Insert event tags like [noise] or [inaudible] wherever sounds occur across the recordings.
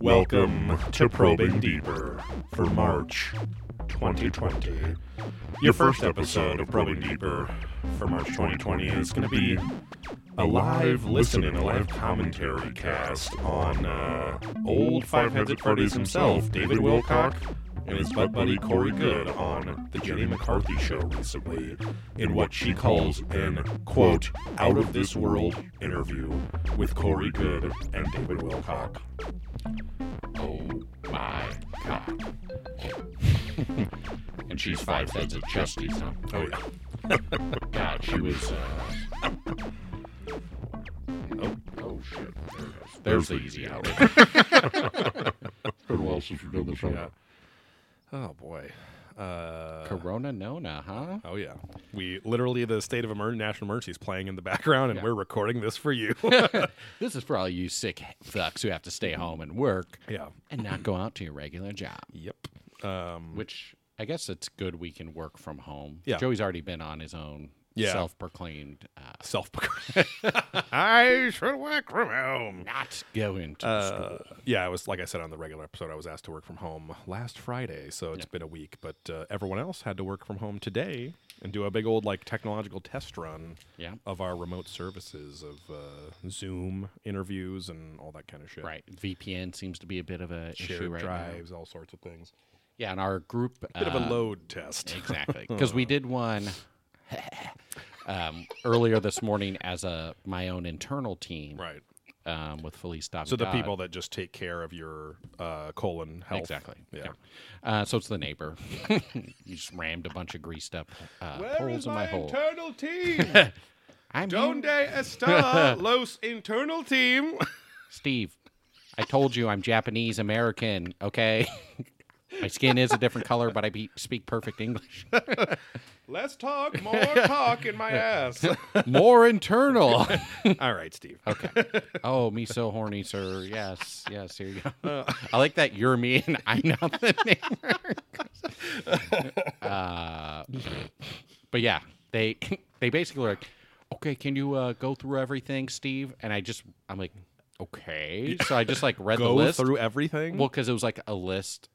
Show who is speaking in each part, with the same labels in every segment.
Speaker 1: Welcome to Probing Deeper for March 2020. Your first episode of Probing Deeper for March 2020 is going to be a live listen and a live commentary cast on uh, old Five Heads at Freddy's himself, David Wilcock, and his butt buddy Corey Good on the Jenny McCarthy show recently in what she calls an, quote, out of this world interview with Corey Good and David Wilcock.
Speaker 2: Oh my god. [laughs] and she's five heads of chesties, huh?
Speaker 1: Oh, yeah.
Speaker 2: God, she was. Uh... oh, oh shit. There it is. There's the easy out.
Speaker 3: Been a while since we've done this, huh?
Speaker 1: Yeah. Oh boy. Uh,
Speaker 2: Corona Nona, huh?
Speaker 1: oh yeah. We literally the state of emer- national emergency is playing in the background, and
Speaker 2: Yeah.
Speaker 1: we're recording this for
Speaker 2: [laughs]
Speaker 1: you.
Speaker 2: This is for all you sick fucks who have to stay home and work
Speaker 1: yeah.
Speaker 2: and not go out to your regular job.
Speaker 1: Yep. Um,
Speaker 2: Which I guess it's good we can work from home.
Speaker 1: Yeah.
Speaker 2: Joey's already been on his own
Speaker 1: Yeah.
Speaker 2: self proclaimed uh,
Speaker 1: self. I should work from home.
Speaker 2: not going to school.
Speaker 1: Uh, yeah, I was like I said on the regular episode, I was asked to work from home last Friday, so it's
Speaker 2: Yeah.
Speaker 1: been a week. But uh, everyone else had to work from home today and do a big old like technological test run
Speaker 2: Yeah.
Speaker 1: of our remote services of uh, Zoom interviews and all that kind of shit.
Speaker 2: Right. VPN seems to be a bit of a issue
Speaker 1: Shared
Speaker 2: right now.
Speaker 1: drives, all sorts of things.
Speaker 2: Yeah, and our group
Speaker 1: Bit of
Speaker 2: uh,
Speaker 1: a load test. [laughs]
Speaker 2: Exactly. Because we did one [laughs] um, earlier this morning as a my own internal team
Speaker 1: Right.
Speaker 2: um, with Felice Davidad.
Speaker 1: So the people that just take care of your uh, colon health.
Speaker 2: Exactly.
Speaker 1: Yeah.
Speaker 2: Uh, so it's the neighbor. [laughs] you just rammed a bunch of greased up uh, poles in my hole.
Speaker 1: internal team? [laughs]
Speaker 2: I'm here.
Speaker 1: está los internal team?
Speaker 2: Steve, I told you I'm Japanese American, okay? [laughs] my skin is a different color, but I be- speak perfect English.
Speaker 1: Let's talk more
Speaker 2: [laughs]
Speaker 1: talk in my ass.
Speaker 2: More
Speaker 1: [laughs]
Speaker 2: internal.
Speaker 1: All right, Steve.
Speaker 2: Okay. Oh, me so horny, sir. Yes, yes. Here you go. I like that you're me and I'm not the neighbor. uh, but yeah, they they basically were like, okay, can you uh, go through everything, Steve? And I just I'm like, okay. So I just like read the
Speaker 1: Go
Speaker 2: list.
Speaker 1: through everything.
Speaker 2: Well, because it was like a list.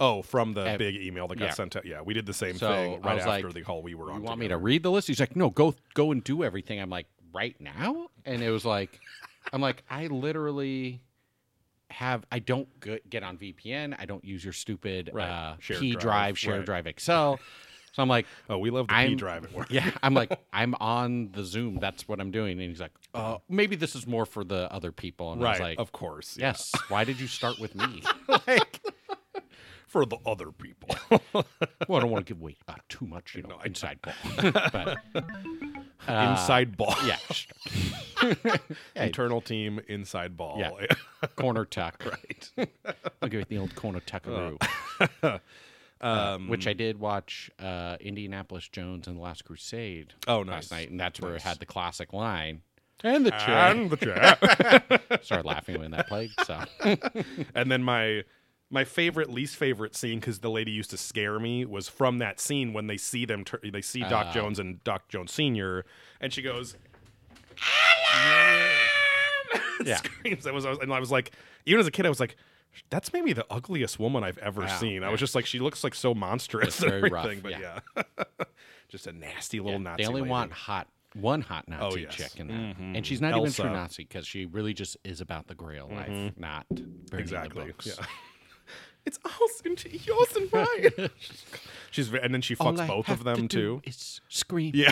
Speaker 1: oh, from the
Speaker 2: Ev-
Speaker 1: big email that got
Speaker 2: yeah.
Speaker 1: sent out. Yeah, we did the same
Speaker 2: So,
Speaker 1: thing
Speaker 2: I
Speaker 1: right
Speaker 2: was
Speaker 1: after
Speaker 2: like,
Speaker 1: the call we were on.
Speaker 2: You want me to
Speaker 1: together.
Speaker 2: read the list? He's like, no, go go and do everything. I'm like, right now? And it was
Speaker 1: [laughs]
Speaker 2: like, I'm like, I literally have I don't go- get on VPN. I don't use your stupid
Speaker 1: Right.
Speaker 2: uh,
Speaker 1: Shared
Speaker 2: P
Speaker 1: drive,
Speaker 2: drive, share
Speaker 1: right.
Speaker 2: drive Excel. So I'm like,
Speaker 1: Oh, we love the P
Speaker 2: I'm-
Speaker 1: drive
Speaker 2: [laughs]
Speaker 1: at work. [laughs]
Speaker 2: yeah, I'm like, I'm on the Zoom. That's what I'm doing. And he's like, uh, maybe this is more for the other people. And I was
Speaker 1: Right.
Speaker 2: like,
Speaker 1: of course. Yeah.
Speaker 2: yes. Why did you start with
Speaker 1: [laughs]
Speaker 2: me?
Speaker 1: For the
Speaker 2: [laughs]
Speaker 1: other people.
Speaker 2: well, I don't want to give away uh, too much, you know, inside
Speaker 1: [laughs]
Speaker 2: ball. [laughs] but
Speaker 1: inside ball.
Speaker 2: Uh, yeah,
Speaker 1: [laughs] Internal team, inside ball.
Speaker 2: Yeah. corner
Speaker 1: [laughs]
Speaker 2: tuck. Right. [laughs] I'll give it the old corner tuckaroo.
Speaker 1: Oh. [laughs] Um,
Speaker 2: Uh, which I did watch uh, Indianapolis Jones and the Last Crusade
Speaker 1: Oh, nice. Ah.
Speaker 2: last night, and that's where it had the classic line. And the
Speaker 1: [laughs] [laughs] And the
Speaker 2: [laughs]
Speaker 1: chat.
Speaker 2: started laughing when that played. So
Speaker 1: [laughs] And then my my favorite, least favorite scene because the lady used to scare me was from that scene when they see them, tur they see Doc Jones and Doc Jones Senior, and she goes, [laughs] "Alan!"
Speaker 2: Yeah.
Speaker 1: [laughs] screams. I was, I was- and I was like, even as a kid, I was like. That's maybe the ugliest woman I've ever seen. I was just like, she looks like so monstrous
Speaker 2: It's
Speaker 1: and
Speaker 2: very rough,
Speaker 1: everything, but yeah, [laughs]
Speaker 2: yeah.
Speaker 1: just a nasty little Nazi.
Speaker 2: they only
Speaker 1: lady. Oh,
Speaker 2: want hot one hot Nazi
Speaker 1: yes. Mm-hmm.
Speaker 2: chick in that, and she's not even true
Speaker 1: Elsa. Mm-hmm.
Speaker 2: Nazi because she really just is about the Grail life, not burning
Speaker 1: exactly.
Speaker 2: the books.
Speaker 1: Yeah. [laughs] it's ours and yours [laughs] and mine. She's ve- and then she
Speaker 2: All
Speaker 1: fucks
Speaker 2: I
Speaker 1: both
Speaker 2: have
Speaker 1: of
Speaker 2: to do
Speaker 1: them too.
Speaker 2: Is scream.
Speaker 1: Yeah.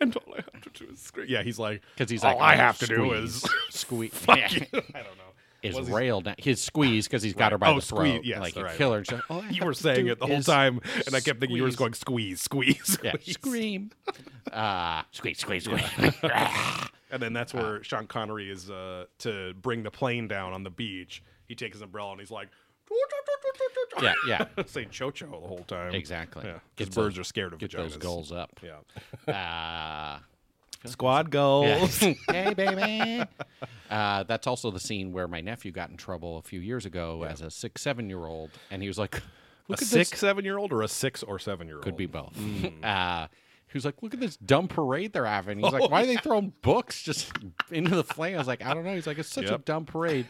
Speaker 1: and all I have to do is scream. Yeah, he's like,
Speaker 2: Because he's
Speaker 1: all
Speaker 2: like,
Speaker 1: I
Speaker 2: oh,
Speaker 1: have to do
Speaker 2: squeeze,
Speaker 1: is. [laughs]
Speaker 2: squeeze.
Speaker 1: I
Speaker 2: Yeah.
Speaker 1: don't know.
Speaker 2: is
Speaker 1: Was he-
Speaker 2: railed down his squeeze because he's got her by
Speaker 1: Oh,
Speaker 2: the throat,
Speaker 1: squeeze, yes,
Speaker 2: like
Speaker 1: right,
Speaker 2: a killer. She's like, "All I
Speaker 1: [laughs] You
Speaker 2: have
Speaker 1: were
Speaker 2: to
Speaker 1: saying
Speaker 2: do
Speaker 1: it the whole
Speaker 2: is
Speaker 1: time, and I kept thinking you were
Speaker 2: squeeze."
Speaker 1: just going squeeze, squeeze,
Speaker 2: Yeah,
Speaker 1: squeeze. [laughs]
Speaker 2: scream, uh, squeeze, squeeze, squeeze.
Speaker 1: And then that's where Sean Connery is uh, to bring the plane down on the beach. He takes his umbrella and he's like, [laughs]
Speaker 2: yeah, yeah,
Speaker 1: say chocho the whole time.
Speaker 2: exactly.
Speaker 1: Yeah,
Speaker 2: Get
Speaker 1: because birds
Speaker 2: those-
Speaker 1: are scared of
Speaker 2: Get
Speaker 1: vaginas.
Speaker 2: those goals up. [laughs]
Speaker 1: Yeah.
Speaker 2: Uh,
Speaker 1: Squad [laughs] goals.
Speaker 2: yeah. [laughs] hey, baby. Uh, that's also the scene where my nephew got in trouble a few years ago as a six, seven year old, and he was like, "Look
Speaker 1: a
Speaker 2: at
Speaker 1: six,
Speaker 2: this."
Speaker 1: seven year old or a six or seven year old?
Speaker 2: Could be both.
Speaker 1: Mm.
Speaker 2: [laughs] Uh, he was like, "Look at this dumb parade they're having." He's
Speaker 1: Oh,
Speaker 2: like, "Why are they throwing books just into the flame?" I was like, "I don't know." He's like, "It's such a
Speaker 1: Yep.
Speaker 2: dumb parade."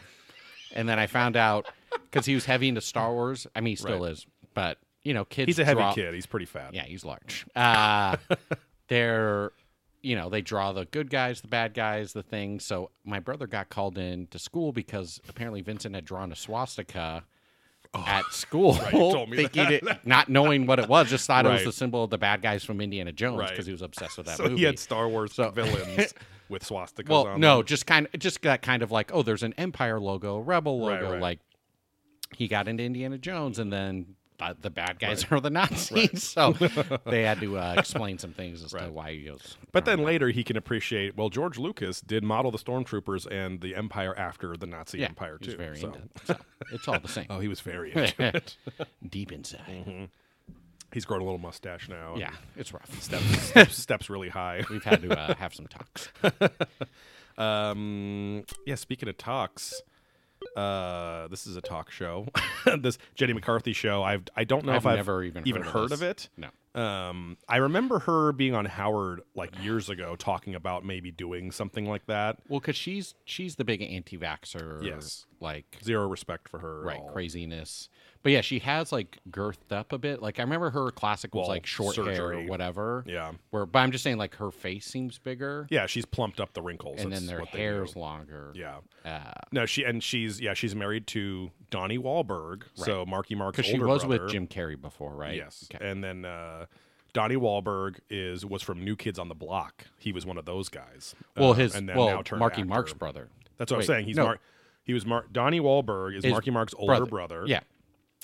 Speaker 2: And then I found out because he was heavy into Star Wars. I mean, he still is, but you know, kids.
Speaker 1: He's a heavy
Speaker 2: draw-
Speaker 1: kid. He's pretty fat.
Speaker 2: Yeah, he's large. Uh, [laughs] they're, you know, they draw the good guys, the bad guys, the thing. So my brother got called in to school because apparently Vincent had drawn a swastika at school,
Speaker 1: Oh, told
Speaker 2: [laughs]
Speaker 1: me
Speaker 2: thinking it, not knowing what it was, just thought it was
Speaker 1: Right.
Speaker 2: the symbol of the bad guys from Indiana Jones
Speaker 1: Right.
Speaker 2: because he was obsessed with that
Speaker 1: [laughs] So
Speaker 2: movie.
Speaker 1: he had Star Wars
Speaker 2: So- [laughs]
Speaker 1: villains with swastikas
Speaker 2: well,
Speaker 1: on
Speaker 2: no,
Speaker 1: them.
Speaker 2: just kind of just got kind of like, oh, there's an Empire logo, a Rebel
Speaker 1: Right,
Speaker 2: logo,
Speaker 1: right.
Speaker 2: like he got into Indiana Jones, and then uh, the bad guys are the Nazis, [laughs]
Speaker 1: [laughs]
Speaker 2: so they had to uh, explain some things as to
Speaker 1: Right.
Speaker 2: why he goes.
Speaker 1: But then later he can appreciate, well, George Lucas did model the stormtroopers and the Empire after the Nazi
Speaker 2: yeah,
Speaker 1: Empire,
Speaker 2: he's
Speaker 1: too.
Speaker 2: very
Speaker 1: so.
Speaker 2: into it. So it's all the same,
Speaker 1: [laughs]
Speaker 2: [laughs]
Speaker 1: Oh, Mm-hmm. he was very into it.
Speaker 2: deep inside.
Speaker 1: He's grown a little mustache now. [laughs] and
Speaker 2: Yeah, it's rough.
Speaker 1: Steps, steps, steps really
Speaker 2: [laughs]
Speaker 1: high.
Speaker 2: We've had to uh, have some talks.
Speaker 1: Um, yeah, speaking of talks, uh, this is a talk show. [laughs] this Jenny McCarthy show. I've I don't know
Speaker 2: I've
Speaker 1: if I've
Speaker 2: never even
Speaker 1: even
Speaker 2: heard of
Speaker 1: heard,
Speaker 2: this.
Speaker 1: of, it.
Speaker 2: No.
Speaker 1: Um, I remember her being on Howard like years ago, talking about maybe doing something like that.
Speaker 2: Well, because she's she's the big anti-vaxer,
Speaker 1: Yes.
Speaker 2: like
Speaker 1: Zero respect for her. at
Speaker 2: right
Speaker 1: all.
Speaker 2: craziness but yeah she has like girthed up a bit like i remember her classic was
Speaker 1: Well,
Speaker 2: like short hair or
Speaker 1: surgery.
Speaker 2: whatever
Speaker 1: Yeah.
Speaker 2: where but i'm just saying like her face seems bigger
Speaker 1: Yeah, she's plumped up the wrinkles.
Speaker 2: and then
Speaker 1: That's
Speaker 2: their
Speaker 1: what they
Speaker 2: hair's
Speaker 1: do.
Speaker 2: longer
Speaker 1: Yeah.
Speaker 2: Uh,
Speaker 1: No, she and she's yeah she's married to Donnie Wahlberg. So Marky Mark's
Speaker 2: because she
Speaker 1: older
Speaker 2: was
Speaker 1: brother.
Speaker 2: with jim carrey before right
Speaker 1: Yes.
Speaker 2: okay.
Speaker 1: And then uh, Donnie Wahlberg is was from New Kids on the Block. He was one of those guys.
Speaker 2: well
Speaker 1: Uh,
Speaker 2: his
Speaker 1: and then now
Speaker 2: well
Speaker 1: turned
Speaker 2: marky
Speaker 1: actor.
Speaker 2: mark's brother
Speaker 1: That's what
Speaker 2: Wait,
Speaker 1: I'm saying. He's
Speaker 2: no.
Speaker 1: Mar- he was Mar- Donnie Wahlberg is,
Speaker 2: Is
Speaker 1: Marky Mark's older brother.
Speaker 2: yeah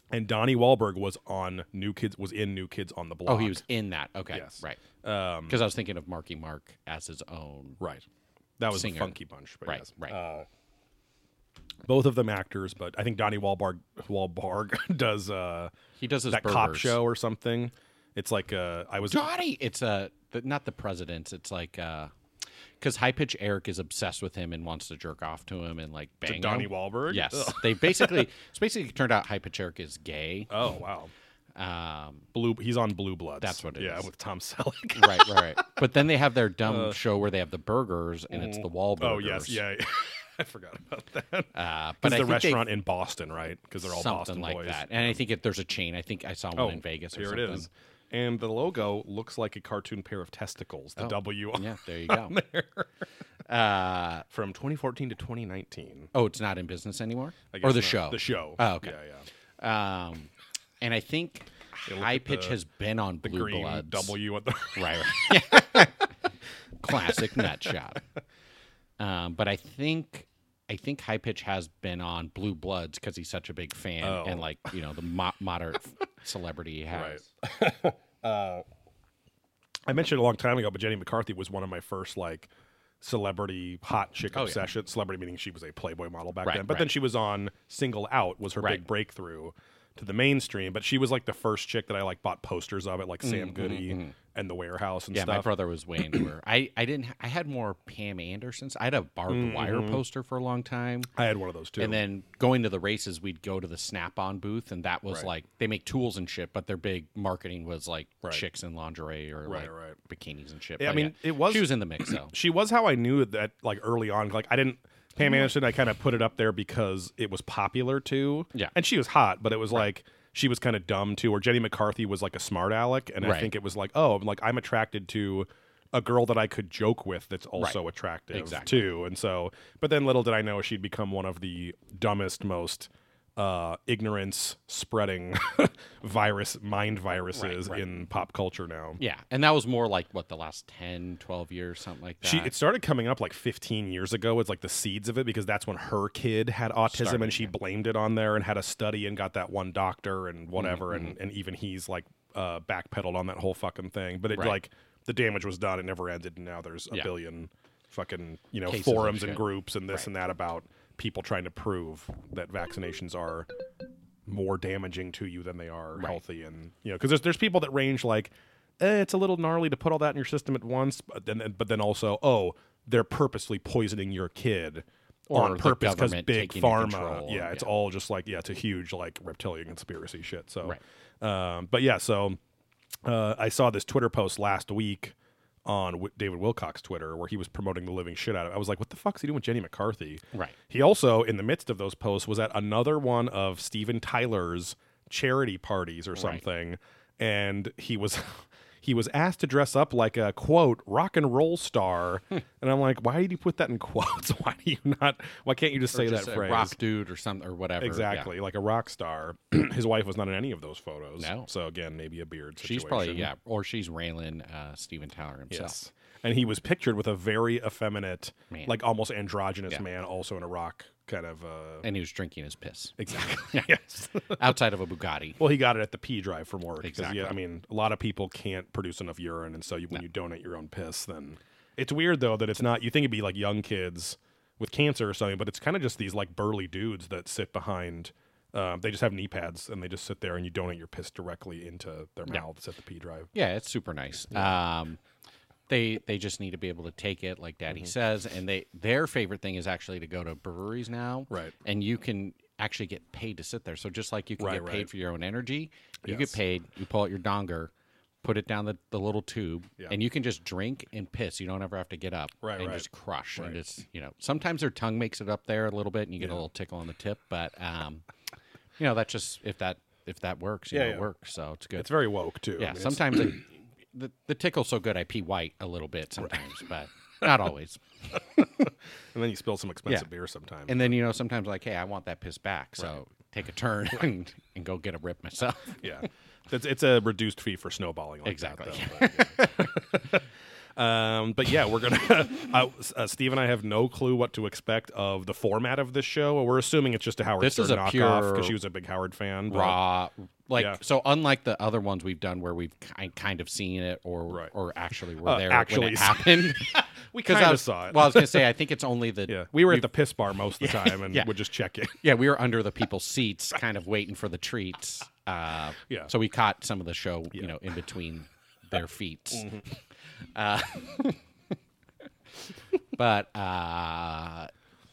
Speaker 1: And Donnie Wahlberg was on New Kids was in New Kids on the Block.
Speaker 2: oh he was in that okay
Speaker 1: Yes.
Speaker 2: right
Speaker 1: um,
Speaker 2: because i was thinking of marky mark as his own
Speaker 1: right. That was
Speaker 2: Singer.
Speaker 1: the Funky Bunch. But
Speaker 2: right
Speaker 1: yes. Uh,
Speaker 2: right
Speaker 1: Both of them actors, but I think Donnie Wahlberg Wahlberg [laughs] does uh,
Speaker 2: he does his
Speaker 1: that cop
Speaker 2: Berbers.
Speaker 1: show or something. It's like uh, I was
Speaker 2: Donnie. It's uh, the, not the president's. It's like uh, because high pitch Eric is obsessed with him and wants to jerk off to him and like bang him.
Speaker 1: Donnie Wahlberg.
Speaker 2: Yes,
Speaker 1: Ugh.
Speaker 2: they basically
Speaker 1: [laughs]
Speaker 2: it's basically turned out high pitch Eric is gay.
Speaker 1: Oh wow.
Speaker 2: Um,
Speaker 1: Blue. He's on Blue Bloods.
Speaker 2: That's what it
Speaker 1: it is. yeah,
Speaker 2: is.
Speaker 1: with Tom [laughs] Selleck.
Speaker 2: right, right, right. But then they have their dumb show where they have the burgers and it's the Wahlburgers.
Speaker 1: Uh. oh yes, yeah. [laughs] I forgot about that.
Speaker 2: Uh, but
Speaker 1: But
Speaker 2: I
Speaker 1: the
Speaker 2: think
Speaker 1: restaurant in Boston, right? Because they're
Speaker 2: they,
Speaker 1: all
Speaker 2: something
Speaker 1: Boston
Speaker 2: like
Speaker 1: boys.
Speaker 2: that. And I think if there's a chain. I think I saw one
Speaker 1: Oh,
Speaker 2: in Vegas. or
Speaker 1: Here
Speaker 2: something.
Speaker 1: it is. And the logo looks like a cartoon pair of testicles. The
Speaker 2: Oh,
Speaker 1: W
Speaker 2: Yeah, there
Speaker 1: [laughs]
Speaker 2: you go. Uh,
Speaker 1: from 2014 to 2019.
Speaker 2: oh, it's not in business anymore,
Speaker 1: I
Speaker 2: or
Speaker 1: guess
Speaker 2: the
Speaker 1: not.
Speaker 2: show.
Speaker 1: The show.
Speaker 2: Oh, okay.
Speaker 1: Yeah, yeah.
Speaker 2: Um, and I think
Speaker 1: look
Speaker 2: High
Speaker 1: at
Speaker 2: Pitch
Speaker 1: the-
Speaker 2: has been on
Speaker 1: The
Speaker 2: Blue
Speaker 1: green
Speaker 2: Bloods.
Speaker 1: W at the [laughs]
Speaker 2: Right. [laughs] Classic nut shop. Um, but I think I think High Pitch has been on Blue Bloods because he's such a big fan
Speaker 1: Oh.
Speaker 2: and like you know the mo- moderate celebrity he has.
Speaker 1: I mentioned it a long time ago, but Jenny McCarthy was one of my first like celebrity hot chick
Speaker 2: Oh, yeah.
Speaker 1: obsession. Celebrity meaning she was a Playboy model back
Speaker 2: Right,
Speaker 1: then, but
Speaker 2: right.
Speaker 1: then she was on Single Out was her
Speaker 2: Right.
Speaker 1: big breakthrough to the mainstream. But she was like the first chick that I like bought posters of at like Sam Goody and the Warehouse and
Speaker 2: Mm, Yeah, my
Speaker 1: stuff.
Speaker 2: brother was way into her. I I didn't. I had more Pam Andersons. I had a barbed
Speaker 1: Mm-hmm.
Speaker 2: wire poster for a long time.
Speaker 1: I had one of those too.
Speaker 2: And then going to the races, we'd go to the Snap On booth, and that was
Speaker 1: Right.
Speaker 2: like they make tools and shit, but their big marketing was like
Speaker 1: Right.
Speaker 2: chicks in lingerie or
Speaker 1: Right,
Speaker 2: like
Speaker 1: right.
Speaker 2: bikinis and shit.
Speaker 1: Yeah, I
Speaker 2: But
Speaker 1: mean, it was-
Speaker 2: she was in the mix though.
Speaker 1: she was how I knew that like early on. Like I didn't Pam Anderson. I kind of put it up there because it was popular too.
Speaker 2: Yeah.
Speaker 1: and she was hot, but it was like she was kind of dumb too. Or Jenny McCarthy was like a smart aleck, and
Speaker 2: Right.
Speaker 1: I think it was like oh, like I'm attracted to a girl that I could joke with that's also attractive
Speaker 2: Exactly.
Speaker 1: too. And so, but then little did I know she'd become one of the dumbest, most uh, ignorance spreading [laughs] virus, mind viruses in pop culture now.
Speaker 2: yeah, and that was more like what the last 10, 12 years, something like that.
Speaker 1: She it started coming up like 15 years ago as like the seeds of it because that's when her kid had autism
Speaker 2: Started,
Speaker 1: and she blamed it on there and had a study and got that one doctor
Speaker 2: Mm,
Speaker 1: and whatever and and even he's like uh backpedaled on that whole fucking thing but it
Speaker 2: Right.
Speaker 1: like the damage was done it never ended and now there's a
Speaker 2: Yeah.
Speaker 1: billion fucking you know
Speaker 2: Cases and
Speaker 1: forums and
Speaker 2: shit.
Speaker 1: groups and this and that about people trying to prove that vaccinations are more damaging to you than they are healthy and you know because there's there's people that range like eh, it's a little gnarly to put all that in your system at once but then but then also oh they're purposely poisoning your kid
Speaker 2: Or
Speaker 1: on
Speaker 2: the
Speaker 1: purpose because
Speaker 2: government
Speaker 1: big
Speaker 2: taking your
Speaker 1: pharma
Speaker 2: control,
Speaker 1: yeah it's
Speaker 2: yeah.
Speaker 1: all just like yeah it's a huge like reptilian conspiracy shit so
Speaker 2: Right.
Speaker 1: um but yeah so uh, I saw this Twitter post last week on w- David Wilcock's Twitter where he was promoting the living shit out of it. I was like, what the fuck's he doing with Jenny McCarthy?
Speaker 2: Right.
Speaker 1: He also, in the midst of those posts, was at another one of Steven Tyler's charity parties or something, and he was. [laughs] He was asked to dress up like a quote rock and
Speaker 2: [laughs]
Speaker 1: roll star, and I'm like, why did you put that in quotes? [laughs] Why do you not? Why can't you just say
Speaker 2: Just
Speaker 1: that
Speaker 2: a
Speaker 1: phrase?
Speaker 2: rock dude or something or whatever. Yeah.
Speaker 1: Exactly, like a rock star. [clears throat] His wife was not in any of those photos.
Speaker 2: No.
Speaker 1: So again, maybe a beard situation.
Speaker 2: She's probably yeah, or she's Raylan uh, Steven Tyler himself.
Speaker 1: Yes. And he was pictured with a very effeminate,
Speaker 2: Man.
Speaker 1: like almost androgynous
Speaker 2: Yeah.
Speaker 1: man, also in a rock kind of. Uh, [laughs]
Speaker 2: And he was drinking his piss
Speaker 1: exactly. yes.
Speaker 2: outside of a Bugatti.
Speaker 1: well, he got it at the pee drive from work. 'cause,
Speaker 2: Exactly.
Speaker 1: Yeah, I mean, a lot of people can't produce enough urine, and so you, when you donate your own piss, then it's weird though that it's not. You think it'd be like young kids with cancer or something, but it's kind of just these like burly dudes that sit behind. Um, they just have knee pads and they just sit there, and you donate your piss directly into their mouths at the pee drive.
Speaker 2: Yeah, it's super nice. Um, they they just need to be able to take it, like Daddy
Speaker 1: Mm-hmm.
Speaker 2: says, and they their favorite thing is actually to go to breweries now,
Speaker 1: Right.
Speaker 2: And you can actually get paid to sit there. So just like you can
Speaker 1: Right,
Speaker 2: get paid
Speaker 1: right.
Speaker 2: for your own energy, you
Speaker 1: Yes.
Speaker 2: get paid. You pull out your donger, put it down the, the little tube,
Speaker 1: Yeah.
Speaker 2: and you can just drink and piss. You don't ever have to get up
Speaker 1: Right,
Speaker 2: and
Speaker 1: right.
Speaker 2: just crush and just you know. Sometimes their tongue makes it up there a little bit, and you get a little tickle on the tip, but um, you know that's just if that if that works, you
Speaker 1: Yeah,
Speaker 2: know,
Speaker 1: yeah.
Speaker 2: it works. So it's good.
Speaker 1: It's very woke too. I
Speaker 2: Yeah,
Speaker 1: mean, it's-
Speaker 2: sometimes it, [clears throat] the the tickle's so good I pee white a little bit sometimes, but not always.
Speaker 1: and then you spill some expensive
Speaker 2: Yeah.
Speaker 1: beer sometimes.
Speaker 2: And then you know sometimes like, hey, I want that piss back, so take a turn and, and go get a rip myself.
Speaker 1: [laughs] yeah, it's, it's a reduced fee for snowballing. Like
Speaker 2: Exactly.
Speaker 1: That, though, but, yeah. [laughs] um, but yeah, we're gonna. [laughs] Uh, uh, Steve and I have no clue what to expect of the format of this show. We're assuming it's just a Howard
Speaker 2: This
Speaker 1: Stern
Speaker 2: is a
Speaker 1: knockoff
Speaker 2: pure
Speaker 1: because she was a big Howard fan. but-
Speaker 2: Raw, like
Speaker 1: Yeah.
Speaker 2: so. Unlike the other ones we've done where we've ki- kind of seen it or
Speaker 1: Right.
Speaker 2: or actually were
Speaker 1: Uh,
Speaker 2: there
Speaker 1: actually
Speaker 2: when it
Speaker 1: saw-
Speaker 2: happened.
Speaker 1: [laughs] we
Speaker 2: [laughs] 'Cause I
Speaker 1: kind of
Speaker 2: was-
Speaker 1: saw it.
Speaker 2: Well, I was gonna say I think it's only the
Speaker 1: [laughs] yeah, we were at the piss bar most of the time
Speaker 2: [laughs]
Speaker 1: and
Speaker 2: yeah.
Speaker 1: would just check in.
Speaker 2: yeah, we were under the
Speaker 1: [laughs]
Speaker 2: people's seats, kind of waiting for the treats. Uh,
Speaker 1: Yeah.
Speaker 2: So we caught some of the show, you know, in
Speaker 1: [laughs]
Speaker 2: between their feet.
Speaker 1: Mm-hmm.
Speaker 2: [laughs] Uh, [laughs] but uh,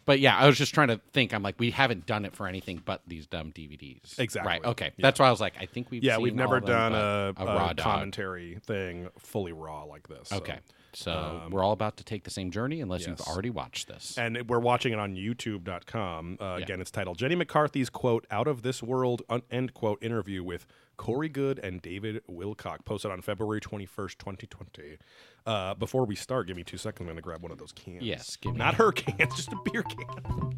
Speaker 2: but yeah, I was just trying to think. I'm like, we haven't done it for anything but these dumb DVDs.
Speaker 1: Exactly.
Speaker 2: Right. Okay. That's why I was like, I think we've
Speaker 1: Yeah, we've
Speaker 2: seen
Speaker 1: never
Speaker 2: all of them,
Speaker 1: done a,
Speaker 2: but a raw dog.
Speaker 1: commentary thing fully raw like this. so.
Speaker 2: Okay. So we're all about to take the same journey, unless
Speaker 1: Um, Yes.
Speaker 2: you've already watched this.
Speaker 1: and it- we're watching it on youtube.com uh, again it's titled jenny mccarthy's quote out of this world un- end quote interview with corey good and david wilcock posted on february 21st 2020 uh, before we start give me two seconds i'm going to grab one of those cans
Speaker 2: Yes, give me
Speaker 1: not her can [laughs] just a beer can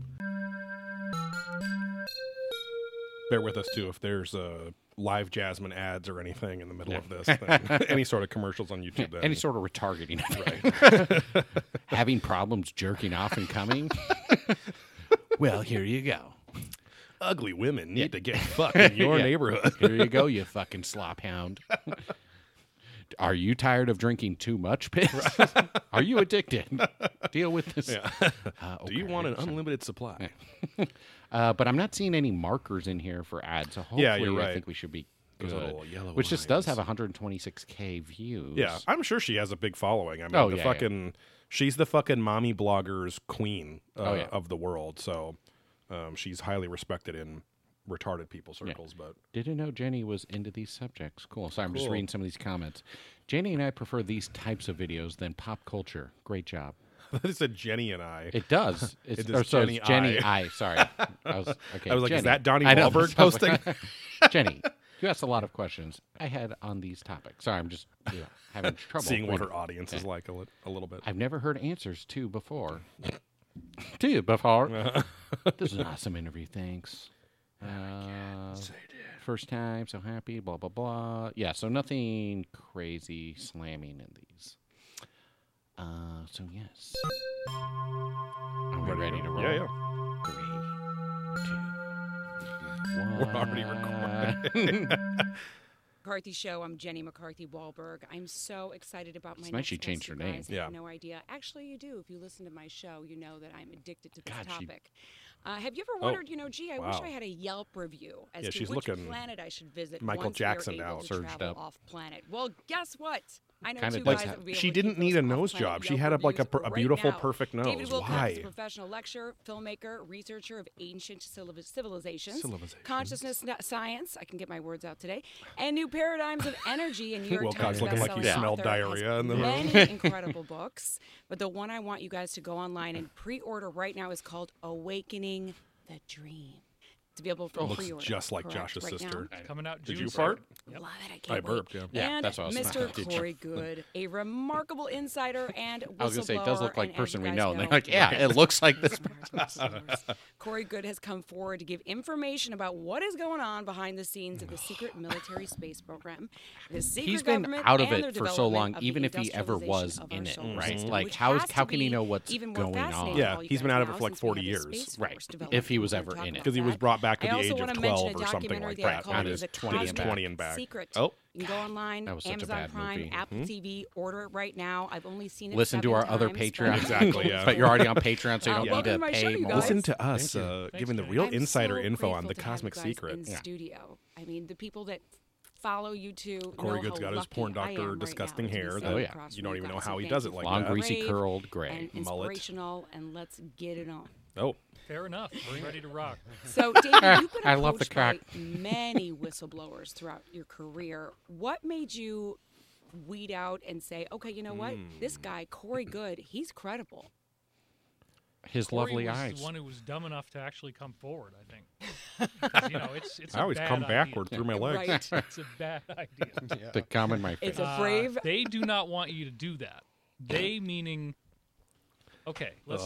Speaker 1: bear with us too if there's uh, live jasmine ads or anything in the middle
Speaker 2: [laughs]
Speaker 1: of this then any sort of commercials on youtube then.
Speaker 2: Any sort of [laughs] retargeting. [laughs] Having problems jerking off and coming. [laughs] well, here you go.
Speaker 1: ugly women need to get fucked in
Speaker 2: [laughs]
Speaker 1: your
Speaker 2: Yeah.
Speaker 1: neighborhood
Speaker 2: Here you go, [laughs] you fucking slop hound. [laughs] Are you tired of drinking too much piss? Are you [laughs] addicted? Deal with this. [laughs] Uh,
Speaker 1: [laughs] Do you
Speaker 2: okay.
Speaker 1: want an unlimited supply?
Speaker 2: Uh, but I'm not seeing any markers in here for ads, so hopefully
Speaker 1: Yeah, you're
Speaker 2: I
Speaker 1: right.
Speaker 2: think we should be
Speaker 1: Those
Speaker 2: good.
Speaker 1: little yellow
Speaker 2: Which just does
Speaker 1: lines.
Speaker 2: have 126k views.
Speaker 1: Yeah, I'm sure she has a big following. I mean,
Speaker 2: Oh,
Speaker 1: the
Speaker 2: yeah, yeah.
Speaker 1: fucking she's the fucking mommy bloggers queen uh,
Speaker 2: Oh, yeah.
Speaker 1: of the world. So um, she's highly respected in retarded people circles.
Speaker 2: Didn't know Jenny was into these subjects. Cool. Sorry, I'm just
Speaker 1: Cool.
Speaker 2: reading some of these comments. Jenny and I prefer these types of videos than pop culture. Great job.
Speaker 1: But [laughs] it's a Jenny and I.
Speaker 2: It does. It's,
Speaker 1: [laughs] It is
Speaker 2: or so it's
Speaker 1: Jenny
Speaker 2: Jenny I.
Speaker 1: [laughs]
Speaker 2: Sorry. I was, okay,
Speaker 1: I was like, is
Speaker 2: Jenny.
Speaker 1: that Donnie
Speaker 2: I know,
Speaker 1: Wahlberg
Speaker 2: [laughs] I was like, Jenny, you asked a lot of questions I had on these topics. Sorry, I'm just you know,
Speaker 1: [laughs]
Speaker 2: having trouble.
Speaker 1: Seeing what
Speaker 2: reading.
Speaker 1: her audience is like a, li- a little bit.
Speaker 2: I've never heard answers to before. [laughs] to before.
Speaker 1: [laughs]
Speaker 2: this is an awesome interview. Thanks.
Speaker 1: Oh
Speaker 2: Uh, first time, so happy. Blah blah blah. Yeah. So nothing crazy slamming in these. Uh, so yes. Are we ready, to roll?
Speaker 1: Yeah, yeah.
Speaker 2: Three, two,
Speaker 1: [laughs] We're already
Speaker 2: one.
Speaker 4: McCarthy show. I'm Jenny McCarthy Wahlberg. I'm so excited about my.
Speaker 2: It's nice
Speaker 4: next
Speaker 2: she changed
Speaker 4: guest,
Speaker 2: her
Speaker 4: you
Speaker 2: name.
Speaker 4: guys.
Speaker 1: Yeah.
Speaker 4: I have no idea. Actually, you do. If you listen to my show, you know that I'm addicted to this
Speaker 2: God, she-
Speaker 4: topic. Uh, have you ever
Speaker 1: Oh,
Speaker 4: wondered? you know, gee, I wish
Speaker 1: wow.
Speaker 4: I had a Yelp review as
Speaker 1: Yeah,
Speaker 4: to
Speaker 1: she's
Speaker 4: which
Speaker 1: looking
Speaker 4: planet I should visit.
Speaker 1: Michael
Speaker 4: once we are
Speaker 1: Jackson
Speaker 4: able
Speaker 1: now,
Speaker 4: to
Speaker 1: surged
Speaker 4: travel
Speaker 2: up.
Speaker 4: off planet. Well, guess what? I know
Speaker 2: Kinda
Speaker 4: two
Speaker 2: does
Speaker 4: guys
Speaker 2: have-
Speaker 4: that would be able
Speaker 1: she
Speaker 4: to
Speaker 1: didn't
Speaker 4: keep
Speaker 1: need
Speaker 4: those
Speaker 1: a nose
Speaker 4: off-planet
Speaker 1: job. She
Speaker 4: Yelp
Speaker 1: had a, like a,
Speaker 4: reviews
Speaker 1: per, a
Speaker 4: right
Speaker 1: beautiful,
Speaker 4: now.
Speaker 1: perfect nose.
Speaker 4: David Wilcox is
Speaker 1: Why?
Speaker 4: a professional lecturer, filmmaker, researcher of ancient civili- civilizations,
Speaker 1: Civilizations.
Speaker 4: consciousness na- science. I can get my words out today, and new paradigms of
Speaker 1: [laughs]
Speaker 4: energy. And New York
Speaker 1: Wilcox
Speaker 4: Times
Speaker 1: looking like he
Speaker 4: bestselling
Speaker 1: smelled
Speaker 4: author, has
Speaker 1: diarrhea in the room. [laughs]
Speaker 4: many incredible books, but the one I want you guys to go online and pre-order right now is called "Awakening the Dream." To be able to
Speaker 1: looks
Speaker 4: pre-order,
Speaker 1: just like
Speaker 4: correct,
Speaker 1: Josh's
Speaker 4: right now.
Speaker 1: sister.
Speaker 5: Coming out.
Speaker 1: Did
Speaker 5: June
Speaker 1: you
Speaker 5: 2nd.
Speaker 1: fart?
Speaker 4: Love it. I
Speaker 1: I
Speaker 4: can't wait.
Speaker 1: burped. Yeah.
Speaker 2: Yeah,
Speaker 4: and
Speaker 2: that's what I was [laughs]
Speaker 4: Mr.
Speaker 2: thinking.
Speaker 4: Corey Good, a remarkable insider and whistleblower.
Speaker 2: I was gonna say it does look like
Speaker 4: and as
Speaker 2: person we
Speaker 4: you guys
Speaker 2: know, and they're like, yeah, it looks like [laughs] this.
Speaker 4: [laughs] Corey Good has come forward to give information about what is going on behind the scenes of
Speaker 2: [sighs]
Speaker 4: the secret military space program. The secret
Speaker 2: He's been
Speaker 4: government
Speaker 2: out of
Speaker 4: and
Speaker 2: it
Speaker 4: the
Speaker 2: for so long,
Speaker 4: development of
Speaker 2: even
Speaker 4: the
Speaker 2: if he ever
Speaker 4: industrialization
Speaker 2: was
Speaker 4: of
Speaker 2: in
Speaker 4: our
Speaker 2: it,
Speaker 4: solar
Speaker 2: right?
Speaker 4: system,
Speaker 2: Like,
Speaker 4: which
Speaker 2: how is-
Speaker 4: has to
Speaker 2: how can he
Speaker 4: be
Speaker 2: know what's
Speaker 4: even more
Speaker 2: going on?
Speaker 4: fascinating
Speaker 1: Yeah,
Speaker 4: to all you
Speaker 1: he's been
Speaker 4: guys
Speaker 1: out of
Speaker 4: now
Speaker 1: it for like
Speaker 4: since we had
Speaker 1: 40
Speaker 4: the
Speaker 1: years.
Speaker 4: Space
Speaker 2: Right,
Speaker 4: Force
Speaker 2: if
Speaker 4: development.
Speaker 2: he was
Speaker 4: We were
Speaker 2: ever
Speaker 4: talking
Speaker 2: in it.
Speaker 4: about
Speaker 2: Because
Speaker 1: he was
Speaker 4: that.
Speaker 1: brought back to
Speaker 4: I
Speaker 1: the
Speaker 4: also
Speaker 1: age of
Speaker 4: wanna mention
Speaker 1: 12
Speaker 4: a
Speaker 1: or something
Speaker 4: documentary
Speaker 1: like
Speaker 4: that I
Speaker 1: that.
Speaker 4: call
Speaker 2: On
Speaker 4: the
Speaker 2: his 20 and
Speaker 4: Cosmic
Speaker 1: back. 20 and back.
Speaker 4: Secret.
Speaker 1: Oh. Hmm?
Speaker 4: You can go online,
Speaker 2: That was such a
Speaker 4: Amazon
Speaker 2: bad
Speaker 4: Prime,
Speaker 2: movie.
Speaker 4: Apple TV, order it right now. I've only seen it
Speaker 2: Listen to
Speaker 4: seven
Speaker 2: our other
Speaker 4: times, but-
Speaker 2: Patreon, [laughs]
Speaker 1: Exactly, yeah.
Speaker 2: but you're already on Patreon,
Speaker 4: [laughs]
Speaker 2: so you
Speaker 4: Uh,
Speaker 2: don't need
Speaker 4: welcome
Speaker 2: to
Speaker 4: to my
Speaker 2: pay
Speaker 4: show, you
Speaker 2: more.
Speaker 4: guys.
Speaker 1: Listen
Speaker 4: Listen
Speaker 1: to us uh,
Speaker 5: Thanks,
Speaker 1: giving the
Speaker 5: guys.
Speaker 1: real
Speaker 4: I'm
Speaker 1: insider
Speaker 4: so
Speaker 1: info on
Speaker 4: grateful
Speaker 1: the
Speaker 4: to have you
Speaker 1: Cosmic
Speaker 4: guys
Speaker 1: Secret.
Speaker 4: In studio, I mean, the people that follow you two.
Speaker 1: Corey
Speaker 4: know
Speaker 1: Good's
Speaker 4: how
Speaker 1: got his
Speaker 4: lucky
Speaker 1: porn
Speaker 4: I am
Speaker 1: doctor
Speaker 4: right now
Speaker 1: disgusting
Speaker 4: to be
Speaker 1: hair
Speaker 4: sitting
Speaker 1: that
Speaker 2: Oh, yeah.
Speaker 4: across
Speaker 1: you
Speaker 4: from
Speaker 1: don't even
Speaker 4: guys.
Speaker 1: know
Speaker 4: So
Speaker 1: how he
Speaker 4: thank
Speaker 1: does
Speaker 4: you
Speaker 1: it
Speaker 4: for
Speaker 1: like
Speaker 2: Long,
Speaker 4: being
Speaker 1: that.
Speaker 2: greasy,
Speaker 4: brave
Speaker 2: curled, gray.
Speaker 4: and
Speaker 1: mullet.
Speaker 4: inspirational, and let's get
Speaker 1: [laughs]
Speaker 4: it on.
Speaker 1: Oh,
Speaker 5: Fair enough. We're ready to rock.
Speaker 4: So, David, you've been
Speaker 2: [laughs] I love the
Speaker 4: approached
Speaker 2: [laughs]
Speaker 4: by many whistleblowers throughout your career. What made you weed out and say, okay, you know what?
Speaker 1: Hmm.
Speaker 4: This guy,
Speaker 1: [laughs]
Speaker 4: Corey Good, he's credible.
Speaker 2: His
Speaker 5: Corey
Speaker 2: lovely
Speaker 5: was
Speaker 2: eyes.
Speaker 5: The one who was dumb enough to actually come forward, I think. 'Cause, you know, it's, it's
Speaker 1: I
Speaker 5: a
Speaker 1: always
Speaker 5: bad
Speaker 1: come
Speaker 5: idea.
Speaker 1: backward through my legs.
Speaker 2: [laughs]
Speaker 4: Right.
Speaker 5: [laughs] It's a bad idea.
Speaker 2: The cum in my face.
Speaker 4: It's a brave.
Speaker 5: Uh, they do not want you to do that. They meaning. Okay, let's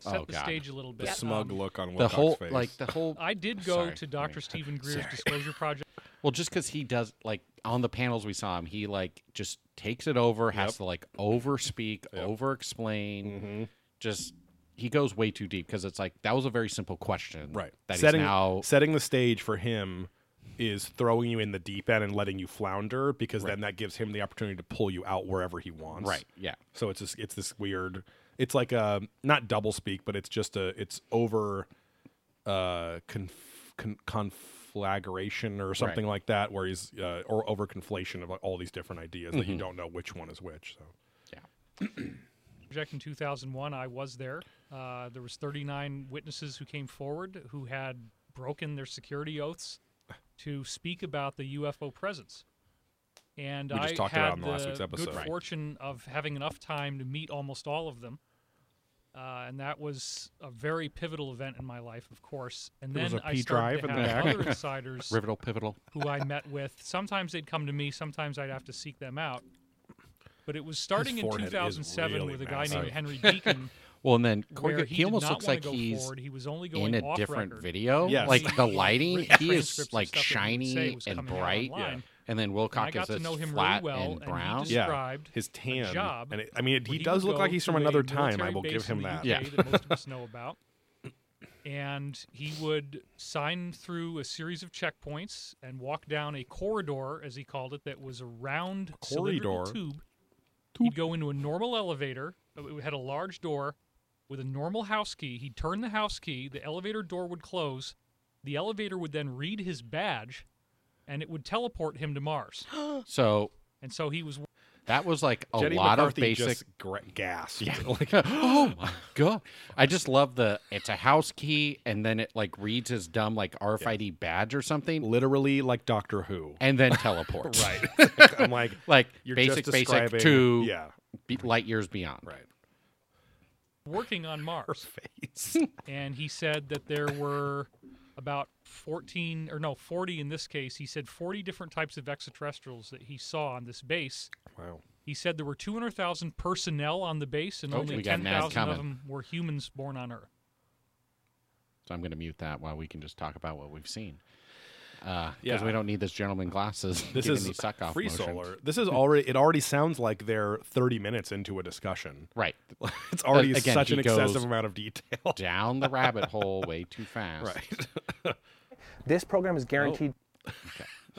Speaker 5: set
Speaker 2: Oh,
Speaker 5: the
Speaker 2: God.
Speaker 5: stage a little bit.
Speaker 1: The smug
Speaker 5: Um,
Speaker 1: look on
Speaker 2: The
Speaker 1: Wilcox's
Speaker 2: whole,
Speaker 1: face.
Speaker 2: like the whole.
Speaker 5: I did go
Speaker 2: Sorry,
Speaker 5: to
Speaker 2: I mean-
Speaker 5: Dr. Stephen Greer's Disclosure Project.
Speaker 2: Well, just because he does like on the panels we saw him, he like just takes it over, has to like over speak, over explain. Just he goes way too deep because it's like that was a very simple question,
Speaker 1: right.
Speaker 2: That he's
Speaker 1: setting
Speaker 2: now
Speaker 1: setting the stage for him is throwing you in the deep end and letting you flounder because then that gives him the opportunity to pull you out wherever he wants.
Speaker 2: right, yeah,
Speaker 1: So it's this, it's this weird. It's like a not double speak, but it's just a it's over uh conf, con, conflagration or something like that, where he's uh, or over conflation of all these different ideas
Speaker 2: Mm-hmm.
Speaker 1: that you don't know which one is which. So
Speaker 2: yeah.
Speaker 5: project in 2001 i was there uh, there was 39 witnesses who came forward who had broken their security oaths to speak about the ufo presence and
Speaker 1: We just
Speaker 5: i
Speaker 1: talked about it
Speaker 5: had
Speaker 1: in
Speaker 5: the
Speaker 1: the last week's episode.
Speaker 5: good
Speaker 1: Right.
Speaker 5: fortune of having enough time to meet almost all of them uh, and that was a very pivotal event in my life of course and
Speaker 1: There was
Speaker 5: then
Speaker 1: a
Speaker 5: I
Speaker 1: pea drive
Speaker 5: started to
Speaker 1: in the
Speaker 5: have
Speaker 1: back. [laughs]
Speaker 5: other insiders
Speaker 2: Rivetal, pivotal.
Speaker 5: who I met with. Sometimes they'd come to me, sometimes I'd have to seek them out. But it was starting in
Speaker 1: forehead is
Speaker 5: 2007
Speaker 1: really
Speaker 5: with a guy
Speaker 1: massive.
Speaker 5: named Henry Deacon,
Speaker 2: Well, and then Corey,
Speaker 5: where
Speaker 2: Good-
Speaker 5: he,
Speaker 2: he,
Speaker 5: did
Speaker 2: almost
Speaker 5: not
Speaker 2: looks
Speaker 5: wanna
Speaker 2: like
Speaker 5: go
Speaker 2: he's
Speaker 5: forward. He was only going
Speaker 2: in a
Speaker 5: off
Speaker 2: different
Speaker 5: record.
Speaker 2: video.
Speaker 1: Yes.
Speaker 2: Like the
Speaker 5: He-
Speaker 2: lighting,
Speaker 5: written
Speaker 2: he is
Speaker 5: transcripts and
Speaker 2: like
Speaker 5: stuff that he would say
Speaker 2: shiny
Speaker 5: was
Speaker 2: and
Speaker 5: coming out
Speaker 2: bright.
Speaker 5: online.
Speaker 1: Yeah.
Speaker 2: And then Wilcock
Speaker 5: And I got
Speaker 2: is
Speaker 5: to
Speaker 2: this
Speaker 5: know him really
Speaker 2: flat
Speaker 5: well, and
Speaker 2: and
Speaker 5: he
Speaker 2: brown.
Speaker 5: just-
Speaker 1: yeah,
Speaker 5: described
Speaker 1: his
Speaker 5: a
Speaker 1: tan
Speaker 5: job
Speaker 1: and it, I mean it,
Speaker 5: where
Speaker 1: he
Speaker 5: would
Speaker 1: does look
Speaker 5: go
Speaker 1: like he's from
Speaker 5: to a
Speaker 1: another time. I
Speaker 5: military
Speaker 1: will
Speaker 5: base
Speaker 1: give
Speaker 5: in
Speaker 1: him
Speaker 5: the
Speaker 1: that.
Speaker 5: UK
Speaker 2: Yeah.
Speaker 5: that most of us know about. And he would sign through a series of checkpoints and walk down a corridor, as he called it, that was a round cylindrical
Speaker 1: corridor?
Speaker 5: tube. He'd go into a normal elevator. uh, It had a large door with a normal house key. He'd turn the house key. The elevator door would close. The elevator would then read his badge, and it would teleport him
Speaker 1: [gasps]
Speaker 5: to Mars.
Speaker 2: So
Speaker 5: And so he was
Speaker 2: that was like a
Speaker 1: Jenny
Speaker 2: lot
Speaker 1: McCarthy
Speaker 2: of basic
Speaker 1: [laughs] just gra- gasped. Yeah.
Speaker 2: [laughs] oh
Speaker 1: [laughs]
Speaker 2: my god! I just love the. It's a house key, and then it like reads his dumb like RFID badge or something,
Speaker 1: literally like Doctor Who.
Speaker 2: and
Speaker 1: [laughs]
Speaker 2: then teleports.
Speaker 1: right. I'm like
Speaker 2: like
Speaker 1: you're
Speaker 2: basic,
Speaker 1: just
Speaker 2: basic
Speaker 1: describing
Speaker 2: to
Speaker 1: yeah,
Speaker 2: be- light years beyond.
Speaker 1: right.
Speaker 5: working on Mars.
Speaker 1: Face.
Speaker 5: and he said that there were about 14 or no 40 in this case he said 40 different types of extraterrestrials that he saw on this base
Speaker 1: wow.
Speaker 5: he said there were 200,000 personnel on the base and
Speaker 2: Oh,
Speaker 5: only
Speaker 2: we got an ad
Speaker 5: 10,000 of
Speaker 2: coming.
Speaker 5: them were humans born on earth
Speaker 2: So I'm going to mute that while we can just talk about what we've seen. Because
Speaker 1: Yeah.
Speaker 2: we don't need this gentleman glasses. [laughs]
Speaker 1: This
Speaker 2: giving
Speaker 1: is
Speaker 2: these suck off
Speaker 1: free
Speaker 2: motions. Hmm.
Speaker 1: solar. This is already. It already sounds like they're 30 minutes into
Speaker 2: [laughs]
Speaker 1: a discussion. [laughs]
Speaker 2: Right
Speaker 1: It's already
Speaker 2: again,
Speaker 1: such
Speaker 2: he
Speaker 1: an excessive
Speaker 2: goes-
Speaker 1: amount of detail.
Speaker 2: down the rabbit hole way
Speaker 1: [laughs]
Speaker 2: too fast.
Speaker 1: Right.
Speaker 6: This program is guaranteed
Speaker 1: [laughs]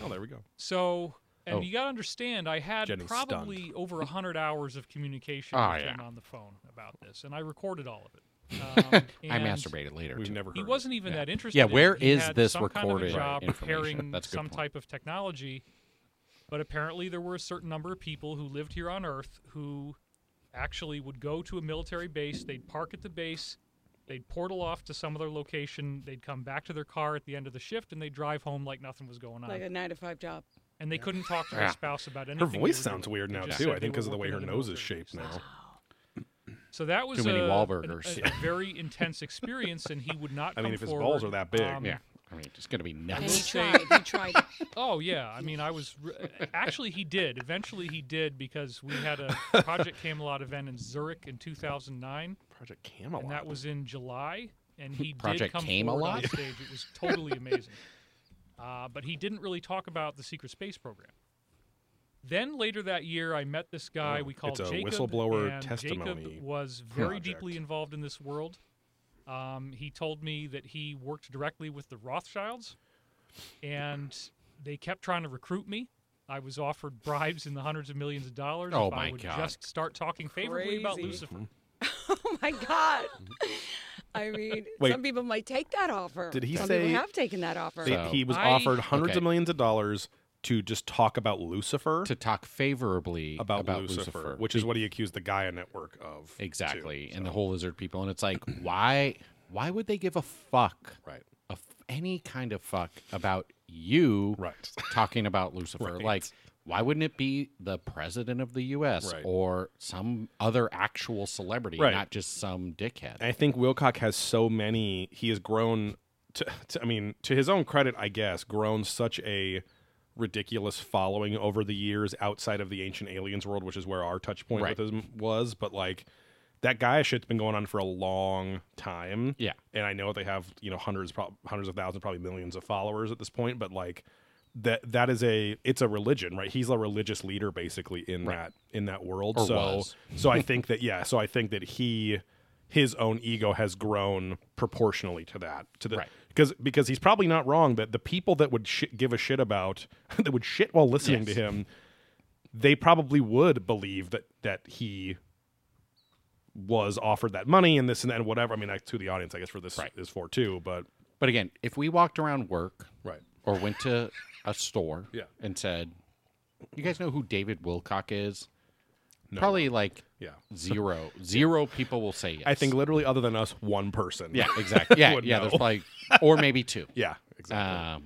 Speaker 1: Oh, there we go.
Speaker 5: so and
Speaker 2: Oh.
Speaker 5: you got to understand i had
Speaker 1: Jenny's stunned.
Speaker 5: probably over 100 hours of communication
Speaker 2: Oh,
Speaker 5: with
Speaker 2: yeah.
Speaker 5: him on the phone about this and i recorded all
Speaker 2: [laughs]
Speaker 5: all of it um,
Speaker 2: I
Speaker 5: and-
Speaker 2: masturbated later.
Speaker 1: We've
Speaker 2: too.
Speaker 1: never. Heard
Speaker 5: He
Speaker 1: of it.
Speaker 5: wasn't even
Speaker 2: Yeah.
Speaker 5: that
Speaker 2: Yeah,
Speaker 5: interested. in it.
Speaker 2: where
Speaker 5: He
Speaker 2: is
Speaker 5: had
Speaker 2: this
Speaker 5: some
Speaker 2: recorded
Speaker 5: kind of a job
Speaker 2: information?
Speaker 5: preparing
Speaker 2: That's a good
Speaker 5: some
Speaker 2: point.
Speaker 5: type of technology But apparently, there were a certain number of people who lived here on Earth who actually would go to a military base. They'd park at the base, they'd portal off to some other location, they'd come back to their car at the end of the shift, and they'd drive home like nothing was going on.
Speaker 4: like a nine to five job.
Speaker 5: and they couldn't talk to their spouse about
Speaker 1: Her
Speaker 5: anything. they
Speaker 1: voice
Speaker 5: were
Speaker 1: sounds
Speaker 5: doing.
Speaker 1: weird
Speaker 5: They
Speaker 1: now
Speaker 5: just
Speaker 1: too.
Speaker 5: said
Speaker 1: I
Speaker 5: they
Speaker 1: think because of
Speaker 5: were
Speaker 1: the way
Speaker 5: working
Speaker 1: her
Speaker 5: in
Speaker 1: nose is
Speaker 5: military
Speaker 1: shaped
Speaker 5: base.
Speaker 1: now.
Speaker 5: So that was
Speaker 2: many
Speaker 5: a,
Speaker 2: Wahlburgers.
Speaker 5: an- a very intense experience, and he would not.
Speaker 1: [laughs] I mean,
Speaker 5: come
Speaker 1: if his balls
Speaker 5: forward.
Speaker 1: are that big.
Speaker 5: Um,
Speaker 2: Yeah. I mean, it's going to be
Speaker 4: And
Speaker 2: nuts.
Speaker 4: he
Speaker 5: say-
Speaker 4: tried. He tried.
Speaker 5: Oh yeah. I mean, I was re- actually he did. Eventually, he did because we had a Project Camelot event in Zurich in 2009,
Speaker 1: Project Camelot.
Speaker 5: and that was in July.
Speaker 1: [laughs]
Speaker 5: And he did
Speaker 2: Project
Speaker 5: come forward on
Speaker 2: Camelot?
Speaker 5: stage. It was totally amazing. Uh, but he didn't really talk about the secret space program. Then later that year, I met this guy
Speaker 1: Oh,
Speaker 5: we called
Speaker 1: it's a
Speaker 5: Jacob.
Speaker 1: whistleblower
Speaker 5: and
Speaker 1: testimony
Speaker 5: Jacob was very
Speaker 1: project.
Speaker 5: deeply involved in this world. Um, he told me that he worked directly with the Rothschilds, and they kept trying to recruit me. I was offered bribes in the hundreds of millions of dollars
Speaker 2: Oh
Speaker 5: if I
Speaker 2: my
Speaker 5: would
Speaker 2: God.
Speaker 5: just start talking favorably about
Speaker 4: Crazy.
Speaker 5: Lucifer.
Speaker 4: Oh my God. I mean,
Speaker 1: Wait.
Speaker 4: some people might take that offer.
Speaker 1: Did he
Speaker 4: some
Speaker 1: say-
Speaker 4: people have taken that offer.
Speaker 1: They-
Speaker 2: So-
Speaker 1: he was
Speaker 5: I-
Speaker 1: offered hundreds of
Speaker 2: okay.
Speaker 1: millions of dollars to just talk about Lucifer.
Speaker 2: to talk favorably
Speaker 1: about,
Speaker 2: about,
Speaker 1: Lucifer,
Speaker 2: Lucifer,
Speaker 1: which is what he accused the Gaia network of. too.
Speaker 2: exactly, and the whole lizard people. And it's like, [clears throat] why, why would they give a fuck,
Speaker 1: Right.
Speaker 2: a f any kind of fuck about you,
Speaker 1: Right. [laughs]
Speaker 2: Talking about Lucifer,
Speaker 1: Right.
Speaker 2: like, why wouldn't it be the president of the U.S.
Speaker 1: Right.
Speaker 2: or some other actual celebrity,
Speaker 1: Right.
Speaker 2: not just some dickhead?
Speaker 1: I think Wilcock has so many. He has grown. To, to, I mean, to his own credit, I guess, grown such a ridiculous following over the years outside of the ancient aliens world, which is where our touch point
Speaker 2: Right.
Speaker 1: with him was. But like that Gaia shit's been going on for a long time.
Speaker 2: Yeah.
Speaker 1: and I know they have you know hundreds, prob- hundreds of thousands, probably millions of followers at this point. But like that that is a it's a religion, right? He's a religious leader basically in that in that world.
Speaker 2: Or
Speaker 1: so
Speaker 2: was.
Speaker 1: so I think that yeah, so I think that he his own ego has grown proportionally to that to the
Speaker 2: Right.
Speaker 1: because because he's probably not wrong that the people that would sh- give a shit about [laughs] that would shit while listening to him they probably would believe that that he was offered that money and this and that and whatever. I mean, that's who the audience, I guess, for this
Speaker 2: Right.
Speaker 1: is for too. But
Speaker 2: But again, if we walked around work,
Speaker 1: right,
Speaker 2: or went to a store
Speaker 1: Yeah.
Speaker 2: and said, You guys know who David Wilcock is? Probably like
Speaker 1: [laughs] yeah,
Speaker 2: zero. Zero people will say yes.
Speaker 1: I think literally other than us, one person. [laughs]
Speaker 2: Yeah, exactly. Yeah,
Speaker 1: would
Speaker 2: yeah,
Speaker 1: know.
Speaker 2: there's probably or maybe two.
Speaker 1: [laughs] yeah, exactly.
Speaker 2: Um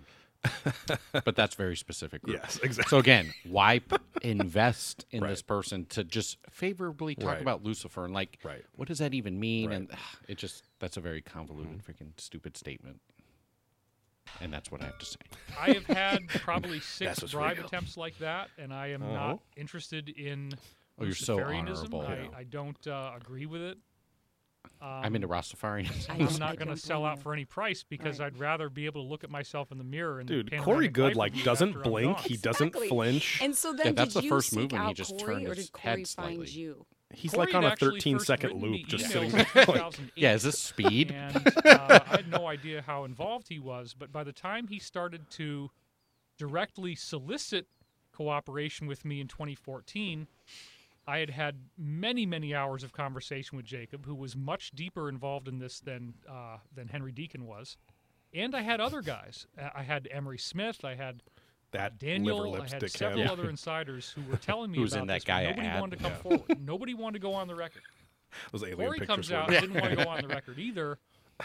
Speaker 2: but that's very specific. Group.
Speaker 1: yes, exactly.
Speaker 2: So again, why p- invest in this
Speaker 1: Right.
Speaker 2: person to just favorably talk
Speaker 1: Right.
Speaker 2: about Lucifer and like
Speaker 1: Right.
Speaker 2: what does that even mean?
Speaker 1: Right.
Speaker 2: And
Speaker 1: Mm-hmm.
Speaker 2: [sighs] ugh, it just that's a very convoluted freaking stupid statement. And that's what I have to say.
Speaker 5: I have had probably six
Speaker 1: That's what's
Speaker 5: bribe
Speaker 1: real.
Speaker 5: attempts like that, and I am
Speaker 1: Oh.
Speaker 5: not interested in.
Speaker 2: Oh, you're so
Speaker 5: Luciferianism.
Speaker 2: honorable.
Speaker 5: I, I don't uh, agree with it.
Speaker 2: I'm into Rastafarianism. [laughs]
Speaker 4: Um, I
Speaker 5: I'm
Speaker 4: don't- I
Speaker 5: not going to
Speaker 4: don't
Speaker 5: sell
Speaker 4: blame
Speaker 5: out
Speaker 4: you.
Speaker 5: for any price because
Speaker 4: Right.
Speaker 5: I'd rather be able to look at myself in Mm, the mirror. And
Speaker 1: Dude,
Speaker 5: panoramic
Speaker 1: Corey Good
Speaker 5: life
Speaker 1: like
Speaker 5: review
Speaker 1: doesn't
Speaker 5: after I'm
Speaker 1: blink.
Speaker 5: gone.
Speaker 1: He doesn't
Speaker 4: Exactly.
Speaker 1: flinch.
Speaker 4: And so then
Speaker 2: Yeah, that's
Speaker 4: did
Speaker 2: the
Speaker 4: you
Speaker 2: first
Speaker 4: seek
Speaker 2: move when he
Speaker 4: out
Speaker 2: just
Speaker 4: Corey,
Speaker 2: turned
Speaker 4: or
Speaker 2: his
Speaker 4: did Corey
Speaker 2: head
Speaker 4: find
Speaker 2: slightly.
Speaker 4: you?
Speaker 1: He's
Speaker 5: Corey
Speaker 1: like
Speaker 5: had
Speaker 1: on a
Speaker 5: actually
Speaker 1: 13
Speaker 5: first
Speaker 1: second
Speaker 5: written me
Speaker 1: loop, just
Speaker 5: emails [laughs]
Speaker 1: sitting. [laughs]
Speaker 5: in
Speaker 1: like,
Speaker 5: 2008,
Speaker 2: Yeah, is
Speaker 4: [laughs]
Speaker 2: this speed?
Speaker 5: and uh, I had no idea how involved he was, but by the time he started to directly solicit cooperation with me in 2014, I had had many, many hours of conversation with Jacob, who was much deeper involved in this than uh, than Henry Deacon was. And I had other guys. I- I had Emery Smith. I had
Speaker 1: that liver
Speaker 5: Daniel. I
Speaker 1: lips
Speaker 5: had
Speaker 1: dickhead.
Speaker 5: several other insiders who
Speaker 2: [laughs]
Speaker 5: were telling me
Speaker 2: Who was
Speaker 5: about
Speaker 2: in that
Speaker 5: this, but
Speaker 2: Gaia
Speaker 5: Nobody
Speaker 2: ad.
Speaker 5: wanted to come forward. Nobody wanted to go on the record.
Speaker 1: Those alien
Speaker 5: Corey
Speaker 1: pictures
Speaker 5: comes
Speaker 1: were
Speaker 5: out.
Speaker 1: there.
Speaker 5: and Didn't want to go on the record either,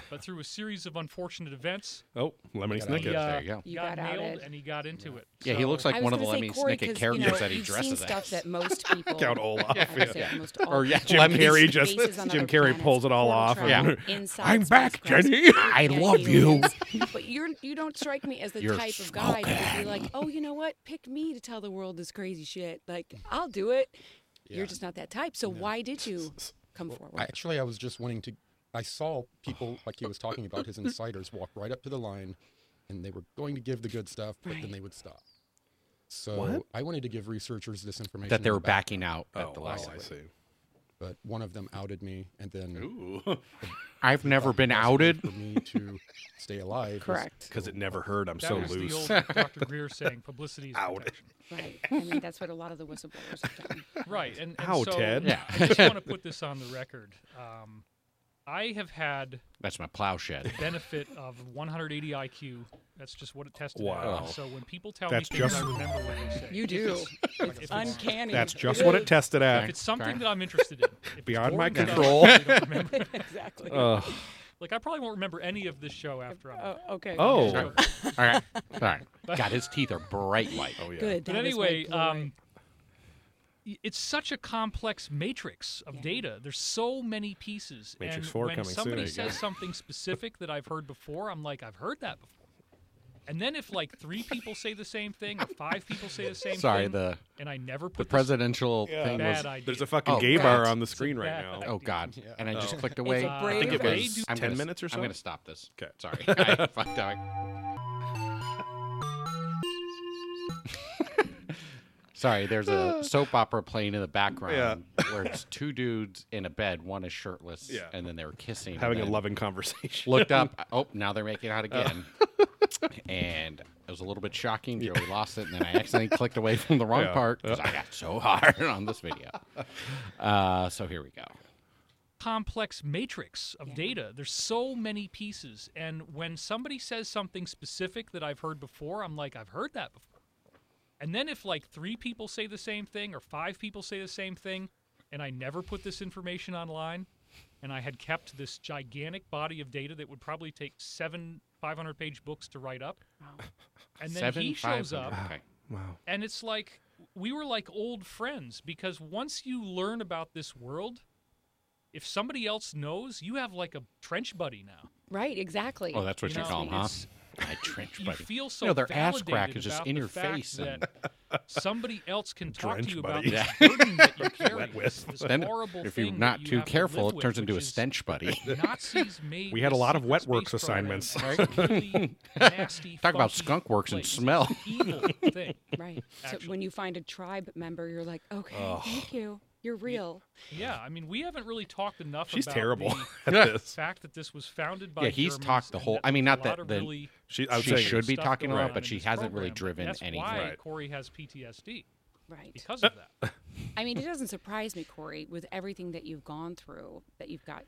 Speaker 5: but through a series of unfortunate events,
Speaker 1: Oh, Lemony
Speaker 2: Got out.
Speaker 1: Snicket.
Speaker 5: Yeah.
Speaker 2: There you go.
Speaker 4: You
Speaker 5: got,
Speaker 4: got outed.
Speaker 5: nailed and he got into it.
Speaker 2: Yeah, he
Speaker 5: So-
Speaker 2: looks like
Speaker 4: I was
Speaker 2: one of the
Speaker 4: gonna say
Speaker 2: Lemmy
Speaker 4: Corey,
Speaker 2: Snicket
Speaker 4: 'cause,
Speaker 2: characters
Speaker 4: you know,
Speaker 2: that he
Speaker 4: you've
Speaker 2: dresses
Speaker 4: seen
Speaker 2: as. [laughs]
Speaker 4: stuff that most people.
Speaker 1: Count
Speaker 5: [laughs]
Speaker 1: Olaf.
Speaker 4: I was gonna say almost all
Speaker 2: Or, yeah,
Speaker 4: people-
Speaker 1: Jim
Speaker 2: Lemmy's
Speaker 1: Carrey just
Speaker 4: bases on
Speaker 1: Jim
Speaker 4: other
Speaker 1: Carrey
Speaker 4: planets,
Speaker 1: pulls it all
Speaker 4: portal
Speaker 1: off.
Speaker 4: travel,
Speaker 2: Yeah.
Speaker 4: inside
Speaker 1: I'm back,
Speaker 4: spacecraft,
Speaker 1: Jenny.
Speaker 2: I
Speaker 4: and
Speaker 2: love you.
Speaker 4: aliens. but you're you don't strike me as the
Speaker 2: You're
Speaker 4: type of guy that would be like, oh, you know what? Pick me to tell the world this crazy shit. Like I'll do it. You're just not that type. So why did you come forward?
Speaker 7: Actually, I was just wanting to. I saw people like he was talking about his insiders walk right up to the line, and they were going to give the good stuff, but
Speaker 4: Right.
Speaker 7: then they would stop. So I wanted to give researchers this information
Speaker 2: That they were
Speaker 7: about-
Speaker 2: backing out at the
Speaker 1: Oh, wow,
Speaker 2: last.
Speaker 1: I see.
Speaker 7: but one of them outed me, and then
Speaker 1: Ooh,
Speaker 2: I've
Speaker 1: Oh,
Speaker 2: never been
Speaker 7: possibly
Speaker 2: outed.
Speaker 7: for me
Speaker 4: [laughs]
Speaker 7: to stay alive. was-
Speaker 4: Correct.
Speaker 1: because it never heard. I'm
Speaker 5: That
Speaker 1: so
Speaker 5: was
Speaker 1: loose.
Speaker 5: the old Dr. Greer saying, "Publicity is
Speaker 1: Out.
Speaker 5: protection."
Speaker 4: Right. I mean, that's what a lot of the
Speaker 5: [laughs]
Speaker 4: whistleblowers have done.
Speaker 5: Right, and, and
Speaker 1: Ow,
Speaker 5: so
Speaker 1: Ted.
Speaker 2: Yeah.
Speaker 5: I just want to put this on the record. Um, I have had
Speaker 2: That's my plow shed.
Speaker 5: benefit of 180 IQ. That's just what it tested. out.
Speaker 3: Wow.
Speaker 5: So when people tell
Speaker 3: That's
Speaker 5: me things,
Speaker 3: just-
Speaker 5: I remember what they say.
Speaker 4: You do.
Speaker 5: If it's-
Speaker 4: [laughs] Uncanny.
Speaker 3: That's just what it tested
Speaker 5: If
Speaker 3: at.
Speaker 5: it's something that I'm interested in, if it's
Speaker 3: Beyond my
Speaker 5: boring stuff,
Speaker 3: control.
Speaker 5: I don't remember.
Speaker 4: [laughs] exactly.
Speaker 3: Ugh.
Speaker 5: like I probably won't remember any of
Speaker 4: [laughs]
Speaker 5: this show after. I'm
Speaker 4: oh, okay.
Speaker 3: oh,
Speaker 5: So-
Speaker 2: All right. [laughs] All right. God, his teeth are bright white. Oh, yeah.
Speaker 4: good.
Speaker 5: But
Speaker 4: that is my
Speaker 5: anyway,
Speaker 4: glory.
Speaker 5: um, y- it's such a complex matrix of data. There's so many pieces.
Speaker 3: Matrix
Speaker 5: and
Speaker 3: 4
Speaker 5: when
Speaker 3: coming soon,
Speaker 5: somebody
Speaker 3: I
Speaker 5: says
Speaker 3: guess.
Speaker 5: something specific that I've heard before, I'm like, I've heard that before. And then if like three people say the same thing or five people say the same
Speaker 2: Sorry,
Speaker 5: thing,
Speaker 2: the-
Speaker 5: and I never
Speaker 2: The
Speaker 5: put this
Speaker 2: presidential thing
Speaker 5: bad
Speaker 2: was.
Speaker 5: idea.
Speaker 3: there's a fucking
Speaker 2: Oh,
Speaker 3: gay
Speaker 2: God.
Speaker 3: bar on the screen right
Speaker 5: bad
Speaker 3: now.
Speaker 5: idea.
Speaker 2: Oh, God. And I just clicked away.
Speaker 4: it's a brave
Speaker 3: think it
Speaker 4: thing.
Speaker 3: was-
Speaker 2: I'm
Speaker 3: 10
Speaker 2: gonna-
Speaker 3: minutes or so?
Speaker 2: I'm going to stop this.
Speaker 3: 'Kay.
Speaker 2: [laughs] Sorry. I fucked up. Sorry, there's a soap opera playing in the background where it's two dudes in a bed, one is shirtless,
Speaker 3: Yeah.
Speaker 2: and then they were kissing. and
Speaker 3: Having a
Speaker 2: then
Speaker 3: loving conversation.
Speaker 2: Looked [laughs] up. Oh, now they're making out again. and it was a little bit shocking. Joey lost it, and then I accidentally clicked away from the wrong
Speaker 3: Yeah.
Speaker 2: part because I got so hard [laughs] on this video. Uh, so here we go.
Speaker 5: complex matrix of data. There's so many pieces. And when somebody says something specific that I've heard before, I'm like, I've heard that before. And then if like three people say the same thing or five people say the same thing, and I never put this information online, and I had kept this gigantic body of data that would probably take seven 500 page books to write up. And then
Speaker 2: Seven
Speaker 5: he shows up
Speaker 2: 500. Okay.
Speaker 5: and it's like we were like old friends because once you learn about this world if somebody else knows you have like a trench buddy now
Speaker 4: right, exactly.
Speaker 2: Oh, that's what
Speaker 5: You
Speaker 2: you,
Speaker 5: know,
Speaker 2: call them, huh?
Speaker 5: it's-
Speaker 2: My trench
Speaker 5: you [laughs]
Speaker 2: buddy.
Speaker 5: feel so
Speaker 2: You know, their ass
Speaker 5: validated
Speaker 2: crack is just
Speaker 5: about
Speaker 2: in
Speaker 5: the
Speaker 2: your
Speaker 5: fact
Speaker 2: face and-
Speaker 5: that somebody
Speaker 2: [laughs]
Speaker 5: else can talk to
Speaker 3: Trench
Speaker 5: you
Speaker 3: buddy.
Speaker 5: about this burden that you're carrying
Speaker 3: with.
Speaker 5: this
Speaker 2: Then,
Speaker 5: horrible
Speaker 2: if
Speaker 5: thing
Speaker 2: you're
Speaker 5: that
Speaker 2: not
Speaker 5: you
Speaker 2: too
Speaker 5: have to
Speaker 2: careful,
Speaker 5: live
Speaker 2: it turns
Speaker 5: with,
Speaker 2: into a
Speaker 5: which is
Speaker 2: stench
Speaker 5: [laughs]
Speaker 2: buddy. [laughs]
Speaker 5: Nazis made
Speaker 3: We had a
Speaker 5: this
Speaker 3: lot of
Speaker 5: secret
Speaker 3: wet works
Speaker 5: space program
Speaker 3: assignments.
Speaker 5: a really nasty,
Speaker 2: Talk about
Speaker 5: funky
Speaker 2: skunk works and
Speaker 5: place.
Speaker 2: smell.
Speaker 5: evil thing
Speaker 4: right. So
Speaker 5: Actually.
Speaker 4: when you find a tribe member, you're like, okay, thank you. You're real.
Speaker 5: Yeah, I mean, we haven't really talked enough.
Speaker 3: She's
Speaker 5: about
Speaker 3: terrible [laughs]
Speaker 2: [laughs]
Speaker 3: at
Speaker 2: Yeah.
Speaker 5: The
Speaker 3: this.
Speaker 5: fact that this was founded by
Speaker 2: Yeah, he's
Speaker 5: Germans
Speaker 2: talked the
Speaker 5: and
Speaker 2: whole-
Speaker 5: that
Speaker 2: I mean,
Speaker 5: there's
Speaker 2: not
Speaker 5: a lot
Speaker 2: that-
Speaker 5: of
Speaker 2: that
Speaker 5: really
Speaker 3: She, I would
Speaker 2: She
Speaker 3: say
Speaker 2: should be
Speaker 5: stuff
Speaker 2: talking
Speaker 5: going
Speaker 2: about,
Speaker 5: on
Speaker 2: but
Speaker 5: in
Speaker 2: she
Speaker 5: this
Speaker 2: hasn't really
Speaker 5: program.
Speaker 2: driven
Speaker 5: That's
Speaker 2: anything.
Speaker 5: Why
Speaker 3: Right.
Speaker 5: Corey has PTSD
Speaker 4: Right.
Speaker 5: because of that.
Speaker 4: I mean, it doesn't surprise me, Corey, with everything that you've gone through, that you've got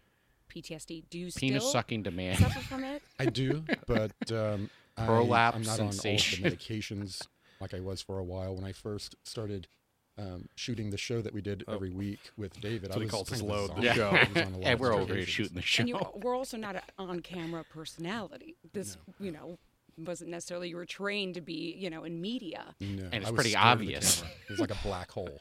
Speaker 4: PTSD. Do you
Speaker 2: Penis
Speaker 4: still
Speaker 5: [laughs]
Speaker 2: sucking demand.
Speaker 4: suffer
Speaker 2: [laughs]
Speaker 4: from it?
Speaker 7: I do, but um, I, I'm
Speaker 2: Prolapse
Speaker 7: not on all of the
Speaker 2: sensation. [laughs]
Speaker 7: medications like I was for a while when I first started um, shooting the show that we did every week with David. I
Speaker 3: Oh. what he
Speaker 7: was
Speaker 3: calls his
Speaker 7: kind of a
Speaker 3: load, the
Speaker 7: zombie.
Speaker 3: show.
Speaker 7: I was on a
Speaker 2: [laughs]
Speaker 7: lot
Speaker 2: Yeah,
Speaker 7: of
Speaker 2: we're over here
Speaker 7: medications.
Speaker 2: shooting the
Speaker 4: And you,
Speaker 2: show.
Speaker 4: we're also not an on-camera personality. This, you know, wasn't necessarily you were trained to be, you know, in media.
Speaker 7: No,
Speaker 2: it's
Speaker 7: I was
Speaker 2: pretty
Speaker 7: staring at the
Speaker 2: obvious.
Speaker 7: camera. It was like a black hole.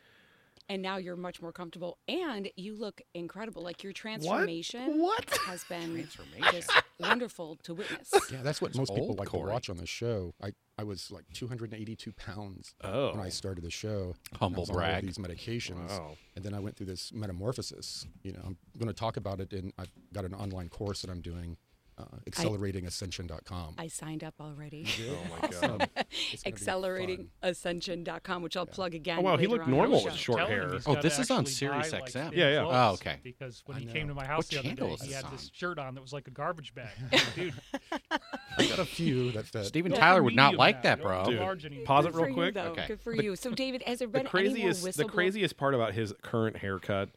Speaker 4: And now you're much more comfortable, and you look incredible. Like your transformation
Speaker 3: What?
Speaker 4: has been
Speaker 2: Transformation.
Speaker 4: just wonderful
Speaker 2: [laughs]
Speaker 4: to witness.
Speaker 7: Yeah, that's what most people
Speaker 2: old,
Speaker 7: like
Speaker 2: Corey.
Speaker 7: to watch on the show. I, I was like 282 pounds
Speaker 3: Oh.
Speaker 7: when I started the show. and
Speaker 2: Humble
Speaker 7: I was on all of
Speaker 2: brag.
Speaker 7: these medications,
Speaker 3: Wow.
Speaker 7: and then I went through this metamorphosis. You know, I'm going to talk about it, in I've got an online course that I'm doing, uh, acceleratingascension.com.
Speaker 4: I signed up already.
Speaker 3: Oh my god.
Speaker 7: It's gonna be fun.
Speaker 4: acceleratingascension.com, which I'll plug again.
Speaker 3: Oh, wow, he
Speaker 4: later
Speaker 3: looked
Speaker 4: on in the
Speaker 3: normal
Speaker 4: show.
Speaker 3: with short
Speaker 5: Telling
Speaker 3: hair.
Speaker 5: him he's
Speaker 2: Oh,
Speaker 5: gotta
Speaker 2: this is on
Speaker 5: actually
Speaker 2: Sirius
Speaker 5: buy, like,
Speaker 2: XM.
Speaker 5: thin
Speaker 3: Yeah, yeah.
Speaker 5: clothes
Speaker 2: Oh, okay.
Speaker 5: Because
Speaker 7: I
Speaker 5: when he
Speaker 7: know.
Speaker 5: came to my house the other
Speaker 2: channel
Speaker 5: day,
Speaker 2: is
Speaker 5: he
Speaker 2: this
Speaker 5: had
Speaker 2: on?
Speaker 5: this shirt on that was like a garbage
Speaker 2: [laughs]
Speaker 5: bag. Like, Dude,
Speaker 7: I got a few that fit.
Speaker 2: Steven
Speaker 5: go for
Speaker 2: Tyler would not
Speaker 5: medium
Speaker 2: like
Speaker 5: now.
Speaker 2: that,
Speaker 5: Don't
Speaker 2: bro.
Speaker 5: do
Speaker 3: Dude.
Speaker 5: large anymore.
Speaker 3: Pause
Speaker 4: Good
Speaker 3: it real
Speaker 4: for you,
Speaker 3: quick.
Speaker 4: though.
Speaker 2: Okay.
Speaker 4: Good for you. So, David, has there
Speaker 3: The
Speaker 4: been any more
Speaker 3: craziest, the
Speaker 4: whistleblow-
Speaker 3: craziest part about his current haircut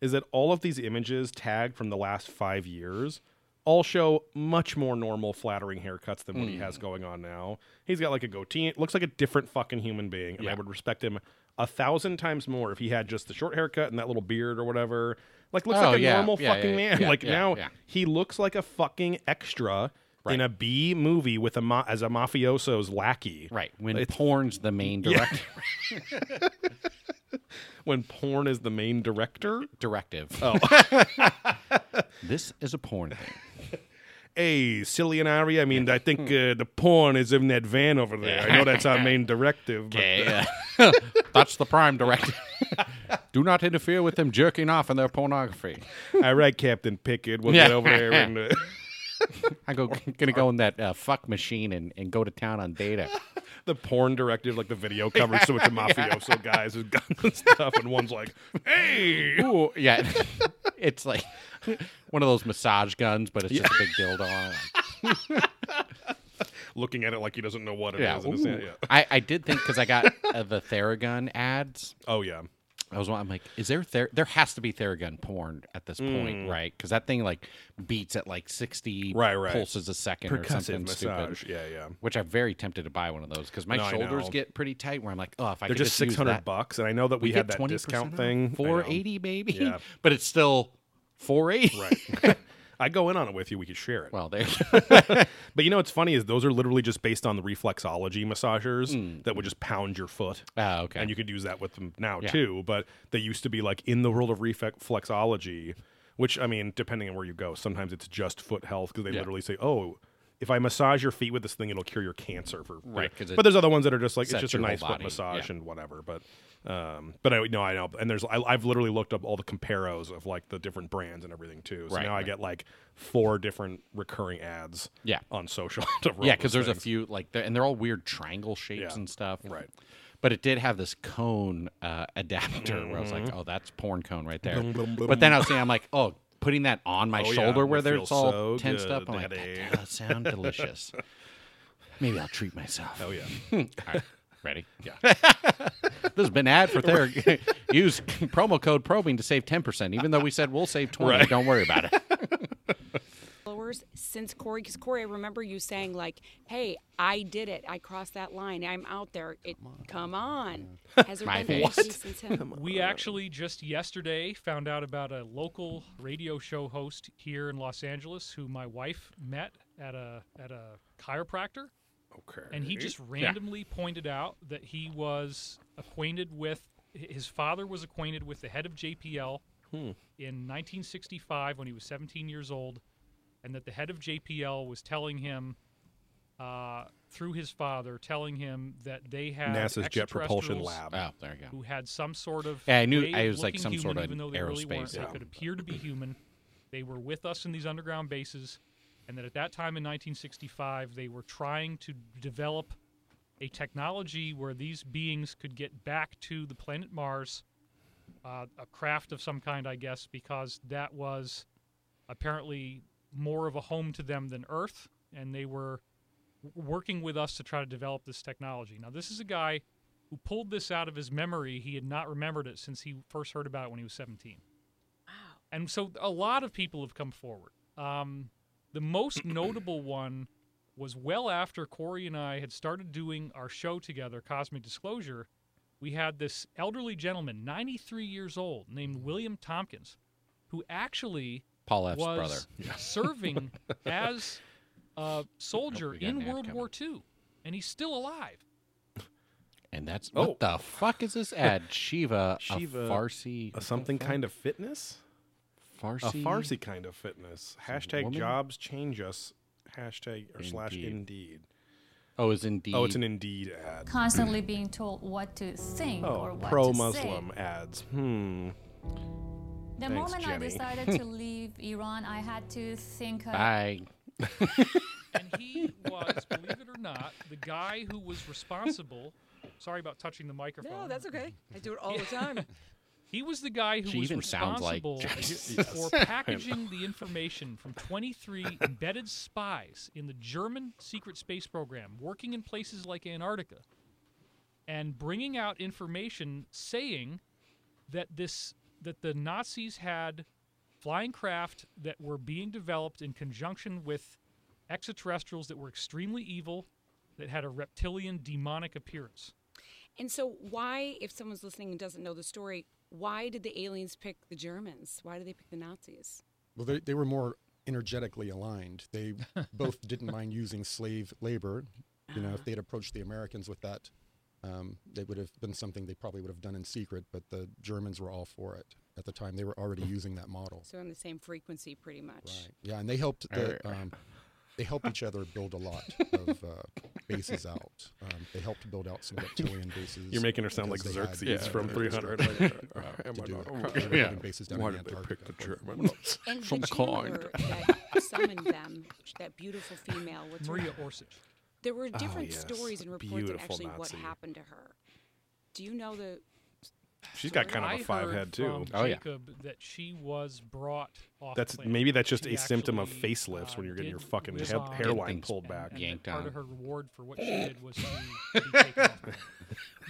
Speaker 3: is that all of these images tagged from the last five years all show much more normal, flattering haircuts than what he
Speaker 2: Mm.
Speaker 3: has going on now. He's got like a goatee. It looks like a different fucking human being, and I
Speaker 2: Yeah.
Speaker 3: would respect him a thousand times more if he had just the short haircut and that little beard or whatever. Like looks
Speaker 2: Oh,
Speaker 3: like a
Speaker 2: yeah,
Speaker 3: normal
Speaker 2: yeah,
Speaker 3: fucking
Speaker 2: yeah,
Speaker 3: man.
Speaker 2: yeah,
Speaker 3: like
Speaker 2: yeah,
Speaker 3: now
Speaker 2: yeah.
Speaker 3: he looks like a fucking extra. In a B movie with a ma- as a mafioso's lackey,
Speaker 2: Right. When
Speaker 3: It's-
Speaker 2: porn's the [laughs] main direct-
Speaker 3: When porn is the main director,
Speaker 2: directive. Oh. [laughs] this is a [laughs] porn thing.
Speaker 3: hey, silly and Ari, I mean, I think uh, the porn is in that van over there. I know that's our main directive. But,
Speaker 2: Yeah, yeah. [laughs] That's the prime directive. [laughs] Do not interfere with them jerking off in their pornography.
Speaker 3: All right, Captain Pickett, we'll
Speaker 2: Yeah.
Speaker 3: get over there. And, uh,
Speaker 2: [laughs] I go gonna go in that uh, fuck machine and, and go to town on data.
Speaker 3: the porn directive, like the video coverage, so it's a mafioso guys with guns and stuff, and one's like, hey.
Speaker 2: [laughs] Ooh, yeah. [laughs] It's like [laughs] one of those massage guns, but it's just a big dildo on it.
Speaker 3: Looking at it like he doesn't know what it is.
Speaker 2: [laughs] Yeah,
Speaker 3: and it's-
Speaker 2: ooh.
Speaker 3: yeah.
Speaker 2: I, I did think because I got uh, the Theragun ads,
Speaker 3: Oh, yeah.
Speaker 2: I was, I'm like, is there ther- there has to be Theragun porn at this point, right? Because that thing like beats at like sixty
Speaker 3: Mm. Right, right.
Speaker 2: pulses a second or something
Speaker 3: Percussive massage.
Speaker 2: stupid.
Speaker 3: Yeah, yeah.
Speaker 2: Which I'm very tempted to buy one of those because my
Speaker 3: No, I
Speaker 2: shoulders
Speaker 3: know.
Speaker 2: get pretty tight. Where I'm like, oh, if I
Speaker 3: They're
Speaker 2: could
Speaker 3: just
Speaker 2: use
Speaker 3: six hundred
Speaker 2: that-
Speaker 3: bucks, and I know that we, had
Speaker 2: get
Speaker 3: that
Speaker 2: 20%
Speaker 3: discount
Speaker 2: off.
Speaker 3: thing. I know.
Speaker 2: 480 maybe
Speaker 3: Yeah.
Speaker 2: [laughs] but it's still 480
Speaker 3: Right. I go in on it with you. We could share it.
Speaker 2: [laughs] well [laughs] there
Speaker 3: [laughs] But you know what's funny is those are literally just based on the reflexology massagers
Speaker 2: Hmm.
Speaker 3: that would just pound your foot.
Speaker 2: oh okay
Speaker 3: And you could use that with them now
Speaker 2: Yeah.
Speaker 3: too. But they used to be like in the world of reflexology, which I mean, depending on where you go, sometimes it's just foot health because they
Speaker 2: Yeah.
Speaker 3: literally say, "Oh, if I massage your feet with this thing, it'll cure your cancer." For
Speaker 2: Right, 'cause it
Speaker 3: but there's other ones that are just like it's
Speaker 2: sets
Speaker 3: just a
Speaker 2: your whole
Speaker 3: nice foot
Speaker 2: body.
Speaker 3: massage
Speaker 2: Yeah.
Speaker 3: and whatever. But um, but I no, I know. And there's I, I've literally looked up all the comparos of like the different brands and everything too. So
Speaker 2: Right,
Speaker 3: now I
Speaker 2: right.
Speaker 3: get like four different recurring ads.
Speaker 2: Yeah.
Speaker 3: on social. [laughs]
Speaker 2: yeah because there's a
Speaker 3: few.
Speaker 2: few like they're, and they're all weird triangle shapes
Speaker 3: Yeah.
Speaker 2: and stuff
Speaker 3: Right.
Speaker 2: but it did have this cone uh, adapter where i was
Speaker 3: Mm-hmm.
Speaker 2: like oh that's porn cone right there but then i was saying i'm like oh putting that on my
Speaker 3: Oh, yeah,
Speaker 2: shoulder
Speaker 3: it
Speaker 2: where
Speaker 3: would
Speaker 2: there's
Speaker 3: feel
Speaker 2: all
Speaker 3: so
Speaker 2: tensed up
Speaker 3: good,
Speaker 2: i'm like
Speaker 3: daddy.
Speaker 2: that does
Speaker 3: [laughs]
Speaker 2: sound delicious maybe i'll treat myself
Speaker 3: Oh yeah.
Speaker 2: All right, [laughs] ready? Yeah. this has been ad
Speaker 3: [laughs]
Speaker 2: for therapy. [laughs] Use promo code probing to save 10%, even though we said we'll save 20.
Speaker 3: Right.
Speaker 2: Don't worry
Speaker 3: [laughs]
Speaker 2: about it.
Speaker 4: followers since Corey? Because Corey, I remember you saying like, "Hey, I did it. I crossed that line. I'm out there. It, come on." Has there
Speaker 2: My
Speaker 4: been
Speaker 2: face.
Speaker 4: anybody since him?
Speaker 3: Um, uh,
Speaker 5: We actually just yesterday found out about a local radio show host here in Los Angeles who my wife met at a at a chiropractor,
Speaker 3: Okay.
Speaker 5: and he just randomly pointed out that he was acquainted with hi- his father was acquainted with the head of JPL
Speaker 3: Hmm.
Speaker 5: in 1965 when he was 17 years old, and that the head of JPL was telling him. Uh, through his father, telling him that they had
Speaker 3: NASA's Jet Propulsion
Speaker 5: Uh, extraterrestrials
Speaker 3: Lab.
Speaker 2: Oh, there you go.
Speaker 5: who had some sort of
Speaker 2: Yeah, I knew-
Speaker 5: way
Speaker 2: I
Speaker 5: of
Speaker 2: was like
Speaker 5: looking
Speaker 2: some
Speaker 5: human,
Speaker 2: sort of
Speaker 5: even though they really weren't.
Speaker 2: aerospace,
Speaker 5: They
Speaker 2: yeah.
Speaker 5: could appear to be human. They were with us in these underground bases, and that at that time in 1965, they were trying to develop a technology where these beings could get back to the planet Mars, uh, a craft of some kind, I guess, because that was apparently more of a home to them than Earth, and they were w- working with us to try to develop this technology. Now, this is a guy who pulled this out of his memory. He had not remembered it since he first heard about it when he was 17. Wow. And so a lot of people have come forward. Um, the most notable one was well after Corey and I had started doing our show together, Cosmic Disclosure. We had this elderly gentleman, 93 years old, named William Tompkins, who actually
Speaker 2: Paul F's
Speaker 5: was [laughs]
Speaker 2: brother. [laughs]
Speaker 5: serving as a soldier
Speaker 2: we got an
Speaker 5: in
Speaker 2: ad
Speaker 5: World War II, and he's still alive.
Speaker 2: And that's
Speaker 3: Oh.
Speaker 2: what the fuck is this
Speaker 3: [laughs]
Speaker 2: ad? Shiva,
Speaker 3: Shiva,
Speaker 2: a Farsi,
Speaker 3: A something kind of fitness?
Speaker 2: Farsi,
Speaker 3: A Farsi kind of fitness. Hashtag
Speaker 2: woman?
Speaker 3: jobs change us. Hashtag or slash indeed.
Speaker 2: Oh, is indeed.
Speaker 3: Oh, it's an indeed ad.
Speaker 8: constantly being told what to think or
Speaker 3: Oh,
Speaker 8: what
Speaker 3: pro
Speaker 8: to
Speaker 3: Muslim ads. Hmm.
Speaker 8: say. The
Speaker 3: Thanks,
Speaker 8: moment
Speaker 3: Jenny.
Speaker 8: I decided
Speaker 3: [laughs]
Speaker 8: to leave Iran, I had to think of
Speaker 2: Bye.
Speaker 5: And he was, believe it or not, the guy who was responsible. Sorry about touching the microphone.
Speaker 4: No, that's okay. I do it all
Speaker 3: [laughs]
Speaker 4: the time.
Speaker 5: He was the guy who
Speaker 2: She
Speaker 5: was
Speaker 2: even sounds like
Speaker 5: responsible [laughs] for packaging the information
Speaker 2: [laughs]
Speaker 5: from 23 embedded spies in the German secret space program, working in places like Antarctica, and bringing out information saying that this that the Nazis had flying craft that were being developed in conjunction with extraterrestrials that were extremely evil, that had a reptilian demonic
Speaker 2: [laughs]
Speaker 5: appearance.
Speaker 4: And so, why, if someone's listening and doesn't know the story, why did the aliens pick the Germans? Why did they pick the Nazis?
Speaker 7: Well, they, they were more energetically aligned. They both didn't mind using slave labor. You know, if they'd approached the Americans with that, um, they would have been something they probably would have done in secret, but the Germans were all for it at the time. They were already using that model.
Speaker 4: So, on the same frequency, pretty much.
Speaker 7: Right. Yeah, and they helped the, um, they helped each other build a lot of uh, bases out. Um, they helped build out some reptilian bases.
Speaker 3: You're making her sound like
Speaker 7: because they had
Speaker 3: Xerxes
Speaker 7: the
Speaker 3: from
Speaker 7: infrastructure
Speaker 3: 300. [laughs]
Speaker 7: To do it.
Speaker 3: Like,
Speaker 7: They were building bases down
Speaker 1: Why
Speaker 7: in
Speaker 1: did they
Speaker 7: Antarctica,
Speaker 1: pick the
Speaker 7: of course.
Speaker 1: Germans?
Speaker 4: And
Speaker 2: Some
Speaker 4: the jailer that summoned them, that beautiful female, what's her
Speaker 5: Maria Orsich.
Speaker 4: There were different
Speaker 3: Oh, yes,
Speaker 4: stories and reports of
Speaker 3: beautiful
Speaker 4: actually what
Speaker 3: Nazi.
Speaker 4: happened to her. Do you know
Speaker 3: [laughs]
Speaker 4: the
Speaker 3: [laughs] She's got kind of
Speaker 5: I
Speaker 3: a five
Speaker 5: heard
Speaker 3: head too.
Speaker 5: from
Speaker 2: Oh, yeah.
Speaker 5: Jacob that she was brought off.
Speaker 3: That's
Speaker 5: plan.
Speaker 3: maybe that's just
Speaker 5: She
Speaker 3: a symptom of
Speaker 5: actually,
Speaker 3: facelifts
Speaker 5: uh,
Speaker 3: when you're getting
Speaker 5: did
Speaker 3: your fucking
Speaker 5: live
Speaker 3: head,
Speaker 5: on
Speaker 3: hairline
Speaker 2: things
Speaker 3: pulled
Speaker 5: and-
Speaker 3: back.
Speaker 5: and that
Speaker 2: Yanked
Speaker 5: part
Speaker 2: on.
Speaker 5: of her reward for what she did
Speaker 3: [laughs]
Speaker 5: was to be taken off planet.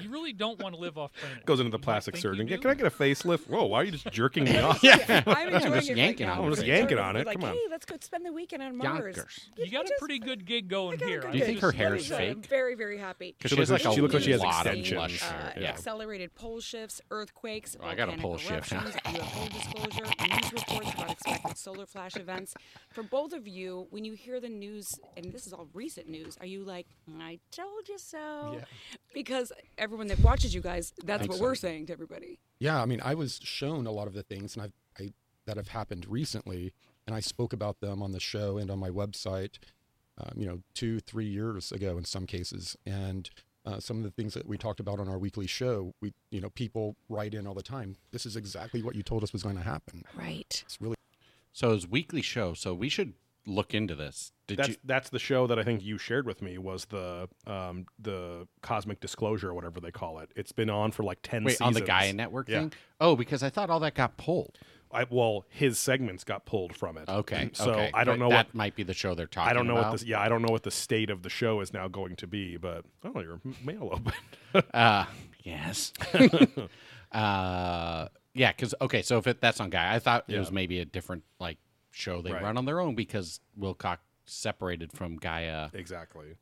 Speaker 5: You really don't want to live off planet.
Speaker 3: Goes into the
Speaker 5: You might
Speaker 3: plastic
Speaker 5: think you
Speaker 3: surgeon. Yeah,
Speaker 5: do.
Speaker 3: can I get a facelift? Whoa, why are you just jerking me off?
Speaker 2: Yeah.
Speaker 4: I'm enjoying
Speaker 2: just
Speaker 4: it right
Speaker 2: yanking
Speaker 4: now.
Speaker 2: on it. I'm just
Speaker 4: It's
Speaker 3: yanking
Speaker 4: sort of
Speaker 3: on it.
Speaker 4: Like,
Speaker 3: Come on.
Speaker 4: hey, let's go spend the weekend on Mars.
Speaker 2: Yonkers.
Speaker 5: You got a pretty good gig going here.
Speaker 2: Do you
Speaker 5: I
Speaker 2: think
Speaker 5: just-
Speaker 2: her
Speaker 5: let
Speaker 2: hair
Speaker 5: me
Speaker 2: is
Speaker 5: say-
Speaker 2: fake?
Speaker 4: I'm very, very happy.
Speaker 3: She looks
Speaker 2: has,
Speaker 3: like- she looks like she has
Speaker 2: lot of
Speaker 3: extensions.
Speaker 2: lush hair.
Speaker 4: Uh,
Speaker 2: yeah.
Speaker 4: Accelerated pole shifts, earthquakes,
Speaker 2: Oh, I got a
Speaker 4: volcanic
Speaker 2: pole shift.
Speaker 4: eruptions, UFO disclosure, news reports about expected solar flash events. For both of you, when you hear the news, and this is all recent news, are you like, "I told you so"? Because everyone that watches you guys, that's what we're saying to everybody.
Speaker 7: Yeah, I mean, I was shown a lot of the things and I've, I, that have happened recently, and I spoke about them on the show and on my website, um, you know, two, three years ago in some cases. And uh, some of the things that we talked about on our weekly show, we, you know, people write in all the time. This is exactly what you told us was going to happen.
Speaker 4: Right.
Speaker 7: It's really
Speaker 2: So it's weekly show. So we should look into this. Did
Speaker 3: that's
Speaker 2: you?
Speaker 3: that's the show that I think you shared with me was the um the cosmic disclosure or whatever they call it. It's been on for like ten.
Speaker 2: Wait,
Speaker 3: seasons.
Speaker 2: on the Gaia Network
Speaker 3: Yeah.
Speaker 2: thing? Oh, because I thought all that got pulled.
Speaker 3: I, well, his segments got pulled from it.
Speaker 2: Okay.
Speaker 3: Mm, so
Speaker 2: okay.
Speaker 3: I don't
Speaker 2: But
Speaker 3: know
Speaker 2: That
Speaker 3: what
Speaker 2: might be the show they're talking
Speaker 3: I don't know
Speaker 2: about.
Speaker 3: what this. Yeah, I don't know what the state of the show is now going to be. But oh, your m- mail open. [laughs]
Speaker 2: Uh, [laughs] yes. [laughs] uh, yeah, because okay, so if it, that's on Guy, I thought it was maybe a different like show they
Speaker 3: Right.
Speaker 2: run on their own because Wilcock separated from Gaia a
Speaker 3: exactly.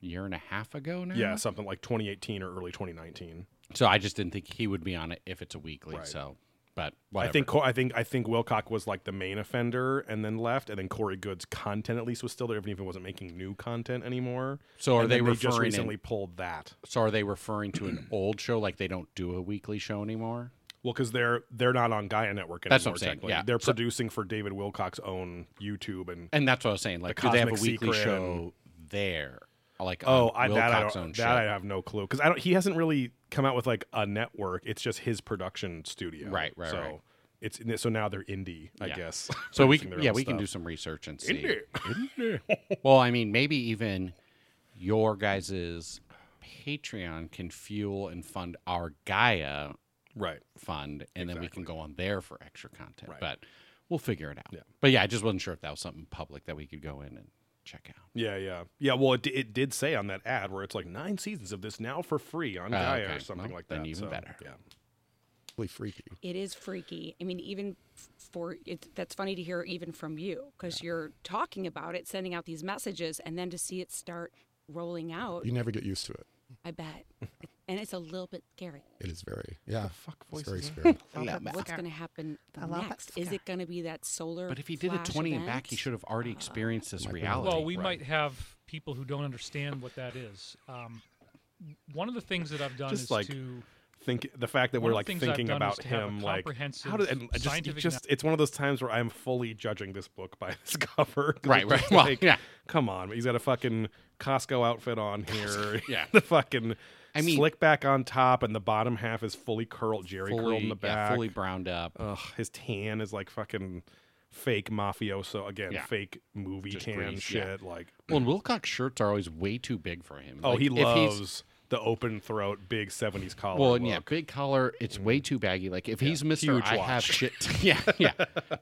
Speaker 2: year and a half ago now.
Speaker 3: Yeah, something like 2018 or early 2019.
Speaker 2: So I just didn't think he would be on it if it's a weekly.
Speaker 3: Right.
Speaker 2: So, but whatever.
Speaker 3: I think Co- I think I think Wilcock was like the main offender and then left, and then Corey Good's content at least was still there, even if it wasn't making new content anymore.
Speaker 2: So are
Speaker 3: And
Speaker 2: they
Speaker 3: then just
Speaker 2: referring in-
Speaker 3: recently pulled that?
Speaker 2: so. Are they referring
Speaker 3: [clears throat]
Speaker 2: to an old show like they don't do a weekly show anymore?
Speaker 3: Well, because they're they're not on Gaia Network anymore.
Speaker 2: That's what I'm saying,
Speaker 3: technically.
Speaker 2: yeah.
Speaker 3: they're
Speaker 2: So-
Speaker 3: producing for David Wilcock's own YouTube and.
Speaker 2: And that's what I was saying. Like, do they have a
Speaker 3: Cosmic
Speaker 2: weekly
Speaker 3: Secret
Speaker 2: show there? Like,
Speaker 3: Oh,
Speaker 2: on
Speaker 3: I, that, I,
Speaker 2: Wilcock's own
Speaker 3: don't,
Speaker 2: show.
Speaker 3: that I have no clue because I don't. He hasn't really come out with like a network. It's just his production studio,
Speaker 2: Right, right,
Speaker 3: So
Speaker 2: right.
Speaker 3: it's so now they're indie, I
Speaker 2: Yeah.
Speaker 3: guess.
Speaker 2: [laughs]
Speaker 3: [laughs]
Speaker 2: So we
Speaker 3: producing
Speaker 2: can,
Speaker 3: their
Speaker 2: yeah,
Speaker 3: own
Speaker 2: we can do
Speaker 3: stuff.
Speaker 2: some research and see. [laughs]
Speaker 3: Indie.
Speaker 2: Well, I mean, maybe even your guys's Patreon can fuel and fund our Gaia
Speaker 3: right.
Speaker 2: fund, and then we can go on there for extra content.
Speaker 3: Right.
Speaker 2: But we'll figure it out. But yeah, I just wasn't sure if that was something public that we could go in and check out.
Speaker 3: Yeah, yeah, yeah. Well, it, it did say on that ad where it's like nine seasons of this now for free on
Speaker 2: Oh,
Speaker 3: Gaia
Speaker 2: okay.
Speaker 3: or something
Speaker 2: Well,
Speaker 3: like that.
Speaker 2: then even
Speaker 3: so,
Speaker 2: better.
Speaker 3: Yeah,
Speaker 7: freaky.
Speaker 4: It is freaky. I mean, even f- for it, that's funny to hear even from you because you're talking about it, sending out these messages, and then to see it start rolling out.
Speaker 7: You never get used to it.
Speaker 2: [laughs]
Speaker 4: I bet, and it's a little bit scary.
Speaker 7: It is very, yeah.
Speaker 3: fuck
Speaker 7: It's
Speaker 3: voice.
Speaker 7: very scary.
Speaker 4: What's going to happen next? Is it going to be that solar?
Speaker 2: But if he did it
Speaker 4: flash
Speaker 2: 20 and
Speaker 4: event?
Speaker 2: back, he should have already experienced this reality.
Speaker 5: Well, we might have people who don't understand what that is. Um, one of the things that I've done
Speaker 3: Just
Speaker 5: is
Speaker 3: like-
Speaker 5: to
Speaker 3: Think the fact that
Speaker 5: One
Speaker 3: we're
Speaker 5: of the
Speaker 3: like
Speaker 5: things I've
Speaker 3: thinking
Speaker 5: done is
Speaker 3: about
Speaker 5: to have a
Speaker 3: him, like
Speaker 5: comprehensive
Speaker 3: how did and just, it
Speaker 5: scientific
Speaker 3: just it's one of those times where I'm fully judging this book by [laughs] this cover. 'Cause
Speaker 2: Right,
Speaker 3: it's
Speaker 2: right.
Speaker 3: just
Speaker 2: Well,
Speaker 3: like,
Speaker 2: yeah.
Speaker 3: Come on, he's got a fucking Costco outfit on here. [laughs]
Speaker 2: Yeah.
Speaker 3: the fucking
Speaker 2: I mean-
Speaker 3: slick back on top, and the bottom half is fully curled, jerry
Speaker 2: fully,
Speaker 3: curled in the
Speaker 2: yeah,
Speaker 3: back. Um,
Speaker 2: fully browned up.
Speaker 3: Ugh, his tan is like fucking fake mafioso again,
Speaker 2: Yeah.
Speaker 3: fake movie
Speaker 2: Just
Speaker 3: tan
Speaker 2: grease, yeah.
Speaker 3: shit. Like,
Speaker 2: well, and Wilcox shirts are always way too big for him.
Speaker 3: oh,
Speaker 2: Like,
Speaker 3: he
Speaker 2: if he's-
Speaker 3: loves the open throat, big seventies collar.
Speaker 2: Well, and yeah,
Speaker 3: look.
Speaker 2: big collar. It's way too baggy. Like if he's Mister,
Speaker 3: huge
Speaker 2: I have
Speaker 3: watch. [laughs]
Speaker 2: shit. Yeah, yeah.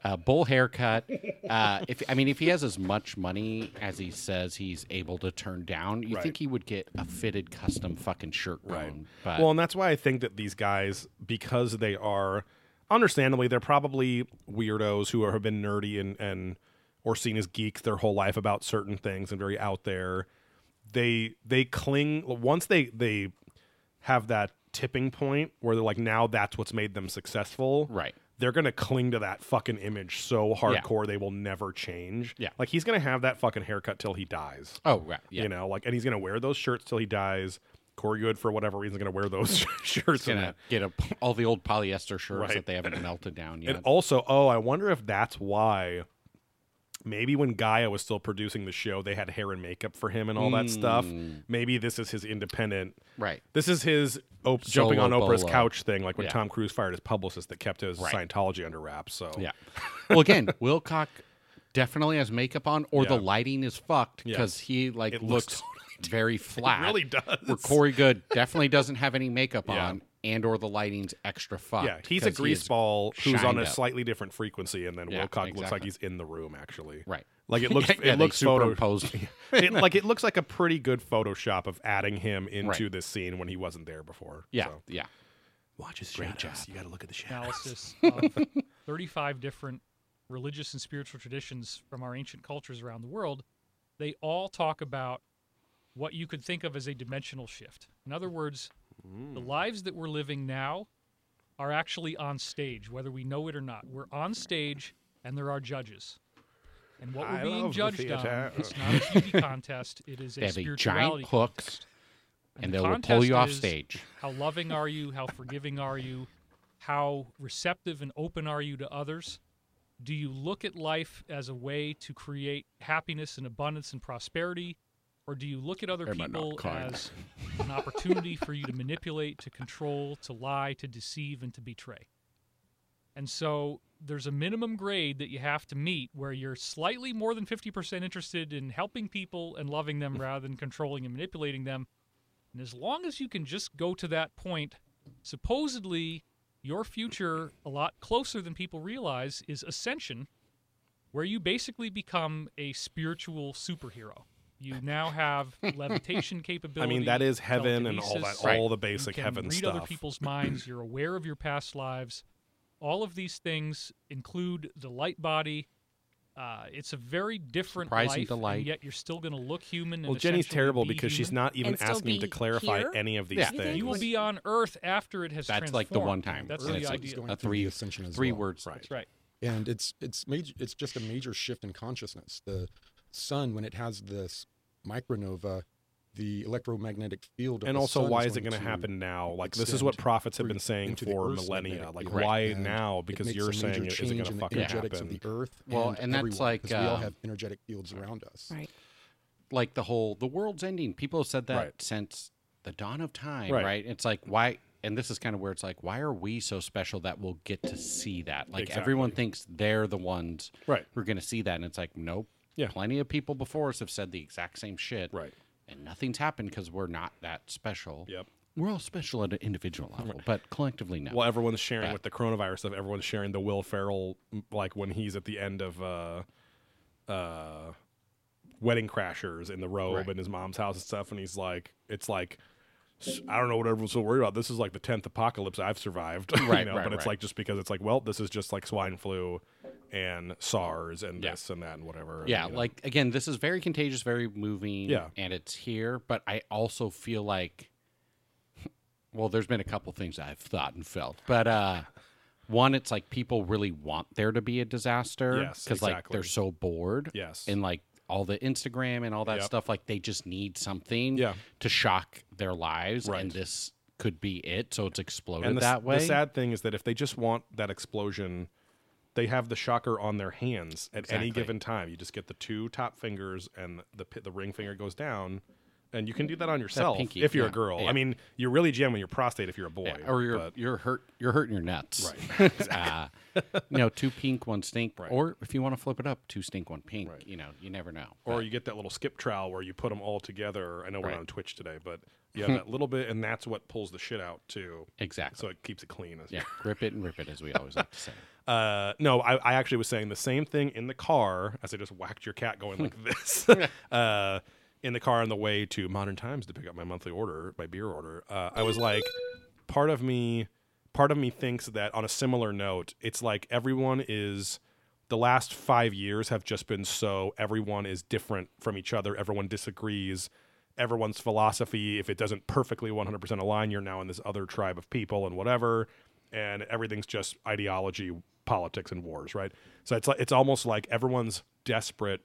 Speaker 2: Uh, bowl haircut. Uh, if I mean, if he has as much money as he says he's able to turn down, you
Speaker 3: Right.
Speaker 2: think he would get a fitted custom fucking shirt going?
Speaker 3: Right.
Speaker 2: But
Speaker 3: well, and that's why I think that these guys, because they are, understandably, they're probably weirdos who are, have been nerdy and and or seen as geeks their whole life about certain things and very out there. They they cling once they they have that tipping point where they're like, now that's what's made them successful.
Speaker 2: Right.
Speaker 3: They're gonna cling to that fucking image so hardcore they will never change.
Speaker 2: Yeah.
Speaker 3: Like he's gonna have that fucking haircut till he dies.
Speaker 2: oh right, yeah.
Speaker 3: You know, like, and he's gonna wear those shirts till he dies. Corey Good, for whatever reason, is gonna wear those [laughs] shirts. And,
Speaker 2: Gonna get a, all the old polyester shirts
Speaker 3: Right.
Speaker 2: that they haven't melted down yet.
Speaker 3: and also, oh, I wonder if that's why. Maybe when Gaia was still producing the show, they had hair and makeup for him and all that stuff. Maybe this is his independent.
Speaker 2: Hmm. right.
Speaker 3: This is his op- jumping on
Speaker 2: Solo
Speaker 3: Oprah's
Speaker 2: bolo.
Speaker 3: couch thing, like when
Speaker 2: Yeah.
Speaker 3: Tom Cruise fired his publicist that kept his
Speaker 2: Right.
Speaker 3: Scientology under wraps. So [laughs]
Speaker 2: Yeah. Well, again, Wilcock definitely has makeup on, or the
Speaker 3: Yeah.
Speaker 2: lighting is fucked
Speaker 3: Yeah.
Speaker 2: because he like
Speaker 3: It [laughs]
Speaker 2: looks,
Speaker 3: looks
Speaker 2: very flat.
Speaker 3: really does.
Speaker 2: Where Corey Good definitely doesn't have any makeup
Speaker 3: Yeah.
Speaker 2: on, and or the lighting's extra
Speaker 3: [laughs]
Speaker 2: fucked.
Speaker 3: yeah, he's a
Speaker 2: 'cause he
Speaker 3: grease
Speaker 2: is-
Speaker 3: ball who's on
Speaker 2: shined
Speaker 3: a
Speaker 2: up.
Speaker 3: slightly different frequency, and then
Speaker 2: Yeah,
Speaker 3: Wilcock looks like
Speaker 2: exactly.
Speaker 3: he's in the room actually.
Speaker 2: Right.
Speaker 3: Like
Speaker 2: [laughs]
Speaker 3: it looks,
Speaker 2: Yeah, they
Speaker 3: it looks photo, [laughs]
Speaker 2: superimposed.
Speaker 7: [laughs]
Speaker 3: it, like it looks like a pretty good Photoshop of adding him into
Speaker 2: Right.
Speaker 3: this scene when he wasn't there before.
Speaker 2: yeah,
Speaker 3: so.
Speaker 2: yeah.
Speaker 3: watch his shadows. You got to look at the shadows.
Speaker 5: analysis of 35 different religious and spiritual traditions from our ancient cultures around the world, they all talk about what you could think of as a dimensional shift. In other words, the lives that we're living now are actually on stage, whether we know it or not. We're on stage, and there are judges. And what we're
Speaker 3: I love
Speaker 5: being
Speaker 3: the
Speaker 5: judged on
Speaker 3: theater.
Speaker 5: is not a beauty contest; it
Speaker 2: [laughs]
Speaker 5: is
Speaker 2: They
Speaker 5: a
Speaker 2: have a
Speaker 5: spirituality
Speaker 2: giant hooks
Speaker 5: contest.
Speaker 2: and,
Speaker 5: the
Speaker 2: they will pull you off
Speaker 5: contest is,
Speaker 2: stage.
Speaker 5: how loving are you? How forgiving are you? How receptive and open are you to others? Do you look at life as a way to create happiness and abundance and prosperity? Or do you look at other
Speaker 2: Am I not
Speaker 5: people
Speaker 2: kind?
Speaker 5: as an opportunity for you to manipulate, to control, to lie, to deceive, and to betray? And so there's a minimum grade that you have to meet where you're slightly more than 50% interested in helping people and
Speaker 2: [laughs]
Speaker 5: loving them rather than controlling and manipulating them. And as long as you can just go to that point, supposedly your future, a lot closer than people realize, is ascension, where you basically become a spiritual superhero. You now
Speaker 2: [laughs]
Speaker 5: have levitation
Speaker 3: I
Speaker 5: capability.
Speaker 3: mean, that is heaven and all that,
Speaker 5: telekinesis,
Speaker 2: Right.
Speaker 3: all the
Speaker 5: you
Speaker 3: basic
Speaker 5: can
Speaker 3: heaven
Speaker 5: read
Speaker 3: stuff.
Speaker 5: other
Speaker 3: [clears throat]
Speaker 5: people's minds. You're aware of your past lives. All of these things include the light body. Uh, it's a very different
Speaker 2: Surprising
Speaker 5: life,
Speaker 2: delight.
Speaker 5: and yet you're still going to look human.
Speaker 3: well,
Speaker 5: and
Speaker 3: Jenny's
Speaker 5: essentially
Speaker 3: terrible
Speaker 5: be
Speaker 3: because she's
Speaker 5: human.
Speaker 3: not even
Speaker 4: And still
Speaker 3: asking to
Speaker 4: be
Speaker 3: clarify
Speaker 4: here?
Speaker 3: any of these
Speaker 2: Yeah.
Speaker 3: things.
Speaker 4: think
Speaker 5: You will
Speaker 4: Like-
Speaker 5: be on Earth after it has.
Speaker 2: That's like the
Speaker 5: transformed.
Speaker 2: one time.
Speaker 5: That's
Speaker 2: and
Speaker 5: the
Speaker 2: it's like
Speaker 5: idea.
Speaker 7: Going
Speaker 2: a
Speaker 7: through
Speaker 2: three,
Speaker 7: the ascension as
Speaker 2: three
Speaker 7: well.
Speaker 2: words.
Speaker 3: Right.
Speaker 5: That's right.
Speaker 7: and it's it's major it's just a major shift in consciousness the sun when it has this micronova the electromagnetic field of
Speaker 3: and
Speaker 7: the
Speaker 3: also,
Speaker 7: sun
Speaker 3: why is it
Speaker 7: going
Speaker 3: going to happen now? Like, this is
Speaker 7: extend
Speaker 3: what prophets have been
Speaker 7: through-
Speaker 3: saying
Speaker 7: into the
Speaker 3: for
Speaker 7: Earth's
Speaker 3: millennia.
Speaker 7: magnetic
Speaker 3: Like,
Speaker 7: field.
Speaker 3: why
Speaker 7: And
Speaker 3: now?
Speaker 7: it
Speaker 3: Because
Speaker 7: makes
Speaker 3: you're
Speaker 7: a
Speaker 3: saying
Speaker 7: major
Speaker 3: it isn't
Speaker 7: change
Speaker 3: going
Speaker 7: in
Speaker 3: to
Speaker 7: the
Speaker 3: fucking
Speaker 7: energetics
Speaker 3: happen.
Speaker 7: of the earth
Speaker 2: Well,
Speaker 7: and,
Speaker 2: and that's
Speaker 7: everyone,
Speaker 2: like,
Speaker 7: 'cause we all
Speaker 2: um,
Speaker 7: have energetic fields around us
Speaker 4: Right.
Speaker 2: like the whole the world's ending. People have said that
Speaker 3: Right.
Speaker 2: since the dawn of time,
Speaker 3: Right.
Speaker 2: right. It's like why and this is kind of where it's like why are we so special that we'll get to see that? Like everyone thinks they're the ones
Speaker 3: Right.
Speaker 2: who are going to see that and it's like nope.
Speaker 3: Yeah.
Speaker 2: Plenty of people before us have said the exact same shit.
Speaker 3: Right.
Speaker 2: And nothing's happened cuz we're not that special.
Speaker 3: Yep.
Speaker 2: We're all special at an individual level, but collectively no.
Speaker 3: Well, everyone's sharing
Speaker 2: Right.
Speaker 3: with the coronavirus stuff. Everyone's sharing the Will Ferrell, m- like when he's at the end of uh, uh, Wedding Crashers in the robe
Speaker 2: Right.
Speaker 3: in his mom's house and stuff, and he's like, it's like. "S- I don't know what everyone's so worried about. This is like the tenth apocalypse I've survived, [laughs] you
Speaker 2: Right,
Speaker 3: know,
Speaker 2: right,
Speaker 3: but it's
Speaker 2: right.
Speaker 3: like just because it's like, well, this is just like swine flu, and SARS, and
Speaker 2: Yeah.
Speaker 3: this and that and whatever. and,
Speaker 2: Yeah,
Speaker 3: you know.
Speaker 2: like again, this is very contagious, very moving.
Speaker 3: Yeah.
Speaker 2: and it's here. But I also feel like, well, there's been a couple things I've thought and felt, but uh, one, it's like people really want there to be a disaster
Speaker 3: Yes,
Speaker 2: like they're
Speaker 3: exactly.
Speaker 2: so bored.
Speaker 3: Yes.
Speaker 2: and like all the Instagram and all that
Speaker 3: Yep.
Speaker 2: stuff, like they just need something.
Speaker 3: Yeah.
Speaker 2: to shock their lives,
Speaker 3: Right.
Speaker 2: and this could be it. So it's exploded
Speaker 3: and the, s-
Speaker 2: that way.
Speaker 3: the sad thing is that if they just want that explosion, they have the shocker on their hands at any
Speaker 2: Exactly.
Speaker 3: given time. You just get the two top fingers and the pi- the ring finger goes down, and you can do that on yourself
Speaker 2: pinky,
Speaker 3: if you're a
Speaker 2: yeah,
Speaker 3: girl. I
Speaker 2: yeah.
Speaker 3: mean, you're really jamming your prostate if you're a boy,
Speaker 2: Yeah, or you're
Speaker 3: but-
Speaker 2: you're hurt you're hurting your nuts. [laughs] Right. uh, you know, two pink, one stink. Or if you want to flip it up, two stink, one pink. You know, you never know.
Speaker 3: or you get that little skip trowel where you put them all together. I know we're
Speaker 2: Right.
Speaker 3: not on Twitch today,
Speaker 2: [laughs]
Speaker 3: but you have that little bit, and that's what pulls the shit out too.
Speaker 2: exactly.
Speaker 3: So it keeps it clean. as-
Speaker 2: yeah, grip it and rip it, as we always like to say.
Speaker 3: Uh, no, I, I actually was saying the same thing in the car as I just whacked your cat going like this. [laughs] uh, in the car on the way to Modern Times to pick up my monthly order, my beer order. Uh, I was like, part of me, part of me thinks that on a similar note, it's like everyone is. The last five years have just been so everyone is different from each other. Everyone disagrees. Everyone's philosophy, if it doesn't perfectly 100% align, you're now in this other tribe of people and whatever and everything's just ideology, politics, and wars, right? So it's like it's almost like everyone's desperate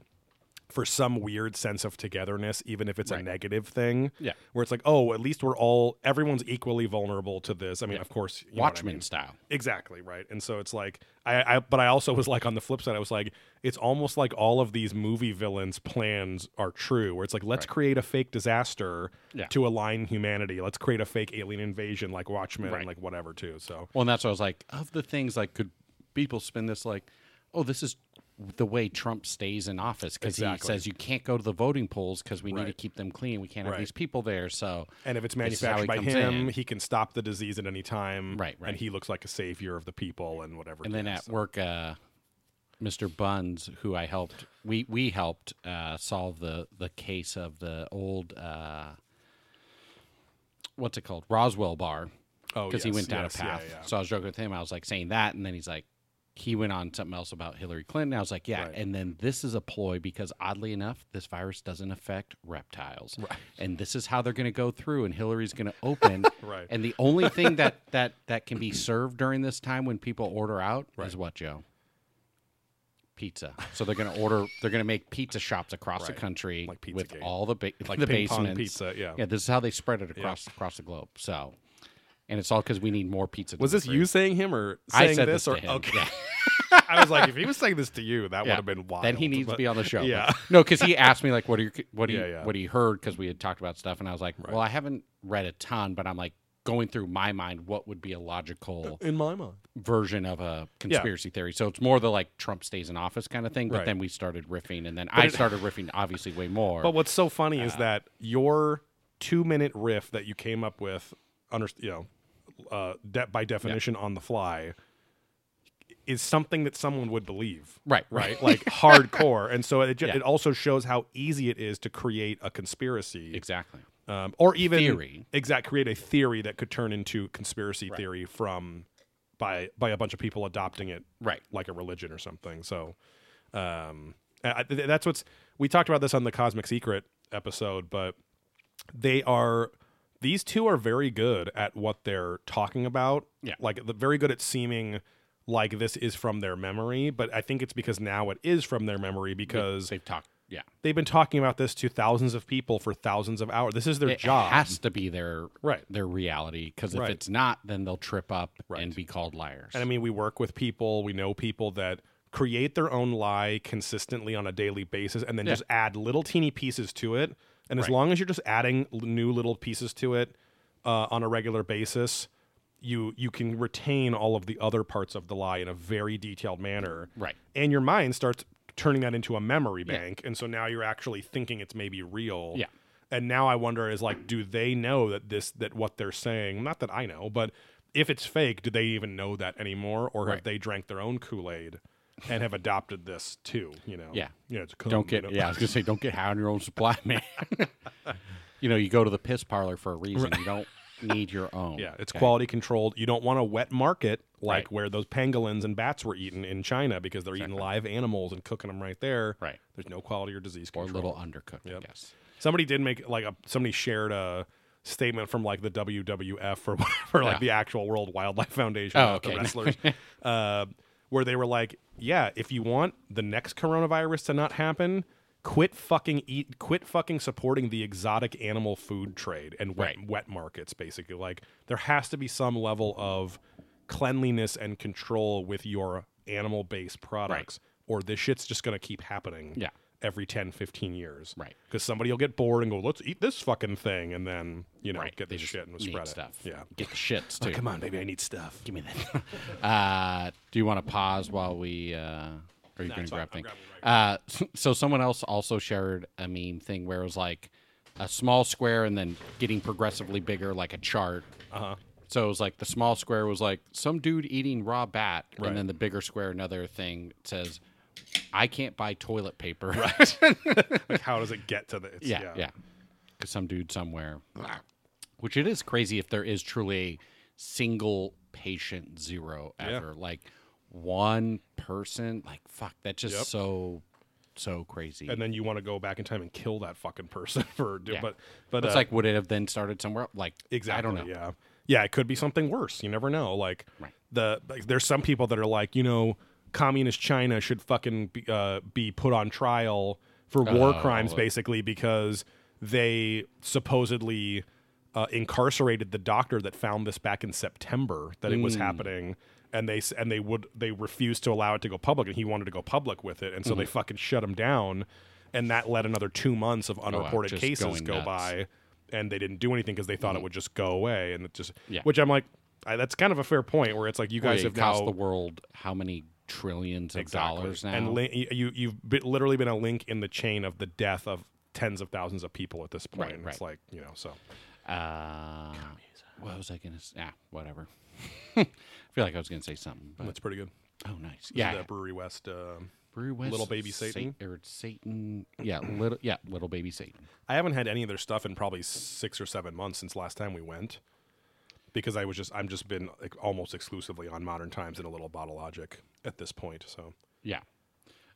Speaker 3: for some weird sense of togetherness, even if it's a negative thing.
Speaker 2: Yeah.
Speaker 3: where it's like, oh, at least we're all everyone's equally vulnerable to this. I mean, of course, you know what I
Speaker 2: Watchmen
Speaker 3: mean.
Speaker 2: style.
Speaker 3: Exactly right, and so it's like I, I, but I also [laughs] was like on the flip side, I was like, it's almost like all of these movie villains' plans are true, where it's like let's create a fake disaster
Speaker 2: Yeah.
Speaker 3: to align humanity, let's create a fake alien invasion like Watchmen and
Speaker 2: Right.
Speaker 3: like whatever too. So
Speaker 2: Well, and that's what I was like, of the things like could people spin this like, oh, this is the way Trump stays in office because
Speaker 3: Exactly.
Speaker 2: he says you can't go to the voting polls because we need to
Speaker 3: Right.
Speaker 2: keep them clean. We can't
Speaker 3: Right.
Speaker 2: have these people there. So
Speaker 3: And if it's
Speaker 2: this is how
Speaker 3: manufactured by
Speaker 2: he
Speaker 3: him,
Speaker 2: comes in.
Speaker 3: he can stop the disease at any time.
Speaker 2: Right, right.
Speaker 3: And he looks like a savior of the people and whatever.
Speaker 2: and
Speaker 3: he
Speaker 2: then
Speaker 3: is,
Speaker 2: at
Speaker 3: so.
Speaker 2: work, uh, Mr. Buns, who I helped, we we helped uh, solve the the case of the old uh, what's it called Roswell Bar
Speaker 3: oh,
Speaker 2: because he
Speaker 3: yes,
Speaker 2: went down
Speaker 3: yes, yeah,
Speaker 2: a path.
Speaker 3: yeah.
Speaker 2: So I was joking with him. I was like saying that, and then he's like, he went on something else about Hillary Clinton. I was like, yeah.
Speaker 3: Right.
Speaker 2: And then this is a ploy because oddly enough, this virus doesn't affect reptiles, and this is how they're going to go through. And Hillary's going to open,
Speaker 3: [laughs] Right.
Speaker 2: And the only thing that that that can be served during this time when people order out is what Joe. Pizza. So they're going to order. They're going to make pizza shops across the
Speaker 3: Right.
Speaker 2: country
Speaker 3: Like
Speaker 2: with
Speaker 3: Pizzagate.
Speaker 2: all the ba-
Speaker 3: Like
Speaker 2: the
Speaker 3: ping pong
Speaker 2: basements.
Speaker 3: pizza, yeah.
Speaker 2: Yeah. This is how they spread it across across the globe. So and it's all because we need more pizza.
Speaker 3: Was this
Speaker 2: delivery.
Speaker 3: you saying him or saying
Speaker 2: I said
Speaker 3: this,
Speaker 2: this,
Speaker 3: or
Speaker 2: to him.
Speaker 3: okay?
Speaker 2: Yeah,
Speaker 3: [laughs] I was like, if he was saying this to you, that
Speaker 2: yeah.
Speaker 3: would have been wild.
Speaker 2: Then he needs to
Speaker 3: but-
Speaker 2: be on the show.
Speaker 3: Yeah.
Speaker 2: But- [laughs] no, because he asked me like, "What are your, what do you,
Speaker 3: Yeah, yeah.
Speaker 2: what do you heard?" Because we had talked about stuff, and I was like, "Well, I haven't read a ton, but I'm like going through my mind what would be
Speaker 3: [laughs]
Speaker 2: a logical
Speaker 3: In my mind,
Speaker 2: version of a conspiracy theory." So it's more the like Trump stays in office kind of thing. But
Speaker 3: Right.
Speaker 2: then we started riffing, and then I
Speaker 3: it-
Speaker 2: started riffing obviously way more.
Speaker 3: But what's so funny
Speaker 2: Uh.
Speaker 3: is that your two-minute riff that you came up with, under you know, uh, de- by definition on the fly, is something that someone would believe,
Speaker 2: Right,
Speaker 3: Right, like hardcore, and so
Speaker 2: [laughs]
Speaker 3: it ju- it also shows how easy it is to create a conspiracy,
Speaker 2: exactly.
Speaker 3: um, or even
Speaker 2: Theory.
Speaker 3: exact create a theory that could turn into conspiracy theory from by by a bunch of people adopting it
Speaker 2: Right.
Speaker 3: like a religion or something. So um, I, I- th- that's what's we talked about this on the Cosmic Secret episode, but they are these two are very good at what they're talking about.
Speaker 2: Yeah.
Speaker 3: like the, very good at seeming like this is from their memory, but I think it's because now it is from their memory because
Speaker 2: They've talked. Yeah.
Speaker 3: they've been talking about this to thousands of people for thousands of hours. This is their
Speaker 2: it
Speaker 3: job.
Speaker 2: has to be their
Speaker 3: Right.
Speaker 2: their reality because if
Speaker 3: Right.
Speaker 2: it's not then they'll trip up
Speaker 3: Right.
Speaker 2: and be called liars
Speaker 3: And I mean, we work with people, we know people that create their own lie consistently on a daily basis and then just add little teeny pieces to it. And as long as you're just adding l- new little pieces to it uh, on a regular basis, you you can retain all of the other parts of the lie in a very detailed manner.
Speaker 2: Right.
Speaker 3: And your mind starts turning that into a memory bank. And so now you're actually thinking it's maybe real.
Speaker 2: Yeah.
Speaker 3: And now I wonder is like, do they know that this that what they're saying? Not that I know, but if it's fake, do they even know that anymore, or have
Speaker 2: Right.
Speaker 3: they drank their own Kool Aid and have adopted this too? You know.
Speaker 2: Yeah.
Speaker 3: Yeah. It's cum,
Speaker 2: don't
Speaker 3: you
Speaker 2: get
Speaker 3: know?
Speaker 2: yeah i was gonna say don't get high on your own supply [laughs] man you know you go to the piss parlor for a reason you don't need
Speaker 3: [laughs]
Speaker 2: your
Speaker 3: [laughs]
Speaker 2: own
Speaker 3: Yeah, it's
Speaker 2: Okay.
Speaker 3: quality controlled. You don't want a wet market like
Speaker 2: Right.
Speaker 3: where those pangolins and bats were eaten in China because they're eating live animals and cooking them right there.
Speaker 2: Right.
Speaker 3: There's no quality or disease
Speaker 2: or a
Speaker 3: control.
Speaker 2: little undercooked
Speaker 3: Yep.
Speaker 2: i guess
Speaker 3: Somebody did make like a somebody shared a statement from like the WWF or [laughs] whatever, like
Speaker 2: Yeah.
Speaker 3: the actual World Wildlife Foundation,
Speaker 2: Oh,
Speaker 3: not the
Speaker 2: okay. [laughs]
Speaker 3: wrestlers, uh, where they were like, "Yeah, if you want the next coronavirus to not happen." Quit fucking eat. Quit fucking supporting the exotic animal food trade and wet,
Speaker 2: Right.
Speaker 3: wet markets. Basically, like there has to be some level of cleanliness and control with your animal-based products, or this shit's just gonna keep happening
Speaker 2: Yeah.
Speaker 3: every 10, 15 years.
Speaker 2: Right.
Speaker 3: Because somebody will get bored and go, let's eat this fucking thing. And then, you know,
Speaker 2: right
Speaker 3: get
Speaker 2: they
Speaker 3: the
Speaker 2: just
Speaker 3: shit and
Speaker 2: need
Speaker 3: spread
Speaker 2: stuff
Speaker 3: it. Yeah.
Speaker 2: get
Speaker 3: [laughs]
Speaker 2: the shits too
Speaker 3: Come on, baby, I need stuff.
Speaker 2: give me that [laughs] uh do you want to pause while we uh or are you gonna grab things uh so someone else also shared a meme thing where it was like a small square and then getting progressively bigger like a chart uh-huh so it was like the small square was like some dude eating raw bat
Speaker 3: Right.
Speaker 2: and then the bigger square another thing says i can't buy toilet paper
Speaker 3: Like, how does it get to the? It's,
Speaker 2: [laughs] yeah yeah, Cause some dude somewhere which it is crazy if there is truly a single patient zero
Speaker 3: Yeah.
Speaker 2: ever like one person like fuck that's just
Speaker 3: Yep.
Speaker 2: so so crazy
Speaker 3: And then you want to go back in time and kill that fucking person [laughs] for, do
Speaker 2: Yeah.
Speaker 3: but, but
Speaker 2: it's
Speaker 3: uh,
Speaker 2: like would it have then started somewhere like
Speaker 3: Exactly.
Speaker 2: i don't know
Speaker 3: Yeah. Yeah, it could be something worse. You never know. Like
Speaker 2: Right.
Speaker 3: the like, there's some people that are like, you know, communist China should fucking be, uh, be put on trial for war
Speaker 2: Oh.
Speaker 3: crimes basically because they supposedly uh, incarcerated the doctor that found this back in September that it
Speaker 2: Hmm.
Speaker 3: was happening and they s- and they would they refused to allow it to go public and he wanted to go public with it and so
Speaker 2: Mm-hmm.
Speaker 3: they fucking shut him down and that let another 2 months of unreported
Speaker 2: Oh, just
Speaker 3: cases
Speaker 2: going
Speaker 3: go
Speaker 2: nuts.
Speaker 3: by and they didn't do anything because they thought it would just go away and it just
Speaker 2: Mm-hmm. Yeah.
Speaker 3: which i'm like I, that's kind of a fair point where it's like you guys
Speaker 2: It
Speaker 3: have
Speaker 2: cost
Speaker 3: now
Speaker 2: the world how many trillions of
Speaker 3: Exactly.
Speaker 2: dollars now.
Speaker 3: And li- y- you you've bit, literally been a link in the chain of the death of tens of thousands of people at this point.
Speaker 2: Right,
Speaker 3: and It's
Speaker 2: right.
Speaker 3: like you know, so
Speaker 2: Uh, what was I gonna? say? Ah, whatever. [laughs] I feel like I was gonna say something, but
Speaker 3: that's pretty good.
Speaker 2: oh, nice.
Speaker 3: This is
Speaker 2: Yeah,
Speaker 3: that Brewery West. um
Speaker 2: Brew West
Speaker 3: Little Baby
Speaker 2: Sa-
Speaker 3: Satan?
Speaker 2: or Satan. Yeah, little. Yeah, little baby Satan.
Speaker 3: I haven't had any of their stuff in probably six or seven months since last time we went, because I was just I'm just been like almost exclusively on Modern Times and a little Bottle Logic at this point. So
Speaker 2: Yeah.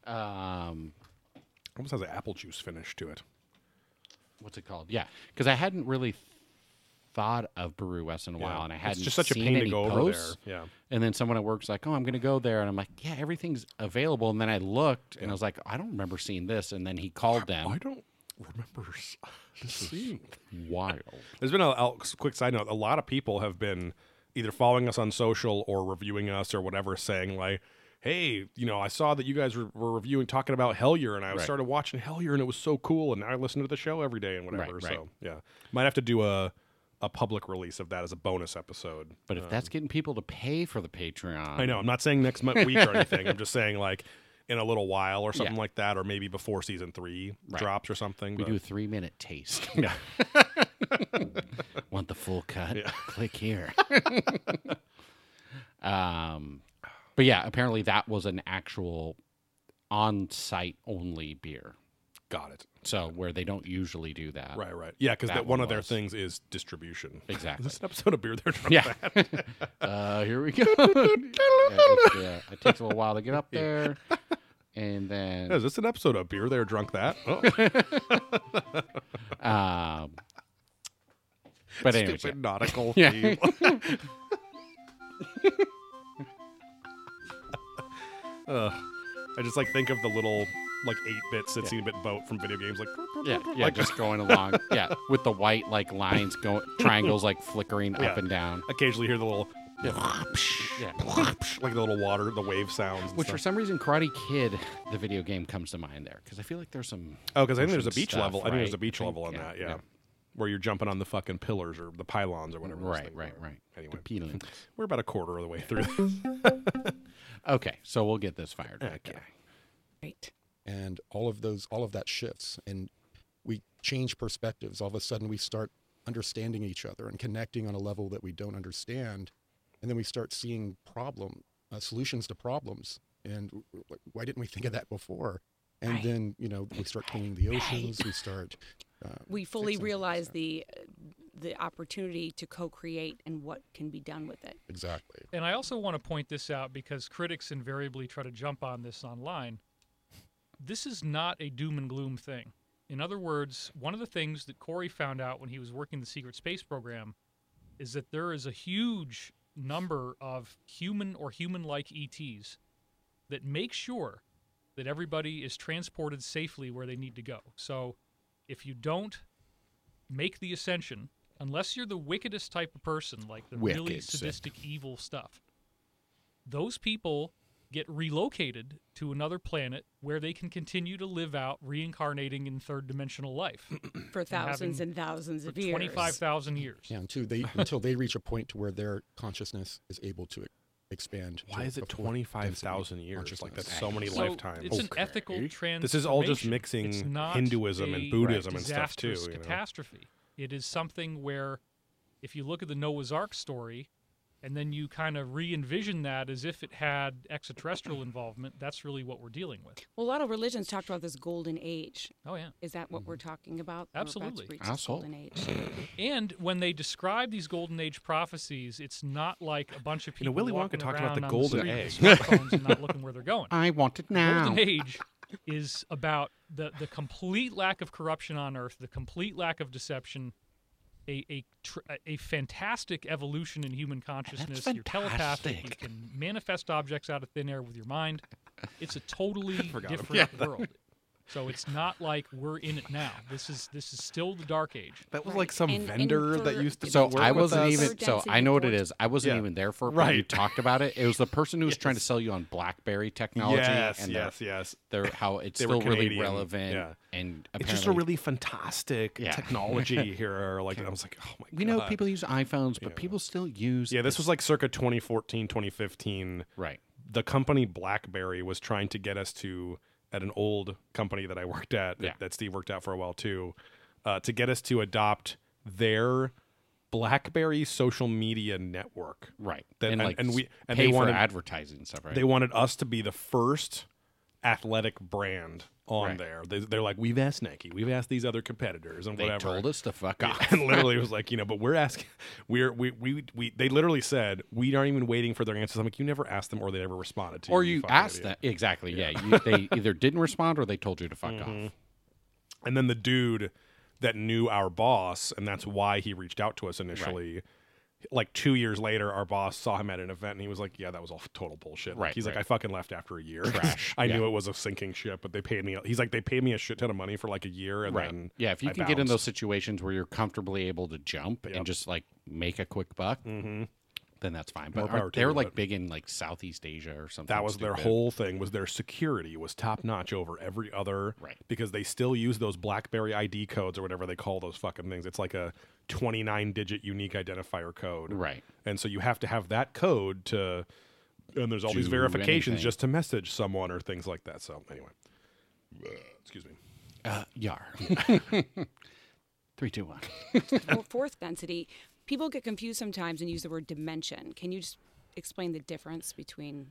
Speaker 2: Um,
Speaker 3: almost has an apple juice finish to it.
Speaker 2: what's it called? Yeah, because I hadn't really thought of Brew West in a while,
Speaker 3: Yeah.
Speaker 2: and I hadn't.
Speaker 3: it's just such a
Speaker 2: seen
Speaker 3: pain to
Speaker 2: any
Speaker 3: go
Speaker 2: posts.
Speaker 3: over there. Yeah.
Speaker 2: And then someone at work's like, "Oh, I'm gonna go there," and I'm like, "Yeah, everything's available." And then I looked, and I was like, "I don't remember seeing this." And then he called them.
Speaker 3: I don't remember
Speaker 2: [laughs]
Speaker 3: s- seeing.
Speaker 2: Wild.
Speaker 3: Hmm. There's been a, a quick side note. A lot of people have been either following us on social or reviewing us or whatever, saying like, "Hey, you know, I saw that you guys were, were reviewing talking about Hellier, and I
Speaker 2: Right.
Speaker 3: started watching Hellier, and it was so cool, and now I listen to the show every day and whatever."
Speaker 2: Right, right.
Speaker 3: So yeah, might have to do a a public release of that as a bonus episode.
Speaker 2: But if that's getting people to pay for the Patreon,
Speaker 3: I know. I'm not saying next mo- week or anything. I'm just saying like in a little while or something
Speaker 2: Yeah.
Speaker 3: like that, or maybe before season three
Speaker 2: Right.
Speaker 3: drops or something.
Speaker 2: We
Speaker 3: but-
Speaker 2: do a three minute [laughs] taste.
Speaker 3: Yeah.
Speaker 2: Want the full cut? Click [laughs] here. um, but yeah, apparently that was an actual on site only beer.
Speaker 3: Got it.
Speaker 2: So where they don't usually do that.
Speaker 3: Right, right. Yeah, because
Speaker 2: That
Speaker 3: that, one,
Speaker 2: one
Speaker 3: of their
Speaker 2: was.
Speaker 3: things is distribution. [laughs]
Speaker 2: Exactly.
Speaker 3: Is this an episode of Beer There Drunk
Speaker 2: [laughs] Yeah. uh, here we go. [laughs] Yeah, it's, uh, it takes a little while to get up there. [laughs] And
Speaker 3: That? Is
Speaker 2: then,
Speaker 3: this an episode of Beer There Drunk
Speaker 2: [laughs]
Speaker 3: That? Oh,
Speaker 2: um, but anyways, yeah.
Speaker 3: stupid nautical
Speaker 2: [laughs] Yeah.
Speaker 3: theme. [laughs] Ugh. I just like think of the little like eight bit, sixteen bit boat from video games, like [laughs]
Speaker 2: Yeah, yeah, just going along. Yeah, with the white like lines going triangles like flickering
Speaker 3: Yeah.
Speaker 2: up and down.
Speaker 3: occasionally hear the little
Speaker 2: Yeah.
Speaker 3: [laughs] like the little water, the wave sounds. and
Speaker 2: Which for
Speaker 3: stuff.
Speaker 2: some reason Karate Kid the video game comes to mind there cuz I feel like there's some
Speaker 3: oh, because I think
Speaker 2: ocean
Speaker 3: there's a beach
Speaker 2: stuff,
Speaker 3: level. I think there's
Speaker 2: right?
Speaker 3: a beach
Speaker 2: I think-
Speaker 3: level on
Speaker 2: yeah,
Speaker 3: that, yeah.
Speaker 2: yeah.
Speaker 3: Where you're jumping on the fucking pillars or the pylons or whatever. those
Speaker 2: right,
Speaker 3: things
Speaker 2: right,
Speaker 3: are.
Speaker 2: right.
Speaker 3: Anyway.
Speaker 2: The peeling.
Speaker 3: We're about a quarter of the way
Speaker 4: [laughs]
Speaker 3: through.
Speaker 2: Okay, so we'll get this fired. back
Speaker 3: Okay.
Speaker 2: up.
Speaker 4: Right.
Speaker 7: and all of those all of that shifts and we change perspectives all of a sudden we start understanding each other and connecting on a level that we don't understand and then we start seeing problem uh, solutions to problems and w- w- why didn't we think of that before and
Speaker 4: Right.
Speaker 7: then you know we start cleaning the oceans we start uh,
Speaker 4: We fully
Speaker 7: fixing things,
Speaker 4: realize
Speaker 7: yeah.
Speaker 4: the the opportunity to co-create and what can be done with it.
Speaker 7: exactly
Speaker 5: And I also want to point this out because critics invariably try to jump on this online. This is not a doom and gloom thing. In other words, one of the things that Corey found out when he was working the secret space program is that there is a huge number of human or human like ETs that make sure that everybody is transported safely where they need to go. So if you don't make the ascension, unless you're the wickedest type of person, like the really
Speaker 2: Wicked sick.
Speaker 5: sadistic, evil stuff, those people get relocated to another planet where they can continue to live out reincarnating in third dimensional life
Speaker 4: For thousands
Speaker 5: having-
Speaker 4: and thousands
Speaker 5: for
Speaker 4: of years.
Speaker 5: 25,000 years.
Speaker 7: yeah and
Speaker 4: [laughs]
Speaker 7: two they until they reach a point to where their consciousness is able to e- expand
Speaker 3: Why
Speaker 7: to
Speaker 3: is
Speaker 7: a
Speaker 3: it
Speaker 7: full density
Speaker 3: 25,000 years? Like,
Speaker 7: consciousness.
Speaker 3: that's so many
Speaker 5: So
Speaker 3: lifetimes.
Speaker 5: It's an ethical transformation.
Speaker 3: This is all just
Speaker 5: It's
Speaker 3: mixing
Speaker 5: not
Speaker 3: Hinduism
Speaker 5: a
Speaker 3: and Buddhism and stuff, too.
Speaker 5: disastrous
Speaker 3: you know?
Speaker 5: catastrophe. It is something where, if you look at the Noah's Ark story, and then you kind of re-envision that as if it had extraterrestrial involvement, that's really what we're dealing with.
Speaker 4: Well, a lot of religions talked about this golden age.
Speaker 5: Oh yeah.
Speaker 4: Is that what we're
Speaker 3: Mm-hmm.
Speaker 4: talking about? We're about to
Speaker 5: Absolutely.
Speaker 4: reach this
Speaker 2: Asshole.
Speaker 4: golden age.
Speaker 5: And when they describe these golden age prophecies, it's not like a bunch of
Speaker 3: You
Speaker 5: people.
Speaker 3: know, Willy
Speaker 5: walking
Speaker 3: Wonka talked about
Speaker 5: around
Speaker 3: the
Speaker 5: on
Speaker 3: golden
Speaker 5: street with
Speaker 3: egg.
Speaker 5: smartphones and not looking where
Speaker 3: [laughs]
Speaker 5: they're going.
Speaker 2: I want it now.
Speaker 5: Golden Age is about the, the complete lack of corruption on Earth, the complete lack of deception, a a, tr- a fantastic evolution in human consciousness. You're telepathic. You
Speaker 2: fantastic.
Speaker 5: can manifest objects out of thin air with your mind. It's a totally
Speaker 2: [laughs]
Speaker 5: different world. So it's not like we're in it now. This is this is still the Dark Age.
Speaker 3: That was
Speaker 4: Right.
Speaker 3: like some
Speaker 4: And- and
Speaker 3: vendor that
Speaker 4: for-
Speaker 3: used to
Speaker 2: [laughs] So
Speaker 3: work
Speaker 2: I
Speaker 3: with
Speaker 2: wasn't
Speaker 3: us.
Speaker 2: even. So
Speaker 4: Dancing
Speaker 2: I know what it
Speaker 4: Dwarfs.
Speaker 2: is. I wasn't
Speaker 3: Yeah.
Speaker 2: even there for it when you
Speaker 3: Right.
Speaker 2: talked about it. It was the person who was trying to sell you on BlackBerry technology
Speaker 3: Yes,
Speaker 2: and their-
Speaker 3: yes, yes.
Speaker 2: their, how it's
Speaker 3: They were
Speaker 2: still really
Speaker 3: Canadian,
Speaker 2: relevant.
Speaker 3: yeah.
Speaker 2: And
Speaker 3: It's just a really fantastic
Speaker 2: Yeah. [laughs]
Speaker 3: technology here. Or like, I was like, oh my god.
Speaker 2: we know people use iPhones, but people still use
Speaker 3: Yeah, this was like circa 2014, 2015.
Speaker 2: right.
Speaker 3: the company BlackBerry was trying to get us to at an old company that I worked at
Speaker 2: Yeah.
Speaker 3: that Steve worked at for a while too, uh, to get us to adopt their BlackBerry social media network.
Speaker 2: right.
Speaker 3: That-
Speaker 2: and,
Speaker 3: and-
Speaker 2: like,
Speaker 3: and we- and
Speaker 2: pay
Speaker 3: they wanted-
Speaker 2: for advertising and stuff, right?
Speaker 3: They wanted us to be the first athletic brand on
Speaker 2: Right.
Speaker 3: there. They, they're like, we've asked Nike, we've asked these other competitors, and
Speaker 2: They
Speaker 3: whatever.
Speaker 2: told us to fuck
Speaker 3: Yeah, [laughs]
Speaker 2: off.
Speaker 3: and literally was like, you know, but we're asking, we're we we we. They literally said we aren't even waiting for their answers. I'm like, you never asked them, or they never responded to you.
Speaker 2: or you
Speaker 3: fucking
Speaker 2: asked
Speaker 3: idiot.
Speaker 2: them exactly. Yeah, you, they [laughs] either didn't respond or they told you to fuck
Speaker 3: Mm-hmm.
Speaker 2: off.
Speaker 3: And then the dude that knew our boss, and that's why he reached out to us initially. Like two years later, our boss saw him at an event, and he was like, "Yeah, that was all total bullshit." Like,
Speaker 2: Right,
Speaker 3: He's like,
Speaker 2: right.
Speaker 3: "I fucking left after a year.
Speaker 2: Trash,
Speaker 3: [laughs] I
Speaker 2: yeah.
Speaker 3: knew it was a sinking ship, but they paid me." He's like, "They paid me a shit ton of money for like a year, and
Speaker 2: Right.
Speaker 3: then
Speaker 2: Yeah, if you
Speaker 3: I
Speaker 2: can get in
Speaker 3: bounced."
Speaker 2: those situations where you're comfortably able to jump
Speaker 3: Yep. Mm-hmm.
Speaker 2: and just like make a quick buck, then that's fine. But
Speaker 3: More power
Speaker 2: aren't,
Speaker 3: to
Speaker 2: they're
Speaker 3: you,
Speaker 2: like
Speaker 3: but-
Speaker 2: big in like Southeast Asia or something.
Speaker 3: That was their
Speaker 2: stupid.
Speaker 3: whole thing was their security was top notch over every other
Speaker 2: Right.
Speaker 3: because they still use those BlackBerry ID codes or whatever they call those fucking things. It's like a 29 digit unique identifier code. [laughs]
Speaker 2: Right.
Speaker 3: And so you have to have that code to and there's all these
Speaker 2: Do
Speaker 3: verifications
Speaker 2: anything.
Speaker 3: just to message someone or things like that. So anyway. Excuse me.
Speaker 2: Uh, yar. [laughs] Three, two, one.
Speaker 4: or fourth density, people get confused sometimes and use the word dimension. Can you just explain the difference between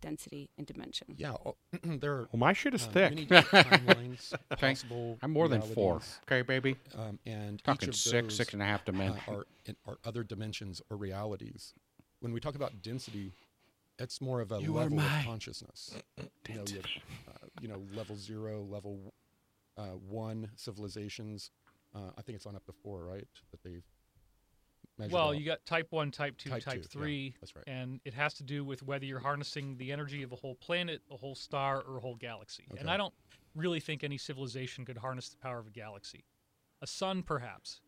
Speaker 4: density and dimension?
Speaker 7: Yeah, all- [clears throat] there are
Speaker 3: Well, my shit is
Speaker 2: Oh,
Speaker 7: um,
Speaker 3: thick.
Speaker 2: [laughs]
Speaker 7: many different timelines, possible
Speaker 2: I'm more than four.
Speaker 7: realities,
Speaker 2: Okay, baby.
Speaker 7: Um, and each
Speaker 2: Talking
Speaker 7: of
Speaker 2: six,
Speaker 7: those,
Speaker 2: six and a half
Speaker 7: uh,
Speaker 2: dimension.
Speaker 7: are, in- are other dimensions or realities. When we talk about density, it's more of a
Speaker 2: You are
Speaker 7: level
Speaker 2: my
Speaker 7: of consciousness. You know, you, have, uh, you know, level zero, level uh, one civilizations. Uh, I think it's on up to four, right? That they've measured.
Speaker 5: Well,
Speaker 7: out.
Speaker 5: you got type one, type two, type,
Speaker 7: Type two, yeah,
Speaker 5: three,
Speaker 7: that's right.
Speaker 5: and it has to do with whether you're harnessing the energy of a whole planet, a whole star, or a whole galaxy. And I don't really think any civilization could harness the power of a galaxy, a sun perhaps.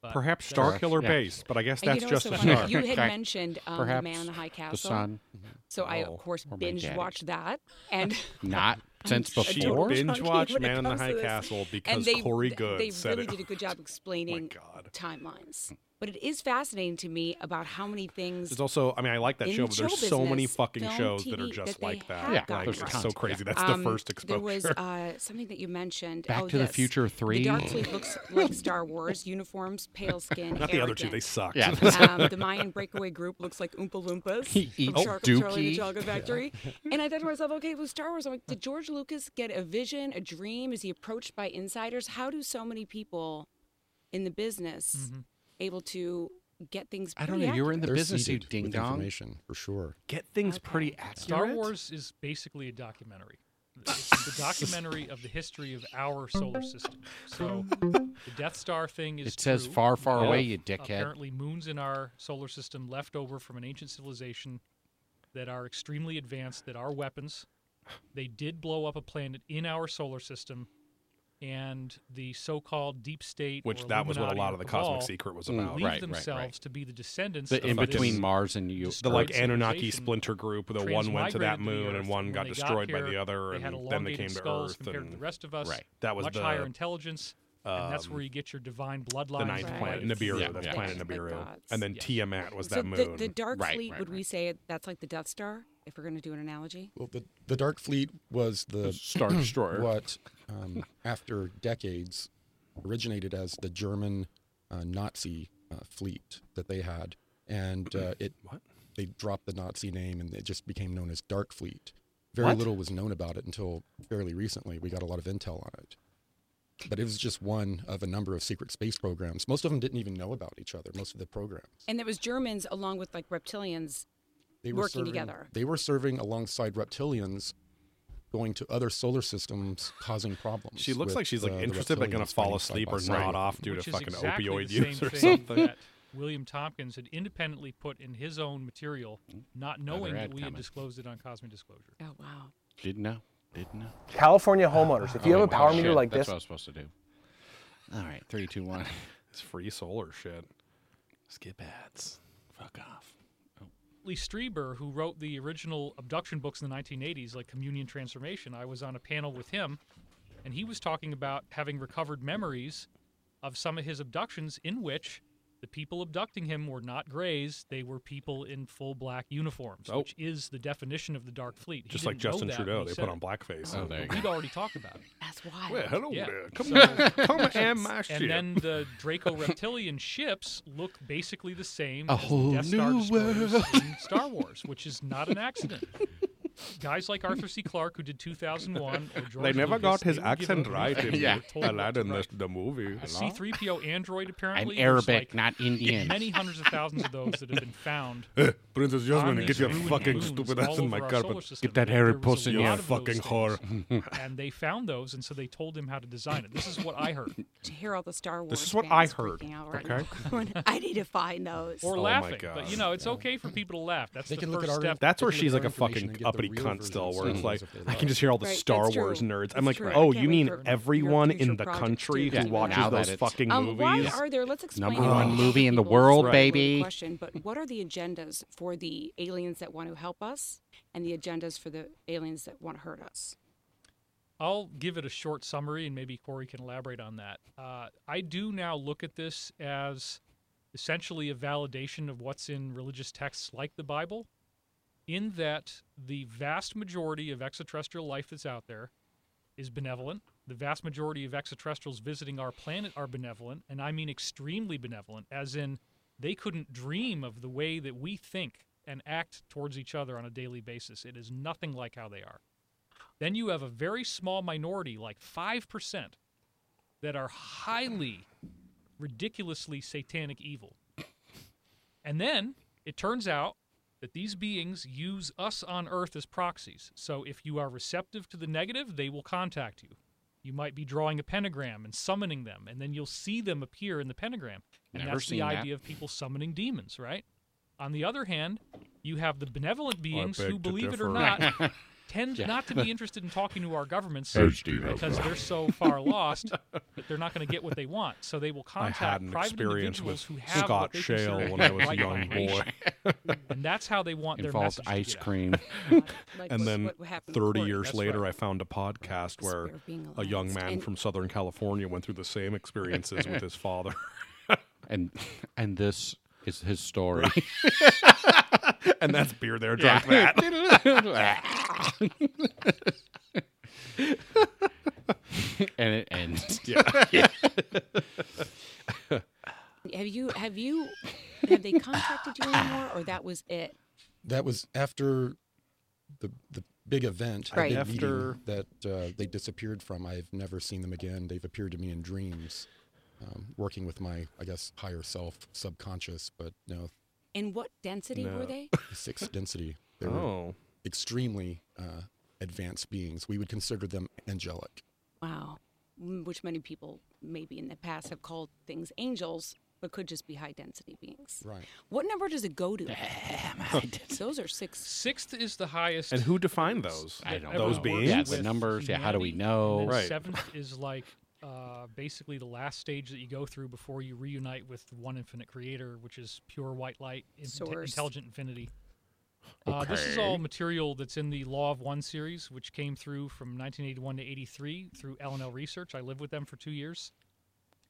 Speaker 5: But
Speaker 3: Perhaps
Speaker 5: that's-
Speaker 3: Star Killer
Speaker 2: Yeah.
Speaker 3: Base, but I guess
Speaker 4: And
Speaker 3: that's
Speaker 4: you know what's
Speaker 3: just
Speaker 4: so
Speaker 3: a
Speaker 4: funny?
Speaker 3: star.
Speaker 2: [laughs]
Speaker 4: You had
Speaker 2: Okay.
Speaker 4: mentioned um, the
Speaker 2: Perhaps
Speaker 4: Man in the High Castle.
Speaker 2: the sun,
Speaker 4: So I,
Speaker 3: Oh,
Speaker 4: of course,
Speaker 2: or my
Speaker 4: binge
Speaker 2: daddy.
Speaker 4: watched that, and
Speaker 2: not since
Speaker 3: She
Speaker 2: before.
Speaker 4: bin-
Speaker 3: binge watched
Speaker 4: when it
Speaker 3: Man in the
Speaker 4: comes to
Speaker 3: High
Speaker 4: this.
Speaker 3: Castle
Speaker 4: and
Speaker 3: because
Speaker 4: they
Speaker 3: Corey
Speaker 4: th-
Speaker 3: Good
Speaker 4: they
Speaker 3: said
Speaker 4: really
Speaker 3: it.
Speaker 4: did a good
Speaker 3: [laughs]
Speaker 4: job
Speaker 3: my
Speaker 4: explaining
Speaker 3: God.
Speaker 4: timelines. But it is fascinating to me about how many things
Speaker 3: There's also, I mean, I like that
Speaker 4: in
Speaker 3: show, but
Speaker 4: show
Speaker 3: there's so many
Speaker 4: business,
Speaker 3: fucking
Speaker 4: film,
Speaker 3: shows that are
Speaker 4: TV,
Speaker 3: just
Speaker 4: that they
Speaker 3: like that.
Speaker 4: have
Speaker 2: Yeah,
Speaker 3: like,
Speaker 2: gotten
Speaker 3: it's
Speaker 2: right.
Speaker 3: so
Speaker 2: tons,
Speaker 3: crazy. That's
Speaker 4: Um,
Speaker 3: the first exposure.
Speaker 4: There was uh, something that you mentioned.
Speaker 2: Back
Speaker 4: oh,
Speaker 2: to the
Speaker 4: this.
Speaker 2: Future
Speaker 4: The
Speaker 2: 3.
Speaker 4: dark fleet looks like
Speaker 2: [laughs]
Speaker 4: Star Wars. Uniforms, pale skin,
Speaker 3: Not the other two; they
Speaker 4: arrogant.
Speaker 3: sucked.
Speaker 2: Yeah.
Speaker 4: [laughs] um,
Speaker 2: [laughs]
Speaker 4: the Mayan breakaway group looks like Oompa Loompas.
Speaker 2: He
Speaker 4: from
Speaker 2: eats
Speaker 4: Charlie- Charlie and
Speaker 2: Dookie.
Speaker 4: the
Speaker 2: [laughs]
Speaker 4: Chocolate Factory. And I thought to myself, okay, with Star Wars, I'm like, did George Lucas get a vision, a dream? Is he approached by insiders? How do so many people in the business able to get things?
Speaker 2: Mm-hmm. I don't
Speaker 4: pretty
Speaker 2: know. You were in the
Speaker 7: They're
Speaker 2: business, you
Speaker 7: seeded
Speaker 2: ding
Speaker 7: with
Speaker 2: dong.
Speaker 7: Information for sure.
Speaker 3: [laughs] Get things pretty
Speaker 5: Star
Speaker 3: accurate.
Speaker 5: Wars is basically a documentary. It's the documentary of the history of our solar system. So the Death Star thing is
Speaker 2: It says
Speaker 5: true.
Speaker 2: far, far
Speaker 5: We
Speaker 2: away,
Speaker 5: have
Speaker 2: you dickhead.
Speaker 5: Apparently, moons in our solar system left over from an ancient civilization that are extremely advanced, that are weapons. They did blow up a planet in our solar system, and the so-called deep
Speaker 3: [laughs]
Speaker 5: state,
Speaker 3: which
Speaker 5: or
Speaker 3: that was what a
Speaker 5: Illuminati
Speaker 3: lot
Speaker 5: or
Speaker 3: of the
Speaker 5: Cabal
Speaker 3: Cosmic Secret was
Speaker 2: Mm,
Speaker 3: about.
Speaker 5: believe
Speaker 2: right, right,
Speaker 5: themselves
Speaker 2: right.
Speaker 5: to be the descendants.
Speaker 2: The
Speaker 5: of
Speaker 2: in between
Speaker 5: this
Speaker 2: Mars and you. uh,
Speaker 5: just
Speaker 3: The like
Speaker 5: Earth
Speaker 3: Anunnaki
Speaker 5: civilization
Speaker 3: splinter group. The one went to that
Speaker 5: Mm. transmigrated the
Speaker 3: moon,
Speaker 5: Earth.
Speaker 3: and one
Speaker 5: When
Speaker 3: got
Speaker 5: they
Speaker 3: destroyed by
Speaker 5: here,
Speaker 3: the other,
Speaker 5: they
Speaker 3: and
Speaker 5: had
Speaker 3: then they
Speaker 5: elongated
Speaker 3: came to
Speaker 5: skulls
Speaker 3: Earth.
Speaker 5: compared to
Speaker 3: and
Speaker 5: the rest of us.
Speaker 2: Right.
Speaker 3: That was
Speaker 5: much
Speaker 3: the- um,
Speaker 5: higher intelligence, and that's where you get your divine bloodline.
Speaker 3: the ninth
Speaker 4: Right.
Speaker 3: planet,
Speaker 4: Right.
Speaker 3: Nibiru.
Speaker 2: Yeah,
Speaker 3: That's
Speaker 2: yeah.
Speaker 3: planet
Speaker 4: Like
Speaker 3: Nibiru.
Speaker 4: gods.
Speaker 3: And then Tiamat was that
Speaker 4: so
Speaker 3: moon.
Speaker 4: The, the Dark
Speaker 2: Right,
Speaker 4: Fleet,
Speaker 2: right,
Speaker 4: would we
Speaker 2: right.
Speaker 4: say it, that's like the Death Star, if we're going to do an analogy?
Speaker 7: Well, the, the Dark Fleet was the [clears throat]
Speaker 2: Star Destroyer.
Speaker 7: what, um, after decades, originated as the German uh, Nazi uh, fleet that they had, and uh, it they dropped the Nazi name and it just became known as Dark Fleet. Very
Speaker 2: What?
Speaker 7: little was known about it until fairly recently. We got a lot of intel on it, but it was just one of a number of secret space programs. Most of them didn't even know about each other. Most of the programs
Speaker 4: And there was Germans along with like reptilians.
Speaker 7: they were
Speaker 4: working
Speaker 7: serving,
Speaker 4: together.
Speaker 7: They were serving alongside reptilians, going to other solar systems, causing problems.
Speaker 3: She looks
Speaker 7: with,
Speaker 3: like she's
Speaker 7: uh,
Speaker 3: like
Speaker 7: the
Speaker 3: interested, but gonna
Speaker 7: reptilians
Speaker 3: fall
Speaker 7: fighting side
Speaker 3: asleep
Speaker 7: by
Speaker 3: or
Speaker 7: side.
Speaker 3: nod off due to
Speaker 5: which is
Speaker 3: fucking
Speaker 5: exactly
Speaker 3: opioid
Speaker 5: the same
Speaker 3: use or
Speaker 5: thing
Speaker 3: [laughs] something.
Speaker 5: That William Tompkins had independently put in his own material, not knowing
Speaker 2: ad
Speaker 5: that we had
Speaker 2: coming.
Speaker 5: disclosed it on Cosmic Disclosure.
Speaker 4: Oh, wow.
Speaker 2: Didn't know. Didn't know. Oh,
Speaker 6: California homeowners, if you have a power meter
Speaker 2: Uh, Shit,
Speaker 6: like
Speaker 2: that's
Speaker 6: this,
Speaker 2: what I was supposed to do. All right, three, two, [laughs] one.
Speaker 3: It's free solar shit. Skip ads. Fuck off.
Speaker 5: Lee Strieber, who wrote the original abduction books in the 1980s, like Communion Transformation, I was on a panel with him, and he was talking about having recovered memories of some of his abductions in which The people abducting him were not Greys; they were people in full black uniforms,
Speaker 3: Oh.
Speaker 5: which is the definition of the Dark Fleet. He
Speaker 3: Just like
Speaker 5: didn't know
Speaker 3: Justin
Speaker 5: that when
Speaker 3: Trudeau,
Speaker 5: he
Speaker 3: they
Speaker 5: said
Speaker 3: put
Speaker 5: it.
Speaker 3: on blackface.
Speaker 2: Oh,
Speaker 3: and-
Speaker 2: there you
Speaker 5: We'd
Speaker 2: go.
Speaker 5: already talked about it.
Speaker 4: That's wild.
Speaker 3: Well, hello
Speaker 5: Yeah.
Speaker 3: there. Come
Speaker 5: So-
Speaker 3: on, [laughs] come and my ship.
Speaker 5: And
Speaker 2: [laughs]
Speaker 5: then the Draco reptilian ships look basically the same
Speaker 2: A
Speaker 5: as the
Speaker 2: whole
Speaker 5: Death Star
Speaker 2: new
Speaker 5: destroyers in Star Wars, which is not an accident. Guys like Arthur C. Clarke, who did 2001, or George
Speaker 3: they never
Speaker 5: Lucas,
Speaker 3: got his
Speaker 5: they were given
Speaker 3: accent right
Speaker 5: [laughs] everything
Speaker 3: in
Speaker 5: they
Speaker 2: Yeah.
Speaker 5: were told what to
Speaker 3: Aladdin,
Speaker 5: write.
Speaker 3: the, the movie.
Speaker 5: A C-3PO android
Speaker 2: I'm
Speaker 5: apparently. there's,
Speaker 2: Arabic,
Speaker 5: like,
Speaker 2: not Indian.
Speaker 5: Many hundreds of thousands of those that have
Speaker 3: [laughs]
Speaker 5: been found.
Speaker 3: Princess
Speaker 5: on
Speaker 3: Jasmine,
Speaker 5: these
Speaker 3: get your
Speaker 5: ruined
Speaker 3: fucking
Speaker 5: moons
Speaker 3: stupid
Speaker 5: all
Speaker 3: ass in my
Speaker 5: over our solar
Speaker 3: carpet.
Speaker 5: system.
Speaker 2: Get that
Speaker 5: There
Speaker 2: hairy
Speaker 5: was a
Speaker 2: puss in
Speaker 5: lot
Speaker 2: your
Speaker 5: of those
Speaker 3: fucking
Speaker 5: things,
Speaker 3: [laughs] whore.
Speaker 5: and they found those, and so they told him how to design it. This is what I heard.
Speaker 4: To hear all the Star Wars.
Speaker 3: This is what I
Speaker 4: fans
Speaker 3: heard,
Speaker 4: freaking out right
Speaker 3: okay?
Speaker 4: now, [laughs] going, I need to find those.
Speaker 5: Or
Speaker 3: Oh my
Speaker 5: laughing,
Speaker 3: God.
Speaker 5: but you know it's okay for people to laugh. That's
Speaker 7: They
Speaker 5: the
Speaker 7: can
Speaker 5: first
Speaker 7: look at our-
Speaker 5: step.
Speaker 3: That's
Speaker 7: They
Speaker 3: where
Speaker 7: can
Speaker 3: she's
Speaker 7: look
Speaker 3: like
Speaker 7: at
Speaker 3: a
Speaker 7: our
Speaker 3: fucking
Speaker 7: information and get the
Speaker 3: uppity
Speaker 7: real
Speaker 3: cunt
Speaker 7: version
Speaker 3: still,
Speaker 7: of
Speaker 3: where it's
Speaker 7: Star
Speaker 3: like,
Speaker 7: Wars if they
Speaker 3: I
Speaker 7: like.
Speaker 3: can just hear all the
Speaker 4: Right,
Speaker 3: Star
Speaker 4: that's
Speaker 3: Wars
Speaker 4: true.
Speaker 3: nerds. I'm
Speaker 4: That's
Speaker 3: like,
Speaker 4: true. I
Speaker 3: oh,
Speaker 4: can't
Speaker 3: you
Speaker 4: wait
Speaker 3: mean
Speaker 4: for your
Speaker 3: everyone in
Speaker 4: future
Speaker 3: the
Speaker 4: project
Speaker 3: country
Speaker 4: too.
Speaker 3: who
Speaker 4: Yeah,
Speaker 3: watches
Speaker 2: now that
Speaker 3: those
Speaker 2: it's-
Speaker 3: fucking
Speaker 4: Um, why
Speaker 3: movies?
Speaker 4: are there? Let's explain.
Speaker 2: Number
Speaker 4: why
Speaker 2: one
Speaker 4: we
Speaker 2: movie
Speaker 4: have
Speaker 2: in the
Speaker 4: people
Speaker 2: world,
Speaker 4: subscribe to the
Speaker 2: baby.
Speaker 4: Question, but what are the agendas for the aliens that want to help us, and the agendas for the aliens that want to
Speaker 3: [laughs]
Speaker 4: hurt us?
Speaker 5: I'll give it a short summary, and maybe Corey can elaborate on that. Uh, I do now look at this as essentially a validation of what's in religious texts like the Bible, in that the vast majority of extraterrestrial life that's out there is benevolent. The vast majority of extraterrestrials visiting our planet are benevolent, and I mean extremely benevolent, as in they couldn't dream of the way that we think and act towards each other on a daily basis. It is nothing like how they are. Then you have a very small minority, like 5%, that are highly, ridiculously satanic evil. And then it turns out that these beings use us on Earth as proxies. So if you are receptive to the negative, they will contact you. You might be drawing a pentagram and summoning them, and then you'll see them appear in the pentagram. And
Speaker 2: Never
Speaker 5: that's
Speaker 2: seen
Speaker 5: the
Speaker 2: that.
Speaker 5: idea of people summoning demons, right? On the other hand, you have the benevolent beings
Speaker 3: beg
Speaker 5: who,
Speaker 3: to
Speaker 5: believe it or
Speaker 3: differ.
Speaker 2: [laughs]
Speaker 5: not, tend not to be interested in talking to our governments
Speaker 1: [laughs] Hey, Steve, how's
Speaker 5: because
Speaker 1: that?
Speaker 5: they're so far
Speaker 1: [laughs]
Speaker 5: lost that they're not going to get what they want. So they will
Speaker 3: I had
Speaker 5: contact
Speaker 3: an
Speaker 5: private
Speaker 3: experience
Speaker 5: individuals
Speaker 3: with
Speaker 5: who have
Speaker 3: Scott
Speaker 5: what they consider
Speaker 3: Shale
Speaker 5: the
Speaker 3: when I was a
Speaker 5: right
Speaker 3: young boy.
Speaker 5: vibration, and that's how they want their
Speaker 2: Involved
Speaker 5: message to
Speaker 2: ice
Speaker 5: get out.
Speaker 2: cream.
Speaker 4: Like
Speaker 3: And
Speaker 4: what-
Speaker 3: then
Speaker 4: what happened with
Speaker 3: 30
Speaker 4: Corey.
Speaker 3: years
Speaker 5: that's
Speaker 3: later,
Speaker 5: right.
Speaker 3: I found a podcast
Speaker 4: Despair
Speaker 3: where
Speaker 4: of being
Speaker 3: a young
Speaker 4: aliens.
Speaker 3: man
Speaker 4: And-
Speaker 3: from Southern California went through the
Speaker 4: [laughs]
Speaker 3: same experiences with his father.
Speaker 2: and and this is his story.
Speaker 3: and that's beer there, drunk
Speaker 4: [laughs]
Speaker 3: that.
Speaker 2: [laughs] and it ends.
Speaker 4: Have you
Speaker 3: [laughs]
Speaker 4: have you have they contacted you anymore, or that was it?
Speaker 7: That was after the the big event, the
Speaker 4: Right.
Speaker 7: big
Speaker 3: After-
Speaker 7: meeting that uh, they disappeared from. I've never seen them again. They've appeared to me in dreams, um, working with my, I guess, higher self, subconscious, but no,
Speaker 4: And what density
Speaker 3: No.
Speaker 4: were they?
Speaker 3: [laughs]
Speaker 7: the sixth density. They were
Speaker 3: Oh.
Speaker 7: extremely uh, advanced beings. We would consider them angelic.
Speaker 4: Wow, Mm, which many people maybe in the past have called things angels, but could just be high density beings.
Speaker 7: Right.
Speaker 4: What number does it go to? [laughs] Those are six.
Speaker 5: Sixth is the highest.
Speaker 3: And who defined those?
Speaker 2: I don't
Speaker 3: those
Speaker 2: know.
Speaker 3: beings?
Speaker 2: Yeah, the numbers, yeah, how do we know?
Speaker 3: Right.
Speaker 5: Right. Seventh is like uh, basically the last stage that you go through before you reunite with the one infinite creator, which is pure white light, in-
Speaker 4: Source.
Speaker 5: intelligent infinity. Uh, this is
Speaker 2: Okay.
Speaker 5: all material that's in the Law of One series, which came through from 1981 to 83 through L and L Research. I lived with them for two years.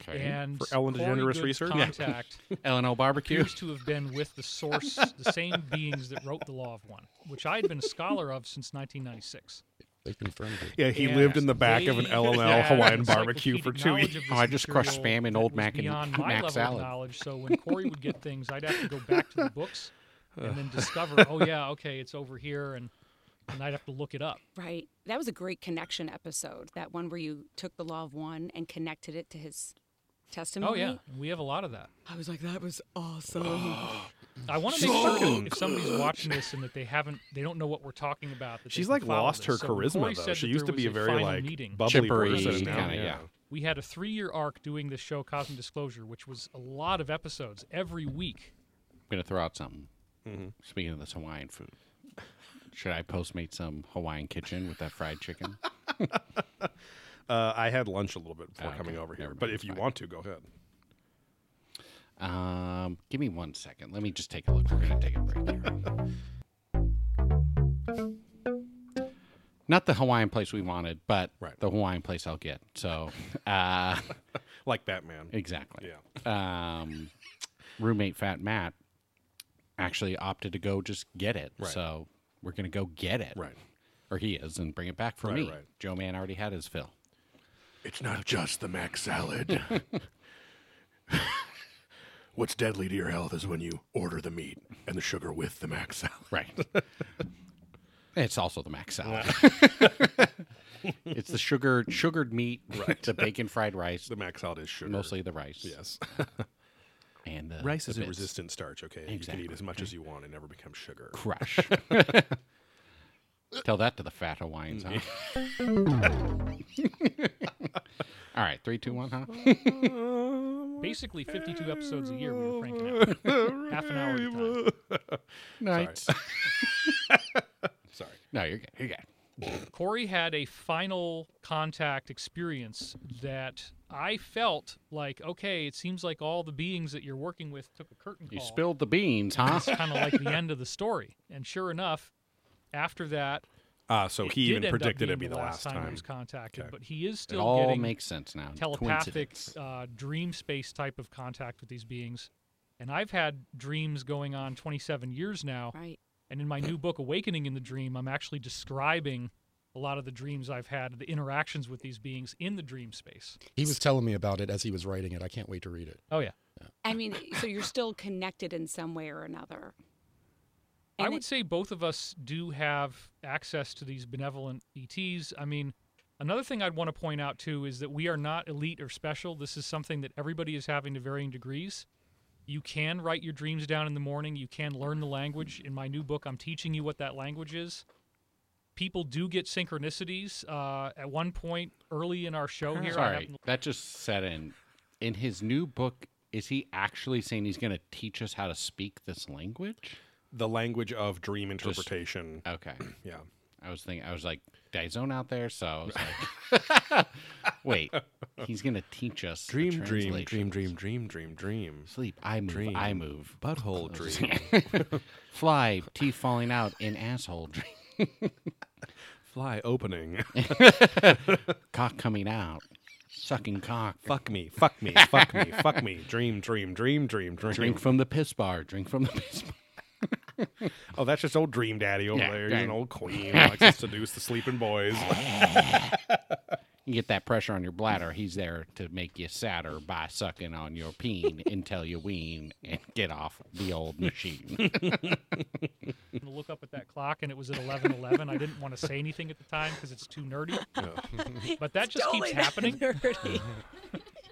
Speaker 5: And
Speaker 3: For Ellen
Speaker 5: Corey
Speaker 3: DeGenere's
Speaker 5: Good's
Speaker 3: research? Yeah. [laughs]
Speaker 5: contact
Speaker 2: L and O barbecue.
Speaker 5: appears to have been with the source, the same beings that wrote the Law of One, which I had been a scholar of since 1996.
Speaker 7: They confirmed it.
Speaker 3: Yeah, he
Speaker 5: Yeah.
Speaker 3: lived in the back of an
Speaker 5: They [laughs]
Speaker 3: LLL
Speaker 5: had
Speaker 3: Hawaiian
Speaker 5: encyclopedic
Speaker 3: barbecue for two
Speaker 5: knowledge
Speaker 3: years.
Speaker 5: of this
Speaker 2: Oh, I just crushed
Speaker 5: material
Speaker 2: spam and
Speaker 5: that
Speaker 2: Old
Speaker 5: was
Speaker 2: Mac and
Speaker 5: beyond my
Speaker 2: Mac
Speaker 5: level of
Speaker 2: salad.
Speaker 5: knowledge, so when Corey would get things, I'd have to go back
Speaker 3: [laughs]
Speaker 5: to the books and then discover, oh yeah, okay, it's over here, and and I'd have to look it up.
Speaker 4: Right. That was a great connection episode. That one where you took the law of one and connected it to his testimony.
Speaker 5: Oh yeah, we have a lot of that.
Speaker 4: I was like, that was awesome.
Speaker 5: [gasps] I want to make sure that if somebody's watching this and that they haven't, they don't know what we're talking about. That they
Speaker 3: She's
Speaker 5: can
Speaker 3: like
Speaker 5: follow
Speaker 3: lost
Speaker 5: this.
Speaker 3: her
Speaker 5: So when Corey
Speaker 3: charisma though.
Speaker 5: said
Speaker 3: She
Speaker 5: that
Speaker 3: used to
Speaker 5: there
Speaker 3: be a
Speaker 5: was
Speaker 3: very
Speaker 5: final
Speaker 3: like
Speaker 5: meeting.
Speaker 3: bubbly
Speaker 2: Chippery
Speaker 3: person. now,
Speaker 2: kinda, yeah.
Speaker 5: we had a three-year arc doing this show cosmic disclosure which was a lot of episodes every week
Speaker 2: I'm gonna throw out something.
Speaker 3: Mm-hmm.
Speaker 2: Speaking of this Hawaiian food, should I postmate some Hawaiian kitchen with that fried
Speaker 3: [laughs]
Speaker 2: chicken?
Speaker 3: Uh, I had lunch a little bit before
Speaker 2: Okay,
Speaker 3: coming over here,
Speaker 2: never
Speaker 3: but
Speaker 2: mind,
Speaker 3: if you want to, go ahead.
Speaker 2: Um, give me one second. Let me just take a look. We're gonna take a break here. Not the Hawaiian place we wanted, but
Speaker 3: Right.
Speaker 2: the Hawaiian place I'll
Speaker 3: [laughs]
Speaker 2: get. So, uh,
Speaker 3: Like Batman.
Speaker 2: exactly.
Speaker 3: Yeah.
Speaker 2: Um, roommate Fat Matt actually opted to go just get it.
Speaker 3: Right.
Speaker 2: So we're gonna go get it.
Speaker 3: Right.
Speaker 2: Or he is and bring it back for
Speaker 3: Right,
Speaker 2: me.
Speaker 3: right.
Speaker 2: Joe Man already had his fill.
Speaker 1: It's not just the Mac salad. [laughs] What's deadly to your health is when you order the meat and the sugar with the Mac salad.
Speaker 2: Right. [laughs] it's also the Mac salad. [laughs] it's the sugar sugared meat, the bacon fried rice,
Speaker 3: The mac salad is sugar.
Speaker 2: mostly the rice.
Speaker 3: Yes.
Speaker 2: [laughs] And the
Speaker 3: Rice
Speaker 2: the
Speaker 3: is a
Speaker 2: bits.
Speaker 3: resistant starch, okay? You can eat
Speaker 2: Exactly.
Speaker 3: as much as you want and never become sugar. [laughs]
Speaker 2: crush. Tell that to the fat Hawaiians, huh? [laughs] All right, three, two, one, huh?
Speaker 5: Basically, 52 episodes a year we were cranking out. Half an hour at a time.
Speaker 2: Night.
Speaker 3: Sorry.
Speaker 2: No, you're good. You're good.
Speaker 5: Corey had a final contact experience that I felt like, okay, it seems like all the beings that you're working with took a curtain call.
Speaker 2: You spilled the beans,
Speaker 3: [laughs]
Speaker 2: huh?
Speaker 5: That's kind of like the end of the story. And sure enough, after that,
Speaker 3: Uh, so he
Speaker 5: did
Speaker 3: even
Speaker 5: end up
Speaker 3: predicted
Speaker 5: being
Speaker 3: it'd be the last
Speaker 5: time, he
Speaker 3: time.
Speaker 5: was contacted,
Speaker 3: Okay.
Speaker 5: but he is
Speaker 2: It
Speaker 5: still
Speaker 2: all
Speaker 5: getting
Speaker 2: makes sense now.
Speaker 5: telepathic
Speaker 2: Coincidence.
Speaker 5: uh, dream space type of contact with these beings. And I've had dreams going on 27 years now.
Speaker 4: Right.
Speaker 5: And in my new book, Awakening in the Dream, I'm actually describing a lot of the dreams I've had, the interactions with these beings in the dream space.
Speaker 7: He was telling me about it as he was writing it. I can't wait to
Speaker 2: [laughs]
Speaker 7: read it.
Speaker 5: Oh, yeah.
Speaker 4: I mean, so you're still connected in some way or another.
Speaker 5: I
Speaker 4: And
Speaker 5: would
Speaker 4: it-
Speaker 5: say both of us do have access to these benevolent ETs. I mean, another thing I'd want to point out too is that we are not elite or special. This is something that everybody is having to varying degrees. You can write your dreams down in the morning, you can learn the language. In my new book, I'm teaching you what that language is. People do get synchronicities. Uh, at one point early in
Speaker 4: [laughs]
Speaker 5: our show here, I
Speaker 2: Sorry,
Speaker 5: happened
Speaker 2: that just set in. In his new book, is he actually saying he's going to teach us how to speak this language?
Speaker 3: The language of dream interpretation.
Speaker 2: Okay.
Speaker 3: yeah.
Speaker 2: I was thinking, I was like, Dizone out there, so I was
Speaker 3: [laughs]
Speaker 2: like, wait, he's going to teach us. the
Speaker 3: Dream, dream,
Speaker 2: translation.
Speaker 3: dream, dream, dream, dream, dream.
Speaker 2: Sleep, I move,
Speaker 3: Dream.
Speaker 2: I move. [laughs]
Speaker 3: Butthole dream.
Speaker 2: Fly, teeth falling out in asshole dream.
Speaker 3: Fly opening.
Speaker 2: Cock coming out. Sucking cock.
Speaker 3: fuck me. Fuck me. Fuck me. Fuck me. Dream, dream, dream, dream, dream.
Speaker 2: Drink from the piss bar. Drink from the piss bar.
Speaker 3: Oh, that's just old dream daddy over
Speaker 2: Yeah,
Speaker 3: there.
Speaker 2: dang.
Speaker 3: He's an old
Speaker 5: [laughs]
Speaker 3: queen. likes to seduce the sleeping boys. [laughs]
Speaker 2: You get that pressure on your bladder. He's there to make you sadder by sucking on your peen until you wean and get off the old
Speaker 4: [laughs]
Speaker 2: machine.
Speaker 5: to look up at that clock and it was at 11:11. I didn't want to say anything at the time because it's
Speaker 4: [laughs]
Speaker 5: too nerdy. But that just
Speaker 4: Totally [laughs]
Speaker 5: keeps
Speaker 4: not
Speaker 5: happening.
Speaker 4: nerdy.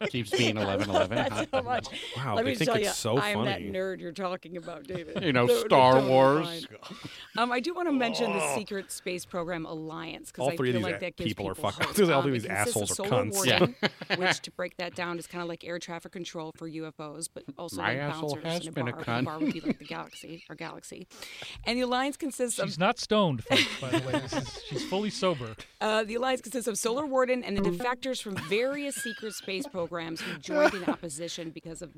Speaker 2: Keeps being
Speaker 3: [laughs]
Speaker 2: 11 11.
Speaker 4: so much.
Speaker 3: Wow,
Speaker 4: Let
Speaker 3: they
Speaker 4: me
Speaker 3: think
Speaker 4: tell
Speaker 3: it's
Speaker 4: you,
Speaker 3: so
Speaker 4: I'm that
Speaker 3: funny.
Speaker 4: nerd you're talking about,
Speaker 2: [laughs]
Speaker 4: David. [laughs]
Speaker 2: You know,
Speaker 4: So it's
Speaker 2: Star
Speaker 4: totally
Speaker 2: Wars. Oh.
Speaker 4: fine. Um, I do want to mention the Secret Space Program Alliance because
Speaker 3: All
Speaker 4: I
Speaker 3: three of
Speaker 4: feel
Speaker 3: these
Speaker 4: like
Speaker 3: a-
Speaker 4: that gives
Speaker 3: people are
Speaker 4: people
Speaker 3: fucking-
Speaker 4: hope.
Speaker 3: [laughs] all
Speaker 4: Um,
Speaker 3: of
Speaker 4: it
Speaker 3: these
Speaker 4: consists of
Speaker 3: assholes are
Speaker 4: solar
Speaker 3: cunts.
Speaker 4: warning,
Speaker 2: [laughs]
Speaker 4: which, to break that down, is kind of like air traffic control for UFOs, but also
Speaker 2: My
Speaker 4: like
Speaker 2: asshole
Speaker 4: bouncers
Speaker 2: has
Speaker 4: in a
Speaker 2: been a
Speaker 4: bar,
Speaker 2: cunt.
Speaker 5: She's not stoned, folks, by the way. This is, she's fully sober.
Speaker 4: Uh, the alliance consists of Solar Warden and the defectors from various secret space programs who joined in opposition because of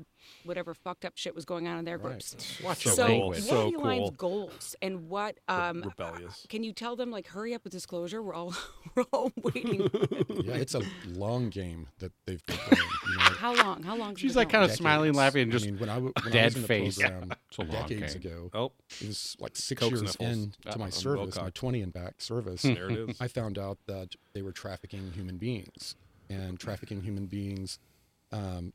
Speaker 4: whatever fucked up shit was going on in their groups.
Speaker 3: Watch
Speaker 4: So,
Speaker 2: cool.
Speaker 4: what
Speaker 3: So
Speaker 4: are the alliance
Speaker 3: cool.
Speaker 4: goals and what? Um,
Speaker 3: Rebellious.
Speaker 4: can you tell them like hurry up with disclosure? We're all [laughs] we're all
Speaker 3: [laughs]
Speaker 4: waiting.
Speaker 7: Yeah, it's a long game that they've been playing.
Speaker 2: [laughs]
Speaker 7: you know,
Speaker 4: How long? How long?
Speaker 2: She's like kind of smiling,
Speaker 7: decades.
Speaker 2: laughing, and
Speaker 7: I
Speaker 2: just
Speaker 7: mean, when I, w- when I
Speaker 2: dead
Speaker 7: was in the
Speaker 2: face.
Speaker 7: program
Speaker 3: [laughs]
Speaker 2: It's a long
Speaker 7: decades
Speaker 2: game.
Speaker 7: ago,
Speaker 3: Oh,
Speaker 7: it was like six
Speaker 3: Coke
Speaker 7: years
Speaker 3: sniffles.
Speaker 7: into
Speaker 2: uh,
Speaker 3: Uh-uh.
Speaker 7: my service, my
Speaker 3: Wilcox.
Speaker 7: 20 and back service.
Speaker 3: there it is.
Speaker 7: I found out that they were trafficking human beings and trafficking human beings um,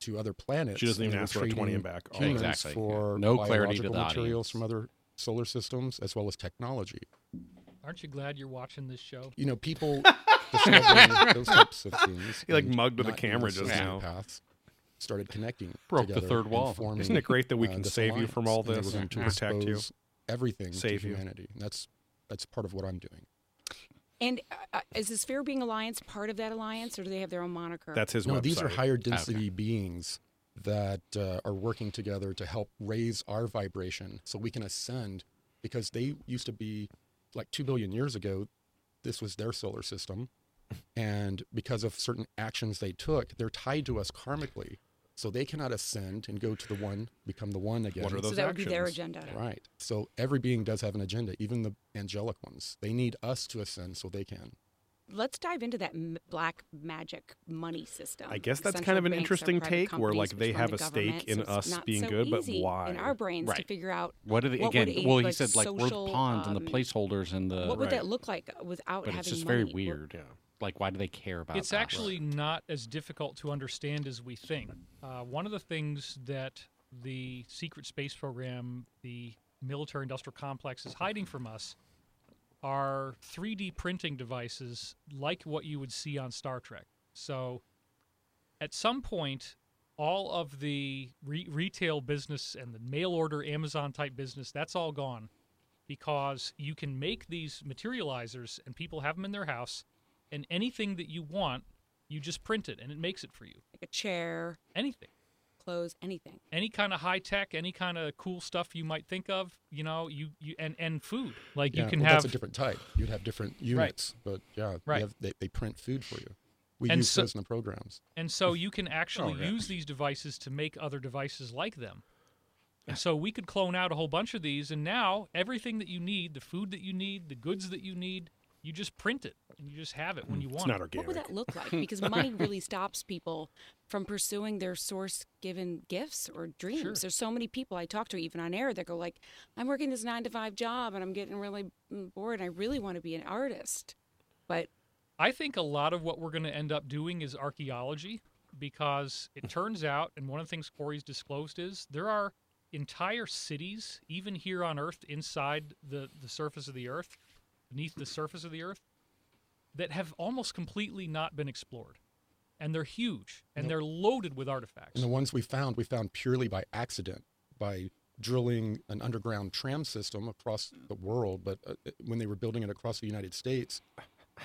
Speaker 7: to other planets.
Speaker 3: She doesn't
Speaker 7: and
Speaker 3: even
Speaker 7: they were
Speaker 3: ask for a 20 and
Speaker 7: trading
Speaker 3: back. Oh,
Speaker 7: Humans
Speaker 2: Exactly, yeah.
Speaker 7: for
Speaker 2: No clarity to
Speaker 7: biological
Speaker 2: the
Speaker 7: materials
Speaker 2: audience.
Speaker 7: from other solar systems as well as technology.
Speaker 5: Aren't you glad you're watching this show?
Speaker 7: You know, people [laughs] discovering those types of things.
Speaker 3: He, like,
Speaker 7: and
Speaker 3: mugged with a
Speaker 7: not being
Speaker 3: camera just
Speaker 7: sociopath
Speaker 3: now.
Speaker 7: Paths started connecting.
Speaker 2: Broke the
Speaker 7: together
Speaker 2: third
Speaker 7: and
Speaker 2: wall.
Speaker 7: forming,
Speaker 3: Isn't it great that we
Speaker 7: uh,
Speaker 3: can
Speaker 7: this
Speaker 3: save you from all
Speaker 7: alliance, and
Speaker 3: this
Speaker 7: they were
Speaker 3: and
Speaker 7: going to
Speaker 3: protect you?
Speaker 7: expose Everything
Speaker 3: Save
Speaker 7: to
Speaker 3: you.
Speaker 7: humanity. And that's that's part of what I'm doing.
Speaker 4: And uh, uh, is this Fair Being Alliance part of that alliance, or do they have their own moniker?
Speaker 3: That's his
Speaker 7: no, Ah,
Speaker 3: website.
Speaker 7: these are higher density beings that uh, are working together to help raise our vibration so we can ascend because they used to be like 2 billion years ago this was their solar system and because of certain actions they took they're tied to us karmically so they cannot ascend and go to the one become the one again
Speaker 3: What are
Speaker 4: so
Speaker 3: those
Speaker 4: that would be their
Speaker 3: actions?
Speaker 4: agenda.
Speaker 7: right so every being does have an agenda even the angelic ones they need us to ascend so they can
Speaker 4: let's dive into that m- black magic money system.
Speaker 3: I guess
Speaker 4: The
Speaker 3: that's kind
Speaker 4: central
Speaker 3: of an
Speaker 4: banks are
Speaker 3: interesting
Speaker 4: private
Speaker 3: take where,
Speaker 4: companies
Speaker 3: like,
Speaker 4: which
Speaker 3: they
Speaker 4: fund
Speaker 3: have
Speaker 4: the
Speaker 3: a stake
Speaker 4: government,
Speaker 3: in
Speaker 4: so it's
Speaker 3: us
Speaker 4: not
Speaker 3: being
Speaker 4: so
Speaker 3: good, but
Speaker 4: easy
Speaker 3: why?
Speaker 4: in our brains to
Speaker 2: Right.
Speaker 4: figure out
Speaker 2: What are the
Speaker 4: What
Speaker 2: again?
Speaker 4: would a,
Speaker 2: well, he
Speaker 4: like,
Speaker 2: said like
Speaker 4: social,
Speaker 2: we're pawns and the
Speaker 4: um,
Speaker 2: placeholders and the.
Speaker 4: what would
Speaker 3: Right.
Speaker 4: that look like without
Speaker 2: but
Speaker 4: having
Speaker 2: it's just
Speaker 4: money?
Speaker 2: very
Speaker 4: What-
Speaker 2: weird. Like, why do they care about?
Speaker 5: It's
Speaker 2: that?
Speaker 5: actually not as difficult to understand as we think. Uh, one of the things that the secret space program, the military industrial complex, is hiding from us are 3D printing devices like what you would see on Star Trek. So at some point, all of the re- retail business and the mail order Amazon type business, that's all gone because you can make these materializers and people have them in their house and anything that you want, you just print it and it makes it for you.
Speaker 4: Like a chair,
Speaker 5: Anything.
Speaker 4: clothes, anything.
Speaker 5: Any kind of high tech, any kind of cool stuff you might think of, you know, you, you and and food. Like
Speaker 7: yeah,
Speaker 5: you can
Speaker 7: well,
Speaker 5: have
Speaker 7: that's a different type. You'd have different units, but yeah, they
Speaker 5: Right.
Speaker 7: have- they, they print food for you. We
Speaker 5: And
Speaker 7: use
Speaker 5: so-
Speaker 7: those in the programs.
Speaker 5: And so you can actually
Speaker 2: yeah.
Speaker 5: use these devices to make other devices like them. And so we could clone out a whole bunch of these, and now everything that you need, the food that you need, the goods that you need, you just print it and you just have it when you want.
Speaker 3: It's not
Speaker 5: it.
Speaker 3: organic.
Speaker 4: What would that look
Speaker 2: [laughs]
Speaker 4: like? Because money really stops people from pursuing their source given gifts or dreams. There's so many people I talk to even on air that go like, I'm working this nine to five job and I'm getting really mm, bored and I really want to be an artist. But
Speaker 5: I think a lot of what we're going to end up doing is archaeology because
Speaker 3: Hmm.
Speaker 5: it turns out, and one of the things Corey's disclosed is there are entire cities, even here on Earth, inside the, the surface of the Earth, beneath the surface of the Earth, that have almost completely not been explored. And they're huge and they're loaded with artifacts.
Speaker 7: And the ones we found, we found purely by accident by drilling an underground tram system across the world. But uh, uh, when they were building it across the United States,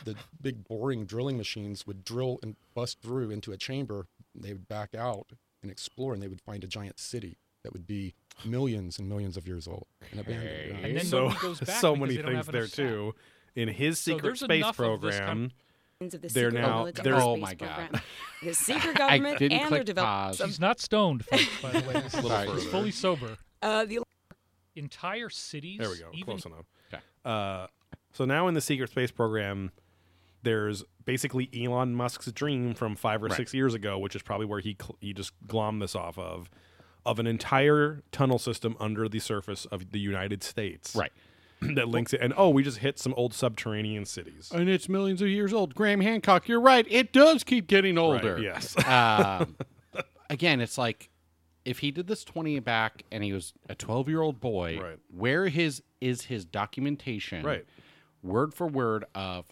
Speaker 7: the big boring drilling machines would drill and bust through into a chamber. They would back out and explore, and they would find a giant city that would be millions and millions of years old and abandoned. yeah.
Speaker 5: And then
Speaker 3: so
Speaker 5: nobody
Speaker 3: [laughs]
Speaker 5: goes back
Speaker 3: so
Speaker 5: because
Speaker 3: many
Speaker 5: they don't
Speaker 3: things
Speaker 5: have
Speaker 3: there
Speaker 5: enough staff.
Speaker 3: too. In his
Speaker 5: So
Speaker 3: secret
Speaker 5: there's
Speaker 3: space
Speaker 5: enough of this
Speaker 3: program,
Speaker 5: kind-
Speaker 4: ends of the
Speaker 3: They're
Speaker 4: secret
Speaker 3: now-
Speaker 4: military
Speaker 3: they're-
Speaker 2: Oh
Speaker 4: space
Speaker 2: my God. [laughs]
Speaker 4: program. The secret government
Speaker 2: didn't
Speaker 4: and their
Speaker 2: click
Speaker 4: development.
Speaker 2: pause.
Speaker 5: She's not stoned, [laughs] folks, by the
Speaker 3: [laughs]
Speaker 5: way.
Speaker 3: a little further.
Speaker 5: She's fully sober.
Speaker 4: Uh, the
Speaker 5: Entire cities.
Speaker 3: There we go.
Speaker 5: Even
Speaker 3: Close enough. Uh, so now in the secret space program, there's basically Elon Musk's dream from five or six years ago, which is probably where he cl- he just glommed this off of, of an entire tunnel system under the surface of the United States,
Speaker 2: Right.
Speaker 3: [clears throat] that links it. And oh, we just hit some old subterranean cities.
Speaker 2: and it's millions of years old. Graham Hancock, you're right. It does keep getting
Speaker 3: Right,
Speaker 2: older.
Speaker 3: yes. [laughs]
Speaker 2: [laughs] um, again, it's like if he did this 20 back and he was a 12 year old boy,
Speaker 3: Right.
Speaker 2: where his is his documentation,
Speaker 3: Right.
Speaker 2: word for word of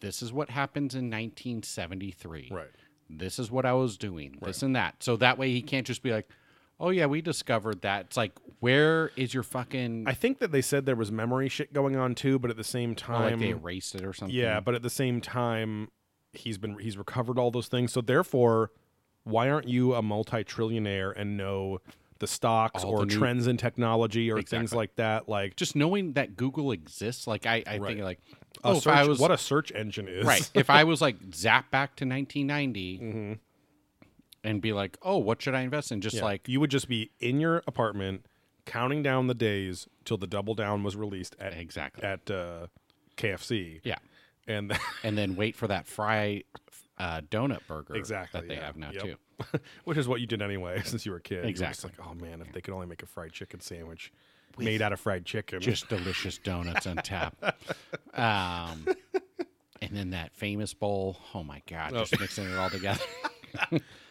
Speaker 2: this is what happens in 1973.
Speaker 3: Right.
Speaker 2: This is what I was doing, this and that. So that way he can't just be like, oh, yeah, we discovered that. It's like, where is your fucking.
Speaker 3: I think that they said there was memory shit going on too, but at the same
Speaker 2: or, Oh, like
Speaker 3: time,
Speaker 2: they erased it or something.
Speaker 3: Yeah, but at the same time, he's been he's recovered all those things. So therefore, why aren't you a multi-trillionaire and know the stocks
Speaker 2: All
Speaker 3: or
Speaker 2: the new-
Speaker 3: trends in technology or things
Speaker 2: Exactly.
Speaker 3: like that? Like
Speaker 2: just knowing that Google exists, like I, I
Speaker 3: Right.
Speaker 2: think like,
Speaker 3: a
Speaker 2: oh, if
Speaker 3: search,
Speaker 2: I was
Speaker 3: what a search engine is. [laughs]
Speaker 2: Right. If I was like zap back to 1990 and be like, oh, what should I invest in? Just
Speaker 3: Mm-hmm. Yeah.
Speaker 2: like,
Speaker 3: you would just be in your apartment counting down the days till the Double Down was released at
Speaker 2: Exactly.
Speaker 3: at uh, KFC.
Speaker 2: yeah.
Speaker 3: and
Speaker 2: And then wait for that fry uh, donut burger
Speaker 3: Exactly,
Speaker 2: that
Speaker 3: [laughs]
Speaker 2: they
Speaker 3: yeah.
Speaker 2: have now,
Speaker 3: Yep.
Speaker 2: too.
Speaker 3: which is what you did anyway [laughs] since you were a kid. You were just
Speaker 2: Exactly.
Speaker 3: like, oh man, if they could only make a fried chicken sandwich made out of fried chicken,
Speaker 2: Just delicious donuts
Speaker 3: [laughs]
Speaker 2: on tap. Um, and then that famous bowl. Oh, my God. Just mixing it
Speaker 3: [laughs]
Speaker 2: all together.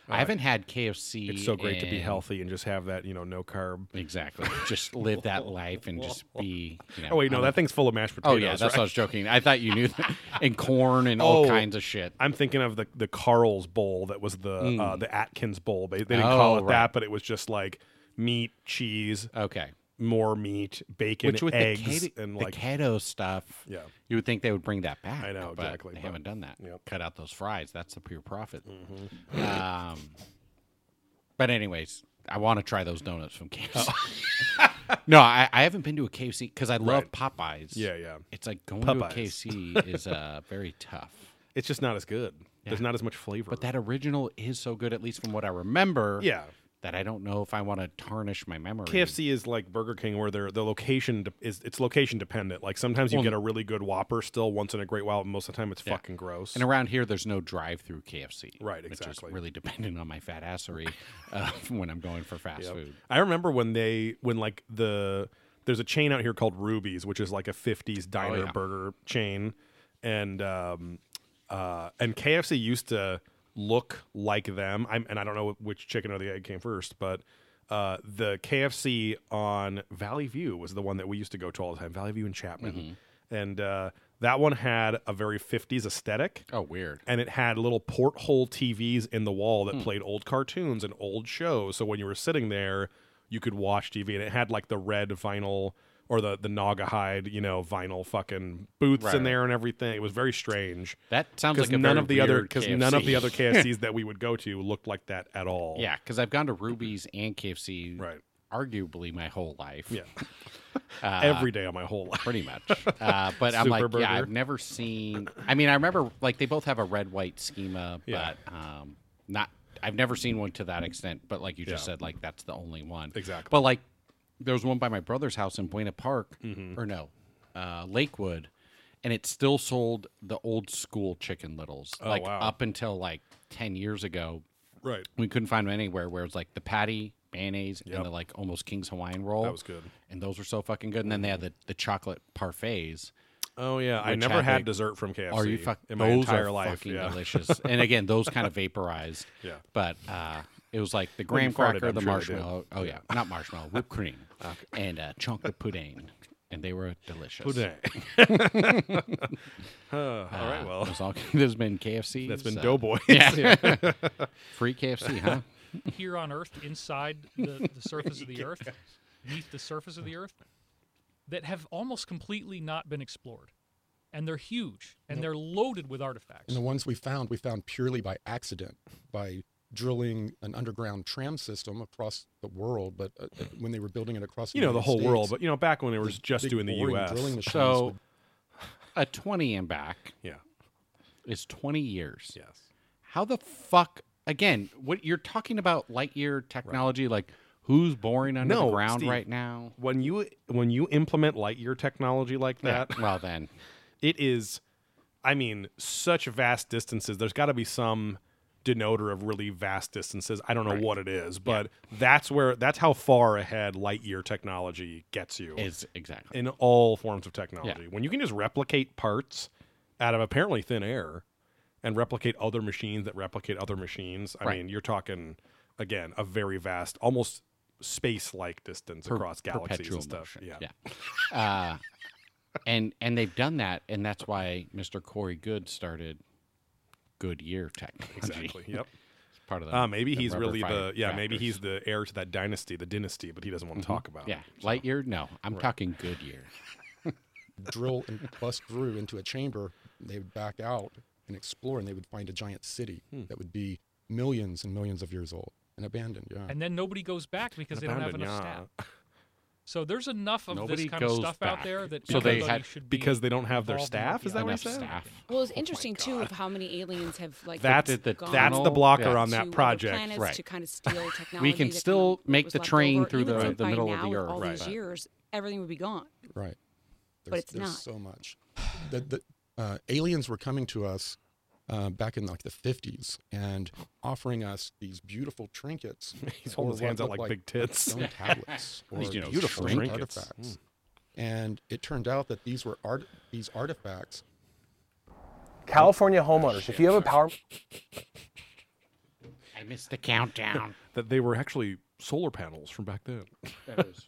Speaker 2: I haven't had KFC.
Speaker 3: it's so great to be
Speaker 2: in-
Speaker 3: healthy and just have that, you know, no carb.
Speaker 2: Exactly. Just live that life and just be. You know,
Speaker 3: Oh wait,
Speaker 2: I
Speaker 3: no,
Speaker 2: love-
Speaker 3: that thing's full of mashed
Speaker 2: Oh
Speaker 3: potatoes.
Speaker 2: yeah, that's what I
Speaker 3: right?
Speaker 2: was joking. I thought you
Speaker 3: [laughs]
Speaker 2: knew, that. and corn and all
Speaker 3: Oh.
Speaker 2: kinds of shit.
Speaker 3: I'm thinking of the the Carl's bowl that was the uh, the Atkins bowl. They, they didn't
Speaker 2: Mm. Oh,
Speaker 3: call it
Speaker 2: right.
Speaker 3: that, but it was just like meat, cheese,
Speaker 2: Okay.
Speaker 3: more meat, bacon,
Speaker 2: Which with
Speaker 3: eggs,
Speaker 2: the, keto,
Speaker 3: and
Speaker 2: the
Speaker 3: like
Speaker 2: keto stuff,
Speaker 3: Yeah.
Speaker 2: you would think they would bring that back.
Speaker 3: I know,
Speaker 2: but
Speaker 3: exactly,
Speaker 2: They
Speaker 3: but-
Speaker 2: haven't done that.
Speaker 3: yep.
Speaker 2: Cut out those fries. That's the pure profit.
Speaker 3: Mm-hmm.
Speaker 2: Um, but anyways, I want to try those donuts from KFC.
Speaker 3: Oh.
Speaker 2: [laughs] no, I, I haven't been to a KFC because I love Popeyes.
Speaker 3: yeah, yeah.
Speaker 2: It's like going
Speaker 3: Popeyes.
Speaker 2: to a KFC
Speaker 3: [laughs]
Speaker 2: is uh, very tough.
Speaker 3: It's just not as good. There's not as much flavor.
Speaker 2: But that original is so good, at least from what I remember.
Speaker 3: yeah,
Speaker 2: that I don't know if I want to tarnish my memory.
Speaker 3: KFC is like Burger King, where their the location de- is it's location dependent. Like sometimes you
Speaker 2: Well,
Speaker 3: get a really good Whopper still once in a great while, but most of the time it's
Speaker 2: Yeah.
Speaker 3: fucking gross.
Speaker 2: And around here, there's no drive-through KFC.
Speaker 3: Right,
Speaker 2: Which
Speaker 3: exactly.
Speaker 2: is really dependent on my
Speaker 3: [laughs]
Speaker 2: fat assery uh, [laughs] when I'm going for fast
Speaker 3: Yep.
Speaker 2: food.
Speaker 3: I remember when they when like the there's a chain out here called Ruby's, which is like a '50s diner
Speaker 2: Oh, yeah.
Speaker 3: burger chain, and um, uh, and KFC used to look like them. I'm and I don't know which chicken or the egg came first, but uh, the KFC on Valley View was the one that we used to go to all the time. Valley View and Chapman,
Speaker 2: Mm-hmm.
Speaker 3: and uh, that one had a very '50s aesthetic
Speaker 2: Oh, weird.
Speaker 3: and it had little porthole TVs in the wall
Speaker 2: Hmm.
Speaker 3: that played old cartoons and old shows. So when you were sitting there, you could watch TV, and it had like the red vinyl or the the Naga hide, you know, vinyl fucking booths
Speaker 2: Right.
Speaker 3: in there and everything. It was very strange
Speaker 2: That sounds
Speaker 3: because
Speaker 2: like a
Speaker 3: none
Speaker 2: very
Speaker 3: of the other
Speaker 2: weird
Speaker 3: because none of the
Speaker 2: KFC.
Speaker 3: other KFCs that we would go to looked like that at all.
Speaker 2: [laughs] Yeah, because I've gone to Ruby's and KFC,
Speaker 3: Right.
Speaker 2: Arguably, my whole life.
Speaker 3: Yeah. every day of my whole life.
Speaker 2: pretty much.
Speaker 3: [laughs]
Speaker 2: Uh, but I'm like,
Speaker 3: Superburger.
Speaker 2: yeah, I've never seen. I mean, I remember like they both have a red white schema,
Speaker 3: Yeah.
Speaker 2: but um, not. I've never seen one to that extent. But like you just
Speaker 3: Yeah.
Speaker 2: said, like that's the only one.
Speaker 3: Exactly.
Speaker 2: But like there was one by my brother's house in Buena Park,
Speaker 3: Mm-hmm.
Speaker 2: or no, uh, Lakewood, and it still sold the old school Chicken Littles, like
Speaker 3: Oh, wow.
Speaker 2: up until like ten years ago.
Speaker 3: Right.
Speaker 2: We couldn't find them anywhere. Where it's like the patty, mayonnaise,
Speaker 3: Yep.
Speaker 2: and the like almost King's Hawaiian roll.
Speaker 3: That was good.
Speaker 2: And those were so fucking good. And then they had the, the chocolate parfaits.
Speaker 3: Oh yeah, I
Speaker 2: Which
Speaker 3: never
Speaker 2: had
Speaker 3: had
Speaker 2: the-
Speaker 3: dessert from KFC
Speaker 2: Are you fuck-
Speaker 3: in my
Speaker 2: those
Speaker 3: entire
Speaker 2: are
Speaker 3: life.
Speaker 2: fucking
Speaker 3: yeah. [laughs]
Speaker 2: delicious. and again, those kind of vaporized.
Speaker 3: Yeah.
Speaker 2: But uh, it was like the graham
Speaker 3: you farted,
Speaker 2: cracker,
Speaker 3: I'm
Speaker 2: the
Speaker 3: sure I did.
Speaker 2: marshmallow. Oh yeah, not marshmallow,
Speaker 3: [laughs]
Speaker 2: whipped cream, and uh, chocolate pudding, and they were delicious.
Speaker 3: Pudding. Uh, all
Speaker 2: Uh,
Speaker 3: right, well.
Speaker 2: it was all- [laughs] there's been KFC.
Speaker 3: That's been
Speaker 2: uh,
Speaker 3: Doughboy.
Speaker 2: [laughs] Yeah. Free KFC, huh?
Speaker 5: here on Earth, inside the, the surface of the Earth, beneath the surface of the Earth, that have almost completely not been explored. And they're huge and they're loaded with artifacts.
Speaker 7: And the ones we found, we found purely by accident by drilling an underground tram system across the world. But uh, uh, when they were building it across,
Speaker 3: [laughs] you know the
Speaker 7: United
Speaker 3: whole world,
Speaker 7: States,
Speaker 3: but you know back when they were just
Speaker 7: big
Speaker 3: doing the
Speaker 7: boring
Speaker 3: U.S.
Speaker 7: drilling machines
Speaker 2: So
Speaker 7: would-
Speaker 2: a 20 and back
Speaker 3: yeah,
Speaker 2: is 20 years.
Speaker 3: yes,
Speaker 2: How the fuck? Again, what you're talking about light year technology, like who's boring under
Speaker 3: No,
Speaker 2: the ground
Speaker 3: Steve.
Speaker 2: right now?
Speaker 3: when you when you implement light year technology like that,
Speaker 2: Yeah, well then,
Speaker 3: it is, I mean, such vast distances. There's got to be some denoter of really vast distances. I don't know what it is, but that's where that's how far ahead light year technology gets you. [laughs]
Speaker 2: is exactly.
Speaker 3: in all forms of technology. When you can just replicate parts out of apparently thin air and replicate other machines that replicate other machines, I
Speaker 2: Right.
Speaker 3: mean, you're talking again a very vast, almost space-like distance across galaxies
Speaker 2: perpetual
Speaker 3: and stuff.
Speaker 2: motion.
Speaker 3: Yeah.
Speaker 2: Yeah. uh, and and they've done that, and that's why Mr. Corey Good started Goodyear Technology.
Speaker 3: exactly.
Speaker 2: [laughs]
Speaker 3: Yep.
Speaker 2: It's part of the.
Speaker 3: Uh, maybe
Speaker 2: the
Speaker 3: he's
Speaker 2: rubber
Speaker 3: really the
Speaker 2: fire
Speaker 3: yeah. Maybe
Speaker 2: factors. Mm-hmm.
Speaker 3: he's the heir to that dynasty, the dynasty, but he doesn't want to talk about
Speaker 2: yeah
Speaker 3: it.
Speaker 2: Lightyear. No, I'm talking Goodyear.
Speaker 7: drill and bust through into a chamber. They would back out and explore, and they would find a giant city
Speaker 3: Hmm.
Speaker 7: that would be millions and millions of years old and abandoned. Yeah.
Speaker 5: and then nobody goes back because they don't have
Speaker 3: Abandoned,
Speaker 5: enough
Speaker 3: yeah.
Speaker 5: staff.
Speaker 3: [laughs]
Speaker 5: So there's enough of
Speaker 2: Nobody
Speaker 5: this kind
Speaker 2: goes
Speaker 5: of stuff
Speaker 2: back.
Speaker 5: out there that
Speaker 2: So they
Speaker 5: everybody
Speaker 2: had-
Speaker 5: should be
Speaker 3: Because they don't have their
Speaker 5: involved in
Speaker 3: staff. Is that what he
Speaker 2: Enough
Speaker 3: said?
Speaker 2: staff.
Speaker 4: Well, it's interesting too of how many aliens have like
Speaker 3: That's
Speaker 2: did the
Speaker 4: gone
Speaker 3: that's the
Speaker 2: tunnel-
Speaker 3: blocker
Speaker 2: Yeah.
Speaker 3: on
Speaker 4: to
Speaker 3: that
Speaker 4: other
Speaker 3: project.
Speaker 4: planets
Speaker 2: Right.
Speaker 4: to kind of steal technology.
Speaker 2: We can
Speaker 4: that
Speaker 2: still
Speaker 4: kinda
Speaker 2: make
Speaker 4: was
Speaker 2: the
Speaker 4: left
Speaker 2: train
Speaker 4: over.
Speaker 2: through
Speaker 4: You would
Speaker 2: the-
Speaker 4: think
Speaker 2: the
Speaker 4: by
Speaker 2: middle of
Speaker 4: now,
Speaker 2: the
Speaker 4: with
Speaker 2: earth.
Speaker 4: All
Speaker 3: Right.
Speaker 4: these years, everything would be gone.
Speaker 7: Right. There's,
Speaker 4: it's
Speaker 7: there's
Speaker 4: not.
Speaker 7: so much. The, the uh, aliens were coming to us uh, back in like the 50s and offering us these beautiful trinkets.
Speaker 3: [laughs] He's
Speaker 7: or
Speaker 3: holding his
Speaker 7: what
Speaker 3: hands out
Speaker 7: looked
Speaker 3: like big tits. [laughs]
Speaker 7: Stone tablets or
Speaker 2: These, you know,
Speaker 7: beautiful
Speaker 2: trinkets.
Speaker 7: artifacts.
Speaker 3: Hmm.
Speaker 7: And it turned out that these were art these artifacts.
Speaker 6: California homeowners, if you have a power,
Speaker 2: I missed the countdown.
Speaker 3: [laughs] That they were actually solar panels from back then. [laughs]
Speaker 2: Those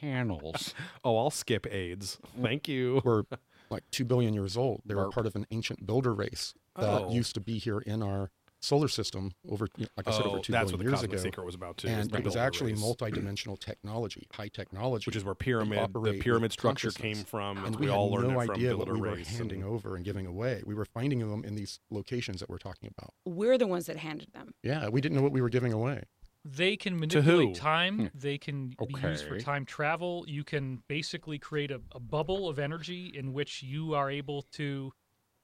Speaker 2: panels.
Speaker 3: Oh, I'll skip AIDS. Thank you.
Speaker 7: were
Speaker 3: [laughs]
Speaker 7: like two billion years old. They were
Speaker 2: Burp.
Speaker 7: part of an ancient builder race that
Speaker 3: Oh.
Speaker 7: used to be here in our solar system over, like I said, over
Speaker 3: Oh,
Speaker 7: two
Speaker 3: that's
Speaker 7: billion
Speaker 3: what the
Speaker 7: years
Speaker 3: Cosmic
Speaker 7: ago.
Speaker 3: Secret was about too.
Speaker 7: and
Speaker 3: the
Speaker 7: it was
Speaker 3: builder
Speaker 7: actually
Speaker 3: race,
Speaker 7: multidimensional technology, high technology,
Speaker 3: which is where
Speaker 7: that
Speaker 3: pyramid the
Speaker 7: operate
Speaker 3: pyramid
Speaker 7: with
Speaker 3: structure came
Speaker 7: consciousness.
Speaker 3: from.
Speaker 7: And
Speaker 3: as
Speaker 7: we,
Speaker 3: we, all
Speaker 7: had
Speaker 3: learned
Speaker 7: no
Speaker 3: it from
Speaker 7: idea what
Speaker 3: builder
Speaker 7: we were
Speaker 3: race.
Speaker 7: handing
Speaker 3: and,
Speaker 7: over and giving away. We were finding them in these locations that we're talking about.
Speaker 4: We're the ones that handed them.
Speaker 7: Yeah, we didn't know what we were giving away.
Speaker 5: they can
Speaker 3: To who?
Speaker 5: manipulate time. They can be used for
Speaker 2: Hmm. Okay.
Speaker 5: time travel. You can basically create a, a bubble of energy in which you are able to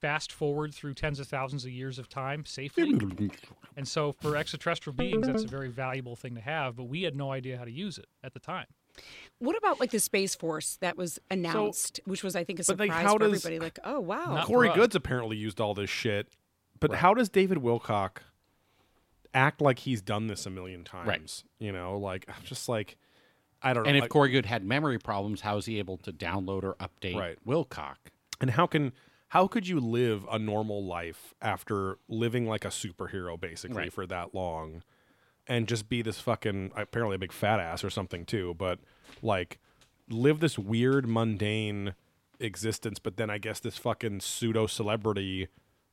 Speaker 5: fast forward through tens of thousands of years of
Speaker 2: [laughs]
Speaker 5: time safely. and so for extraterrestrial beings, that's a very valuable thing to have, but we had no idea how to use it at the time.
Speaker 4: What about like the space force that was announced, which was I think a
Speaker 3: but,
Speaker 4: surprise
Speaker 3: like, how
Speaker 4: for
Speaker 3: does-
Speaker 4: everybody? Like, oh wow,
Speaker 5: Not-
Speaker 3: Corey
Speaker 5: for us.
Speaker 3: Goods apparently used all this shit, but how does David Wilcock act like he's done this a million times? You know, like I'm just like I don't know.
Speaker 2: And if
Speaker 3: like-
Speaker 2: Corey Good had memory problems, how is he able to download or update
Speaker 3: Right.
Speaker 2: Wilcock?
Speaker 3: and how can how could you live a normal life after living like a superhero basically
Speaker 2: Right.
Speaker 3: for that long, and just be this fucking apparently a big fat ass or something too, but like live this weird mundane existence, but then I guess this fucking pseudo celebrity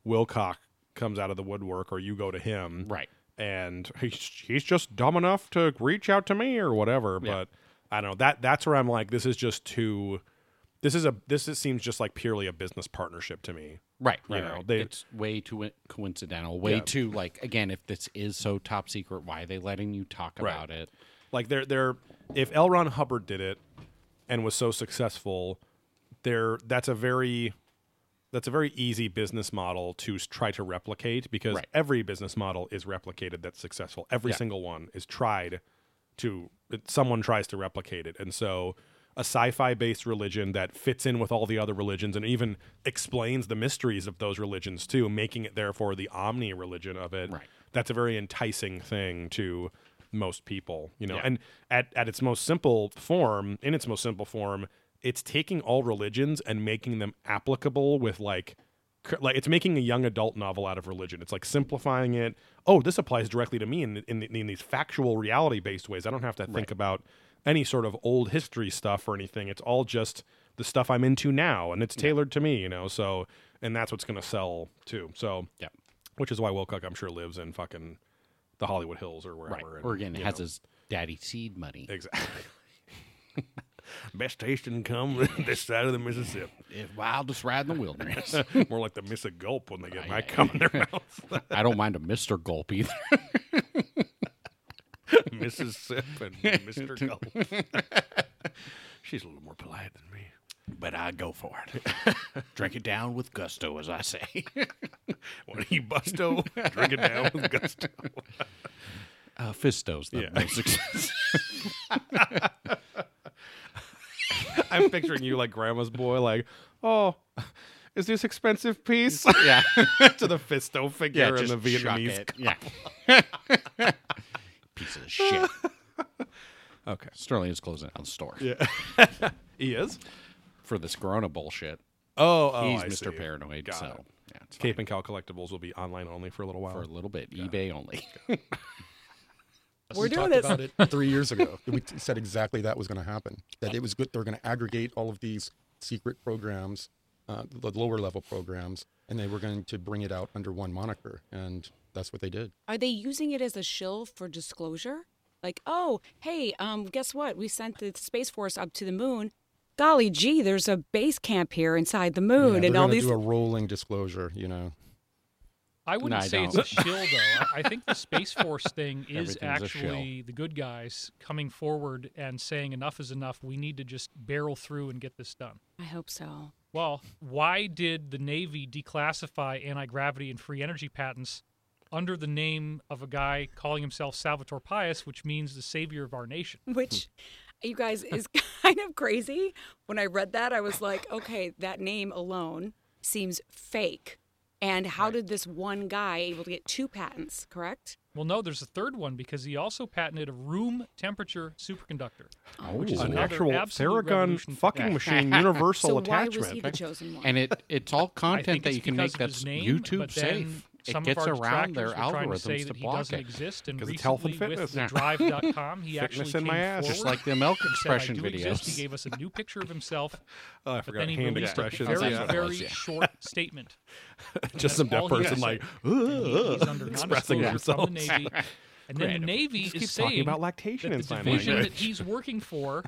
Speaker 3: Wilcock comes out of the woodwork or you go to him
Speaker 2: Right.
Speaker 3: and he's he's just dumb enough to reach out to me or whatever. But I don't know that that's where I'm like, this is just too. This is a this is, seems just like purely a business partnership to me.
Speaker 2: Right,
Speaker 3: You
Speaker 2: right.
Speaker 3: know,
Speaker 2: right.
Speaker 3: they-
Speaker 2: it's way too in- coincidental. Way too like again, if this is so top secret, why are they letting you talk
Speaker 3: Right.
Speaker 2: about it?
Speaker 3: Like they're they're if L. Ron Hubbard did it and was so successful, there that's a very that's a very easy business model to s- try to replicate because
Speaker 2: Right.
Speaker 3: every business model is replicated that's successful. Every
Speaker 2: Yeah.
Speaker 3: single one is tried to it- someone tries to replicate it. And so a sci-fi based religion that fits in with all the other religions and even explains the mysteries of those religions too, making it therefore the omni religion of it.
Speaker 2: Right.
Speaker 3: That's a very enticing thing to most people, you know.
Speaker 2: Yeah.
Speaker 3: And at at its most simple form, in its most simple form, it's taking all religions and making them applicable with like cur- like it's making a young adult novel out of religion. It's like simplifying it. Oh, this applies directly to me in in, in these factual reality based ways. I don't have to think about any sort of old history stuff or anything. It's all just the stuff I'm into now, and it's tailored to me, you know. So, and that's what's going to sell too. So,
Speaker 2: Yeah.
Speaker 3: which is why Wilcock, I'm sure, lives in fucking the Hollywood Hills or
Speaker 2: Right.
Speaker 3: wherever. and,
Speaker 2: Oregon
Speaker 3: you
Speaker 2: has
Speaker 3: know,
Speaker 2: his daddy seed money.
Speaker 3: exactly. [laughs] Best tasting come [laughs] this side of the [laughs] Mississippi.
Speaker 2: If wildest ride in the [laughs] wilderness.
Speaker 3: More like the Miss a gulp when they get
Speaker 2: Aye,
Speaker 3: my
Speaker 2: aye,
Speaker 3: cum in their [laughs] mouth.
Speaker 2: I don't mind a Mr. Gulp either.
Speaker 3: Mrs. Sip and [laughs] Mr. Gulp. She's a little more polite than me.
Speaker 2: but I go for it. [laughs] Drink it down with gusto, as I say.
Speaker 3: [laughs] What are you, Busto? Drink it down with gusto.
Speaker 2: Uh, Fisto's the
Speaker 3: Yeah.
Speaker 2: most [laughs] expensive.
Speaker 3: [laughs] I'm picturing you like grandma's boy, like, oh, is this expensive piece?
Speaker 2: yeah.
Speaker 3: [laughs] to the Fisto figure and the
Speaker 2: chuck
Speaker 3: Vietnamese.
Speaker 2: it. Yeah. [laughs] Piece of [laughs] shit.
Speaker 3: Okay.
Speaker 2: Sterling is closing down the store
Speaker 3: He is?
Speaker 2: for this Corona bullshit.
Speaker 3: Oh, oh
Speaker 2: He's
Speaker 3: I see.
Speaker 2: Mr. Paranoid,
Speaker 3: Got
Speaker 2: so
Speaker 3: it.
Speaker 2: yeah, it's
Speaker 3: Cape and Cow Collectibles will be online only for a little while.
Speaker 2: fine for a little bit. eBay only.
Speaker 4: we're
Speaker 7: we
Speaker 4: doing
Speaker 7: talked
Speaker 4: this.
Speaker 7: about it three years ago. [laughs] We t- said exactly that was going to happen. That it was good. They were going to aggregate all of these secret programs, uh, the lower level programs, and they were going to bring it out under one moniker. And that's what they did.
Speaker 4: Are they using it as a shill for disclosure? Like, oh, hey, um, guess what? We sent the Space Force up to the moon. Golly gee, there's a base camp here inside the
Speaker 7: Yeah,
Speaker 4: moon
Speaker 7: they're
Speaker 4: and all
Speaker 7: gonna
Speaker 4: these.
Speaker 7: do a rolling disclosure. You know,
Speaker 5: I wouldn't
Speaker 2: I
Speaker 5: say
Speaker 2: don't.
Speaker 5: it's a shill, though. I, I think the Space Force
Speaker 2: [laughs]
Speaker 5: thing
Speaker 2: Everything's
Speaker 5: is
Speaker 2: a
Speaker 5: actually the good guys coming forward and saying enough is enough. We need to just barrel through and get this done.
Speaker 4: I hope so.
Speaker 5: Well, why did the Navy declassify anti gravity and free energy patents under the name of a guy calling himself Salvatore Pius, which means the savior of our nation?
Speaker 4: [laughs] Which, you guys, is [laughs] kind of crazy. When I read that, I was like, okay, that name alone seems fake. And how did this one guy able to get two patents? Correct.
Speaker 5: Well, no, there's a third one because he also patented a room temperature superconductor.
Speaker 2: [laughs] Oh,
Speaker 5: is
Speaker 3: an
Speaker 5: another
Speaker 3: actual
Speaker 5: absolute
Speaker 3: Theragun
Speaker 5: revolution.
Speaker 3: fucking
Speaker 5: Yeah. [laughs]
Speaker 3: machine universal
Speaker 4: so
Speaker 3: attachment.
Speaker 4: why was he the chosen one?
Speaker 2: and it it's all
Speaker 5: I
Speaker 2: content
Speaker 5: think
Speaker 2: that
Speaker 5: it's
Speaker 2: you can make
Speaker 5: because of his
Speaker 2: that's
Speaker 5: name, but
Speaker 2: YouTube
Speaker 5: then
Speaker 2: safe. It
Speaker 5: Some
Speaker 2: gets
Speaker 5: of our
Speaker 2: around their
Speaker 5: detractors were trying to say
Speaker 2: algorithms to
Speaker 5: that he
Speaker 2: block
Speaker 5: doesn't
Speaker 2: it.
Speaker 5: exist, and
Speaker 3: 'Cause
Speaker 5: recently
Speaker 3: it's health and
Speaker 5: with
Speaker 3: fitness.
Speaker 2: [laughs]
Speaker 5: Drive.com, he
Speaker 3: Fitness
Speaker 5: actually
Speaker 3: in
Speaker 5: came
Speaker 3: my ass.
Speaker 5: forward.
Speaker 3: Just
Speaker 2: like the milk
Speaker 5: and said,
Speaker 2: expression
Speaker 5: I do exist."
Speaker 2: videos.
Speaker 5: He gave us a new picture
Speaker 2: [laughs]
Speaker 5: of himself,
Speaker 3: oh, I
Speaker 5: but
Speaker 3: forgot
Speaker 5: then he
Speaker 3: hand
Speaker 5: released a
Speaker 3: expressions.
Speaker 5: very,
Speaker 2: yeah.
Speaker 5: very
Speaker 2: Yeah.
Speaker 5: short statement.
Speaker 3: Just some deaf
Speaker 5: all he
Speaker 3: person
Speaker 5: said.
Speaker 3: like
Speaker 5: And he- he's
Speaker 2: [laughs]
Speaker 5: under
Speaker 3: expressing
Speaker 5: non-disclosure from the
Speaker 3: themselves.
Speaker 5: Navy, and then
Speaker 3: Creative.
Speaker 5: the Navy
Speaker 3: Just
Speaker 5: is
Speaker 3: keeps
Speaker 5: saying
Speaker 3: talking about lactation
Speaker 5: that
Speaker 3: in
Speaker 5: the
Speaker 3: sign
Speaker 5: division
Speaker 3: language.
Speaker 5: that he's
Speaker 2: [laughs]
Speaker 5: working for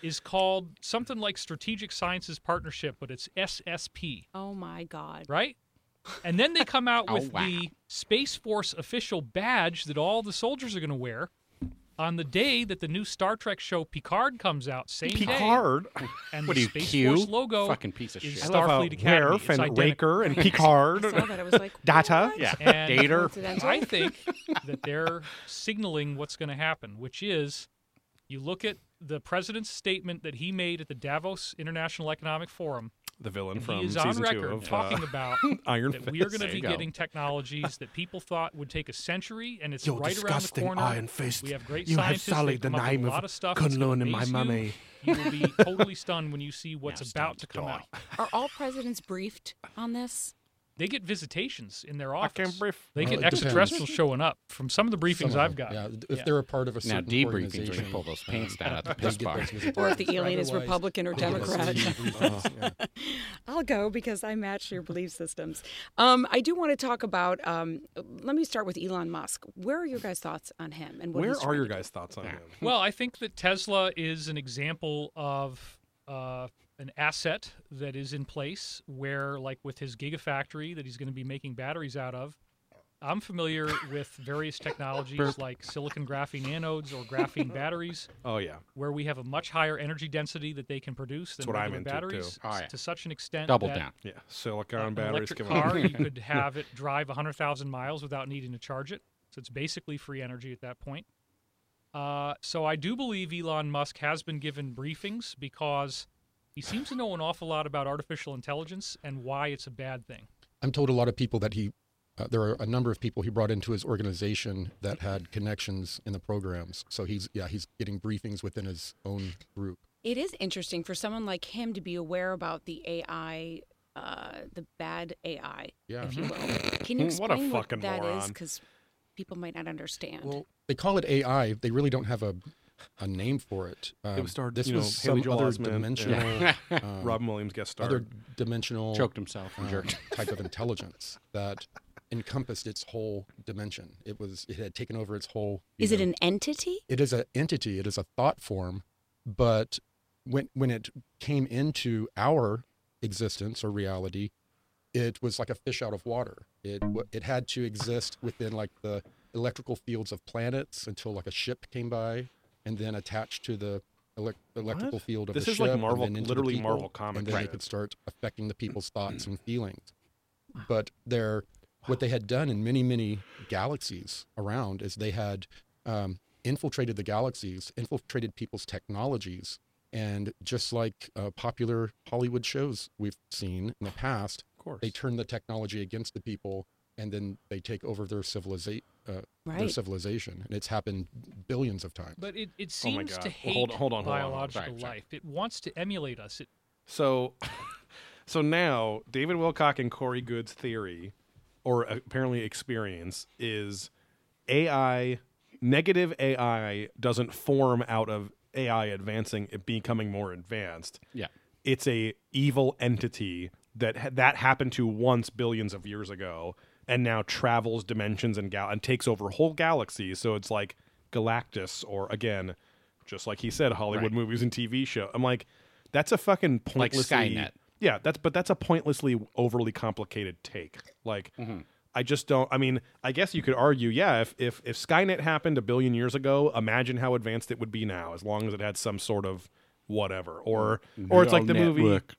Speaker 5: is called something like Strategic Sciences Partnership, but it's SSP.
Speaker 4: oh my God.
Speaker 5: right? And then they come out
Speaker 2: [laughs] Oh,
Speaker 5: with
Speaker 2: wow.
Speaker 5: the Space Force official badge that all the soldiers are going to wear. on the day that the new Star Trek show Picard comes out, same day,
Speaker 3: Picard.
Speaker 5: and
Speaker 2: What
Speaker 5: the
Speaker 2: do you
Speaker 5: Space
Speaker 2: Q?
Speaker 5: Force logo
Speaker 2: Fucking piece of
Speaker 5: is
Speaker 2: shit.
Speaker 3: I love how
Speaker 5: Starfleet Academy.
Speaker 3: Werf
Speaker 5: It's
Speaker 3: and
Speaker 5: identical.
Speaker 3: Raker [laughs] and
Speaker 4: I saw
Speaker 3: Picard.
Speaker 4: that. I
Speaker 3: [laughs]
Speaker 4: was like,
Speaker 3: Data.
Speaker 4: what?
Speaker 2: Yeah.
Speaker 3: [laughs]
Speaker 5: And-
Speaker 2: Dater.
Speaker 4: Coincidental?
Speaker 5: I think that they're signaling what's going to happen, which is you look at the president's statement that he made at the Davos International Economic Forum.
Speaker 3: The villain
Speaker 5: and
Speaker 3: from
Speaker 5: he is on
Speaker 3: season two
Speaker 5: record
Speaker 3: of uh,
Speaker 5: talking about
Speaker 3: [laughs] Iron
Speaker 5: that we are going
Speaker 3: Fist.
Speaker 5: to
Speaker 2: There
Speaker 5: be
Speaker 2: you go.
Speaker 5: getting technologies that people thought would take a century, and it's right around the corner.
Speaker 3: Fist.
Speaker 5: We have great scientists. They come up with a lot of stuff that's gonna amaze you. You will be totally stunned when you see what's
Speaker 2: Now stand
Speaker 5: about to come
Speaker 2: by.
Speaker 5: out.
Speaker 4: Are all presidents briefed on this?
Speaker 5: They get visitations in their
Speaker 3: I
Speaker 5: office.
Speaker 3: can brief.
Speaker 5: They
Speaker 7: Well,
Speaker 5: get
Speaker 7: it depends.
Speaker 5: extraterrestrials showing up from some of the briefings
Speaker 7: Some of
Speaker 5: I've
Speaker 7: them,
Speaker 5: got.
Speaker 7: Yeah, if
Speaker 5: Yeah.
Speaker 7: they're a part of a certain
Speaker 2: Now debriefings when you
Speaker 7: organization,
Speaker 2: pull those pants down at the
Speaker 7: [laughs] they
Speaker 2: piss
Speaker 7: get
Speaker 2: bar.
Speaker 7: those visits.
Speaker 4: Or if the alien is
Speaker 7: Otherwise, [laughs]
Speaker 4: Republican or
Speaker 7: they give us
Speaker 4: Democrat.
Speaker 7: the briefings, yeah.
Speaker 4: [laughs] I'll go because I match your belief systems. Um, I do want to talk about. Um, let me start with Elon Musk. Where are your guys' thoughts on him and what
Speaker 3: Where
Speaker 4: he's
Speaker 3: are
Speaker 4: trying
Speaker 3: your
Speaker 4: to do?
Speaker 3: guys' thoughts on him?
Speaker 5: Well, I think that Tesla is an example of uh, an asset that is in place where, like with his gigafactory that he's going to be making batteries out of, I'm familiar with various technologies like silicon graphene anodes
Speaker 3: [laughs]
Speaker 5: or graphene batteries,
Speaker 3: Oh yeah,
Speaker 5: where we have a much higher energy density that they can produce than
Speaker 3: what I'm
Speaker 5: regular
Speaker 3: into, too.
Speaker 5: batteries
Speaker 2: Oh,
Speaker 5: s-
Speaker 2: yeah.
Speaker 5: to such an extent
Speaker 2: Double
Speaker 5: that
Speaker 2: down.
Speaker 3: yeah. um, Silicon
Speaker 5: an
Speaker 3: batteries.
Speaker 5: electric
Speaker 3: Come
Speaker 5: car,
Speaker 3: [laughs] on.
Speaker 5: you could have it drive 100,000 miles without needing to charge it. So it's basically free energy at that point. Uh, so I do believe Elon Musk has been given briefings because he seems to know an awful lot about artificial intelligence and why it's a bad thing.
Speaker 7: [laughs] I'm told a lot of people that he, uh, there are a number of people he brought into his organization that had connections in the programs. So he's, yeah, he's getting briefings within his own group.
Speaker 4: It is interesting for someone like him to be aware about the AI, uh, the bad AI,
Speaker 7: Yeah.
Speaker 4: if you will.
Speaker 3: [laughs]
Speaker 4: Can you
Speaker 3: What a
Speaker 4: explain what,
Speaker 3: fucking
Speaker 4: that is?
Speaker 3: moron.
Speaker 4: Because people might not understand.
Speaker 7: Well, they call it AI. They really don't have a, a name for it. Um,
Speaker 3: was starred,
Speaker 7: this
Speaker 3: you
Speaker 7: was
Speaker 3: know,
Speaker 7: some
Speaker 3: Haley Joel
Speaker 7: other
Speaker 3: Osment, yeah.
Speaker 7: dimensional, [laughs] um,
Speaker 3: Robin Williams guest star.
Speaker 7: other dimensional
Speaker 2: Choked himself and
Speaker 7: um,
Speaker 2: jerked.
Speaker 7: type of intelligence that encompassed its whole dimension. It was, it had taken over its whole. you
Speaker 4: is it
Speaker 7: know,
Speaker 4: an entity?
Speaker 7: it is an entity it is a thought form but when when it came into our existence or reality it was like a fish out of water it wa- it had to exist within like the electrical fields of planets until like a ship came by and then attached to the elec- electrical
Speaker 3: What?
Speaker 7: field of
Speaker 3: This
Speaker 7: the
Speaker 3: is like
Speaker 7: ship and
Speaker 3: Marvel-
Speaker 7: then into the
Speaker 3: literally
Speaker 7: people,
Speaker 3: Marvel comic
Speaker 7: and then they
Speaker 3: shit.
Speaker 7: could start affecting the people's thoughts and feelings but their what they had done in many many galaxies around is they had um, infiltrated the galaxies infiltrated people's technologies and just like uh, popular hollywood shows we've seen in the past
Speaker 3: of course.
Speaker 7: they turn the technology against the people and then they take over their civilization uh, their
Speaker 4: Right.
Speaker 7: civilization and it's happened billions of times
Speaker 5: But it, it
Speaker 3: Oh my
Speaker 5: seems
Speaker 3: God.
Speaker 5: to
Speaker 3: Well,
Speaker 5: hate
Speaker 3: hold on- hold on, hold on, hold on.
Speaker 5: biological
Speaker 2: Sorry, sorry.
Speaker 5: life. It wants to emulate us. It,
Speaker 3: So, so now David Wilcock and Corey Good's theory, or apparently experience, is AI negative AI doesn't form out of AI advancing it becoming more advanced.
Speaker 2: Yeah.
Speaker 3: It's a evil entity that ha- that happened to once billions of years ago, and now travels dimensions and gal and takes over whole galaxies. So it's like Galactus, or again, just like he said, Hollywood
Speaker 2: Right.
Speaker 3: movies and TV show. I'm like, that's a fucking
Speaker 2: Like
Speaker 3: pointlessly
Speaker 2: Skynet.
Speaker 3: Yeah, that's but that's a pointlessly overly complicated take. Like
Speaker 2: Mm-hmm.
Speaker 3: I just don't I mean, I guess you could argue, yeah, if if if Skynet happened a billion years ago, imagine how advanced it would be now as long as it had some sort of whatever or or it's like the
Speaker 2: Mm-hmm.
Speaker 3: [laughs]
Speaker 2: Network.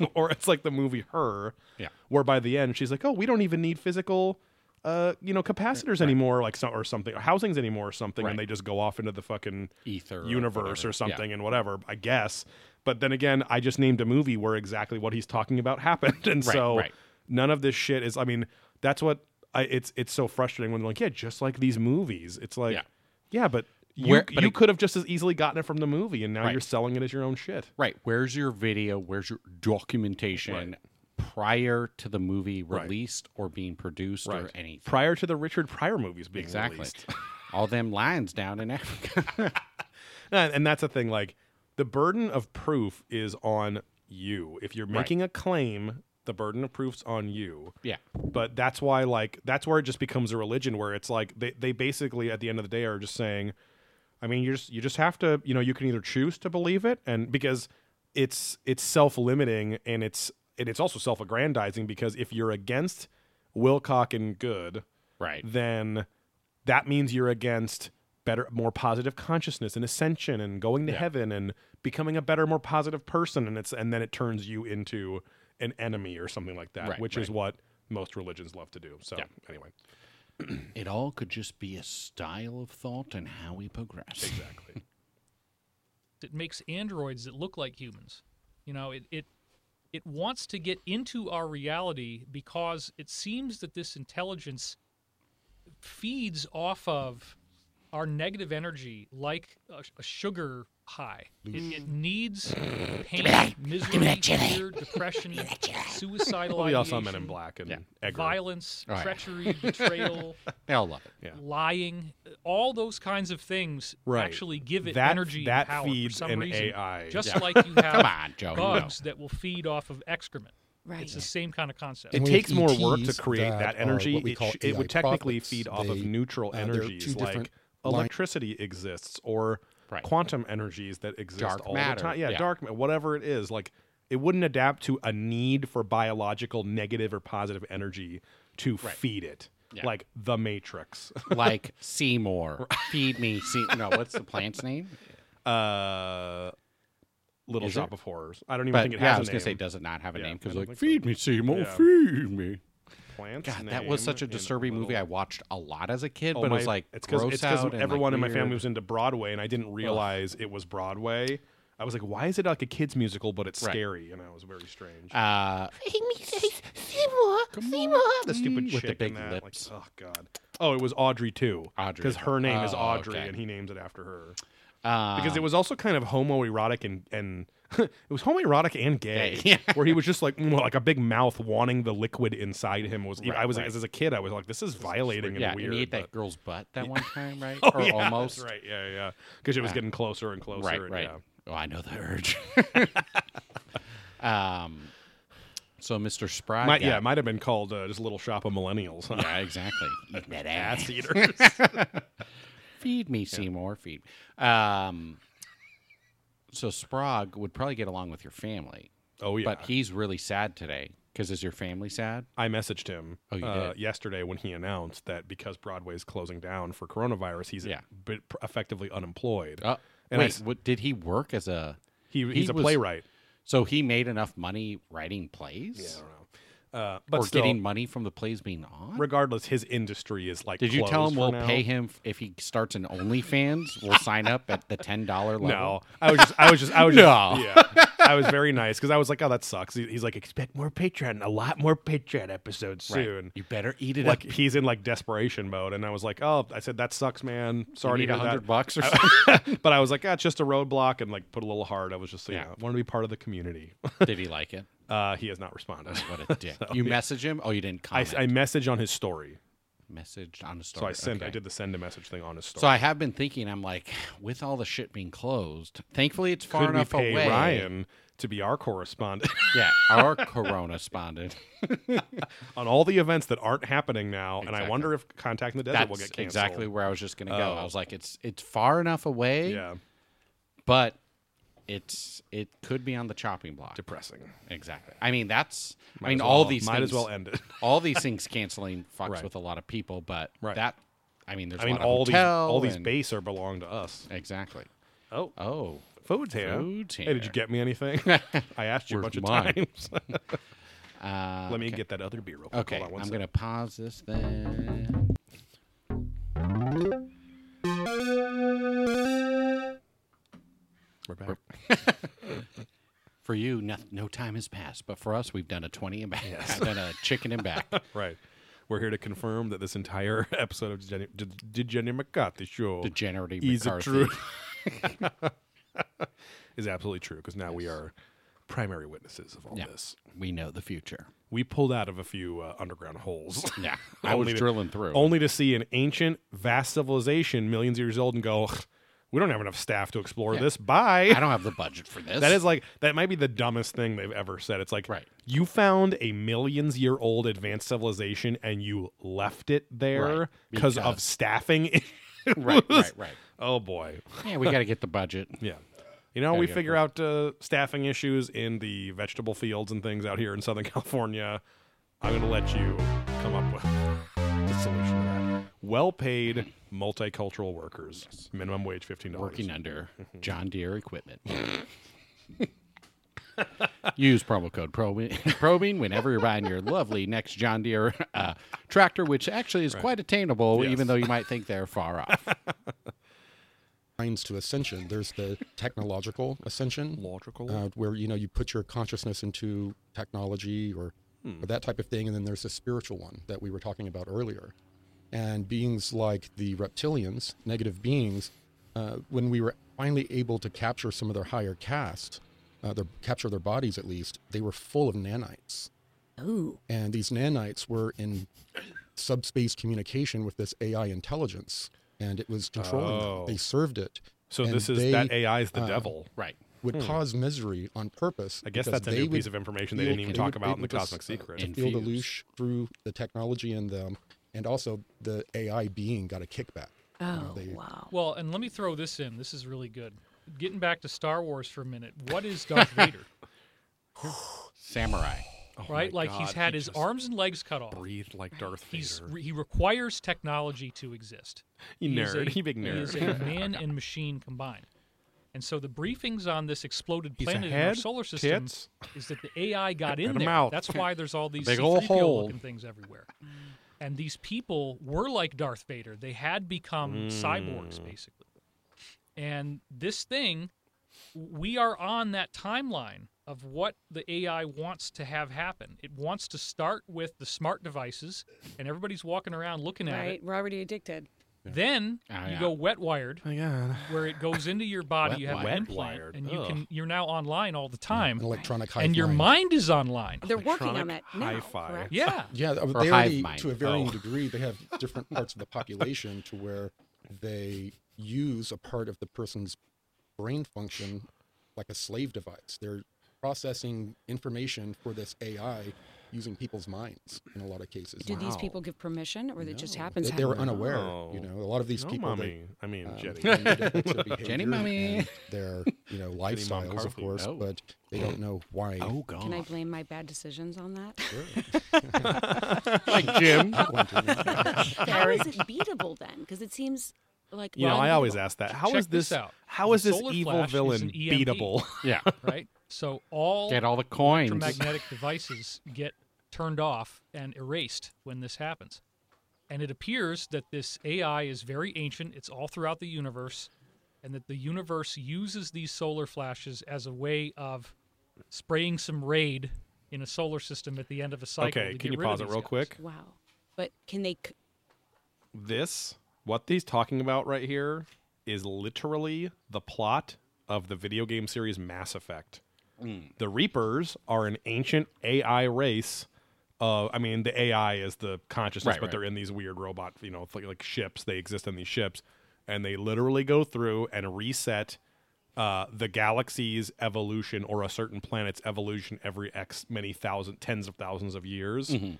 Speaker 3: movie or it's like the movie Her.
Speaker 2: Yeah.
Speaker 3: Where by the end she's like, "Oh, we don't even need physical uh, you know, capacitors anymore, like so, or something, or housings anymore, or something, and
Speaker 2: Right.
Speaker 3: they just go off into the fucking
Speaker 2: Ether or
Speaker 3: universe
Speaker 2: whatever.
Speaker 3: or
Speaker 2: Yeah.
Speaker 3: something and whatever, I guess. But then again, I just named a movie where exactly what he's talking about [laughs] happened, and
Speaker 2: Right,
Speaker 3: so
Speaker 2: right.
Speaker 3: none of this shit is. I mean, that's what I, it's. It's so frustrating when they're like, yeah, just like these movies. It's like, yeah,
Speaker 2: Yeah.
Speaker 3: but you,
Speaker 2: Where- but
Speaker 3: you
Speaker 2: it-
Speaker 3: could have just as easily gotten it from the movie, and now
Speaker 2: Right.
Speaker 3: you're selling it as your own shit.
Speaker 2: Right. Where's your video? Where's your documentation prior to the movie released or being produced or anything?
Speaker 3: Prior to the Richard Pryor movies being
Speaker 2: exactly.
Speaker 3: released.
Speaker 2: All them lions down in
Speaker 5: [laughs]
Speaker 2: Africa.
Speaker 3: [laughs] and, and that's the thing like the burden of proof is on you if you're making a claim the burden of proof's on you
Speaker 2: Yeah.
Speaker 3: but that's why like that's where it just becomes a religion where it's like they, they basically at the end of the day are just saying i mean you just you just have to you know you can either choose to believe it and because it's it's self-limiting and it's and it's also self-aggrandizing because if you're against wilcock and good
Speaker 2: Right.
Speaker 3: then that means you're against better, more positive consciousness and ascension and going to heaven and becoming a better, more positive person. And it's and then it turns you into an enemy or something like that,
Speaker 2: Right,
Speaker 3: which is
Speaker 2: right.
Speaker 3: what most religions love to do. So anyway,
Speaker 2: It all could just be a style of thought and how we progress.
Speaker 3: exactly.
Speaker 5: It makes androids that look like humans. You know, it it it wants to get into our reality because it seems that this intelligence feeds off of our negative energy like a, a sugar high. It, it needs pain, misery, fear, depression, suicidal
Speaker 3: Well, we all saw Men in
Speaker 5: ideation,
Speaker 3: Black and
Speaker 2: Yeah.
Speaker 3: Edgar.
Speaker 5: violence,
Speaker 2: All right.
Speaker 5: treachery,
Speaker 3: [laughs]
Speaker 5: betrayal,
Speaker 2: They all love it.
Speaker 3: Yeah.
Speaker 5: lying, all those kinds of things
Speaker 3: Right.
Speaker 5: actually give it
Speaker 3: That-
Speaker 5: energy
Speaker 3: that
Speaker 5: and power
Speaker 3: feeds
Speaker 5: for some
Speaker 3: an
Speaker 5: reason.
Speaker 3: AI.
Speaker 5: Just
Speaker 2: Yeah.
Speaker 5: like
Speaker 3: [laughs]
Speaker 5: you have
Speaker 2: Come on, Joe. you know.
Speaker 5: bugs that will feed off of excrement.
Speaker 4: Right.
Speaker 5: It's the same kind of concept.
Speaker 3: It
Speaker 7: And we have
Speaker 3: takes more
Speaker 2: E
Speaker 3: work to
Speaker 7: ETs
Speaker 3: create
Speaker 7: that
Speaker 3: that
Speaker 7: are
Speaker 3: energy.
Speaker 7: what we
Speaker 3: It,
Speaker 7: call
Speaker 3: sh- it would
Speaker 7: AI
Speaker 3: technically
Speaker 7: prophets.
Speaker 3: feed off of
Speaker 7: They-
Speaker 3: neutral
Speaker 7: uh, there are
Speaker 3: energies
Speaker 7: two
Speaker 3: like
Speaker 7: different
Speaker 3: electricity exists or
Speaker 2: Right.
Speaker 3: quantum energies that exist
Speaker 2: Dark
Speaker 3: all
Speaker 2: matter,
Speaker 3: the time. Yeah,
Speaker 2: yeah.
Speaker 3: dark ma- whatever it is, like it wouldn't adapt to a need for biological negative or positive energy to feed it.
Speaker 2: Yeah.
Speaker 3: Like the Matrix.
Speaker 2: [laughs]
Speaker 3: [laughs]
Speaker 2: like Seymour. Feed me. Se- no, what's the plant's [laughs] name?
Speaker 3: uh Little
Speaker 2: Is
Speaker 3: Shop
Speaker 2: it?
Speaker 3: of Horrors. I don't even
Speaker 2: But
Speaker 3: think it
Speaker 2: yeah,
Speaker 3: has
Speaker 2: I was
Speaker 3: a
Speaker 2: gonna
Speaker 3: name.
Speaker 2: say, does it not have a
Speaker 3: Yeah,
Speaker 2: name?
Speaker 3: I
Speaker 2: Because
Speaker 3: don't
Speaker 2: like,
Speaker 3: think
Speaker 2: feed me, Seymour,
Speaker 3: Yeah.
Speaker 2: feed me.
Speaker 3: Plant's
Speaker 2: God, that
Speaker 3: name
Speaker 2: was such a
Speaker 3: in
Speaker 2: disturbing movie. I
Speaker 3: Little-
Speaker 2: watched a lot as a kid,
Speaker 3: Oh,
Speaker 2: but it was
Speaker 3: my-
Speaker 2: like
Speaker 3: it's
Speaker 2: gross
Speaker 3: it's
Speaker 2: out. and,
Speaker 3: everyone
Speaker 2: like,
Speaker 3: in my family
Speaker 2: weird.
Speaker 3: was into Broadway, and I didn't realize it was Broadway. I was like, why is it like a kids musical, but it's
Speaker 2: Right.
Speaker 3: scary? And I was very strange.
Speaker 2: Uh,
Speaker 3: the stupid
Speaker 2: Mm, with the
Speaker 3: chick
Speaker 2: big
Speaker 3: in that, like,
Speaker 2: lips.
Speaker 3: oh god. Oh, it was Audrey too.
Speaker 2: Audrey.
Speaker 3: because her name is
Speaker 2: Oh,
Speaker 3: Audrey,
Speaker 2: okay.
Speaker 3: and he names it after her.
Speaker 2: uh,
Speaker 3: Because it was also kind of homoerotic and and [laughs] it was homoerotic and gay,
Speaker 2: Gay, [laughs] yeah.
Speaker 3: where he was just like mm, like a big mouth wanting the liquid inside him was. e I was
Speaker 2: right.
Speaker 3: as, as a kid, I was like, this is violating and
Speaker 2: yeah,
Speaker 3: weird.
Speaker 2: and he ate
Speaker 3: but-
Speaker 2: that girl's butt that one time, [laughs] right?
Speaker 3: Oh, [laughs]
Speaker 2: or
Speaker 3: yeah, that's
Speaker 2: almost,
Speaker 3: right. Yeah, yeah. Because it was
Speaker 2: Yeah.
Speaker 3: getting closer and closer.
Speaker 2: right?
Speaker 3: and,
Speaker 2: right.
Speaker 3: yeah.
Speaker 2: Oh, I know
Speaker 3: [laughs]
Speaker 2: the urge. um, so Mr. Spry,
Speaker 3: Might,
Speaker 2: got-
Speaker 3: yeah, it might have been called uh, just Little Shop of Millennials. Huh?
Speaker 2: yeah, exactly. Eat
Speaker 3: [laughs]
Speaker 2: that ass.
Speaker 3: Ass
Speaker 2: [laughs]
Speaker 3: eaters.
Speaker 2: Feed me, Seymour. Feed. me. Um, so Sprague would probably get along with your family,
Speaker 3: oh yeah.
Speaker 2: but he's really sad today. Because is your family sad?
Speaker 3: I messaged him
Speaker 2: Oh, you
Speaker 3: uh,
Speaker 2: did?
Speaker 3: yesterday when he announced that because Broadway's closing down for coronavirus, he's
Speaker 2: Yeah.
Speaker 3: b- pr- effectively unemployed.
Speaker 2: Uh,
Speaker 3: And I
Speaker 2: wait,
Speaker 3: s-
Speaker 2: what, did he work as a?
Speaker 3: he,
Speaker 2: he
Speaker 3: he's a
Speaker 2: was-
Speaker 3: playwright.
Speaker 2: So he made enough money writing plays,
Speaker 3: I don't know. Uh, but
Speaker 2: or
Speaker 3: still,
Speaker 2: getting money from the plays being on.
Speaker 3: regardless, his industry is like.
Speaker 2: Did you tell
Speaker 3: closed
Speaker 2: him
Speaker 3: for
Speaker 2: we'll
Speaker 3: now.
Speaker 2: pay him f- if he starts an OnlyFans? we'll sign up at the ten dollar level.
Speaker 3: [laughs] No, I was just, I was just, I was just,
Speaker 2: No.
Speaker 3: yeah, I was
Speaker 2: [laughs]
Speaker 3: very nice because I was like, oh, that sucks. He- He's like, expect more Patreon, a lot more Patreon episodes
Speaker 2: Right.
Speaker 3: soon.
Speaker 2: You better eat it [laughs]
Speaker 3: Like
Speaker 2: up.
Speaker 3: he's in like desperation mode, and I was like, oh, I said that sucks, man.
Speaker 2: You
Speaker 3: Sorry
Speaker 2: need
Speaker 3: to
Speaker 2: a
Speaker 3: hear
Speaker 2: hundred
Speaker 3: that.
Speaker 2: bucks or
Speaker 3: [laughs]
Speaker 2: something.
Speaker 3: I- but I was like, ah, it's just a roadblock, and like put a little hard. I was just, you
Speaker 2: Yeah.
Speaker 3: know, want to be part of the community. [laughs]
Speaker 2: Did he like it?
Speaker 3: uh, he has not responded.
Speaker 2: [laughs]
Speaker 3: [laughs]
Speaker 2: What a dick! you message him? Oh, you didn't
Speaker 3: I,
Speaker 2: comment.
Speaker 3: I messaged on his story,
Speaker 2: messaged on the story.
Speaker 3: so I sent, I
Speaker 2: Okay.
Speaker 3: did the send a message thing on his story.
Speaker 2: So I have been thinking. I'm like, with all the shit being closed, thankfully it's far
Speaker 3: Could we
Speaker 2: enough
Speaker 3: pay
Speaker 2: away.
Speaker 3: Ryan to be our correspondent [laughs]
Speaker 2: Yeah, our correspondent.
Speaker 3: on all the events that aren't happening now? And I
Speaker 2: Exactly.
Speaker 3: wonder if contacting the desert
Speaker 2: That's
Speaker 3: will get canceled.
Speaker 2: exactly where I was just going to go. I
Speaker 3: Oh.
Speaker 2: was like, it's it's far enough away,
Speaker 3: Yeah,
Speaker 2: but it's it could be on the chopping block.
Speaker 3: depressing.
Speaker 2: Exactly. I mean, that's.
Speaker 3: Might
Speaker 2: I mean,
Speaker 3: as
Speaker 2: all
Speaker 3: well-
Speaker 2: these
Speaker 3: might
Speaker 2: things,
Speaker 3: as well end it.
Speaker 2: [laughs] all these things
Speaker 3: [laughs]
Speaker 2: canceling fucks
Speaker 3: Right.
Speaker 2: with a lot of people, but
Speaker 3: Right.
Speaker 2: that. I mean, there's.
Speaker 3: I
Speaker 2: a
Speaker 3: mean,
Speaker 2: lot of
Speaker 3: all these
Speaker 2: hotel
Speaker 3: all these
Speaker 2: and-
Speaker 3: base are belong to us.
Speaker 2: Exactly.
Speaker 3: Oh,
Speaker 2: Oh,
Speaker 3: food's here.
Speaker 2: Food's
Speaker 3: Hey, did
Speaker 2: here.
Speaker 3: you get me anything?
Speaker 2: [laughs]
Speaker 3: I asked you a
Speaker 2: Where's
Speaker 3: bunch of
Speaker 2: mine?
Speaker 3: times. [laughs]
Speaker 2: [laughs] uh,
Speaker 3: Let me
Speaker 2: okay.
Speaker 3: get that other beer real quick.
Speaker 2: Okay,
Speaker 3: Hold on one
Speaker 2: I'm
Speaker 3: sec.
Speaker 2: gonna pause this then.
Speaker 3: We're back.
Speaker 2: [laughs] For you, no, no time has passed, but for us, we've done a twenty and back, done a chicken and
Speaker 3: [laughs]
Speaker 2: back.
Speaker 3: Right. We're here to confirm that this entire [laughs] episode of Degen- De- Degenerate McCarthy Show
Speaker 2: Degenerative
Speaker 3: is a
Speaker 2: McCarthy.
Speaker 3: true [laughs] is absolutely true because now we are primary witnesses of all
Speaker 2: Yeah.
Speaker 3: this.
Speaker 2: We know
Speaker 3: [laughs]
Speaker 2: the future.
Speaker 3: We pulled out of a few uh, underground holes.
Speaker 2: [laughs]
Speaker 3: [laughs]
Speaker 2: Yeah, I was
Speaker 3: Only to-
Speaker 2: drilling through.
Speaker 3: only to see an ancient, vast civilization millions of years old and go, "Ugh, we don't have enough staff to explore this. Bye.
Speaker 2: I don't have the budget for this.
Speaker 3: That is like that might be the dumbest thing they've ever said. It's like
Speaker 2: Right.
Speaker 3: you found a millions year old advanced civilization and you left it
Speaker 2: Right,
Speaker 3: there because of
Speaker 2: because-
Speaker 3: staffing. issues.
Speaker 2: right, [laughs] right, right.
Speaker 3: [laughs] Oh boy,
Speaker 2: Yeah, we got to get the budget.
Speaker 3: yeah. You know,
Speaker 2: Gotta
Speaker 3: we
Speaker 2: get
Speaker 3: figure out uh, staffing issues in the vegetable fields and things out here in [laughs] Southern California. I'm going to let you come up with the solution to that. well paid multicultural workers. Minimum wage $15.
Speaker 2: working under John Deere equipment. [laughs] Use promo code probing, [laughs] probing whenever you're buying your lovely next John Deere uh, tractor, which actually is quite attainable, even though you might think they're far off.
Speaker 7: minds to ascension. There's the technological ascension,
Speaker 3: Logical.
Speaker 7: uh, where you know you put your consciousness into technology or, or that type of thing, and then there's the spiritual one that we were talking about earlier. And beings like the reptilians, negative beings, uh, when we were finally able to capture some of their higher caste, uh, their capture their bodies at least, they were full of nanites.
Speaker 4: Ooh.
Speaker 7: And these nanites were in subspace communication with this AI intelligence, and it was controlling
Speaker 3: Oh.
Speaker 7: them. They served it.
Speaker 3: so
Speaker 7: and
Speaker 3: this is
Speaker 7: they
Speaker 3: that AI is the
Speaker 7: uh,
Speaker 3: devil.
Speaker 2: Right.
Speaker 7: Would cause misery on purpose.
Speaker 3: I guess
Speaker 7: because
Speaker 3: that's a
Speaker 7: they
Speaker 3: new
Speaker 7: would
Speaker 3: piece of information they
Speaker 7: feel-
Speaker 3: didn't even
Speaker 7: they
Speaker 3: talk
Speaker 7: would-
Speaker 3: about
Speaker 7: they
Speaker 3: in the
Speaker 7: would just,
Speaker 3: Cosmic
Speaker 7: uh,
Speaker 3: Secret.
Speaker 2: in-
Speaker 7: Feel the
Speaker 2: Infused.
Speaker 7: leash through the technology in them, and also the AI being got a kickback. You know,
Speaker 4: Oh,
Speaker 7: they-
Speaker 4: wow.
Speaker 5: Well, and let me throw this in. This is really good. Getting back to Star Wars for a minute. What is
Speaker 7: [laughs]
Speaker 5: Darth Vader?
Speaker 2: Samurai.
Speaker 5: right? Like he's
Speaker 3: Oh God,
Speaker 5: had
Speaker 3: he
Speaker 5: his
Speaker 3: just
Speaker 5: arms and legs cut off.
Speaker 3: Breathe like Darth
Speaker 5: He's
Speaker 3: Vader.
Speaker 5: re- he requires technology to exist.
Speaker 3: You
Speaker 5: is
Speaker 3: nerd.
Speaker 5: a-
Speaker 3: He big
Speaker 5: He is
Speaker 3: nerd. [laughs]
Speaker 5: a man and machine combined. And so the briefings on this exploded
Speaker 3: He's a
Speaker 5: planet in our
Speaker 3: head,
Speaker 5: solar system
Speaker 3: tits,
Speaker 5: is that the AI got in
Speaker 3: and a
Speaker 5: there.
Speaker 3: mouth.
Speaker 5: That's why
Speaker 3: [laughs]
Speaker 5: there's all these
Speaker 2: big ol' hole.
Speaker 5: looking things everywhere. And these people were like Darth Vader. They had become
Speaker 3: Mm.
Speaker 5: cyborgs basically. And this thing we are on that timeline of what the AI wants to have happen. It wants to start with the smart devices and everybody's walking around looking at it.
Speaker 4: Right? We're already addicted.
Speaker 5: Then
Speaker 2: Ah,
Speaker 5: you
Speaker 2: yeah.
Speaker 5: go wet wired,
Speaker 3: Oh my God.
Speaker 5: where it goes into your body.
Speaker 2: Wet
Speaker 5: you have
Speaker 2: wired.
Speaker 5: an implant,
Speaker 3: Wet wired,
Speaker 5: and you
Speaker 3: ugh.
Speaker 5: can you're now online all the time,
Speaker 7: an electronic hive
Speaker 5: and your
Speaker 7: mind.
Speaker 5: mind is online.
Speaker 4: They're working on that
Speaker 3: Electronic
Speaker 4: now.
Speaker 3: hi-fi.
Speaker 4: correct?
Speaker 5: Yeah, [laughs]
Speaker 7: Yeah, th-
Speaker 2: Or
Speaker 7: they
Speaker 2: hive
Speaker 7: already,
Speaker 2: mind.
Speaker 7: to a varying
Speaker 3: Oh.
Speaker 7: degree, they have different parts of the population to where they use a part of the person's brain function like a slave device. They're processing information for this AI using people's minds in a lot of cases.
Speaker 4: Do these
Speaker 3: Wow.
Speaker 4: people give permission, or that just
Speaker 7: They-
Speaker 4: happens?
Speaker 7: they, were
Speaker 4: happen?
Speaker 7: unaware.
Speaker 3: No.
Speaker 7: You know, a lot of these
Speaker 3: No,
Speaker 7: people.
Speaker 3: Oh, mommy. I mean,
Speaker 7: They, um, [laughs]
Speaker 3: Jenny.
Speaker 7: they need to fix their behavior
Speaker 2: mommy.
Speaker 7: and Their, you know,
Speaker 3: Mom
Speaker 7: lifestyles, of
Speaker 3: Carthy.
Speaker 7: course,
Speaker 2: Oh.
Speaker 7: but they don't know why.
Speaker 2: Oh,
Speaker 4: Can I
Speaker 2: God.
Speaker 4: blame my bad decisions on that?
Speaker 2: Like Jim.
Speaker 4: [laughs] How is it beatable then? Because it seems like
Speaker 3: You know, I always ask that. How is
Speaker 5: Check this out.
Speaker 3: How is
Speaker 5: The
Speaker 3: this
Speaker 5: Solar
Speaker 3: evil
Speaker 5: Flash is
Speaker 3: villain
Speaker 5: an EMP.
Speaker 3: beatable?
Speaker 2: Yeah.
Speaker 5: right. So all
Speaker 2: Get all the coins.
Speaker 5: electromagnetic devices get turned off and erased when this happens. And it appears that this AI is very ancient, it's all throughout the universe, and that the universe uses these solar flashes as a way of spraying some raid in a solar system at the end of a cycle.
Speaker 3: okay,
Speaker 5: to
Speaker 3: can
Speaker 5: get
Speaker 3: you
Speaker 5: rid of
Speaker 3: pause it
Speaker 5: these
Speaker 3: real
Speaker 5: guys.
Speaker 3: quick?
Speaker 4: Wow. But can they? c-
Speaker 3: This, what he's talking about right here, is literally the plot of the video game series Mass Effect.
Speaker 2: Hmm.
Speaker 3: The Reapers are an ancient AI race. Uh, I mean, the AI is the consciousness,
Speaker 2: Right,
Speaker 3: but
Speaker 2: right.
Speaker 3: they're in these weird robot, you know, like, like ships. They exist in these ships, and they literally go through and reset uh, the galaxy's evolution or a certain planet's evolution every X many thousand, tens of thousands of years.
Speaker 2: Mm-hmm.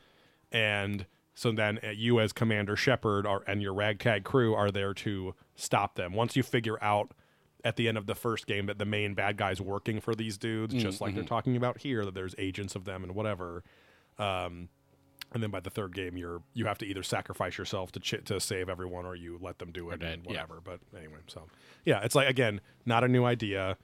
Speaker 3: And so then uh, you, as Commander Shepard, are, and your ragtag crew are there to stop them. Once you figure out at the end of the first game that the main bad guy's working for these
Speaker 2: Mm,
Speaker 3: dudes, just
Speaker 2: mm-hmm.
Speaker 3: like they're talking about here, that there's agents of them and whatever. Um, and then by the third game, you're you have to either sacrifice yourself to ch- to save everyone, or you let them do it
Speaker 2: dead,
Speaker 3: and
Speaker 2: yeah.
Speaker 3: whatever. But anyway, so yeah, it's like again, not a new idea.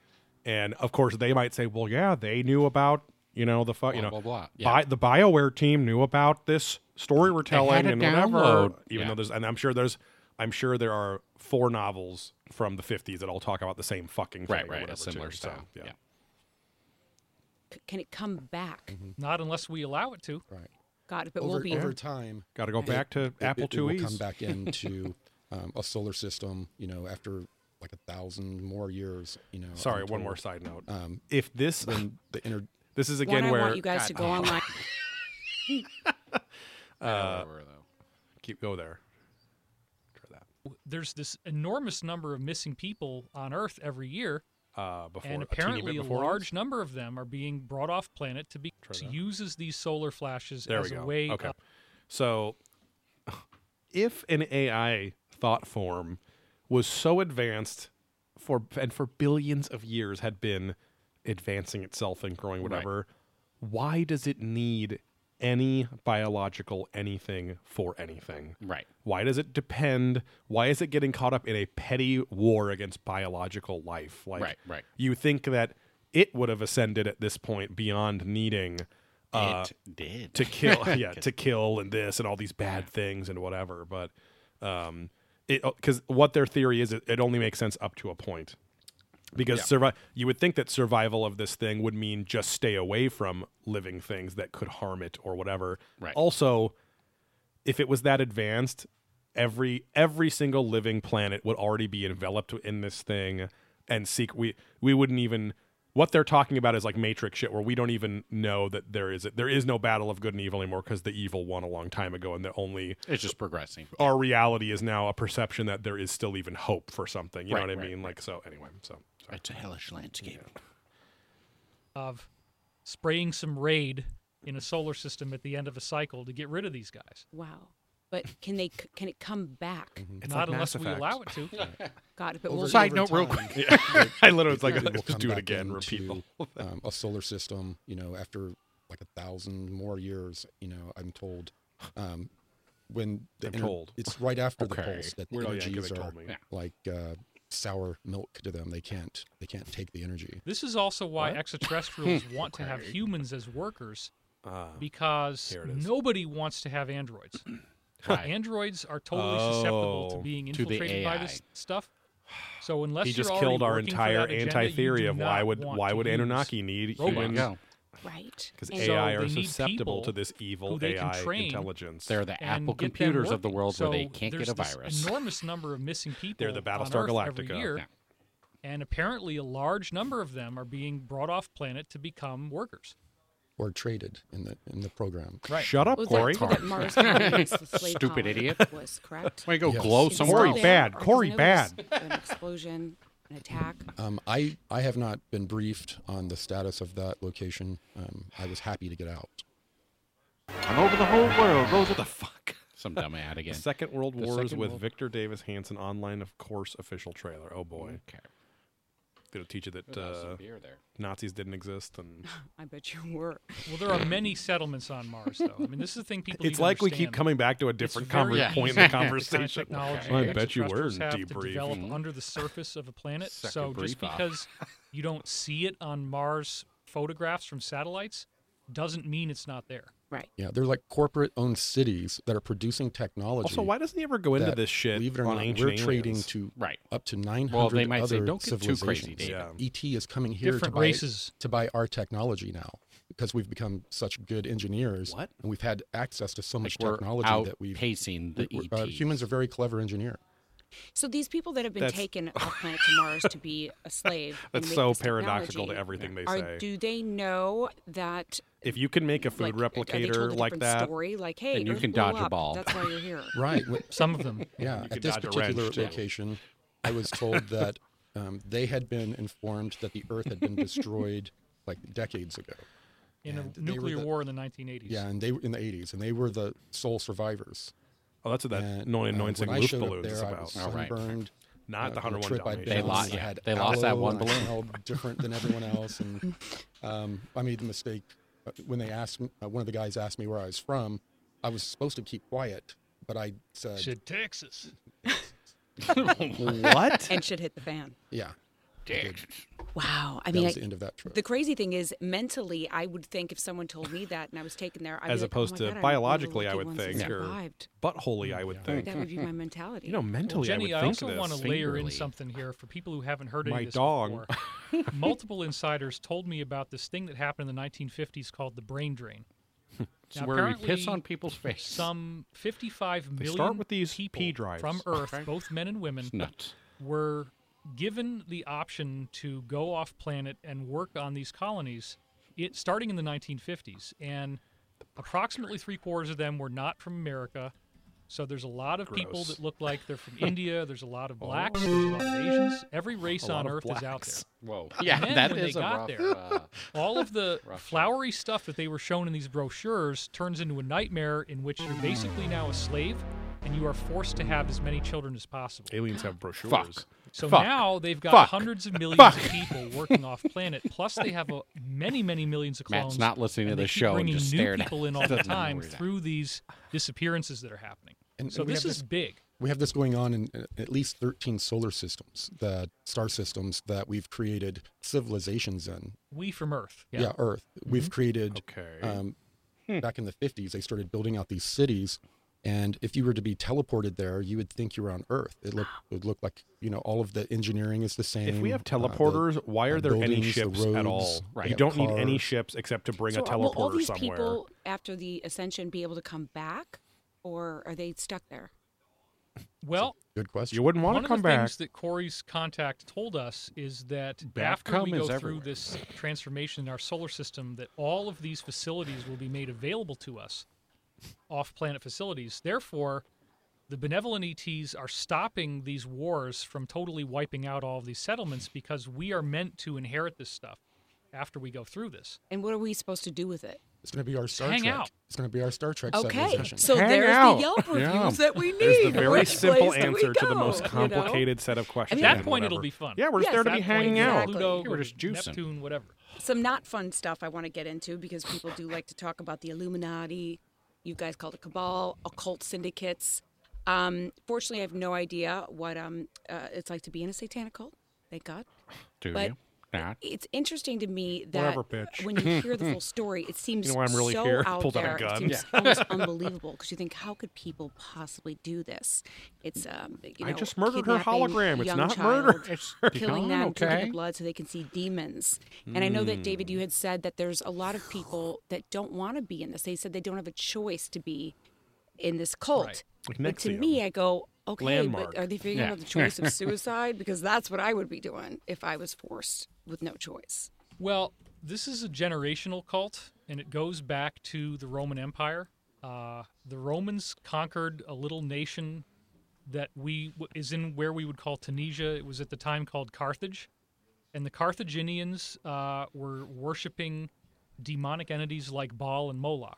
Speaker 3: And of course, they might say, "Well, yeah, they knew about you know the fuck you
Speaker 2: Blah,
Speaker 3: know
Speaker 2: blah, blah. Yeah.
Speaker 3: Bi- the Bioware team knew about this story we're telling
Speaker 2: a
Speaker 3: and whatever."
Speaker 2: download.
Speaker 3: Even
Speaker 2: Yeah.
Speaker 3: though there's, and I'm sure there's, I'm sure there are four novels from the 50s that all talk about the same fucking thing
Speaker 2: Right,
Speaker 3: or
Speaker 2: right, a
Speaker 3: whatever,
Speaker 2: similar
Speaker 3: too.
Speaker 2: style,
Speaker 3: So, yeah.
Speaker 2: yeah.
Speaker 4: c- Can it come back?
Speaker 3: Mm-hmm.
Speaker 5: Not unless we allow it to.
Speaker 7: Right.
Speaker 4: God, if it will
Speaker 7: Over,
Speaker 4: be.
Speaker 7: over time,
Speaker 3: Got to go back to Apple
Speaker 7: it, it will
Speaker 3: IIe's.
Speaker 7: come
Speaker 3: [laughs]
Speaker 7: back into um, a solar system, you know, after like a thousand more years, you know.
Speaker 3: Sorry,
Speaker 7: until
Speaker 3: one more side note.
Speaker 7: Um,
Speaker 3: if this, [laughs]
Speaker 7: The inner
Speaker 3: this is
Speaker 4: One,
Speaker 3: again
Speaker 4: I
Speaker 3: where
Speaker 4: want you guys to go online.
Speaker 2: Uh, though.
Speaker 3: keep go there. Try
Speaker 5: There's this enormous number of missing people on Earth every year.
Speaker 3: that. Uh, before
Speaker 5: and
Speaker 3: a teeny
Speaker 5: apparently
Speaker 3: bit
Speaker 5: a,
Speaker 3: before
Speaker 5: large
Speaker 3: this.
Speaker 5: number of them are being brought off planet to be uses these solar flashes
Speaker 3: There
Speaker 5: as
Speaker 3: we go.
Speaker 5: a way
Speaker 3: okay.
Speaker 5: of
Speaker 3: So, [laughs] if an AI thought form was so advanced for and for billions of years had been advancing itself and growing whatever, why does it need any biological anything for anything.
Speaker 2: Right.
Speaker 3: Why does it depend? Why is it getting caught up in a petty war against biological life? Like,
Speaker 2: Right, right.
Speaker 3: You think that it would have ascended at this point beyond needing uh,
Speaker 2: it did.
Speaker 3: to kill, yeah, to kill and this and all these bad things and whatever. But um, it because what their theory is, it, it only makes sense up to a point. Because survi- you would think that survival of this thing would mean just stay away from living things that could harm it or whatever.
Speaker 2: Right.
Speaker 3: Also, if it was that advanced, every every single living planet would already be enveloped in this thing and seek we we wouldn't even what they're talking about is like matrix shit where we don't even know that there is there is no battle of good and evil anymore because the evil won a long time ago and the only
Speaker 2: It's just progressing.
Speaker 3: our reality is now a perception that there is still even hope for something you
Speaker 2: Right,
Speaker 3: know what i
Speaker 2: right,
Speaker 3: mean like so anyway so
Speaker 2: It's a hellish landscape.
Speaker 5: of spraying some raid in a solar system at the end of a cycle to get rid of these guys.
Speaker 4: Wow. But can they? c- Can it come back?
Speaker 5: Not
Speaker 3: like Mass
Speaker 5: unless we
Speaker 3: Effect.
Speaker 5: allow it to.
Speaker 3: [laughs]
Speaker 4: God, but
Speaker 7: Over-
Speaker 4: we'll
Speaker 2: Side
Speaker 7: over
Speaker 2: note, real
Speaker 7: time,
Speaker 2: quick.
Speaker 3: i literally was like
Speaker 7: it will
Speaker 3: just
Speaker 7: come
Speaker 3: do it
Speaker 7: back
Speaker 3: again repeat the
Speaker 7: into, um, a solar system, you know, after like a thousand more years, you know, I'm told. Um, when the
Speaker 3: I'm told.
Speaker 7: it's right after
Speaker 2: Okay.
Speaker 7: the pulse that the
Speaker 3: Well, yeah, 'cause
Speaker 7: energies
Speaker 3: they
Speaker 7: are
Speaker 3: told me.
Speaker 7: like uh, sour milk to them. They can't they can't take the energy.
Speaker 5: This is also why extraterrestrials
Speaker 3: [laughs]
Speaker 5: want to have humans as workers
Speaker 3: Ah,
Speaker 5: because
Speaker 3: here it is.
Speaker 5: nobody wants to
Speaker 3: [clears throat]
Speaker 5: have androids.
Speaker 2: Right.
Speaker 5: Androids are totally susceptible to
Speaker 3: Oh,
Speaker 5: being
Speaker 2: to the
Speaker 5: infiltrated by this stuff. So unless
Speaker 3: he just
Speaker 5: you're
Speaker 3: killed
Speaker 5: already
Speaker 3: our
Speaker 5: working for
Speaker 3: entire
Speaker 5: that agenda, you
Speaker 3: anti-theory
Speaker 5: do
Speaker 3: of
Speaker 5: not
Speaker 3: why would
Speaker 5: want
Speaker 3: why
Speaker 5: to
Speaker 3: would
Speaker 5: use
Speaker 3: Anunnaki need
Speaker 5: robots.
Speaker 3: humans
Speaker 2: Go.
Speaker 4: right.
Speaker 3: because
Speaker 5: And
Speaker 3: AI
Speaker 5: so
Speaker 3: are
Speaker 5: they need
Speaker 3: susceptible to
Speaker 5: people
Speaker 3: this evil
Speaker 5: who they can
Speaker 3: AI
Speaker 5: train.
Speaker 3: intelligence.
Speaker 2: They're the
Speaker 5: and
Speaker 2: Apple
Speaker 5: get them
Speaker 2: computers of the
Speaker 5: working.
Speaker 2: world where they
Speaker 5: So
Speaker 2: can't get
Speaker 5: there's
Speaker 2: a
Speaker 5: this
Speaker 2: virus.
Speaker 5: Enormous number of missing people.
Speaker 3: They're the
Speaker 5: on
Speaker 3: Battlestar
Speaker 5: Earth every
Speaker 3: Galactica.
Speaker 5: year,
Speaker 2: Yeah.
Speaker 5: and apparently a large number of them are being brought off planet to become workers.
Speaker 7: or traded in the in the program.
Speaker 5: Right.
Speaker 3: Shut up,
Speaker 4: Was
Speaker 3: Corey.
Speaker 4: that, that Mars colony was the slave
Speaker 2: Stupid
Speaker 4: colony,
Speaker 2: idiot.
Speaker 4: Was correct.
Speaker 2: Way to go glow
Speaker 4: It was
Speaker 2: somewhere
Speaker 4: all
Speaker 3: Oh,
Speaker 2: else.
Speaker 4: there,
Speaker 3: bad.
Speaker 4: or 'cause
Speaker 3: Corey,
Speaker 4: I know there was An explosion, an attack.
Speaker 7: Um, I I have not been briefed on the status of that location. Um, I was happy to get out.
Speaker 2: I'm over the whole world. Those are the
Speaker 3: Fuck.
Speaker 2: some dumb ad
Speaker 3: The [laughs]
Speaker 2: again.
Speaker 3: Second World
Speaker 2: [laughs] The
Speaker 3: Wars
Speaker 2: Second
Speaker 3: with
Speaker 2: World-
Speaker 3: Victor Davis Hanson online, of course, official trailer. Oh boy,
Speaker 2: Okay.
Speaker 3: it'll teach you that
Speaker 2: That's
Speaker 3: uh,
Speaker 2: some beer there.
Speaker 3: Nazis didn't exist, and
Speaker 4: I bet you were.
Speaker 5: Well, there are many settlements on Mars, though. I mean, this is the thing people.
Speaker 3: [laughs] it's
Speaker 5: need to
Speaker 3: like we keep
Speaker 5: understand.
Speaker 3: coming back to a
Speaker 5: It's
Speaker 3: different
Speaker 5: very
Speaker 3: conver-
Speaker 2: Yeah.
Speaker 5: [laughs]
Speaker 3: point in the
Speaker 5: easy for this kind of
Speaker 3: conversation.
Speaker 5: technology
Speaker 3: I
Speaker 5: that
Speaker 3: bet you were
Speaker 5: extraterrestrials have to develop
Speaker 3: debriefing.
Speaker 5: under the surface of a planet.
Speaker 2: Suck a
Speaker 5: so just
Speaker 2: brief off.
Speaker 5: because you don't see it on Mars photographs from satellites doesn't mean it's not there.
Speaker 4: Right.
Speaker 7: Yeah, they're like corporate-owned cities that are producing technology.
Speaker 3: Also, why doesn't he ever go into
Speaker 7: that,
Speaker 3: this shit
Speaker 7: Believe it or
Speaker 3: on
Speaker 7: not,
Speaker 3: ancient
Speaker 7: we're trading
Speaker 3: aliens?
Speaker 7: to
Speaker 2: Right.
Speaker 7: up to 900
Speaker 2: Well, they might say,
Speaker 7: other
Speaker 2: "Don't get too crazy,
Speaker 7: civilizations.
Speaker 2: Dave."
Speaker 3: Yeah.
Speaker 7: ET is coming here
Speaker 5: Different
Speaker 7: to buy
Speaker 5: races.
Speaker 7: to buy our technology now because we've become such good engineers
Speaker 2: What?
Speaker 7: and we've had access to so
Speaker 2: Like
Speaker 7: much
Speaker 2: we're
Speaker 7: technology that we've
Speaker 2: outpacing the E
Speaker 7: we're-
Speaker 2: ET.
Speaker 7: uh, humans are very clever engineer.
Speaker 4: So these people that have been
Speaker 3: That's- [laughs]
Speaker 4: taken off planet to Mars to be a slave. and
Speaker 3: That's
Speaker 4: make
Speaker 3: so
Speaker 4: this
Speaker 3: paradoxical to
Speaker 4: technology,
Speaker 3: everything they
Speaker 4: Are,
Speaker 3: say.
Speaker 4: do they know that?
Speaker 3: If you can make a
Speaker 4: like,
Speaker 3: food
Speaker 4: are they told
Speaker 3: replicator
Speaker 4: a
Speaker 3: like
Speaker 4: different
Speaker 3: that,
Speaker 4: Story like, hey,
Speaker 2: then you
Speaker 4: Earth
Speaker 2: can
Speaker 4: blew
Speaker 2: dodge a
Speaker 4: up.
Speaker 2: ball.
Speaker 4: That's why
Speaker 3: [laughs]
Speaker 4: you're here.
Speaker 2: [laughs]
Speaker 7: Right. wh-
Speaker 5: Some of them.
Speaker 7: Yeah,
Speaker 3: You could
Speaker 7: at this
Speaker 3: dodge a
Speaker 7: particular
Speaker 3: wrench, too.
Speaker 7: location, I was
Speaker 3: [laughs]
Speaker 7: told that um, they had been informed that the Earth had been destroyed like decades ago.
Speaker 5: in
Speaker 7: And
Speaker 5: a
Speaker 7: they were
Speaker 5: nuclear
Speaker 7: the-
Speaker 5: war in the 1980s.
Speaker 7: Yeah, and they were in the 80s, and they were the sole survivors.
Speaker 3: oh, that's what that
Speaker 7: And,
Speaker 3: annoying,
Speaker 7: uh,
Speaker 3: annoying
Speaker 7: when I
Speaker 3: loop
Speaker 7: showed up
Speaker 3: balloons is
Speaker 7: there, I
Speaker 3: about. Oh,
Speaker 7: was
Speaker 2: All right.
Speaker 7: sunburned.
Speaker 3: [laughs] Not the
Speaker 7: uh, from
Speaker 3: 101
Speaker 7: trip I
Speaker 3: Dalmatians.
Speaker 2: They
Speaker 7: bounced,
Speaker 2: lost-
Speaker 7: I
Speaker 2: yeah,
Speaker 7: had
Speaker 2: they lost that
Speaker 7: aloe,
Speaker 2: one
Speaker 7: and I
Speaker 2: balloon.
Speaker 7: smelled different than everyone else, and um, I made the mistake uh, when they asked me, uh, one of the guys asked me where I was from. I was supposed to keep quiet, but I said,
Speaker 5: Shit, Texas.
Speaker 3: What?
Speaker 4: And should hit the fan.
Speaker 7: "Yeah."
Speaker 4: Wow. I
Speaker 7: That
Speaker 4: mean,
Speaker 7: was
Speaker 4: I-
Speaker 7: the end of that trip.
Speaker 4: The crazy thing is, mentally, I would think if someone told me that and I was taken there, I'd
Speaker 3: As
Speaker 4: be like,
Speaker 3: opposed
Speaker 4: oh my
Speaker 3: to
Speaker 4: God, I'm one of the
Speaker 3: biologically, I
Speaker 4: lucky
Speaker 3: would
Speaker 4: ones that
Speaker 3: think, or-
Speaker 4: survived.
Speaker 3: Buttholey, I would think.
Speaker 4: That would be my mentality.
Speaker 3: You know, mentally,
Speaker 5: Well, Jenny,
Speaker 3: I
Speaker 5: I,
Speaker 3: would think
Speaker 5: also
Speaker 3: this.
Speaker 5: want to layer in
Speaker 2: Fingerly.
Speaker 5: something here for people who haven't heard
Speaker 3: My
Speaker 5: any of this
Speaker 3: dog. [laughs]
Speaker 5: before. Multiple insiders told me about this thing that happened in the 1950s called the
Speaker 3: [laughs]
Speaker 5: brain drain.
Speaker 2: It's
Speaker 5: Now,
Speaker 2: where we piss
Speaker 5: apparently
Speaker 2: on people's face.
Speaker 5: Some 55
Speaker 3: They
Speaker 5: million
Speaker 3: start with these
Speaker 5: people
Speaker 3: pee drives.
Speaker 5: from Earth, both men and women,
Speaker 2: It's nuts.
Speaker 5: were given the option to go off planet and work on these colonies it, starting in the 1950s. And approximately three quarters of them were not from America. So there's a lot of people
Speaker 3: Gross.
Speaker 5: that look like
Speaker 2: [laughs]
Speaker 5: they're from India. There's a lot
Speaker 2: Oh.
Speaker 5: of blacks. There's a lot of Asians. Every race
Speaker 3: A lot
Speaker 5: on
Speaker 3: of
Speaker 5: Earth is out
Speaker 3: blacks.
Speaker 5: there.
Speaker 2: Whoa. Yeah,
Speaker 5: then
Speaker 2: that
Speaker 5: when they
Speaker 2: is a
Speaker 5: got
Speaker 2: rough.
Speaker 5: there-
Speaker 2: uh,
Speaker 5: All
Speaker 2: [laughs]
Speaker 5: of the flowery stuff that they were shown in these brochures turns into a nightmare in which you're basically now a slave and you are forced to have as many children as possible.
Speaker 3: Aliens have brochures.
Speaker 2: Fuck.
Speaker 5: So
Speaker 2: Fuck.
Speaker 5: now they've got
Speaker 2: Fuck.
Speaker 5: hundreds of millions
Speaker 2: Fuck.
Speaker 5: of people working off planet. Plus, they have a, many, many millions of clones.
Speaker 2: Matt's not listening to
Speaker 5: and they
Speaker 2: this
Speaker 5: keep
Speaker 2: show and
Speaker 5: bringing
Speaker 2: just
Speaker 5: new
Speaker 2: stared at
Speaker 5: people
Speaker 2: [laughs]
Speaker 5: in
Speaker 2: us.
Speaker 5: all the
Speaker 2: Doesn't know
Speaker 5: time
Speaker 2: where he's at.
Speaker 5: through these disappearances that are happening.
Speaker 7: And-
Speaker 5: so
Speaker 7: and we
Speaker 5: this
Speaker 7: have
Speaker 5: is
Speaker 7: this-
Speaker 5: big.
Speaker 7: We have this going on in uh, at least 13 solar systems, the star systems that we've created civilizations in.
Speaker 5: We from Earth.
Speaker 7: Yeah, Earth.
Speaker 3: Mm-hmm.
Speaker 7: We've created
Speaker 3: Okay.
Speaker 7: um,
Speaker 3: Hmm.
Speaker 7: back in the 50s, they started building out these cities. And if you were to be teleported there, you would think you were on Earth. It, look, it would look like, you know, all of the engineering is the same.
Speaker 3: If we have
Speaker 7: uh, the-
Speaker 3: teleporters, why are
Speaker 7: uh,
Speaker 3: there any
Speaker 7: buildings, the
Speaker 3: ships at all?
Speaker 7: roads,
Speaker 2: Right.
Speaker 3: You
Speaker 7: the
Speaker 3: don't need any
Speaker 7: cars.
Speaker 3: ships except to bring a
Speaker 4: So, uh, will
Speaker 3: teleporter
Speaker 4: all these
Speaker 3: somewhere.
Speaker 4: people after the ascension be able to come back, or are they stuck there?
Speaker 5: Well,
Speaker 7: Good question.
Speaker 3: You wouldn't want
Speaker 5: one
Speaker 3: to
Speaker 5: of
Speaker 3: come
Speaker 5: the
Speaker 3: back.
Speaker 5: things that Corey's contact told us is that
Speaker 2: Back
Speaker 5: after
Speaker 2: cum
Speaker 5: we go
Speaker 2: is
Speaker 5: through
Speaker 2: everywhere.
Speaker 5: this transformation in our solar system, that all of these facilities will be made available to us, off-planet facilities. Therefore, the benevolent ETs are stopping these wars from totally wiping out all of these settlements because we are meant to inherit this stuff after we go through this.
Speaker 4: And what are we supposed to do with it?
Speaker 7: It's going to be our Star
Speaker 5: hang
Speaker 7: Trek.
Speaker 5: out.
Speaker 7: It's going to be our Star Trek
Speaker 4: Okay,
Speaker 7: civilization.
Speaker 4: so
Speaker 3: Hang
Speaker 4: there's
Speaker 3: out.
Speaker 4: the Yelp reviews
Speaker 2: Yeah.
Speaker 4: that we need.
Speaker 3: There's the very
Speaker 4: Which
Speaker 3: simple
Speaker 4: place do we
Speaker 3: answer to the most
Speaker 4: go, you know?
Speaker 3: complicated set of questions.
Speaker 5: At that
Speaker 3: and
Speaker 5: point, it'll
Speaker 3: whatever.
Speaker 5: be fun.
Speaker 3: Yeah, we're just
Speaker 4: Yes,
Speaker 3: there to
Speaker 4: that
Speaker 3: be
Speaker 4: point,
Speaker 3: hanging out.
Speaker 4: exactly.
Speaker 5: Pluto,
Speaker 2: We're just juicing.
Speaker 5: Neptune, whatever.
Speaker 4: Some not fun stuff I want to get into because people do like to talk about the Illuminati. You guys call it cabal, occult syndicates. Um, fortunately, I have no idea what um, uh, it's like to be in a satanic cult. Thank God.
Speaker 2: Do
Speaker 4: But-
Speaker 2: you? Not.
Speaker 4: it's interesting to me that
Speaker 3: Whatever, bitch.
Speaker 4: when you hear
Speaker 3: [laughs]
Speaker 4: the full story, it seems
Speaker 3: You know why I'm really
Speaker 4: so
Speaker 3: here?
Speaker 4: out
Speaker 3: Pulls out a
Speaker 4: there.
Speaker 3: gun.
Speaker 4: It seems almost unbelievable because you think, how could people possibly do this? It's um, you know,
Speaker 3: I just murdered her
Speaker 4: kidnapping
Speaker 3: hologram.
Speaker 4: a
Speaker 3: It's
Speaker 4: young
Speaker 3: not
Speaker 4: child,
Speaker 3: murder. [laughs] It's
Speaker 4: Killing them, drinking
Speaker 2: okay.
Speaker 4: their blood so they can see demons. And I know that David,
Speaker 3: Hmm.
Speaker 4: you had said that there's a lot of people that don't want to be in this. They said they don't have a choice to be in this cult.
Speaker 3: Like
Speaker 4: But to
Speaker 3: Nexium.
Speaker 4: me, I go, okay,
Speaker 3: Landmark.
Speaker 4: but are they figuring
Speaker 2: Yeah.
Speaker 4: out the
Speaker 3: [laughs]
Speaker 4: choice of suicide? Because that's what I would be doing if I was forced with no choice.
Speaker 5: Well, this is a generational cult, and it goes back to the Roman Empire. Uh, the Romans conquered a little nation that we is in where we would call Tunisia. It was at the time called Carthage, and the Carthaginians uh, were worshiping demonic entities like Baal and Moloch.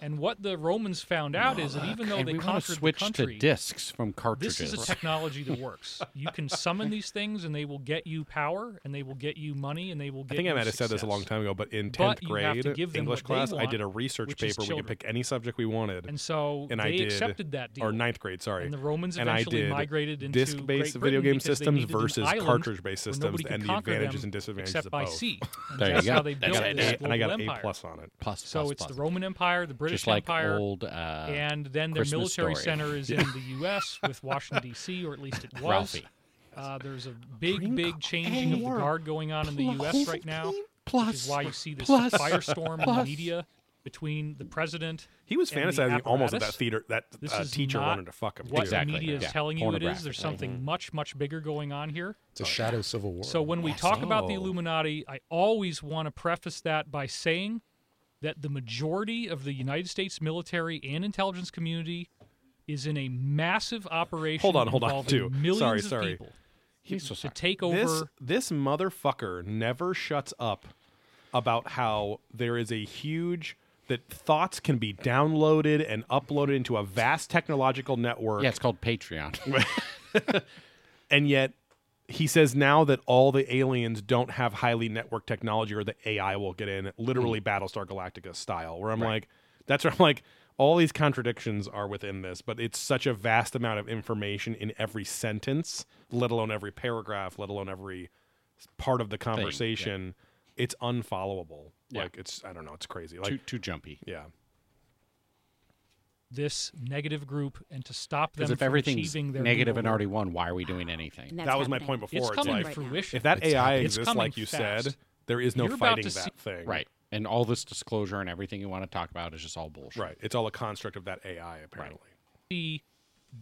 Speaker 5: And what the Romans found out is that even though
Speaker 2: and
Speaker 5: they
Speaker 2: we wanna
Speaker 5: conquered
Speaker 2: switch
Speaker 5: the country,
Speaker 2: to discs from
Speaker 5: this
Speaker 2: cartridges.
Speaker 5: is a technology that works.
Speaker 3: [laughs]
Speaker 5: You can summon these things, and they will get you power, and they will get you money, and they will get.
Speaker 3: I think
Speaker 5: you
Speaker 3: I might have said this a
Speaker 5: success.
Speaker 3: long time ago, but in tenth
Speaker 5: But you have to
Speaker 3: grade
Speaker 5: give them
Speaker 3: English
Speaker 5: what they
Speaker 3: class, I
Speaker 5: want,
Speaker 3: did a research
Speaker 5: which is
Speaker 3: paper. We could
Speaker 5: children.
Speaker 3: pick any subject we wanted,
Speaker 5: And so
Speaker 3: and
Speaker 5: they
Speaker 3: I did,
Speaker 5: accepted that deal.
Speaker 3: Or ninth grade, sorry.
Speaker 5: And the Romans
Speaker 3: and I
Speaker 5: eventually
Speaker 3: did
Speaker 5: migrated into
Speaker 3: disk-based
Speaker 5: Great
Speaker 3: video
Speaker 5: Britain
Speaker 3: game
Speaker 5: because they
Speaker 3: systems
Speaker 5: needed an
Speaker 3: versus
Speaker 5: island
Speaker 3: cartridge-based
Speaker 5: where
Speaker 3: systems
Speaker 5: nobody could
Speaker 3: and the
Speaker 5: conquer
Speaker 3: advantages
Speaker 5: them
Speaker 3: and disadvantages
Speaker 5: except
Speaker 3: of
Speaker 5: by
Speaker 3: both. [laughs]
Speaker 5: sea. And
Speaker 2: There you
Speaker 5: that's
Speaker 2: go.
Speaker 5: how they
Speaker 2: That's
Speaker 5: built
Speaker 2: it.
Speaker 5: this
Speaker 3: and I got
Speaker 5: global
Speaker 3: an A
Speaker 5: empire.
Speaker 3: plus on it.
Speaker 2: plus,
Speaker 5: So
Speaker 2: plus,
Speaker 5: it's the
Speaker 2: plus.
Speaker 5: Roman Empire, the British
Speaker 2: Just like
Speaker 5: Empire,
Speaker 2: old. Uh,
Speaker 5: and then their
Speaker 2: Christmas
Speaker 5: military
Speaker 2: story.
Speaker 5: center is in the U.S. with Washington D.C., or at least it was.
Speaker 2: Ralphie.
Speaker 5: Uh, there's a big, big changing of the guard going on in the U.S. right now, which is
Speaker 2: Plus,
Speaker 5: why you see this
Speaker 2: plus,
Speaker 5: firestorm in the
Speaker 2: plus.
Speaker 5: media between the president.
Speaker 3: He was
Speaker 5: and the
Speaker 3: fantasizing almost that that
Speaker 5: apparatus.
Speaker 3: theater that
Speaker 5: This
Speaker 3: uh,
Speaker 5: is
Speaker 3: teacher
Speaker 5: not
Speaker 3: wanted to fuck him.
Speaker 5: What
Speaker 3: too.
Speaker 2: Exactly,
Speaker 5: the media is
Speaker 2: yeah.
Speaker 5: telling you it is.
Speaker 2: Pornographic,
Speaker 5: There's something much, much bigger going on here.
Speaker 7: It's a shadow civil war.
Speaker 5: So when we
Speaker 2: Yes.
Speaker 5: talk about the
Speaker 2: Oh.
Speaker 5: Illuminati, I always want to preface that by saying that the majority of the United States military and intelligence community is in a massive operation.
Speaker 3: Hold on, hold on,
Speaker 5: involving
Speaker 3: too.
Speaker 5: Millions
Speaker 3: Sorry,
Speaker 5: of
Speaker 3: sorry.
Speaker 5: people
Speaker 2: He's so
Speaker 5: to
Speaker 2: sorry.
Speaker 5: take over.
Speaker 3: This this motherfucker never shuts up about how there is a huge that thoughts can be downloaded and uploaded into a vast technological network.
Speaker 2: Yeah, it's called [laughs] Patreon.
Speaker 3: and yet he says now that all the aliens don't have highly networked technology or the AI will get in, literally
Speaker 5: Mm-hmm.
Speaker 3: Battlestar Galactica style, where I'm like, that's where I'm like, all these contradictions are within this, but it's such a vast amount of information in every sentence, let alone every paragraph, let alone every s- part of the conversation. It's unfollowable.
Speaker 2: Yeah.
Speaker 3: Like it's, I don't know, it's crazy. Like,
Speaker 2: too, too jumpy.
Speaker 3: yeah,
Speaker 5: this negative group and to stop them
Speaker 2: Because if
Speaker 5: from
Speaker 2: everything's
Speaker 5: achieving their
Speaker 2: negative and
Speaker 5: evil
Speaker 2: already won, why are we doing
Speaker 4: And
Speaker 2: anything?
Speaker 4: that's
Speaker 3: that was my point
Speaker 4: happening.
Speaker 5: will.
Speaker 3: before.
Speaker 5: It's
Speaker 3: like,
Speaker 5: coming to
Speaker 4: right now.
Speaker 5: fruition.
Speaker 3: if that AI
Speaker 5: It's
Speaker 3: exists,
Speaker 5: coming
Speaker 3: like you
Speaker 5: fast.
Speaker 3: said, there is no
Speaker 5: You're about
Speaker 3: fighting
Speaker 5: to see-
Speaker 3: that thing.
Speaker 2: Right. And all this disclosure and everything you want to talk about is just all bullshit.
Speaker 3: Right. It's all a construct of that AI, apparently.
Speaker 5: the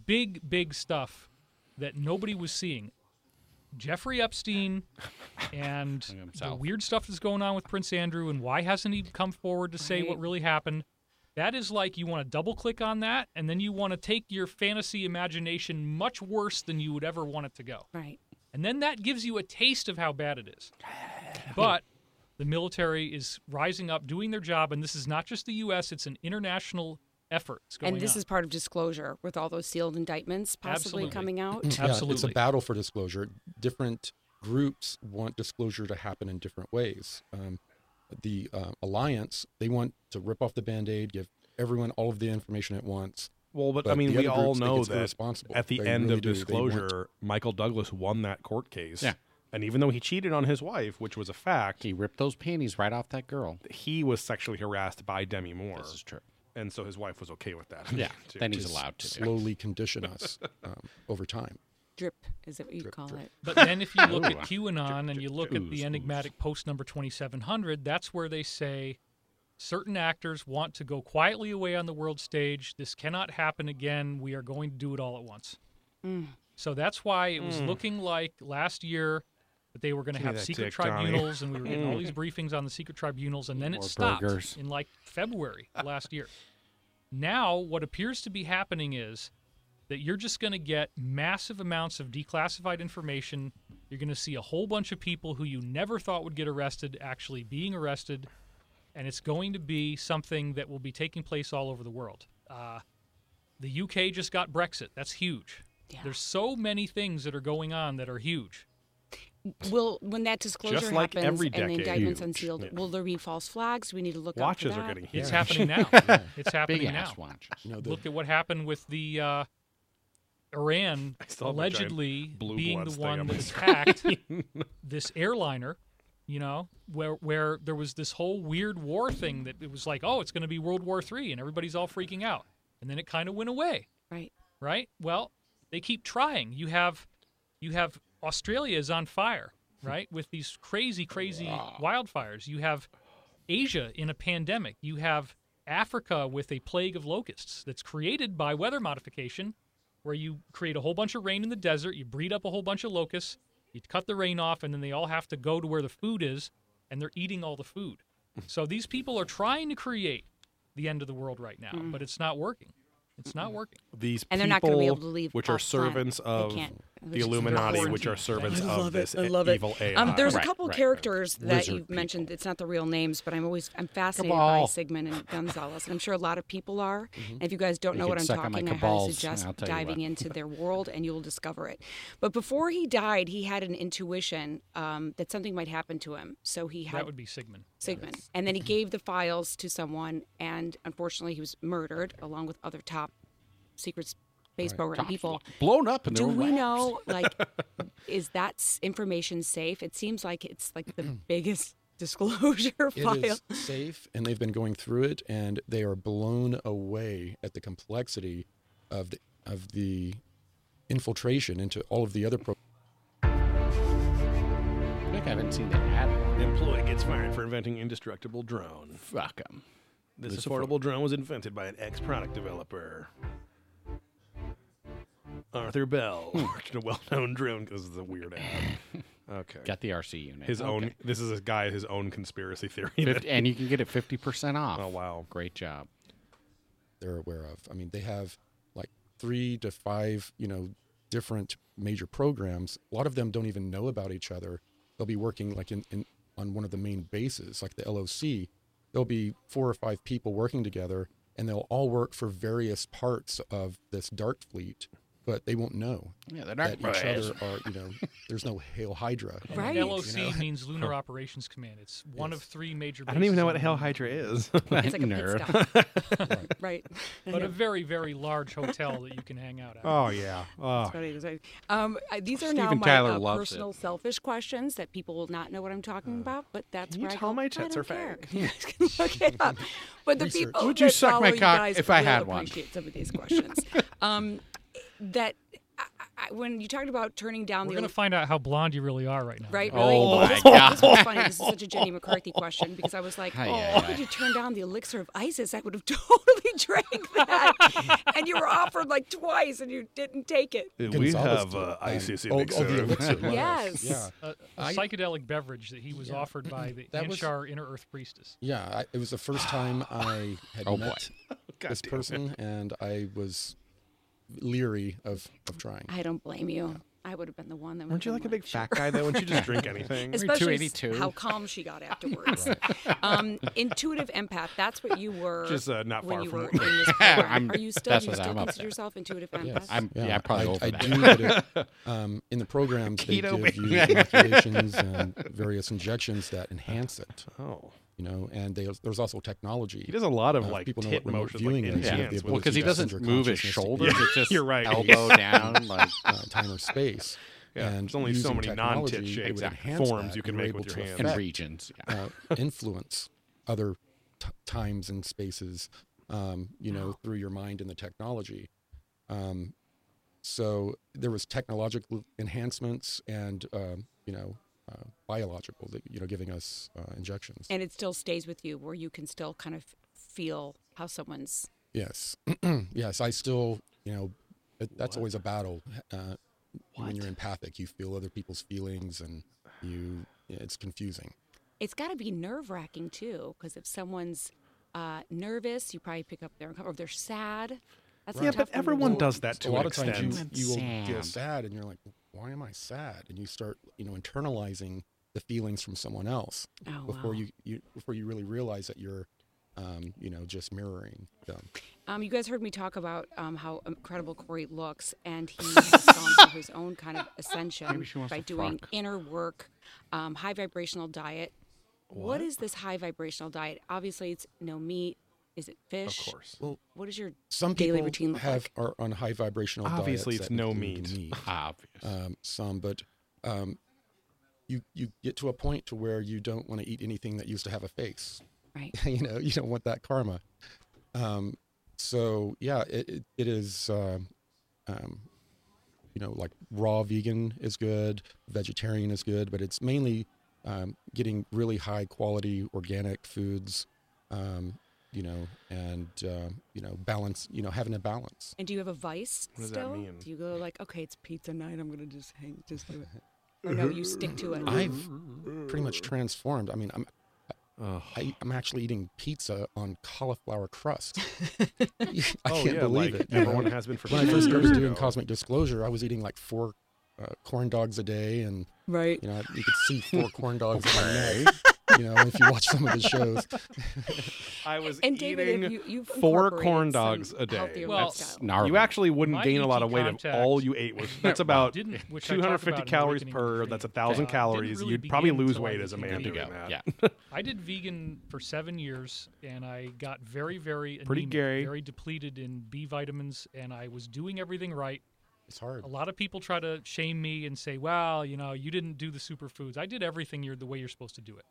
Speaker 5: big, big stuff that nobody was seeing. Jeffrey Epstein and the
Speaker 2: Himself.
Speaker 5: weird stuff that's going on with Prince Andrew, and why hasn't he come forward to say what
Speaker 4: Right.
Speaker 5: really happened? That is like you want to double click on that, and then you want to take your fantasy imagination much worse than you would ever want it to go.
Speaker 4: Right.
Speaker 5: And then that gives you a taste of how bad it
Speaker 4: [laughs]
Speaker 5: is. But the military is rising up, doing their job, and this is not just the U.S., it's an international effort that's going
Speaker 4: And this
Speaker 5: on.
Speaker 4: is part of disclosure with all those sealed indictments possibly
Speaker 5: Absolutely.
Speaker 4: coming
Speaker 3: [clears throat]
Speaker 4: out.
Speaker 7: Mm, Yeah, it's a
Speaker 5: Absolutely.
Speaker 7: battle for disclosure. Different groups want disclosure to happen in different ways. Um, the uh, alliance they want to rip off the band-aid, give everyone all of the information at once.
Speaker 3: Well, but, I
Speaker 7: But
Speaker 3: mean,
Speaker 7: the
Speaker 3: we
Speaker 7: other
Speaker 3: all
Speaker 7: groups think
Speaker 3: know
Speaker 7: it's
Speaker 3: that
Speaker 7: irresponsible.
Speaker 3: at the
Speaker 7: They
Speaker 3: end
Speaker 7: really
Speaker 3: of
Speaker 7: do. They want-
Speaker 3: disclosure, Michael Douglas won that court case.
Speaker 2: Yeah.
Speaker 3: And even though he cheated on his wife, which was a fact,
Speaker 2: He ripped those panties right off that girl.
Speaker 3: he was sexually harassed by Demi Moore.
Speaker 2: This is true.
Speaker 3: And so his wife was okay with that. [laughs]
Speaker 2: Yeah,
Speaker 3: Too.
Speaker 2: then he's allowed to.
Speaker 7: Slowly condition us um, over time.
Speaker 4: Drip is that what you call it.
Speaker 5: But then if you look at
Speaker 2: Ooh.
Speaker 5: QAnon and you look at the enigmatic post number 2700, that's where they say certain actors want to go quietly away on the world stage. This cannot happen again. We are going to do it all at once. So that's why it was looking like last year that they were going to
Speaker 3: Mm. Give me
Speaker 5: have
Speaker 3: that Mm.
Speaker 5: secret
Speaker 3: dick, Donnie.
Speaker 5: tribunals and we were getting all these briefings on the secret tribunals and then it
Speaker 2: More
Speaker 5: stopped
Speaker 2: burgers.
Speaker 5: in like February
Speaker 3: [laughs]
Speaker 5: last year. Now what appears to be happening is that you're just going to get massive amounts of declassified information. You're going to see a whole bunch of people who you never thought would get arrested actually being arrested, and it's going to be something that will be taking place all over the world. Uh, the UK just got Brexit. That's huge.
Speaker 4: Yeah. [clears throat]
Speaker 5: There's so many things that are going on that are huge.
Speaker 4: Will when that disclosure
Speaker 3: like
Speaker 4: happens
Speaker 3: every
Speaker 4: and the
Speaker 3: decade.
Speaker 4: indictments
Speaker 3: Huge.
Speaker 4: unsealed,
Speaker 3: Yeah.
Speaker 4: will there be false flags? We need to look out for
Speaker 3: Watches are
Speaker 4: that.
Speaker 3: getting huge.
Speaker 2: [laughs]
Speaker 5: It's happening now. It's happening
Speaker 2: Big
Speaker 5: now.
Speaker 2: ass watches.
Speaker 7: You know, the,
Speaker 5: Look at what happened with the uh, Iran
Speaker 3: still have my giant
Speaker 5: allegedly
Speaker 3: blue
Speaker 5: being the
Speaker 3: bloods thing
Speaker 5: one
Speaker 3: on
Speaker 5: that
Speaker 3: my
Speaker 5: attacked
Speaker 3: [laughs]
Speaker 5: this airliner. You know, where where there was this whole weird war thing that it was like, oh, it's going to be World War Three, and everybody's all freaking out, and then it kind of went away
Speaker 4: Right.
Speaker 5: right? Well, they keep trying. You have you have Australia is on fire, right? With these crazy crazy wildfires. You have Asia in a pandemic. You have Africa with a plague of locusts that's created by weather modification where you create a whole bunch of rain in the desert, you breed up a whole bunch of locusts, you cut the rain off and then they all have to go to where the food is and they're eating all the food. So these people are trying to create the end of the world right now, but it's not working. It's not working.
Speaker 3: These people,
Speaker 4: And they're not gonna be able to leave
Speaker 3: which
Speaker 4: off
Speaker 3: are
Speaker 4: planet.
Speaker 3: servants
Speaker 4: They
Speaker 3: of
Speaker 4: can't. Which
Speaker 3: the
Speaker 4: is
Speaker 3: Illuminati,
Speaker 4: important.
Speaker 3: which are servants
Speaker 4: I
Speaker 3: of
Speaker 4: love
Speaker 3: this
Speaker 4: it. I love it.
Speaker 3: evil AI.
Speaker 4: Um, there's
Speaker 2: Right,
Speaker 4: a couple
Speaker 2: right, right.
Speaker 4: characters that
Speaker 2: Lizard
Speaker 4: you've mentioned. It's not the real names, but I'm always I'm fascinated by
Speaker 2: Cabal.
Speaker 4: Sigmund and Gonzalez, and I'm sure a lot of people are.
Speaker 2: Mm-hmm.
Speaker 4: And if you guys don't
Speaker 2: You
Speaker 4: know
Speaker 2: can
Speaker 4: what I'm
Speaker 2: suck on
Speaker 4: talking,
Speaker 2: my
Speaker 4: I highly
Speaker 2: cabals,
Speaker 4: suggest
Speaker 2: I'll tell you
Speaker 4: diving
Speaker 2: what. [laughs]
Speaker 4: into their world, and you'll discover it. But before he died, he had an intuition um, that something might happen to him, so he
Speaker 5: That
Speaker 4: had
Speaker 5: would be Sigmund.
Speaker 4: Sigmund. And
Speaker 2: Mm-hmm.
Speaker 4: then he gave the files to someone, and unfortunately, he was murdered along with other top secret space program people.
Speaker 2: Blown up in their
Speaker 4: Do
Speaker 2: own
Speaker 4: we
Speaker 2: laps.
Speaker 4: know,
Speaker 2: [laughs]
Speaker 4: like, is that s- information safe? It seems like it's like the biggest [laughs] disclosure file.
Speaker 7: it is safe, and they've been going through it, and they are blown away at the complexity of the of the infiltration into all of the other pro-
Speaker 2: I think I haven't seen that ad.
Speaker 3: Employee gets fired for inventing indestructible drone.
Speaker 2: Fuck 'em.
Speaker 3: This, affordable drone was invented by an ex-product developer. Arthur Bell
Speaker 7: Hmm.
Speaker 3: worked in a well-known drone because it's a weird
Speaker 7: [laughs]
Speaker 3: ad. Okay.
Speaker 2: Got the RC unit.
Speaker 3: his own.
Speaker 2: Okay.
Speaker 3: This is a guy his own conspiracy theory. that- [laughs]
Speaker 2: Fif- and you can get it fifty percent off.
Speaker 3: oh wow.
Speaker 2: Great job.
Speaker 7: they're aware of. I mean, they have like three to five, you know, different major programs. A lot of them don't even know about each other. They'll be working like in, in on one of the main bases, like the LOC. There'll be four or five people working together, and they'll all work for various parts of this dark fleet, but they won't know
Speaker 2: Yeah, they're
Speaker 7: that
Speaker 2: not
Speaker 7: each other are, you
Speaker 2: [laughs]
Speaker 7: know, there's no Hail Hydra.
Speaker 4: Right.
Speaker 5: LOC
Speaker 3: [laughs]
Speaker 5: means Lunar Operations Command. It's one of three major.
Speaker 3: I don't even
Speaker 5: bases
Speaker 3: know
Speaker 5: in
Speaker 3: what
Speaker 5: the
Speaker 3: Hell
Speaker 5: world,
Speaker 3: Hydra is.
Speaker 4: It's like a pit
Speaker 2: nerd.
Speaker 4: stop.
Speaker 2: [laughs]
Speaker 4: right.
Speaker 5: but a very very large hotel that you can hang out at.
Speaker 3: oh yeah. Oh.
Speaker 4: But anyways, I- Um, I- these are now
Speaker 2: Steven
Speaker 4: my
Speaker 2: Tyler
Speaker 4: uh,
Speaker 2: loves Uh,
Speaker 4: personal, selfish questions that people will not know what I'm talking about. But that's
Speaker 3: you
Speaker 4: where I
Speaker 3: tell
Speaker 4: go,
Speaker 3: my
Speaker 4: "I
Speaker 3: tits
Speaker 4: don't
Speaker 3: are
Speaker 4: care." [laughs]
Speaker 3: fake?
Speaker 4: You guys can look it
Speaker 2: [laughs]
Speaker 4: up. But the
Speaker 7: Research.
Speaker 4: people
Speaker 2: Would you
Speaker 4: that
Speaker 2: suck my
Speaker 4: follow you
Speaker 2: cock
Speaker 4: guys
Speaker 2: if I
Speaker 4: will
Speaker 2: had one?
Speaker 4: Appreciate some of these questions.
Speaker 2: [laughs]
Speaker 4: um, that I, I, when you talked about turning down
Speaker 5: We're
Speaker 4: the
Speaker 5: gonna find out how blonde you really are right now.
Speaker 4: Right?
Speaker 2: Oh
Speaker 4: Really?
Speaker 2: my
Speaker 4: this, This was funny. This is such a Jenny McCarthy question because I was like,
Speaker 2: Hi,
Speaker 4: oh,
Speaker 2: hi,
Speaker 4: how
Speaker 2: hi.
Speaker 4: could you turn down the elixir of ISIS? I would have [laughs] totally drank that. and you were offered like twice and you didn't take it.
Speaker 3: we
Speaker 7: Gonzales
Speaker 3: have
Speaker 7: did it.
Speaker 3: uh,
Speaker 7: Um,
Speaker 3: ISIS
Speaker 7: oh, oh,
Speaker 3: elixir. [laughs]
Speaker 7: the elixir. wow.
Speaker 4: Yes.
Speaker 7: Yeah.
Speaker 5: A, a
Speaker 7: I-
Speaker 5: psychedelic beverage that he was offered by the
Speaker 7: That was-
Speaker 5: Anshar Inner Earth Priestess.
Speaker 7: Yeah, I, it was the first time I had
Speaker 2: [sighs] Oh, boy.
Speaker 7: met this person, and I was leery of, of trying.
Speaker 3: [laughs]
Speaker 4: I don't blame you. I would have been the one that. would
Speaker 3: Weren't
Speaker 2: [laughs]
Speaker 4: have
Speaker 3: you
Speaker 4: been
Speaker 3: like a big
Speaker 4: sure.
Speaker 3: fat guy though? Wouldn't you just
Speaker 7: [laughs]
Speaker 3: drink anything?
Speaker 2: You're
Speaker 4: Especially s-
Speaker 2: 282.
Speaker 4: how calm she got afterwards. um, intuitive empath. That's what you were.
Speaker 3: Just, uh, not
Speaker 4: when
Speaker 3: far
Speaker 4: you
Speaker 3: from
Speaker 4: were
Speaker 3: what- [laughs]
Speaker 4: in this program.
Speaker 2: I'm-
Speaker 4: Are you still?
Speaker 2: that's
Speaker 4: do you
Speaker 2: what
Speaker 4: still
Speaker 2: I'm up
Speaker 4: consider
Speaker 2: there.
Speaker 4: yourself intuitive
Speaker 3: Mm,
Speaker 4: empath?
Speaker 2: I'm yeah, I'm probably
Speaker 7: I,
Speaker 2: over
Speaker 7: I
Speaker 2: that.
Speaker 7: do. But it,
Speaker 3: [laughs]
Speaker 7: um, in the programs, they
Speaker 2: Keto
Speaker 7: give
Speaker 3: [laughs]
Speaker 7: you inoculations and various injections that enhance it.
Speaker 3: Oh,
Speaker 7: You know, and they, there's also technology.
Speaker 3: he does a lot of
Speaker 7: Uh,
Speaker 3: like
Speaker 7: people know
Speaker 3: tit
Speaker 7: what remote
Speaker 3: motions,
Speaker 7: viewing
Speaker 3: like
Speaker 7: is.
Speaker 3: in
Speaker 7: You have the
Speaker 3: hands with
Speaker 2: Well, because he
Speaker 7: ability to
Speaker 2: doesn't
Speaker 7: send your
Speaker 2: move his
Speaker 7: consciousness to-
Speaker 2: shoulders;
Speaker 3: Yeah,
Speaker 2: it's just
Speaker 3: you're right.
Speaker 2: elbow down. Like
Speaker 7: uh, time or space.
Speaker 3: [laughs] Yeah,
Speaker 7: and
Speaker 3: there's only so
Speaker 7: using
Speaker 3: many
Speaker 7: technology,
Speaker 3: non-tit shaped
Speaker 7: it would enhance
Speaker 3: forms
Speaker 7: that,
Speaker 3: you can
Speaker 7: were
Speaker 3: make
Speaker 7: able
Speaker 3: with your
Speaker 7: to
Speaker 3: hands.
Speaker 2: in
Speaker 7: affect,
Speaker 2: regions. Yeah.
Speaker 7: uh, influence other t- times and spaces, um, you know, through your mind and the technology. Um, so there was technological enhancements and, um, you know, uh, biological, that, you know, giving us uh, injections.
Speaker 4: And it still stays with you, where you can still kind of feel how someone's.
Speaker 7: Yes, [clears throat] yes. I still, you know, it, that's always a battle. Uh, when you're empathic, you feel other people's feelings, and you, it's confusing.
Speaker 4: It's got to be nerve wracking too, because if someone's uh, nervous, you probably pick up their or if they're sad. That's a
Speaker 3: Yeah,
Speaker 4: tough
Speaker 3: but
Speaker 4: one to
Speaker 3: everyone
Speaker 4: do.
Speaker 3: does that
Speaker 7: a
Speaker 3: to
Speaker 7: lot
Speaker 3: an
Speaker 7: of times you,
Speaker 3: extent.
Speaker 7: you will
Speaker 2: Sam.
Speaker 7: get sad, and you're like, "Why am I sad?" And you start, you know, internalizing the feelings from someone else
Speaker 4: Oh,
Speaker 7: before
Speaker 4: wow.
Speaker 7: you, you before you really realize that you're, um, you know, just mirroring them.
Speaker 4: Um, you guys heard me talk about um, how incredible Corey looks, and he has gone through his own kind of ascension
Speaker 2: she wants
Speaker 4: by
Speaker 2: to
Speaker 4: doing
Speaker 2: fuck.
Speaker 4: inner work, um, high vibrational diet. what is this high vibrational diet? Obviously, it's no meat. Is it
Speaker 3: Of
Speaker 4: fish?
Speaker 3: course.
Speaker 4: What is your
Speaker 7: Some
Speaker 4: daily
Speaker 7: people
Speaker 4: routine look
Speaker 7: have
Speaker 4: like?
Speaker 7: are on high vibrational. diets
Speaker 3: Obviously, it's
Speaker 7: that
Speaker 3: no
Speaker 7: include
Speaker 3: meat.
Speaker 2: Obvious.
Speaker 7: um, some, but um, you you get to a point to where you don't want to eat anything that used to have a face.
Speaker 4: Right.
Speaker 7: [laughs] you know, you don't want that karma. Um, so yeah, it it, it is. Um, um, you know, like raw vegan is good, vegetarian is good, but it's mainly um, getting really high quality organic foods. Um, you know, and um, you know, balance. You know, having a balance.
Speaker 4: And do you have a vice
Speaker 3: What does that
Speaker 4: still?
Speaker 3: mean?
Speaker 4: Do you go like, okay, it's pizza night. I'm gonna just hang, just do it. Or no, you stick to it.
Speaker 7: I've pretty much transformed. I mean, I'm
Speaker 3: Ugh.
Speaker 7: I, I'm actually eating pizza on cauliflower crust. [laughs] I
Speaker 3: Oh,
Speaker 7: can't
Speaker 3: yeah,
Speaker 7: believe
Speaker 3: like
Speaker 7: it. you know?
Speaker 3: Everyone has been for
Speaker 7: when I first
Speaker 3: 20
Speaker 7: started
Speaker 3: years
Speaker 7: doing
Speaker 3: ago.
Speaker 7: Cosmic Disclosure, I was eating like four uh, corn dogs a day, and
Speaker 4: right.
Speaker 7: you know you could
Speaker 3: [laughs]
Speaker 7: see four corn dogs in my neck. You know, if you watch some of the shows,
Speaker 3: I was
Speaker 4: And David, if
Speaker 3: eating
Speaker 4: you, you've
Speaker 3: four
Speaker 4: incorporated
Speaker 3: corn
Speaker 4: some
Speaker 3: dogs a day.
Speaker 4: healthier
Speaker 5: Well,
Speaker 4: lifestyle.
Speaker 2: Snarly.
Speaker 3: You actually wouldn't
Speaker 5: My
Speaker 3: gain a lot
Speaker 5: ET
Speaker 3: of weight if
Speaker 5: contact-
Speaker 3: all you ate was. That's about
Speaker 5: didn't, which I talk about
Speaker 3: 250
Speaker 5: in
Speaker 3: calories
Speaker 5: Awakening
Speaker 3: per.
Speaker 5: Three.
Speaker 3: That's a thousand
Speaker 5: Didn't
Speaker 3: calories.
Speaker 5: really
Speaker 3: You'd probably
Speaker 5: begin
Speaker 3: lose
Speaker 5: till I
Speaker 3: weight as
Speaker 5: was
Speaker 3: a
Speaker 5: in
Speaker 3: man
Speaker 2: there you
Speaker 3: doing
Speaker 5: vegan.
Speaker 2: go.
Speaker 3: that.
Speaker 2: Yeah.
Speaker 5: I did vegan for seven years, and I got very, very anemic,
Speaker 3: Pretty gay.
Speaker 5: very depleted in B vitamins, and I was doing everything right.
Speaker 7: it's hard.
Speaker 5: A lot of people try to shame me and say, "Well, you know, you didn't do the superfoods. I did everything you're the way you're supposed to do it."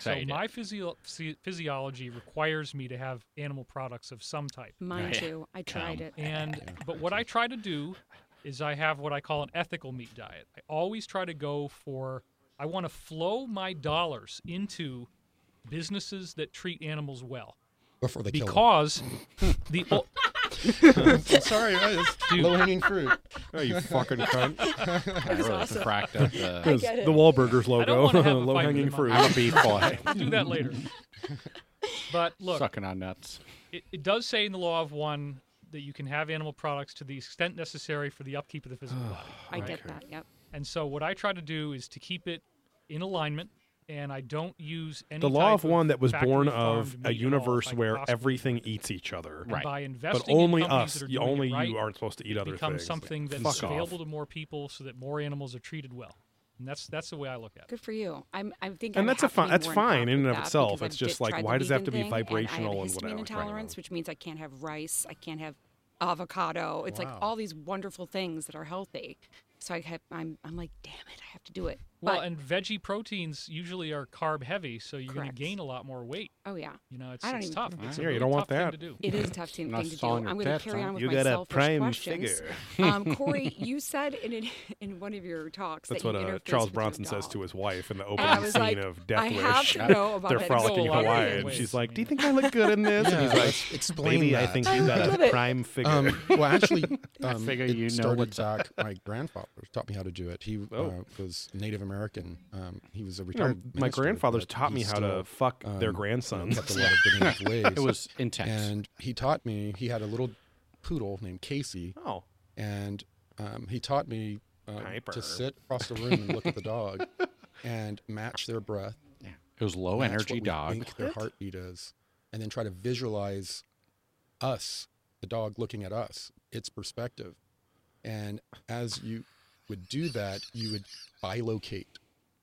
Speaker 2: So
Speaker 5: So
Speaker 2: you did.
Speaker 5: my physio- physi- physiology requires me to have animal products of some type.
Speaker 4: Mine
Speaker 2: Right.
Speaker 4: too. I tried it.
Speaker 5: And but what I try to do is I have what I call an ethical meat diet. I always try to go for I want to flow my dollars into businesses that treat animals well
Speaker 7: Before they kill them.
Speaker 5: because the o-
Speaker 7: I'm sorry, low hanging fruit.
Speaker 3: Oh, you fucking cunt!
Speaker 2: I really cracked up the.
Speaker 3: [laughs]
Speaker 4: I get it.
Speaker 3: The Wahlburgers logo,
Speaker 5: wanna have a fight with
Speaker 3: low hanging
Speaker 5: him on
Speaker 3: fruit.
Speaker 5: that.
Speaker 2: I'm a beef boy,
Speaker 5: we'll do that later. But look,
Speaker 2: sucking on nuts.
Speaker 5: it, it does say in the law of one that you can have animal products to the extent necessary for the upkeep of the physical body.
Speaker 4: I get that. Yep.
Speaker 5: And so what I try to do is to keep it in alignment, and I don't use any.
Speaker 3: The law
Speaker 5: type
Speaker 3: of one that was born
Speaker 5: factory
Speaker 3: of
Speaker 5: farmed meat at all
Speaker 3: a
Speaker 5: if
Speaker 3: universe
Speaker 5: I
Speaker 3: where
Speaker 5: possibly
Speaker 3: everything
Speaker 5: can.
Speaker 3: eats each other.
Speaker 5: And By
Speaker 3: But
Speaker 5: investing in
Speaker 3: only
Speaker 5: companies
Speaker 3: us.
Speaker 5: that are
Speaker 3: you-
Speaker 5: doing it
Speaker 3: only
Speaker 5: right,
Speaker 3: you aren't supposed to eat
Speaker 5: it
Speaker 3: other
Speaker 5: becomes
Speaker 3: things.
Speaker 5: something that's
Speaker 3: Fuck off.
Speaker 5: available to more people, so that more animals are treated well. And that's that's the way I look at it.
Speaker 4: Good for you. I'm. I think.
Speaker 3: And
Speaker 4: I'm
Speaker 3: that's a fi-
Speaker 4: happily
Speaker 3: that's
Speaker 4: more in conflict
Speaker 3: fine in and
Speaker 4: with
Speaker 3: of
Speaker 4: that
Speaker 3: itself.
Speaker 4: because I
Speaker 3: It's just
Speaker 4: did
Speaker 3: like,
Speaker 4: try the
Speaker 3: why does it have
Speaker 4: vegan
Speaker 3: to be
Speaker 4: thing, and I
Speaker 3: vibrational
Speaker 4: have
Speaker 3: and
Speaker 4: histamine
Speaker 3: whatever, right,
Speaker 4: intolerance,
Speaker 3: right.
Speaker 4: which means I can't have rice. I can't have avocado. It's like all these wonderful things that are healthy. So I have, I'm. I'm like, damn it, I have to do it.
Speaker 5: Well,
Speaker 4: But-
Speaker 5: and veggie proteins usually are carb heavy, so you're going
Speaker 4: Correct.
Speaker 5: to gain a lot more weight.
Speaker 4: oh yeah,
Speaker 5: You know, it's,
Speaker 4: I don't
Speaker 5: it's
Speaker 4: even-
Speaker 5: tough. It's a
Speaker 3: Yeah, you
Speaker 5: really
Speaker 3: don't want
Speaker 5: tough thing
Speaker 3: that.
Speaker 5: to do.
Speaker 4: it is a tough thing,
Speaker 2: Not
Speaker 4: thing to do.
Speaker 2: sawing your
Speaker 4: I'm going to
Speaker 2: tits,
Speaker 4: carry
Speaker 2: huh?
Speaker 4: on with
Speaker 3: You
Speaker 4: my
Speaker 3: got a
Speaker 4: selfish
Speaker 3: prime
Speaker 4: questions.
Speaker 3: figure. [laughs]
Speaker 4: Um, Corey, you said in an, in one of your talks
Speaker 3: That's
Speaker 4: that
Speaker 3: what
Speaker 4: you
Speaker 3: uh,
Speaker 4: interface
Speaker 3: Charles
Speaker 4: with your
Speaker 3: Bronson says
Speaker 4: dog.
Speaker 3: to his wife in the
Speaker 4: And
Speaker 3: opening
Speaker 4: I was
Speaker 3: scene
Speaker 4: like,
Speaker 3: of
Speaker 4: I
Speaker 3: Death
Speaker 4: have
Speaker 3: Wish.
Speaker 4: to know about
Speaker 3: They're
Speaker 4: that
Speaker 3: frolicking
Speaker 5: Go a lot of
Speaker 3: Hawaii,
Speaker 5: different
Speaker 3: and
Speaker 5: ways.
Speaker 3: she's like, "Do you think I look good in this?" and he's
Speaker 7: Yeah,
Speaker 3: like,
Speaker 7: let's explain
Speaker 3: "Baby, I
Speaker 7: that.
Speaker 3: think you got a prime figure."
Speaker 7: Um,
Speaker 3: [laughs]
Speaker 7: well, actually, um,
Speaker 2: figure
Speaker 7: it
Speaker 2: you know
Speaker 7: started
Speaker 2: what's
Speaker 7: back. My grandfather taught me how to do it. He
Speaker 3: Oh.
Speaker 7: uh, was Native American. Um, he was a
Speaker 3: You know,
Speaker 7: retired.
Speaker 3: my
Speaker 7: minister,
Speaker 3: grandfather's
Speaker 7: but
Speaker 3: taught
Speaker 7: he
Speaker 3: me how
Speaker 7: still
Speaker 3: to fuck their
Speaker 7: um,
Speaker 3: grandsons.
Speaker 7: kept a lot of
Speaker 3: [laughs]
Speaker 7: the native ways.
Speaker 2: It was intense.
Speaker 7: And he taught me. He had a little poodle named Casey,
Speaker 3: oh,
Speaker 7: and um, he taught me um,
Speaker 3: Piper.
Speaker 7: to sit across the room and look at
Speaker 3: [laughs]
Speaker 7: the dog and match their breath,
Speaker 2: It was low
Speaker 7: match
Speaker 2: energy
Speaker 7: what we
Speaker 2: dog.
Speaker 7: think their heartbeat is, and then try to visualize us, the dog looking at us, its perspective, and as you would do that, you would bilocate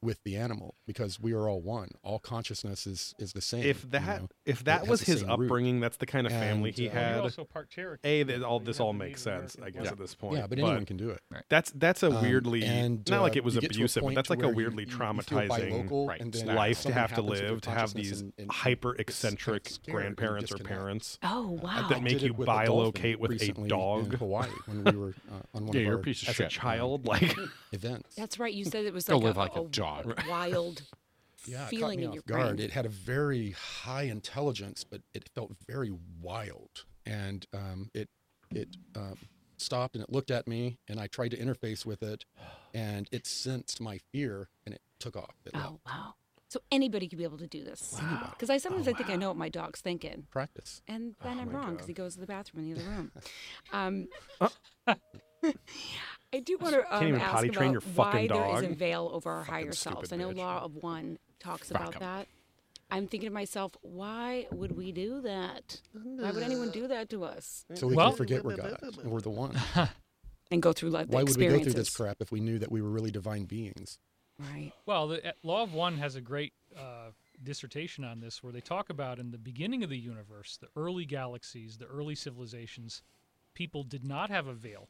Speaker 7: with the animal because we are all one. All consciousness is is the same.
Speaker 3: If
Speaker 7: you
Speaker 3: that
Speaker 7: know?
Speaker 3: if
Speaker 7: has
Speaker 3: that was
Speaker 7: the
Speaker 3: his
Speaker 7: same root.
Speaker 3: upbringing, that's the kind of family
Speaker 7: And,
Speaker 3: he
Speaker 7: uh,
Speaker 5: Well,
Speaker 3: had.
Speaker 5: you also part Cherokee.
Speaker 3: A that all
Speaker 5: so you
Speaker 3: this
Speaker 5: have
Speaker 3: all
Speaker 5: the
Speaker 3: makes
Speaker 5: Native
Speaker 3: sense,
Speaker 5: American
Speaker 3: I guess, at
Speaker 5: blood.
Speaker 3: this point.
Speaker 7: yeah, but anyone can do it.
Speaker 3: That's that's a
Speaker 7: Um,
Speaker 3: weirdly
Speaker 7: and,
Speaker 3: not like
Speaker 7: uh,
Speaker 3: it was
Speaker 7: you get to a
Speaker 3: abusive, but
Speaker 7: point
Speaker 3: that's
Speaker 7: to
Speaker 3: like a
Speaker 7: where
Speaker 3: weirdly
Speaker 7: you- you feel
Speaker 3: traumatizing
Speaker 7: bilocal,
Speaker 2: Right,
Speaker 7: and then
Speaker 3: life to
Speaker 7: something
Speaker 3: have to
Speaker 7: happens with your
Speaker 3: live, to have
Speaker 7: consciousness
Speaker 3: these
Speaker 7: and- and
Speaker 3: hyper
Speaker 7: it's kind of
Speaker 3: eccentric
Speaker 7: scary, you
Speaker 3: grandparents or
Speaker 7: disconnect.
Speaker 3: parents.
Speaker 4: Oh
Speaker 3: that
Speaker 4: wow.
Speaker 7: did
Speaker 3: make
Speaker 7: it
Speaker 3: you
Speaker 7: with a dolphin
Speaker 3: bilocate with a
Speaker 7: recently
Speaker 3: dog?
Speaker 7: in Hawaii when we were uh, on one
Speaker 2: Yeah,
Speaker 7: of
Speaker 2: you're
Speaker 7: our
Speaker 2: a piece of
Speaker 3: As
Speaker 2: shit.
Speaker 3: a child, like
Speaker 7: events.
Speaker 4: That's right. You said it was
Speaker 2: Go
Speaker 4: like
Speaker 2: live
Speaker 4: a,
Speaker 2: like a
Speaker 4: a
Speaker 2: dog.
Speaker 4: [laughs] wild
Speaker 7: [laughs] yeah, it caught
Speaker 4: feeling
Speaker 7: me
Speaker 4: in
Speaker 7: off
Speaker 4: your
Speaker 7: guard.
Speaker 4: brain.
Speaker 7: It had a very high intelligence, but it felt very wild, and um, it it um, stopped and it looked at me, and I tried to interface with it, and it sensed my fear, and it took off. It left.
Speaker 4: Oh wow. So anybody could be able to do this. Because I sometimes I think I know what my dog's thinking,
Speaker 7: Practice.
Speaker 4: and then
Speaker 3: Oh
Speaker 4: I'm wrong because he goes to the bathroom in the
Speaker 3: [laughs]
Speaker 4: other room. Um, I do want to um,
Speaker 3: even
Speaker 4: ask
Speaker 3: potty
Speaker 4: about
Speaker 3: train your fucking
Speaker 4: why there is a
Speaker 3: dog.
Speaker 4: veil over our higher
Speaker 3: Fucking stupid
Speaker 4: selves. I know
Speaker 3: bitch.
Speaker 4: Law of One talks about that. I'm thinking to myself, why would we do that? Why would anyone do that to us?
Speaker 7: So we
Speaker 5: Well-
Speaker 7: can forget we're God. and We're the one.
Speaker 4: And go through life
Speaker 7: Why would we go
Speaker 4: experiences.
Speaker 7: through this crap if we knew that we were really divine beings?
Speaker 4: Right.
Speaker 5: Well, the uh, Law of One has a great uh, dissertation on this where they talk about in the beginning of the universe, the early galaxies, the early civilizations, people did not have a veil.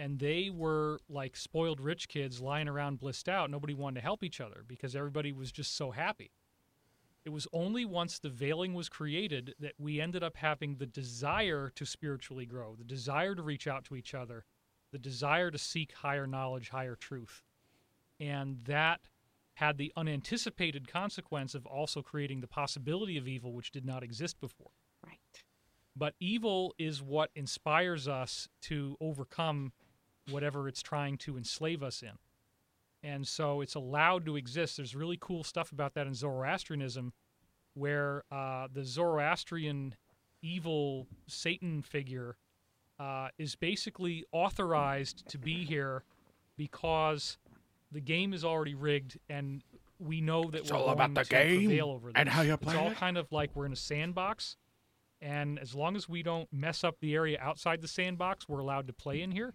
Speaker 5: And they were like spoiled rich kids lying around blissed out. Nobody wanted to help each other because everybody was just so happy. It was only once the veiling was created that we ended up having the desire to spiritually grow, the desire to reach out to each other, the desire to seek higher knowledge, higher truth and that had the unanticipated consequence of also creating the possibility of evil which did not exist before
Speaker 4: Right.
Speaker 5: but evil is what inspires us to overcome whatever it's trying to enslave us in and so it's allowed to exist there's really cool stuff about that in zoroastrianism where uh, the zoroastrian evil satan figure uh, is basically authorized to be here because the game is already rigged and we know that we're
Speaker 1: all about
Speaker 5: going
Speaker 1: the
Speaker 5: to
Speaker 1: game
Speaker 5: prevail over
Speaker 1: and
Speaker 5: this.
Speaker 1: how you
Speaker 5: it's
Speaker 1: play
Speaker 5: all
Speaker 1: it.
Speaker 5: kind of like we're in a sandbox and as long as we don't mess up the area outside the sandbox we're allowed to play in here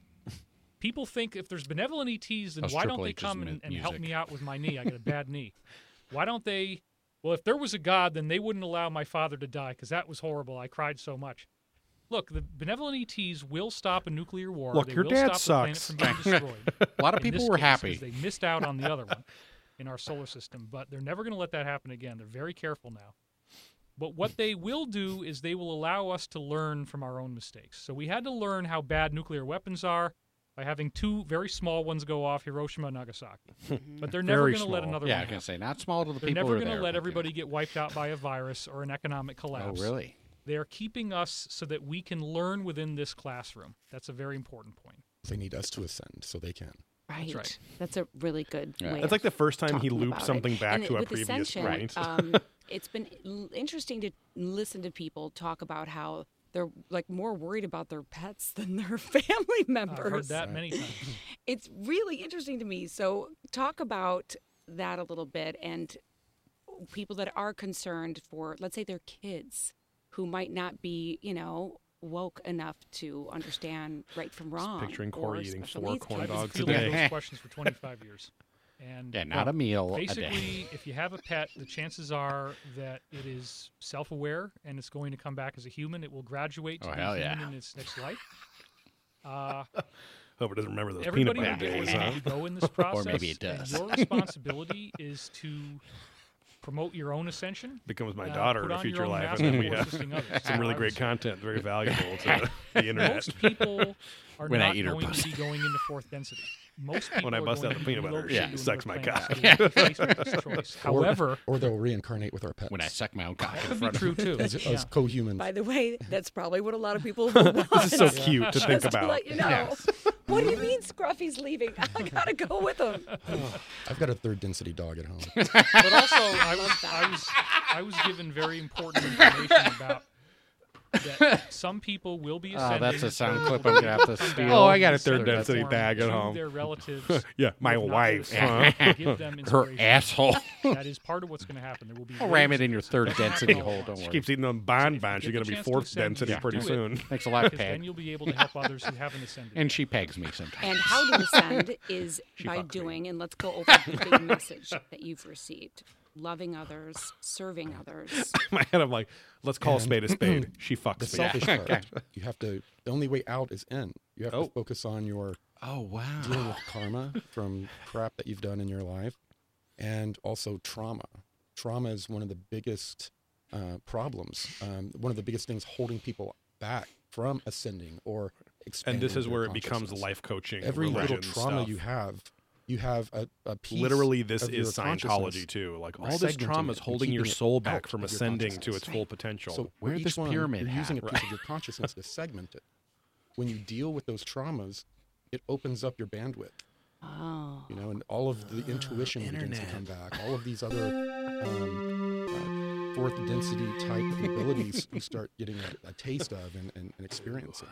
Speaker 5: people think if there's benevolent ets then
Speaker 2: That's
Speaker 5: why don't
Speaker 2: Triple
Speaker 5: they
Speaker 2: H's
Speaker 5: come
Speaker 2: mu-
Speaker 5: and, and help
Speaker 2: music.
Speaker 5: me out with my knee i got a bad knee why don't they well if there was a god then they wouldn't allow my father to die because that was horrible i cried so much look the benevolent ets will stop a nuclear war
Speaker 3: Look,
Speaker 5: they
Speaker 3: your
Speaker 5: will
Speaker 3: dad
Speaker 5: stop
Speaker 3: sucks.
Speaker 5: the planet from
Speaker 2: [laughs]
Speaker 5: being destroyed
Speaker 2: A lot of
Speaker 5: in
Speaker 2: people
Speaker 5: this
Speaker 2: were
Speaker 5: case, 'cause
Speaker 2: happy.
Speaker 5: They missed out on the
Speaker 2: [laughs]
Speaker 5: other one in our solar system, but they're never going to let that happen again. They're very careful now. But what they will do is they will allow us to learn from our own mistakes. So we had to learn how bad nuclear weapons are by having two very small ones go off Hiroshima and Nagasaki. but they're never
Speaker 3: Very
Speaker 5: going to let
Speaker 3: small.
Speaker 5: another
Speaker 2: Yeah, I
Speaker 5: one.
Speaker 2: can say not small to the
Speaker 5: They're
Speaker 2: people.
Speaker 5: never
Speaker 2: who are
Speaker 5: gonna
Speaker 2: there,
Speaker 5: let
Speaker 2: but, you
Speaker 5: everybody
Speaker 2: know.
Speaker 5: get wiped out by a virus or an economic collapse.
Speaker 2: Oh, really?
Speaker 5: They are keeping us so that we can learn within this classroom. That's a very important point.
Speaker 7: They need us to ascend so they can.
Speaker 4: Right. That's,
Speaker 5: right.
Speaker 4: a really good
Speaker 2: Yeah. That's
Speaker 4: way.
Speaker 3: that's
Speaker 4: of
Speaker 3: like the first time he
Speaker 4: talking
Speaker 3: looped
Speaker 4: about it.
Speaker 3: something back
Speaker 4: And
Speaker 3: to a
Speaker 4: with
Speaker 3: previous
Speaker 4: Ascension,
Speaker 3: point. [laughs]
Speaker 4: um, it's been l- interesting to listen to people talk about how they're like more worried about their pets [laughs] than their family
Speaker 5: I've heard
Speaker 4: members.
Speaker 5: that many times.
Speaker 4: It's really interesting to me. So talk about that a little bit and people that are concerned for let's say their kids who might not be, you know, woke enough to understand right from wrong.
Speaker 3: picturing
Speaker 4: or
Speaker 3: Corey eating
Speaker 4: special
Speaker 3: four
Speaker 4: needs
Speaker 3: corn
Speaker 5: I've
Speaker 4: kids.
Speaker 5: been
Speaker 3: dogs
Speaker 5: fielding
Speaker 2: today. [laughs]
Speaker 5: those questions for 25 years. And
Speaker 2: Yeah, not a meal a
Speaker 5: Basically,
Speaker 2: day.
Speaker 5: if you have a pet, the chances are that it is self-aware and it's going to come back as a human. It will graduate to
Speaker 2: Oh,
Speaker 5: be
Speaker 2: hell
Speaker 5: human
Speaker 2: yeah.
Speaker 5: in its
Speaker 2: [laughs]
Speaker 5: next life. Uh,
Speaker 3: Hope it doesn't remember those peanut
Speaker 5: everybody
Speaker 3: butter days,
Speaker 5: will get
Speaker 3: huh?
Speaker 5: where you go
Speaker 2: [laughs]
Speaker 5: in this process,
Speaker 2: maybe it
Speaker 5: and
Speaker 2: does.
Speaker 5: your responsibility is to promote your own ascension.
Speaker 3: Becomes my
Speaker 5: uh,
Speaker 3: daughter in
Speaker 5: put
Speaker 3: a
Speaker 5: on your
Speaker 3: future
Speaker 5: own
Speaker 3: life,
Speaker 5: master
Speaker 3: and then [laughs] we
Speaker 5: before
Speaker 3: have
Speaker 5: assisting others.
Speaker 3: some really
Speaker 5: I
Speaker 3: great
Speaker 5: was-
Speaker 3: content, very
Speaker 5: [laughs]
Speaker 3: valuable to the internet.
Speaker 5: most people are
Speaker 2: When I
Speaker 5: not
Speaker 2: eat her
Speaker 5: going to
Speaker 2: pussy.
Speaker 5: be going into fourth density.
Speaker 3: [laughs]
Speaker 5: Most people
Speaker 3: I
Speaker 5: are
Speaker 3: bust
Speaker 5: going
Speaker 3: out
Speaker 5: to
Speaker 3: the peanut
Speaker 5: be
Speaker 3: butter,
Speaker 5: located
Speaker 2: she
Speaker 5: in
Speaker 3: sucks my
Speaker 5: their
Speaker 3: cock.
Speaker 5: plans.
Speaker 3: [laughs]
Speaker 5: It's based on choice.
Speaker 7: Or-
Speaker 5: However,
Speaker 7: or they'll reincarnate with our pets.
Speaker 2: When I suck my own cock in
Speaker 5: [laughs] could be
Speaker 2: front of
Speaker 3: [laughs]
Speaker 5: true too.
Speaker 7: as,
Speaker 5: Yeah.
Speaker 7: as co-humans.
Speaker 4: By the way, that's probably what a lot of people would want.
Speaker 3: this is [laughs] so
Speaker 5: [laughs]
Speaker 3: cute to think
Speaker 4: Just to
Speaker 3: about.
Speaker 4: let you know. [laughs] What do you mean Scruffy's leaving? [laughs] I gotta go with him.
Speaker 7: I've got a third density dog at home.
Speaker 5: but also I was, I was I was given very important information about that some people will be
Speaker 2: Oh,
Speaker 5: ascending.
Speaker 2: that's a sound clip I'm gonna have to steal.
Speaker 3: Oh, I got a third
Speaker 5: in certain
Speaker 3: density
Speaker 5: form
Speaker 3: bag at
Speaker 5: to
Speaker 3: home. [laughs]
Speaker 5: Their relatives.
Speaker 3: Yeah, my
Speaker 5: who have not
Speaker 3: wife.
Speaker 5: been [laughs] ascended,
Speaker 2: huh?
Speaker 3: [laughs]
Speaker 5: give them
Speaker 2: Her
Speaker 5: inspiration. [laughs]
Speaker 2: asshole.
Speaker 5: That is part of what's going to happen. There will be.
Speaker 2: I'll ram
Speaker 5: waves
Speaker 2: it in your
Speaker 5: because
Speaker 2: third
Speaker 5: that's not [laughs]
Speaker 2: density
Speaker 5: all at
Speaker 2: hole.
Speaker 5: once.
Speaker 2: Don't
Speaker 3: She
Speaker 2: worry.
Speaker 3: keeps eating them
Speaker 5: If
Speaker 3: bond
Speaker 5: you
Speaker 3: bonds. You're
Speaker 5: get
Speaker 3: going
Speaker 5: the
Speaker 3: to be
Speaker 5: chance to
Speaker 3: fourth
Speaker 5: ascend,
Speaker 3: density
Speaker 5: you
Speaker 3: pretty
Speaker 5: do it.
Speaker 3: soon. [laughs]
Speaker 2: Thanks a lot,
Speaker 5: Because then
Speaker 2: Peg.
Speaker 5: you'll be able to help others who haven't ascended.
Speaker 2: And she pegs me sometimes.
Speaker 4: And how to ascend is
Speaker 3: [laughs]
Speaker 4: by doing, and let's go over the big message that you've received loving others, serving others.
Speaker 3: In my head, I'm like, let's call a spade a
Speaker 5: [laughs]
Speaker 3: spade. she
Speaker 7: The
Speaker 3: fucks me. [laughs]
Speaker 7: selfish part. You have to. The only way out is in. You have
Speaker 3: Oh.
Speaker 7: to focus on your
Speaker 2: Oh wow.
Speaker 7: dealing with
Speaker 3: [sighs]
Speaker 7: karma from crap that you've done in your life, and also trauma. Trauma is one of the biggest uh, problems. Um, one of the biggest things holding people back from ascending or
Speaker 3: And
Speaker 7: expanding.
Speaker 3: this is
Speaker 7: their
Speaker 3: where it becomes
Speaker 7: consciousness.
Speaker 3: life coaching.
Speaker 7: Every little
Speaker 3: religion
Speaker 7: trauma
Speaker 3: stuff.
Speaker 7: you have, you have a, a piece
Speaker 3: Literally, this
Speaker 7: of
Speaker 3: is
Speaker 7: your consciousness.
Speaker 3: Scientology too. Like
Speaker 7: We're
Speaker 3: all this
Speaker 7: segmenting
Speaker 3: trauma
Speaker 7: it
Speaker 3: is
Speaker 7: and
Speaker 3: holding your
Speaker 7: keeping it
Speaker 3: soul
Speaker 7: out
Speaker 3: back
Speaker 7: of
Speaker 3: from
Speaker 7: your
Speaker 3: ascending to
Speaker 7: consciousness.
Speaker 3: its full potential.
Speaker 7: So
Speaker 2: Wear
Speaker 7: each
Speaker 2: this
Speaker 7: one,
Speaker 2: pyramid
Speaker 7: You're
Speaker 2: hat,
Speaker 7: using a piece
Speaker 2: right?
Speaker 7: of your consciousness to segment it. When you deal with those traumas, it opens up your bandwidth.
Speaker 4: Oh.
Speaker 7: You know, and all of the intuition begins to come back. All of these other um, uh, fourth density type abilities you start getting a, a taste of and, and, and experiencing.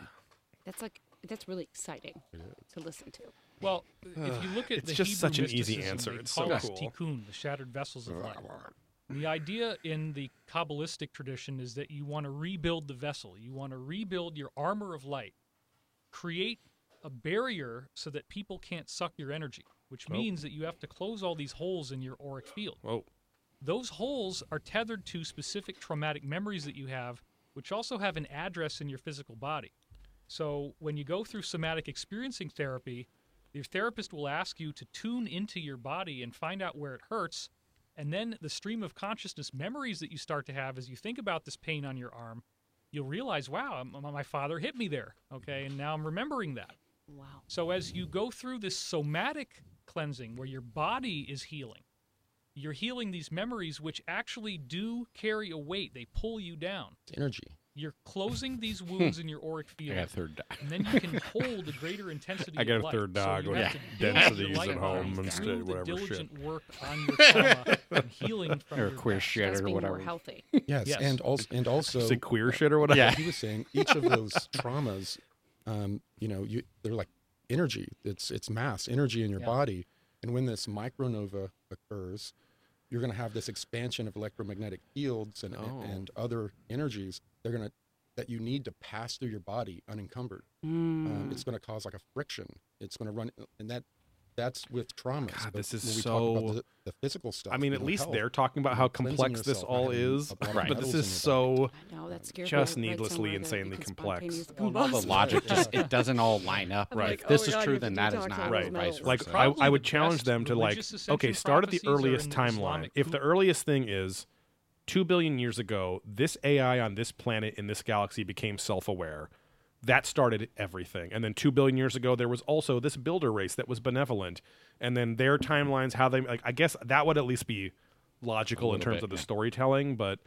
Speaker 4: That's like, that's really exciting to listen to.
Speaker 5: Well, if you
Speaker 3: [sighs]
Speaker 5: look at
Speaker 3: It's
Speaker 5: the
Speaker 3: just
Speaker 5: Hebrew
Speaker 3: such an easy
Speaker 5: mysticism,
Speaker 3: answer.
Speaker 5: they
Speaker 3: It's
Speaker 5: call
Speaker 3: so
Speaker 5: us
Speaker 3: cool.
Speaker 5: tikkun, the shattered vessels of life. The idea in the Kabbalistic tradition is that you want to rebuild the vessel. You want to rebuild your armor of light. Create a barrier so that people can't suck your energy, which
Speaker 3: Oh.
Speaker 5: means that you have to close all these holes in your auric field.
Speaker 3: Whoa.
Speaker 5: Those holes are tethered to specific traumatic memories that you have, which also have an address in your physical body. So when you go through somatic experiencing therapy, your therapist will ask you to tune into your body and find out where it hurts. And then the stream of consciousness memories that you start to have as you think about this pain on your arm, you'll realize, wow, m- my father hit me there. Okay. And now I'm remembering that.
Speaker 4: Wow.
Speaker 5: So as you go through this somatic cleansing where your body is healing, you're healing these memories which actually do carry a weight. They pull you down.
Speaker 7: It's energy.
Speaker 5: You're closing
Speaker 2: [laughs]
Speaker 5: these wounds in your auric
Speaker 2: I
Speaker 5: field.
Speaker 2: got a third die.
Speaker 5: And then you can hold a greater intensity.
Speaker 3: [laughs] I got
Speaker 5: of
Speaker 3: a
Speaker 5: light.
Speaker 3: third
Speaker 5: So
Speaker 3: dog
Speaker 5: you
Speaker 3: with [laughs]
Speaker 5: have to build
Speaker 3: densities
Speaker 5: your light
Speaker 3: at home
Speaker 5: bodies
Speaker 3: instead,
Speaker 5: through the
Speaker 3: whatever shit.
Speaker 5: diligent work
Speaker 3: [laughs]
Speaker 5: on your trauma and healing from
Speaker 2: [laughs] Or
Speaker 5: your
Speaker 2: queer
Speaker 5: past.
Speaker 2: shit
Speaker 4: Us
Speaker 2: or
Speaker 4: being
Speaker 2: whatever.
Speaker 4: more healthy.
Speaker 7: Yes,
Speaker 5: Yes.
Speaker 7: and also and also
Speaker 3: Say queer shit or whatever.
Speaker 7: like he was saying each
Speaker 3: [laughs]
Speaker 7: of those traumas um, you know you they're like energy it's it's mass energy in your
Speaker 5: Yeah.
Speaker 7: body and when this micronova occurs you're going to have this expansion of electromagnetic fields and,
Speaker 3: Oh.
Speaker 7: and, and other energies they're going to that you need to pass through your body unencumbered um, it's
Speaker 3: Hmm.
Speaker 7: going to cause like a friction it's going to run and that that's with traumas
Speaker 3: God,
Speaker 7: But
Speaker 3: this is
Speaker 7: when we talk
Speaker 3: so-
Speaker 7: about the, the physical stuff
Speaker 3: I mean,
Speaker 7: you
Speaker 3: at
Speaker 7: know,
Speaker 3: least
Speaker 7: health,
Speaker 3: they're talking about how
Speaker 7: cleansing
Speaker 3: complex this
Speaker 7: yourself, not
Speaker 3: all
Speaker 7: having a
Speaker 3: is,
Speaker 7: lot [laughs] of
Speaker 3: but this
Speaker 7: metals in
Speaker 3: is
Speaker 7: your
Speaker 3: so.
Speaker 4: I know that's scary.
Speaker 3: Just
Speaker 4: I read
Speaker 3: needlessly
Speaker 4: somewhere that you
Speaker 3: insanely
Speaker 4: can
Speaker 3: complex.
Speaker 4: spontaneously
Speaker 2: Well, all the
Speaker 4: combust. [laughs]
Speaker 2: logic just it doesn't all line up.
Speaker 4: Right.
Speaker 2: If this
Speaker 4: Oh,
Speaker 2: is
Speaker 4: yeah,
Speaker 2: true,
Speaker 4: you
Speaker 2: then
Speaker 4: have
Speaker 2: that is
Speaker 4: to detox
Speaker 2: not
Speaker 4: all those
Speaker 2: right.
Speaker 3: Right.
Speaker 4: metals.
Speaker 3: Like I,
Speaker 5: Probably
Speaker 3: I
Speaker 5: the
Speaker 3: would challenge
Speaker 5: best
Speaker 3: them to like,
Speaker 5: religious
Speaker 3: okay,
Speaker 5: ascension
Speaker 3: start at the
Speaker 5: prophecies are
Speaker 3: earliest
Speaker 5: in
Speaker 3: timeline.
Speaker 5: Islamic
Speaker 3: If the
Speaker 5: Google.
Speaker 3: earliest thing is two billion years ago, this AI on this planet in this galaxy became self-aware. That started everything, and then two billion years ago, there was also this builder race that was benevolent, and then their timelines, how they like. I guess that would at least be logical in
Speaker 2: little
Speaker 3: terms
Speaker 2: bit,
Speaker 3: of the
Speaker 2: yeah.
Speaker 3: storytelling, but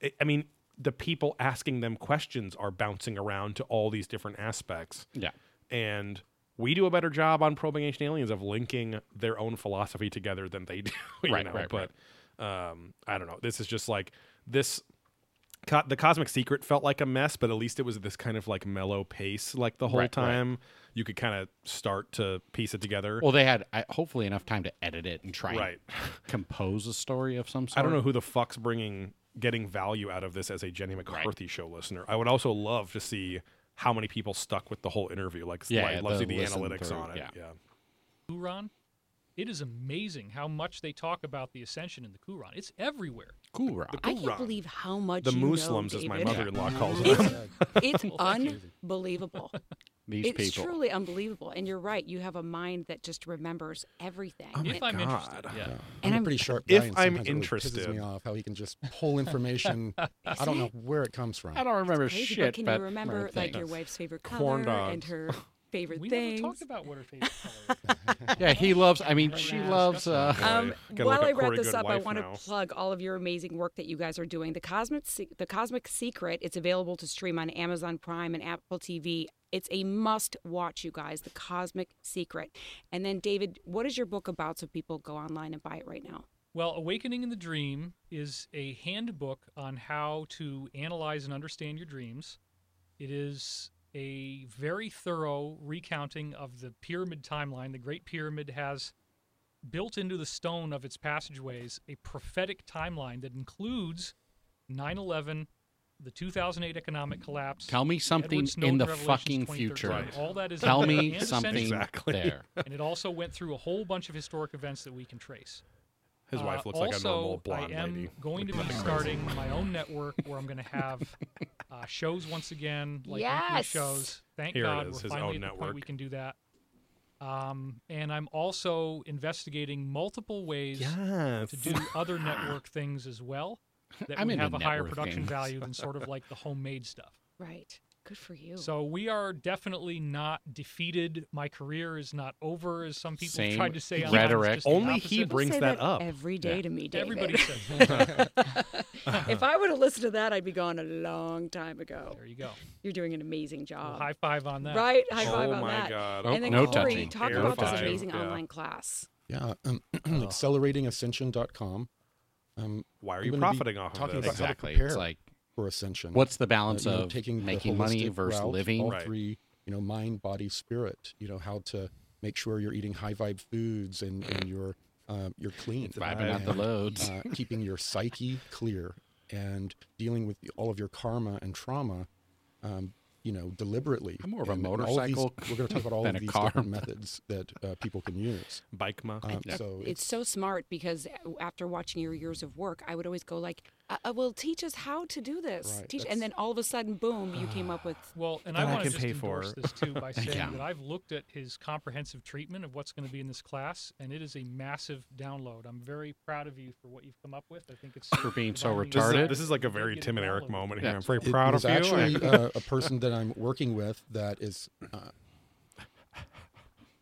Speaker 3: it, I mean, the people asking them questions are bouncing around to all these different aspects
Speaker 2: Yeah.
Speaker 3: and we do a better job on probing ancient aliens of linking their own philosophy together than they do [laughs] you
Speaker 2: Right,
Speaker 3: know
Speaker 2: right,
Speaker 3: but um i don't know this is just like this co- the cosmic secret felt like a mess but at least it was this kind of like mellow pace like the whole
Speaker 2: Right, right.
Speaker 3: time you could kind of start to piece it together
Speaker 2: Well, they had I, hopefully enough time to edit it and try
Speaker 3: Right.
Speaker 2: and compose a story of some sort.
Speaker 3: i don't know who the fuck's bringing getting value out of this as a jenny mccarthy show listener i would also love to see how many people stuck with the whole interview like
Speaker 2: Yeah,
Speaker 3: i'd love to see
Speaker 2: the
Speaker 3: the
Speaker 2: listen
Speaker 3: analytics
Speaker 2: through,
Speaker 3: on it
Speaker 2: yeah.
Speaker 3: yeah.
Speaker 5: Quran, it is amazing how much they talk about the ascension in the Quran. It's everywhere.
Speaker 2: Cool, Rob.
Speaker 4: I can't believe how much
Speaker 3: the
Speaker 4: you know,
Speaker 3: Muslims, as my
Speaker 4: David.
Speaker 3: mother-in-law [laughs] calls them. [laughs]
Speaker 4: It's, it's unbelievable.
Speaker 2: These
Speaker 4: It's
Speaker 2: people.
Speaker 4: truly unbelievable. And you're right. You have a mind that just remembers everything.
Speaker 5: if I'm interested, yeah.
Speaker 7: I'm,
Speaker 4: And
Speaker 7: a
Speaker 4: I'm-
Speaker 7: pretty sharp guy.
Speaker 3: if
Speaker 7: and
Speaker 3: I'm
Speaker 7: sometimes it really pisses
Speaker 3: interested.
Speaker 7: me off how he can just pull information. I don't know where it comes from.
Speaker 2: I don't remember
Speaker 4: Crazy,
Speaker 2: shit,
Speaker 4: but can you remember like your wife's favorite color
Speaker 3: Corn
Speaker 4: and
Speaker 3: dogs.
Speaker 4: her favorite
Speaker 5: We
Speaker 4: things?
Speaker 5: never talked about what her favorite color is.
Speaker 2: yeah, he loves. I mean, she
Speaker 5: Yeah.
Speaker 2: loves. Uh,
Speaker 3: Gotta
Speaker 4: Um,
Speaker 3: look
Speaker 4: while
Speaker 3: up
Speaker 4: I wrap
Speaker 3: Corey
Speaker 4: this up, I
Speaker 3: Goodwife
Speaker 4: want
Speaker 3: now.
Speaker 4: to plug all of your amazing work that you guys are doing. The Cosmic Se- the Cosmic Secret. It's available to stream on Amazon Prime and Apple TV. It's a must watch, you guys. The Cosmic Secret. And then, David, what is your book about? So people go online and buy it right now.
Speaker 5: Well, Awakening in the Dream is a handbook on how to analyze and understand your dreams. It is a very thorough recounting of the pyramid timeline. The Great Pyramid has built into the stone of its passageways a prophetic timeline that includes 9 11, the 2008 economic collapse.
Speaker 2: Tell me
Speaker 5: Edward
Speaker 2: something
Speaker 5: Snowden
Speaker 2: in the
Speaker 5: revelations
Speaker 2: fucking
Speaker 5: 2013.
Speaker 2: future.
Speaker 3: Right.
Speaker 5: All that is
Speaker 2: [laughs]
Speaker 5: in
Speaker 2: Tell
Speaker 5: there. And
Speaker 2: me
Speaker 5: a sentence-
Speaker 2: something
Speaker 3: Exactly.
Speaker 2: there.
Speaker 5: and it also went through a whole bunch of historic events that we can trace.
Speaker 3: His
Speaker 5: Uh,
Speaker 3: wife looks like a
Speaker 5: also,
Speaker 3: normal blonde
Speaker 5: I am
Speaker 3: lady.
Speaker 5: going to be starting
Speaker 2: [laughs]
Speaker 5: my own network where I'm going to have uh, shows once again, like weekly
Speaker 4: Yes!
Speaker 5: shows. Thank
Speaker 3: Here it
Speaker 5: God
Speaker 3: is,
Speaker 5: we're
Speaker 3: his
Speaker 5: finally
Speaker 3: own
Speaker 5: at the point we
Speaker 3: network.
Speaker 5: can do that. Um, and I'm also investigating multiple ways
Speaker 3: Ah,
Speaker 5: to do other network things as well
Speaker 2: [laughs]
Speaker 5: that
Speaker 2: I'm
Speaker 5: would
Speaker 2: into
Speaker 5: have a higher
Speaker 2: networking. [laughs]
Speaker 5: production value than sort of like the homemade stuff.
Speaker 4: Right. Good for you.
Speaker 5: So we are definitely not defeated. My career is not over, as some people
Speaker 2: Same
Speaker 5: have tried to say. on
Speaker 2: rhetoric.
Speaker 5: Just the
Speaker 3: Only he
Speaker 5: opposite.
Speaker 4: People
Speaker 3: brings
Speaker 4: say
Speaker 3: that up.
Speaker 4: every day to me, David. [laughs]
Speaker 5: Everybody says
Speaker 2: [laughs]
Speaker 5: that.
Speaker 4: if I would have listened to that, I'd be gone a long time ago.
Speaker 5: There you go.
Speaker 4: You're doing an amazing job.
Speaker 5: High five on that.
Speaker 4: Um, Right? High five
Speaker 3: oh
Speaker 4: on
Speaker 3: my
Speaker 4: that.
Speaker 3: god.
Speaker 2: Oh,
Speaker 4: and then
Speaker 2: no
Speaker 4: Corey,
Speaker 2: touching.
Speaker 4: talk
Speaker 3: Air
Speaker 4: about this
Speaker 3: five,
Speaker 4: amazing
Speaker 3: yeah.
Speaker 4: online class.
Speaker 7: Yeah, [clears throat] um, acceleratingascension.com. Um,
Speaker 3: Why are
Speaker 7: I'm
Speaker 3: you
Speaker 7: gonna be
Speaker 3: profiting off
Speaker 7: talking
Speaker 3: of this?
Speaker 7: about how
Speaker 2: [laughs]
Speaker 7: to
Speaker 2: Exactly. It's
Speaker 7: prepare
Speaker 2: like
Speaker 7: for ascension.
Speaker 2: what's the
Speaker 7: Uh,
Speaker 2: balance
Speaker 7: you know,
Speaker 2: um, of
Speaker 7: taking the
Speaker 2: making money
Speaker 7: holistic
Speaker 2: versus
Speaker 7: route,
Speaker 2: living?
Speaker 7: All
Speaker 3: Right.
Speaker 7: three, you know, mind, body, spirit. You know how to make sure you're eating high vibe foods and and you're um, you're clean,
Speaker 2: Vibing out the
Speaker 7: And,
Speaker 2: loads.
Speaker 7: uh, keeping your psyche clear and dealing with all of your karma and trauma. Um, you know, deliberately.
Speaker 2: I'm more of a
Speaker 7: And- and all of these-
Speaker 2: motorcycle
Speaker 7: we're going to talk about all
Speaker 2: than a
Speaker 7: of these
Speaker 2: car.
Speaker 7: different methods that uh, people can
Speaker 2: [laughs]
Speaker 7: use.
Speaker 3: Bike ma.
Speaker 7: Um, So
Speaker 4: It's so smart because uh, after watching your years of work, I would always go like, uh, uh, "Well, teach us how to do this."
Speaker 7: Right,
Speaker 4: teach,
Speaker 7: that's-
Speaker 4: and then all of a sudden, boom, you came
Speaker 5: [sighs]
Speaker 4: up with.
Speaker 5: Well, and
Speaker 3: That
Speaker 5: I
Speaker 3: I
Speaker 5: want to
Speaker 3: can
Speaker 5: just
Speaker 3: pay
Speaker 5: endorse
Speaker 3: for.
Speaker 5: this too by saying
Speaker 2: Yeah.
Speaker 5: that I've looked at his comprehensive treatment of what's going to be in this class, and it is a massive download. I'm very proud of you for what you've come up with. I think it's
Speaker 2: For being so
Speaker 5: divinely
Speaker 3: This is,
Speaker 2: retarded.
Speaker 5: designed.
Speaker 3: this is like a
Speaker 5: You'll
Speaker 3: very
Speaker 5: get
Speaker 3: Tim and
Speaker 5: all
Speaker 3: Eric
Speaker 5: of it.
Speaker 3: moment
Speaker 2: Yeah.
Speaker 3: here. I'm very
Speaker 7: It
Speaker 3: proud
Speaker 7: was
Speaker 3: of you.
Speaker 2: [laughs]
Speaker 7: actually uh, a person that I'm working with that is uh,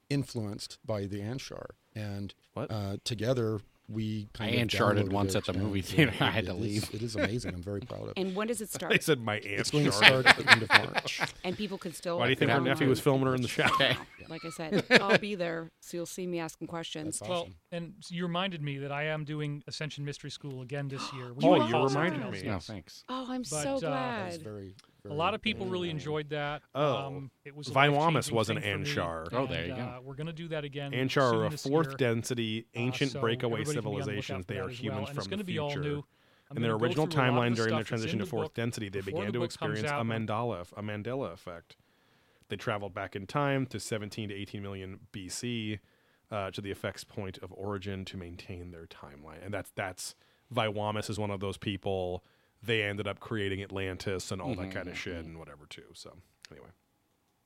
Speaker 7: influenced by the Anshar, and
Speaker 3: What?
Speaker 7: Uh, together we kind
Speaker 2: I
Speaker 7: of
Speaker 2: Anshared
Speaker 7: downloaded
Speaker 2: once
Speaker 7: it,
Speaker 2: at the movie
Speaker 7: and,
Speaker 2: theater.
Speaker 7: uh,
Speaker 2: [laughs] I
Speaker 7: it-
Speaker 2: had to
Speaker 7: it is-
Speaker 2: leave.
Speaker 7: it is amazing. I'm
Speaker 5: [laughs]
Speaker 7: very proud of. it.
Speaker 4: And when does it
Speaker 3: [laughs]
Speaker 4: start?
Speaker 3: I said my aunt.
Speaker 7: It's going to
Speaker 3: started.
Speaker 7: start at the end of
Speaker 5: [laughs]
Speaker 7: March.
Speaker 4: and people can still.
Speaker 3: Why do you think her
Speaker 4: come
Speaker 3: nephew
Speaker 4: on.
Speaker 3: was filming her in the shower?
Speaker 4: Like I
Speaker 5: [laughs]
Speaker 4: said, I'll be there, so you'll see me asking questions.
Speaker 5: Well, and so you reminded me that I am doing Ascension Mystery School again this year. which
Speaker 3: Oh,
Speaker 5: will
Speaker 3: you
Speaker 5: follow something
Speaker 3: reminded
Speaker 5: else
Speaker 3: me.
Speaker 2: No,
Speaker 5: next.
Speaker 2: thanks.
Speaker 4: Oh, I'm
Speaker 5: But,
Speaker 4: so
Speaker 5: uh,
Speaker 7: It's
Speaker 4: glad.
Speaker 7: very,
Speaker 5: A
Speaker 7: very,
Speaker 5: lot of people
Speaker 7: very
Speaker 5: really
Speaker 7: nice.
Speaker 5: enjoyed that.
Speaker 3: Oh.
Speaker 5: um, it was. a
Speaker 3: Viwamis
Speaker 5: life-changing
Speaker 3: was an
Speaker 5: thing for me,
Speaker 3: Anshar.
Speaker 2: Oh, there you
Speaker 5: and,
Speaker 2: go.
Speaker 5: uh, we're gonna do that again.
Speaker 3: Anshar
Speaker 5: soon
Speaker 3: are a
Speaker 5: this
Speaker 3: fourth
Speaker 5: year.
Speaker 3: density
Speaker 5: Uh,
Speaker 3: ancient
Speaker 5: so
Speaker 3: breakaway
Speaker 5: everybody can be on the lookout
Speaker 3: civilizations.
Speaker 5: for
Speaker 3: They
Speaker 5: that
Speaker 3: are
Speaker 5: as
Speaker 3: humans
Speaker 5: well, and it's
Speaker 3: from
Speaker 5: gonna
Speaker 3: the
Speaker 5: be all new.
Speaker 3: future.
Speaker 5: I'm
Speaker 3: In their
Speaker 5: gonna go
Speaker 3: original
Speaker 5: through a lot of the
Speaker 3: timeline during their
Speaker 5: stuff that's in
Speaker 3: transition to
Speaker 5: the
Speaker 3: fourth
Speaker 5: book
Speaker 3: density, they
Speaker 5: before
Speaker 3: began
Speaker 5: the
Speaker 3: to
Speaker 5: book comes
Speaker 3: experience
Speaker 5: out,
Speaker 3: a
Speaker 5: when-
Speaker 3: mandala, a mandala effect. They traveled back in time to 17 to 18 million BC uh, to the effects point of origin to maintain their timeline, and that's that's Viwamis is one of those people. They ended up creating Atlantis and all that kind of shit and whatever too. So anyway,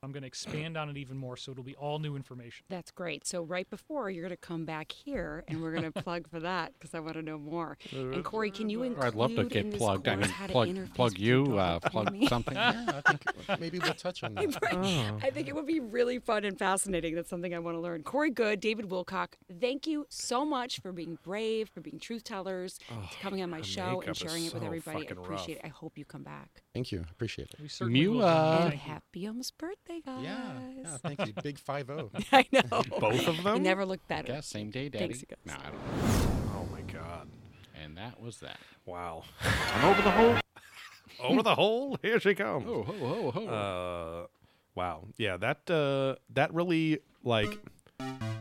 Speaker 5: I'm going to expand on it even more, so it'll be all new information.
Speaker 4: That's great. So right before you're going to come back here, and we're
Speaker 2: [laughs]
Speaker 4: going to plug for that because I want to know more. And Corey, can you include?
Speaker 2: Uh, I'd love to
Speaker 4: in
Speaker 2: get
Speaker 4: this
Speaker 2: plugged. I
Speaker 4: course
Speaker 2: mean,
Speaker 4: how to
Speaker 2: plug,
Speaker 4: interface
Speaker 2: plug
Speaker 4: with
Speaker 2: you,
Speaker 4: people
Speaker 2: uh,
Speaker 4: like [laughs]
Speaker 2: plug [laughs]
Speaker 4: me?
Speaker 2: something.
Speaker 7: Yeah, I think maybe we'll touch on that.
Speaker 5: [laughs]
Speaker 4: Right.
Speaker 2: Oh.
Speaker 4: I think it would be really fun and fascinating. That's something I want to learn. Corey Good, David Wilcock, thank you so much for being brave, for being truth tellers,
Speaker 2: Oh,
Speaker 4: to coming on my
Speaker 3: your
Speaker 4: show
Speaker 3: makeup
Speaker 4: and
Speaker 3: is
Speaker 4: sharing it with
Speaker 3: so
Speaker 4: everybody. I
Speaker 3: fucking rough.
Speaker 4: appreciate it. I hope you come back.
Speaker 7: Thank you. Appreciate it.
Speaker 5: We certainly will.
Speaker 2: Mula.
Speaker 3: uh,
Speaker 5: Thank
Speaker 4: and
Speaker 5: you.
Speaker 4: happy almost birthday, guys. [laughs]
Speaker 7: Yeah.
Speaker 2: [laughs]
Speaker 7: Yeah. Thank you. Big five oh.
Speaker 5: [laughs]
Speaker 7: zero.
Speaker 4: I know.
Speaker 3: both of
Speaker 4: You
Speaker 3: them.
Speaker 4: never look better.
Speaker 2: Yeah, same day, Daddy.
Speaker 4: [laughs] Thanks, guys.
Speaker 2: no, I don't.
Speaker 3: oh my god!
Speaker 2: And that was that.
Speaker 3: [laughs] Wow. I'm over the Oh. hole. [laughs] over the hole. Here she comes.
Speaker 2: ho, ho.
Speaker 3: Uh, wow. Yeah, that uh, that really like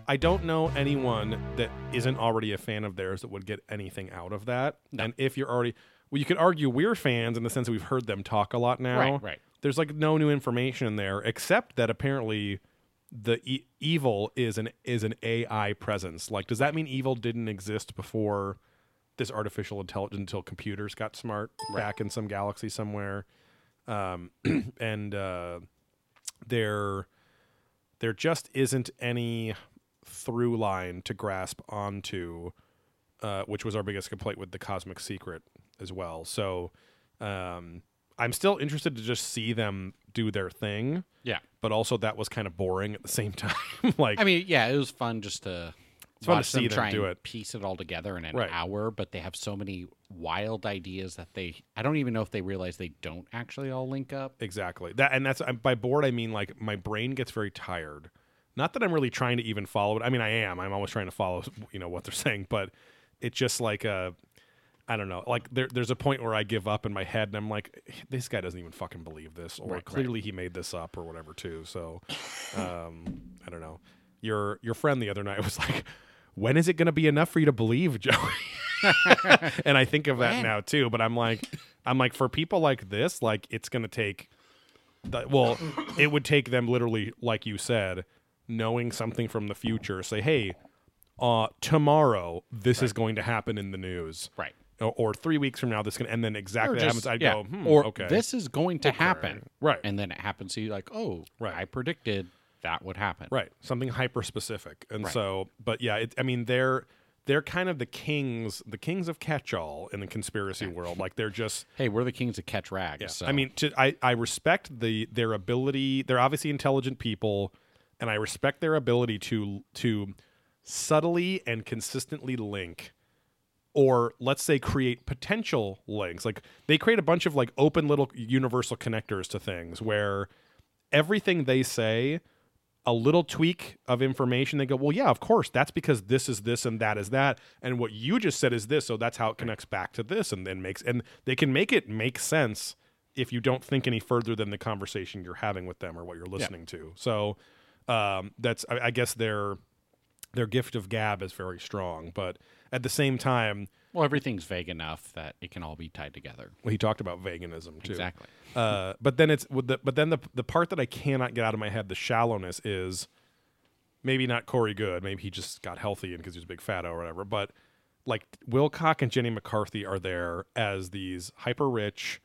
Speaker 3: I don't know anyone that isn't already a fan of theirs that would get anything out of that. And if you're already well, you could argue we're fans in the sense that we've heard them talk a lot now.
Speaker 2: Right, right.
Speaker 3: There's like no new information in there except that apparently the e- evil is an is an AI presence. Like, does that mean evil didn't exist before this artificial intelligence until computers got smart back in some galaxy somewhere? Um, [clears throat] and uh, there, there just isn't any through line to grasp onto, uh, which was our biggest complaint with the Cosmic Secret as well. So, um, I'm still interested to just see them do their thing
Speaker 2: yeah.
Speaker 3: but also that was kind of boring at the same [laughs] time. like,
Speaker 2: I mean, yeah, it was fun just to
Speaker 3: It's fun to
Speaker 2: watch
Speaker 3: see
Speaker 2: them
Speaker 3: them
Speaker 2: try
Speaker 3: do
Speaker 2: and
Speaker 3: it.
Speaker 2: piece it all together in an
Speaker 3: Right.
Speaker 2: hour, but they have so many wild ideas that they I don't even know if they realize they don't actually all link up.
Speaker 3: exactly that, and that's I- by bored. I mean, like my brain gets very tired. [laughs] Not that I'm really trying to even follow it. I mean, I am. I'm always trying to follow, you know, what they're saying, but it's just like a I don't know. Like there, there's a point where I give up in my head, and I'm like, this guy doesn't even fucking believe this, or clearly he made this up, or whatever. Too. So, um, I don't know. Your your friend the other night was like, when is it going to be enough for you to believe, [laughs] Joey? and I think of that now too. But I'm like, I'm like, for people like this, like it's going to take that well it would take them literally like you said knowing something from the future say hey uh tomorrow this is going to happen in the news
Speaker 2: Right.
Speaker 3: or, or three weeks from now this can and then exactly
Speaker 2: Or
Speaker 3: that
Speaker 2: just-
Speaker 3: happens i'd
Speaker 2: yeah,
Speaker 3: go hmm,
Speaker 2: or
Speaker 3: okay
Speaker 2: this is going to happen,
Speaker 3: Right.
Speaker 2: And then it happens. So you're like, oh,
Speaker 3: Right.
Speaker 2: I predicted that would happen,
Speaker 3: right something hyper specific and so but yeah it, i mean they're they're kind of the kings the kings of catch all in the conspiracy world like they're just
Speaker 2: Hey, we're the kings of catch rags.
Speaker 3: Yeah.
Speaker 2: so-
Speaker 3: I mean, to, I I respect the their ability. They're obviously intelligent people, and I respect their ability to to subtly and consistently link, or let's say create potential links. Like they create a bunch of like open little universal connectors to things where everything they say a little tweak of information they go well yeah of course that's because this is this and that is that and what you just said is this so that's how it connects back to this and then makes and they can make it make sense if you don't think any further than the conversation you're having with them or what you're listening to so um that's I, I guess their their gift of gab is very strong but at the same time
Speaker 2: well, everything's vague enough that it can all be tied together.
Speaker 3: well, he talked about veganism too
Speaker 2: Exactly.
Speaker 3: uh, but then it's with the, but then the the part that I cannot get out of my head, the shallowness is maybe not Corey Good, maybe he just got healthy and because he was a big fatto or whatever. But like Wilcock and Jenny McCarthy are there as these hyper rich,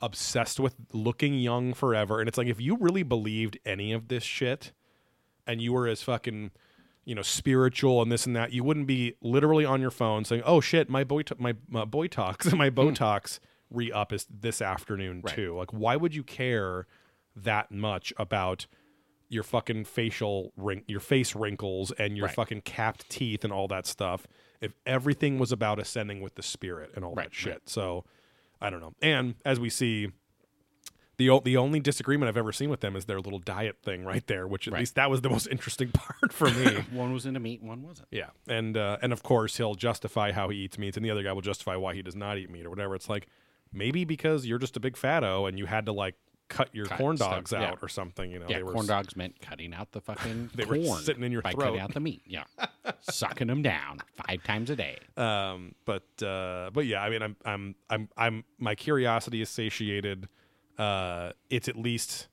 Speaker 3: obsessed with looking young forever, and it's like if you really believed any of this shit, and you were as fucking you know spiritual and this and that you wouldn't be literally on your phone saying oh shit my boy my, my botox [laughs] my botox re-up is this afternoon too like why would you care that much about your fucking facial wrink your face wrinkles and your fucking capped teeth and all that stuff if everything was about ascending with the spirit and all that shit so i don't know and as we see the o- the only disagreement I've ever seen with them is their little diet thing right there, which at least that was the most [laughs] interesting part for
Speaker 2: [laughs]
Speaker 3: me.
Speaker 2: One was into meat, one wasn't.
Speaker 3: yeah, and uh, and of course he'll justify how he eats meat, and the other guy will justify why he does not eat meat or whatever. It's like maybe because you're just a big fatto and you had to like cut your
Speaker 2: Cut
Speaker 3: corn
Speaker 2: stuff,
Speaker 3: dogs
Speaker 2: yeah.
Speaker 3: out or something. You know,
Speaker 2: Yeah,
Speaker 3: Oh, they were
Speaker 2: corn dogs meant cutting out the fucking
Speaker 3: [laughs] They were
Speaker 2: corn
Speaker 3: sitting in your
Speaker 2: by
Speaker 3: throat.
Speaker 2: cutting out the meat.
Speaker 3: [laughs]
Speaker 2: Yeah, sucking them down five times a day.
Speaker 3: um but uh but yeah i mean i'm i'm i'm i'm my curiosity is satiated uh it's at least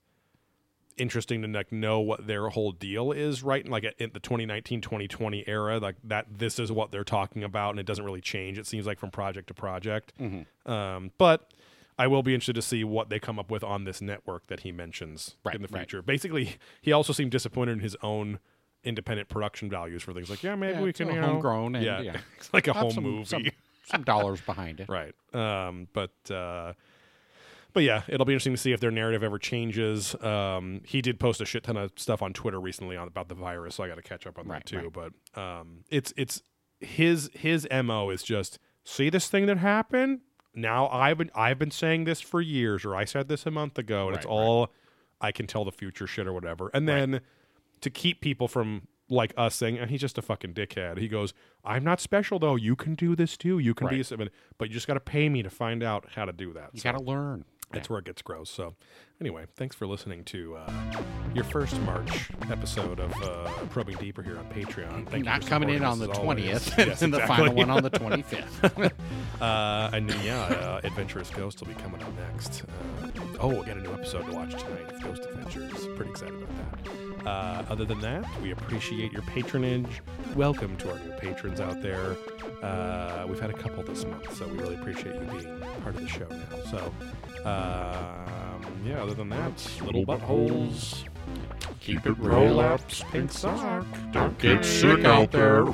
Speaker 3: interesting to like know what their whole deal is right like in the 2019-2020 era like that this is what they're talking about and it doesn't really change it seems like from project to project
Speaker 2: Mm-hmm.
Speaker 3: um but I will be interested to see what they come up with on this network that he mentions
Speaker 2: Right,
Speaker 3: in the
Speaker 2: right.
Speaker 3: future. Basically, he also seemed disappointed in his own independent production values for things like, yeah, maybe
Speaker 2: Yeah,
Speaker 3: we
Speaker 2: it's
Speaker 3: can
Speaker 2: all
Speaker 3: you know,
Speaker 2: homegrown and,
Speaker 3: yeah,
Speaker 2: yeah.
Speaker 3: it's [laughs] like a
Speaker 2: Have
Speaker 3: home
Speaker 2: some-
Speaker 3: movie, [laughs]
Speaker 2: Some, some dollars behind it.
Speaker 3: right? Um, but uh, but yeah, it'll be interesting to see if their narrative ever changes. Um, he did post a shit ton of stuff on Twitter recently on, about the virus, so I got to catch up on that
Speaker 2: Right,
Speaker 3: too. But um, it's it's his his mo is just see this thing that happened. Now I've been I've been saying this for years, or I said this a month ago, and it's
Speaker 2: Right, right.
Speaker 3: all I can tell the future shit or whatever. And then to keep people from like us saying, and he's just a fucking dickhead. He goes, I'm not special though. You can do this too. You can be a seven, but you just got to pay me to find out how to do that.
Speaker 2: You
Speaker 3: So
Speaker 2: got to learn.
Speaker 3: that's where it gets gross. So anyway, thanks for listening to uh, your first March episode of uh, Probing Deeper here on Patreon. Thank you
Speaker 2: Not
Speaker 3: for
Speaker 2: coming in
Speaker 3: supporting us
Speaker 2: on the
Speaker 3: as always. [laughs]
Speaker 2: twentieth,
Speaker 3: Yes,
Speaker 2: [laughs] and the
Speaker 3: exactly.
Speaker 2: final one on the twenty fifth.
Speaker 3: [laughs] Uh, and then, yeah, uh, Adventurous Ghost will be coming up next. Uh, oh, we'll get a new episode to watch tonight of Ghost Adventures. Pretty excited about that. Uh, other than that, we appreciate your patronage. Welcome to our new patrons out there. Uh, we've had a couple this month, so we really appreciate you being part of the show now. So, um, yeah, other than that, little buttholes.
Speaker 1: Keep it roll ups, pink sock. Don't get sick out there.